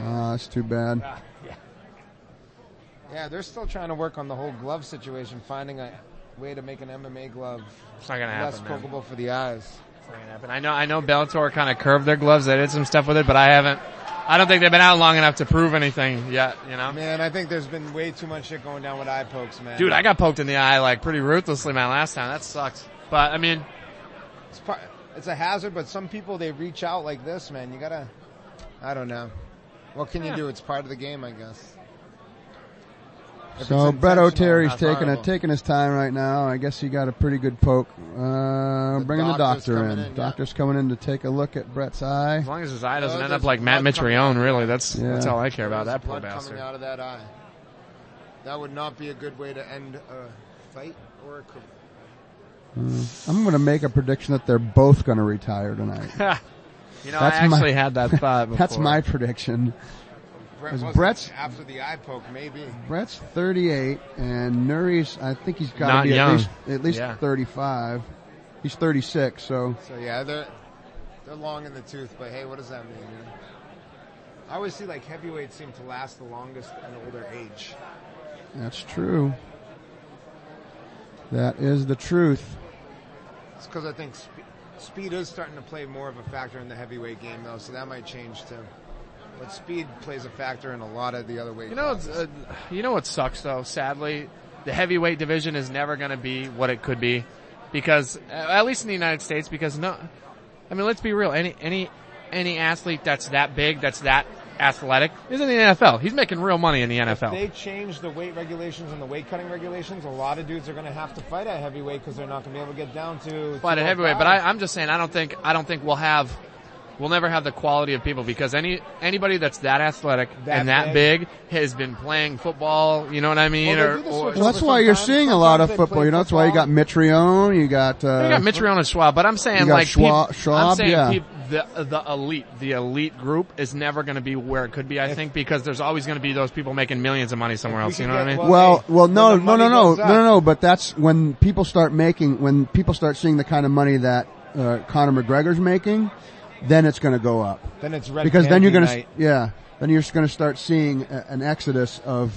Speaker 4: Ah, that's too bad.
Speaker 6: Yeah, they're still trying to work on the whole glove situation, finding a way to make an MMA glove
Speaker 16: It's not gonna
Speaker 6: less
Speaker 16: happen, man.
Speaker 6: pokeable for the eyes.
Speaker 16: It's not gonna happen. I know, I know Bellator kind of curved their gloves. They did some stuff with it, but I haven't, I don't think they've been out long enough to prove anything yet, you know?
Speaker 6: Man, I think there's been way too much shit going down with eye pokes, man.
Speaker 16: Dude, I got poked in the eye like pretty ruthlessly my last time. That sucked. But I mean,
Speaker 6: it's, part, it's a hazard, but some people they reach out like this, man. You gotta, I don't know. What can you
Speaker 16: Yeah.
Speaker 6: do? It's part of the game, I guess.
Speaker 4: So Brett O'Terry's taking a, taking his time right now. I guess he got a pretty good poke. Uh, bringing the
Speaker 16: doctor's
Speaker 4: doctor in.
Speaker 16: coming in, yeah.
Speaker 4: Doctor's coming in to take a look at Brett's eye.
Speaker 16: As long as his eye doesn't end up like Matt Mitrione, really, that's
Speaker 4: Yeah.
Speaker 16: that's all I care about. That poor
Speaker 7: blood
Speaker 16: bastard.
Speaker 7: coming out of that eye. That would not be a good way to end a fight or a career.
Speaker 4: Mm. I'm going to make a prediction that they're both going to retire tonight.
Speaker 16: you know, I actually had that thought.
Speaker 4: That's
Speaker 16: before.
Speaker 4: my prediction.
Speaker 7: Brett
Speaker 4: Is
Speaker 7: wasn't
Speaker 4: Brett's
Speaker 7: after the eye poke, maybe.
Speaker 4: Brett's 38, and Nuri's. I think he's got
Speaker 16: Not
Speaker 4: to be
Speaker 16: young.
Speaker 4: at least at least
Speaker 7: Yeah.
Speaker 4: 35. He's 36, so
Speaker 7: So yeah, they're they're long in the tooth, but hey, what does that mean? you know?
Speaker 6: I always see like heavyweights seem to last the longest at an older age.
Speaker 4: that's true. That is the truth.
Speaker 7: It's because I think spe- speed is starting to play more of a factor in the heavyweight game, though, so that might change too. But speed plays a factor in a lot of the other weight.
Speaker 16: You know, it's, uh, you know what sucks though. Sadly, the heavyweight division is never going to be what it could be, because uh, at least in the United States, because no, I mean, let's be real. Any any any athlete that's that big, that's that athletic, is in the NFL. He's making real money in the
Speaker 6: If
Speaker 16: NFL.
Speaker 6: they change the weight regulations and the weight cutting regulations, a lot of dudes are going to have to fight at heavyweight because they're not going to be able to get down to
Speaker 16: Fight at
Speaker 6: 205.
Speaker 16: heavyweight, but I, I'm just saying, I don't think I don't think we'll have. We'll never have the quality of people because any anybody that's that athletic
Speaker 4: That
Speaker 16: and that
Speaker 4: big.
Speaker 16: big. has been playing football. You know what I mean?
Speaker 4: Well,
Speaker 16: or, or
Speaker 4: Well, that's why you're seeing a lot
Speaker 16: Sometimes
Speaker 4: of
Speaker 16: they
Speaker 4: football.
Speaker 16: play
Speaker 4: You know, that's why you got Mitrione. You got uh,
Speaker 16: They got Mitrione and Schwab, but I'm saying
Speaker 4: You got
Speaker 16: like peop-
Speaker 4: Schwa-
Speaker 16: I'm
Speaker 4: Schwab,
Speaker 16: saying
Speaker 4: yeah.
Speaker 16: peop- the the elite, the elite group is never going to be where it could be. I think because there's always going to be those people making millions of money somewhere else. You know what I mean?
Speaker 4: Well, well, no, no, no, no,
Speaker 16: goes
Speaker 4: no,
Speaker 16: up.
Speaker 4: no, no. But that's when people start making, when people start seeing the kind of money that uh, Conor McGregor's making, then it's going to go up.
Speaker 6: Then it's red
Speaker 4: because then you're
Speaker 6: panty
Speaker 4: going
Speaker 6: night.
Speaker 4: to, yeah, then you're just going to start seeing a, an exodus of.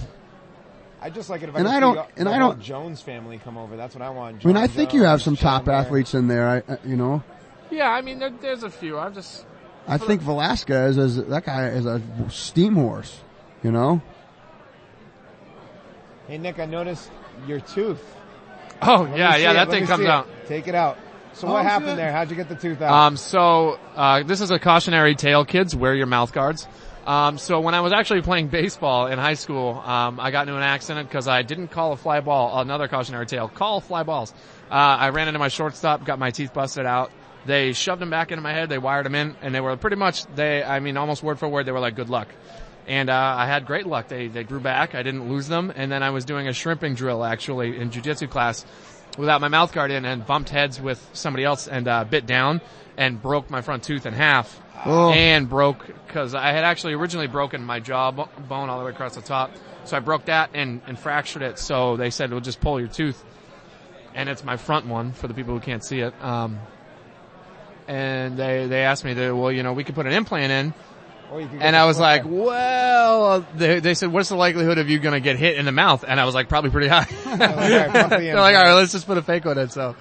Speaker 6: I just like it if
Speaker 4: And
Speaker 6: I, could
Speaker 4: I
Speaker 6: see
Speaker 4: don't-
Speaker 6: the-
Speaker 4: and
Speaker 6: the
Speaker 4: I
Speaker 6: whole
Speaker 4: don't-
Speaker 6: Jones family come over. That's what I want.
Speaker 4: I mean, I
Speaker 6: John
Speaker 4: think you have
Speaker 6: Jones,
Speaker 4: some top
Speaker 6: Sean Miller.
Speaker 4: athletes in there. I, uh, you know,
Speaker 16: yeah, I mean there, there's a few. I'm just
Speaker 4: I think Velasquez is that guy is a steam horse. You know,
Speaker 6: Hey Nick, I noticed your tooth.
Speaker 16: Oh
Speaker 6: Let me
Speaker 16: yeah,
Speaker 6: see
Speaker 16: yeah,
Speaker 6: it.
Speaker 16: that
Speaker 6: Let
Speaker 16: thing
Speaker 6: me
Speaker 16: comes
Speaker 6: see it.
Speaker 16: out.
Speaker 6: Take it out. So
Speaker 7: Oh,
Speaker 6: what happened
Speaker 7: shit.
Speaker 6: there? How'd you get the tooth out?
Speaker 16: Um, so uh, this is a cautionary tale, kids. Wear your mouth guards. Um, so when I was actually playing baseball in high school, um, I got into an accident because I didn't call a fly ball. Another cautionary tale: call fly balls. Uh, I ran into my shortstop, got my teeth busted out. They shoved them back into my head. They wired them in, and they were pretty much they. I mean, almost word for word, they were like, "Good luck." And uh, I had great luck. They they grew back. I didn't lose them. And then I was doing a shrimping drill actually in jujitsu class, without my mouth guard in and bumped heads with somebody else and uh, bit down and broke my front tooth in half
Speaker 25: Oh.
Speaker 16: and broke because I had actually originally broken my jaw bo- bone all the way across the top. So I broke that and, and fractured it. So they said, we'll just pull your tooth. And it's my front one for the people who can't see it. Um, and they, they asked me, they, well, you know, we could put an implant in.
Speaker 6: Or you could get
Speaker 16: And
Speaker 6: a
Speaker 16: I was like,
Speaker 6: split there.
Speaker 16: well, they, they said, what's the likelihood of you going to get hit in the mouth? And I was like, probably pretty high.
Speaker 6: right, pump the
Speaker 16: They're like, all right, let's just put a fake one in. So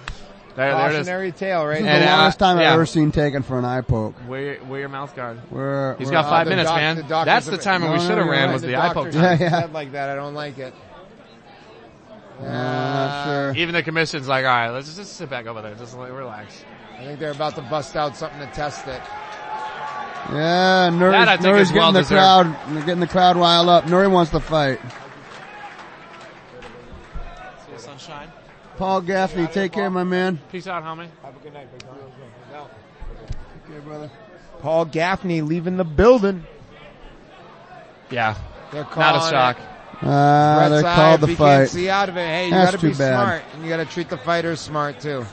Speaker 16: there, there it is.
Speaker 6: Cautionary tale, right?
Speaker 4: this is
Speaker 16: And,
Speaker 4: the
Speaker 16: uh,
Speaker 4: last time
Speaker 16: yeah.
Speaker 4: I've ever seen taken for an eye poke.
Speaker 16: Wear your, wear your mouth guard.
Speaker 4: We're-
Speaker 16: He's
Speaker 4: we're
Speaker 16: got
Speaker 4: out
Speaker 16: five
Speaker 4: there.
Speaker 16: minutes,
Speaker 4: Doc-
Speaker 16: man.
Speaker 4: the doctors
Speaker 16: That's
Speaker 4: have-
Speaker 16: the time when
Speaker 4: No,
Speaker 16: we
Speaker 4: no,
Speaker 16: should have
Speaker 4: you're
Speaker 16: ran
Speaker 4: right.
Speaker 16: was the,
Speaker 4: The
Speaker 16: eye poke
Speaker 4: doctors-
Speaker 16: time.
Speaker 4: Yeah, yeah.
Speaker 6: Said like that. I don't like it.
Speaker 4: sure.
Speaker 16: Even the commission's like, all right, let's just sit back over there. Just like, relax.
Speaker 7: I think they're about to bust out something to test it.
Speaker 4: Yeah, Nuri,
Speaker 16: That I think
Speaker 4: Nuri's
Speaker 16: is
Speaker 4: getting
Speaker 16: well
Speaker 4: the
Speaker 16: deserved.
Speaker 4: crowd, getting the crowd riled up. Nuri wants to fight.
Speaker 16: See the sunshine.
Speaker 4: Paul Gaffney, take care, my man.
Speaker 16: Peace out, homie.
Speaker 6: Have a good night, big
Speaker 4: Okay, brother.
Speaker 6: Paul Gaffney leaving the building.
Speaker 16: Yeah.
Speaker 6: They're
Speaker 16: Not a
Speaker 6: calling
Speaker 16: shock.
Speaker 6: it.
Speaker 4: Ah,
Speaker 6: Brett's
Speaker 4: they
Speaker 6: eye,
Speaker 4: called
Speaker 6: if
Speaker 4: the
Speaker 6: he
Speaker 4: fight.
Speaker 6: Can't see out of it. Hey, you
Speaker 4: That's
Speaker 6: got to
Speaker 4: too
Speaker 6: be
Speaker 4: bad.
Speaker 6: smart, and you got to treat the fighters smart too.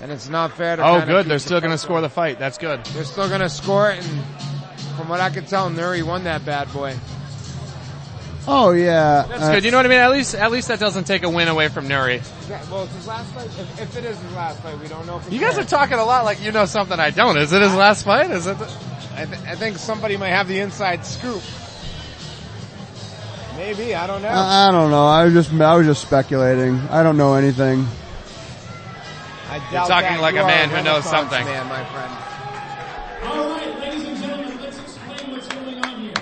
Speaker 6: And it's not fair to.
Speaker 16: Oh,
Speaker 6: kinda
Speaker 16: good.
Speaker 6: keep
Speaker 16: They're
Speaker 6: the
Speaker 16: still going to score the fight. That's good.
Speaker 6: They're still gonna score it, and from what I can tell, Nuri won that bad boy.
Speaker 4: Oh yeah,
Speaker 16: That's
Speaker 4: Uh,
Speaker 16: good. You know what I mean? At least, at least that doesn't take a win away from Nuri.
Speaker 6: Well, it's his last fight. If, if it is his last fight, we don't know. For
Speaker 16: You guys
Speaker 6: sure.
Speaker 16: are talking a lot like you know something I don't. Is it his last fight? Is it?
Speaker 6: I, th- I think somebody might have the inside scoop. Maybe I don't know.
Speaker 4: Uh,
Speaker 16: Uh,
Speaker 4: I I don't know. I was just, I was just speculating. I don't know anything.
Speaker 6: I doubt
Speaker 16: You're talking
Speaker 6: that.
Speaker 16: like
Speaker 6: You
Speaker 16: a
Speaker 6: are
Speaker 16: man who knows
Speaker 6: Renaissance
Speaker 16: something.
Speaker 6: Man, my friend.
Speaker 5: All right, ladies and gentlemen, let's explain what's going on here.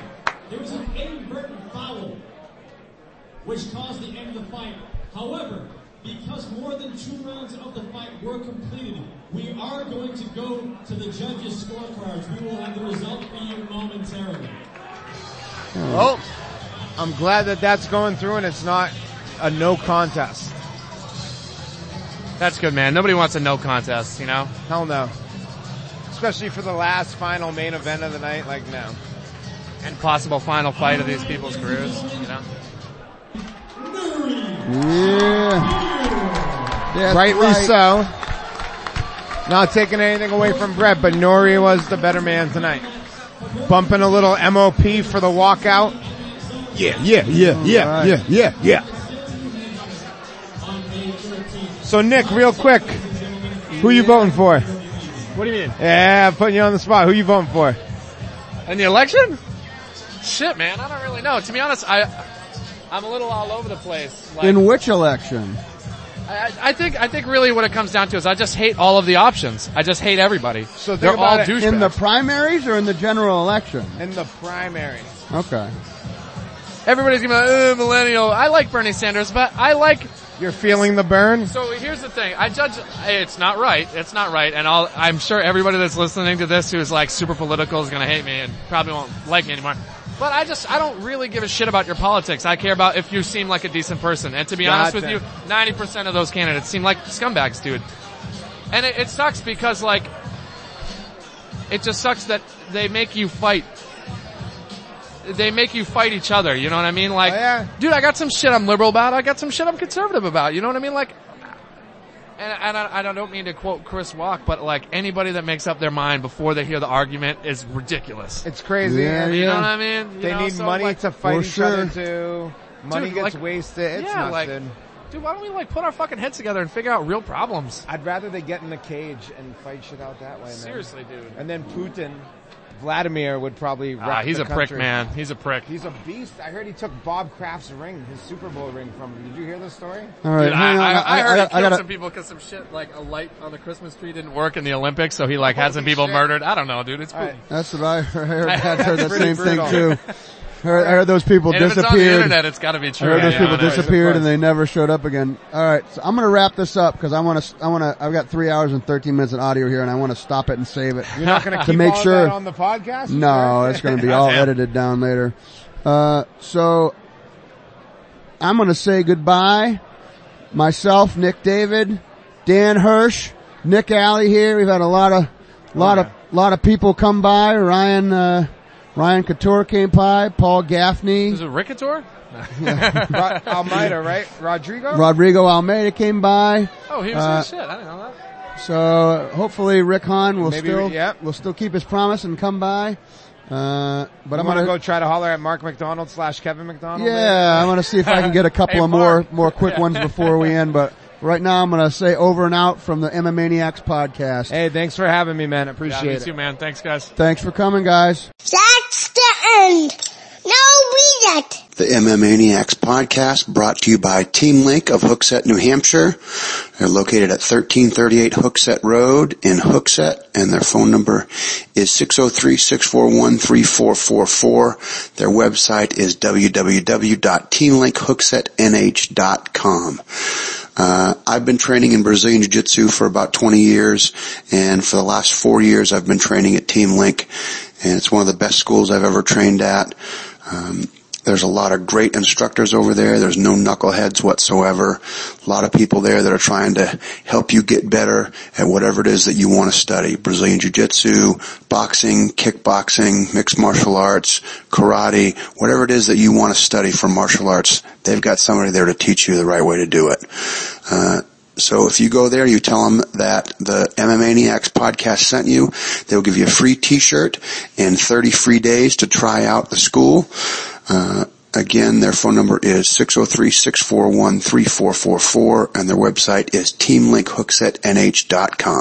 Speaker 5: There was an inadvertent foul, which caused the end of the fight. However, because more than two rounds of the fight were completed, we are going to go to the judges' scorecards. We will have the result for you momentarily.
Speaker 16: Oh.
Speaker 6: I'm glad that that's going through and it's not a no contest.
Speaker 16: That's good, man. Nobody wants a no contest, you know?
Speaker 6: Hell no. Especially for the last final main event of the night, like no.
Speaker 16: And possible final fight of these people's careers, you know?
Speaker 26: Yeah.
Speaker 16: That's
Speaker 6: Rightly
Speaker 16: right.
Speaker 6: so. Not taking anything away from Brett, but Nori was the better man tonight. Bumping a little MOP for the walkout.
Speaker 26: Yeah, yeah, yeah, yeah, yeah, yeah, yeah.
Speaker 6: So Nick, real quick, who you voting for?
Speaker 16: What do you mean?
Speaker 6: Yeah, putting you on the spot. Who you voting for?
Speaker 16: In the election? Shit, man. I don't really know. To be honest, I, I'm a little all over the place. Like,
Speaker 4: In which election?
Speaker 16: I, I think, I think really what it comes down to is I just hate all of the options. I just hate everybody. So They're
Speaker 4: think about
Speaker 16: all
Speaker 4: it.
Speaker 16: douchebags.
Speaker 4: In the primaries or in the general election?
Speaker 6: In the primaries.
Speaker 4: Okay.
Speaker 16: Everybody's gonna be like, "Ugh, millennial. I like Bernie Sanders, but I like.
Speaker 6: You're feeling the burn.
Speaker 16: So here's the thing. I judge. It's not right. It's not right. And I'll, I'm sure everybody that's listening to this who's like super political is gonna hate me and probably won't like me anymore. But I just, I don't really give a shit about your politics. I care about if you seem like a decent person. And to be honest with
Speaker 6: Gotcha.
Speaker 16: you, 90% of those candidates seem like scumbags, dude. And it, it sucks because like, it just sucks that they make you fight. They make you fight each other. You know what I mean? Like, dude, I got some shit I'm liberal about. I got some shit I'm conservative about. You know what I mean? Like, and, and I, I don't mean to quote Chris Rock, but like anybody that makes up their mind before they hear the argument is ridiculous.
Speaker 6: It's crazy.
Speaker 16: Yeah,
Speaker 6: man.
Speaker 16: You know what I mean? You
Speaker 6: they
Speaker 16: know,
Speaker 6: need
Speaker 16: so,
Speaker 6: money
Speaker 16: like-
Speaker 6: to fight each other too. Money
Speaker 16: Dude,
Speaker 6: gets
Speaker 16: like-
Speaker 6: wasted. It's
Speaker 16: yeah,
Speaker 6: nuts,
Speaker 16: like,
Speaker 6: dude.
Speaker 16: dude, why don't we like put our fucking heads together and figure out real problems?
Speaker 6: I'd rather they get in the cage and fight shit out that way. Man.
Speaker 16: Seriously, dude.
Speaker 6: And then Putin, Vladimir would probably.
Speaker 16: Ah,
Speaker 6: wreck
Speaker 16: he's
Speaker 6: the
Speaker 16: a prick,
Speaker 6: country.
Speaker 16: man. He's a prick.
Speaker 6: He's a beast. I heard he took Bob Kraft's ring, his Super Bowl ring, from him. Did you hear this story?
Speaker 4: All right,
Speaker 16: Dude,
Speaker 4: hang on.
Speaker 16: I, I, I heard
Speaker 4: I
Speaker 16: he killed
Speaker 4: gotta-
Speaker 16: some people because some shit like a light on the Christmas tree didn't work in the Olympics, so he like had some people murdered. I don't know, dude. It's cool.
Speaker 4: That's what I heard. I had heard that
Speaker 16: Pretty
Speaker 4: same thing
Speaker 16: brutal.
Speaker 4: too. I heard, I heard those people
Speaker 16: And if it's on the
Speaker 4: disappeared.
Speaker 16: internet, it's gotta be true.
Speaker 4: I heard
Speaker 16: Yeah,
Speaker 4: those
Speaker 16: yeah, I
Speaker 4: people
Speaker 16: know.
Speaker 4: disappeared and they never showed up again. All right, so I'm going to wrap this up because I want to. I want to. I've got three hours and 13 minutes of audio here, and I want to stop it and save it.
Speaker 6: You're not going
Speaker 4: to
Speaker 6: keep
Speaker 4: make
Speaker 6: all of
Speaker 4: sure
Speaker 6: that on the podcast.
Speaker 4: No, it's going to be all edited down later. Uh, so I'm going to say goodbye. Myself, Nick David, Dan Hirsch, Nick Alley here. We've had a lot of, lot of, lot of people come by. Ryan, uh, Ryan Couture came by. Paul Gaffney.
Speaker 16: Is it Rickator?
Speaker 6: Ro- Almeida, right? Rodrigo.
Speaker 4: Rodrigo Almeida came by.
Speaker 16: Oh, he was
Speaker 4: Uh,
Speaker 16: in the shit. I didn't know that.
Speaker 4: So hopefully Rick Hahn will
Speaker 6: Maybe-
Speaker 4: still,
Speaker 6: yeah.
Speaker 4: will still keep his promise and come by. Uh, but
Speaker 6: I'm
Speaker 4: I'm
Speaker 6: going to
Speaker 4: gonna
Speaker 6: go try to holler at Mark McDonald slash Kevin McDonald.
Speaker 4: Yeah, I want to see if I can get a couple of more more quick ones before we end. But right now, I'm going to say over and out from the MMA Maniacs podcast.
Speaker 6: Hey, thanks for having me, man.
Speaker 16: Yeah,
Speaker 6: Appreciate
Speaker 16: me
Speaker 6: it.
Speaker 16: too, man. Thanks, guys.
Speaker 4: Thanks for coming, guys.
Speaker 5: That's the end. No, we not.
Speaker 11: The MM Maniacs podcast brought to you by Team Link of Hooksett, New Hampshire. They're located at 1338 Hooksett Road in Hooksett and their phone number is 603-641-3444. Their website is www.teamlinkhooksetnh.com. Uh, I've been training in Brazilian Jiu-Jitsu for about 20 years and for the last four years I've been training at Team Link and it's one of the best schools I've ever trained at. Um, there's a lot of great instructors over there. There's no knuckleheads whatsoever. A lot of people there that are trying to help you get better at whatever it is that you want to study. Brazilian Jiu-Jitsu, boxing, kickboxing, mixed martial arts, karate, whatever it is that you want to study for martial arts, they've got somebody there to teach you the right way to do it. Uh, so if you go there, you tell them that the MManiacs podcast sent you. They'll give you a free t-shirt and 30 free days to try out the school. Uh, again, their phone number is 603-641-3444 and their website is teamlinkhooksetnh.com.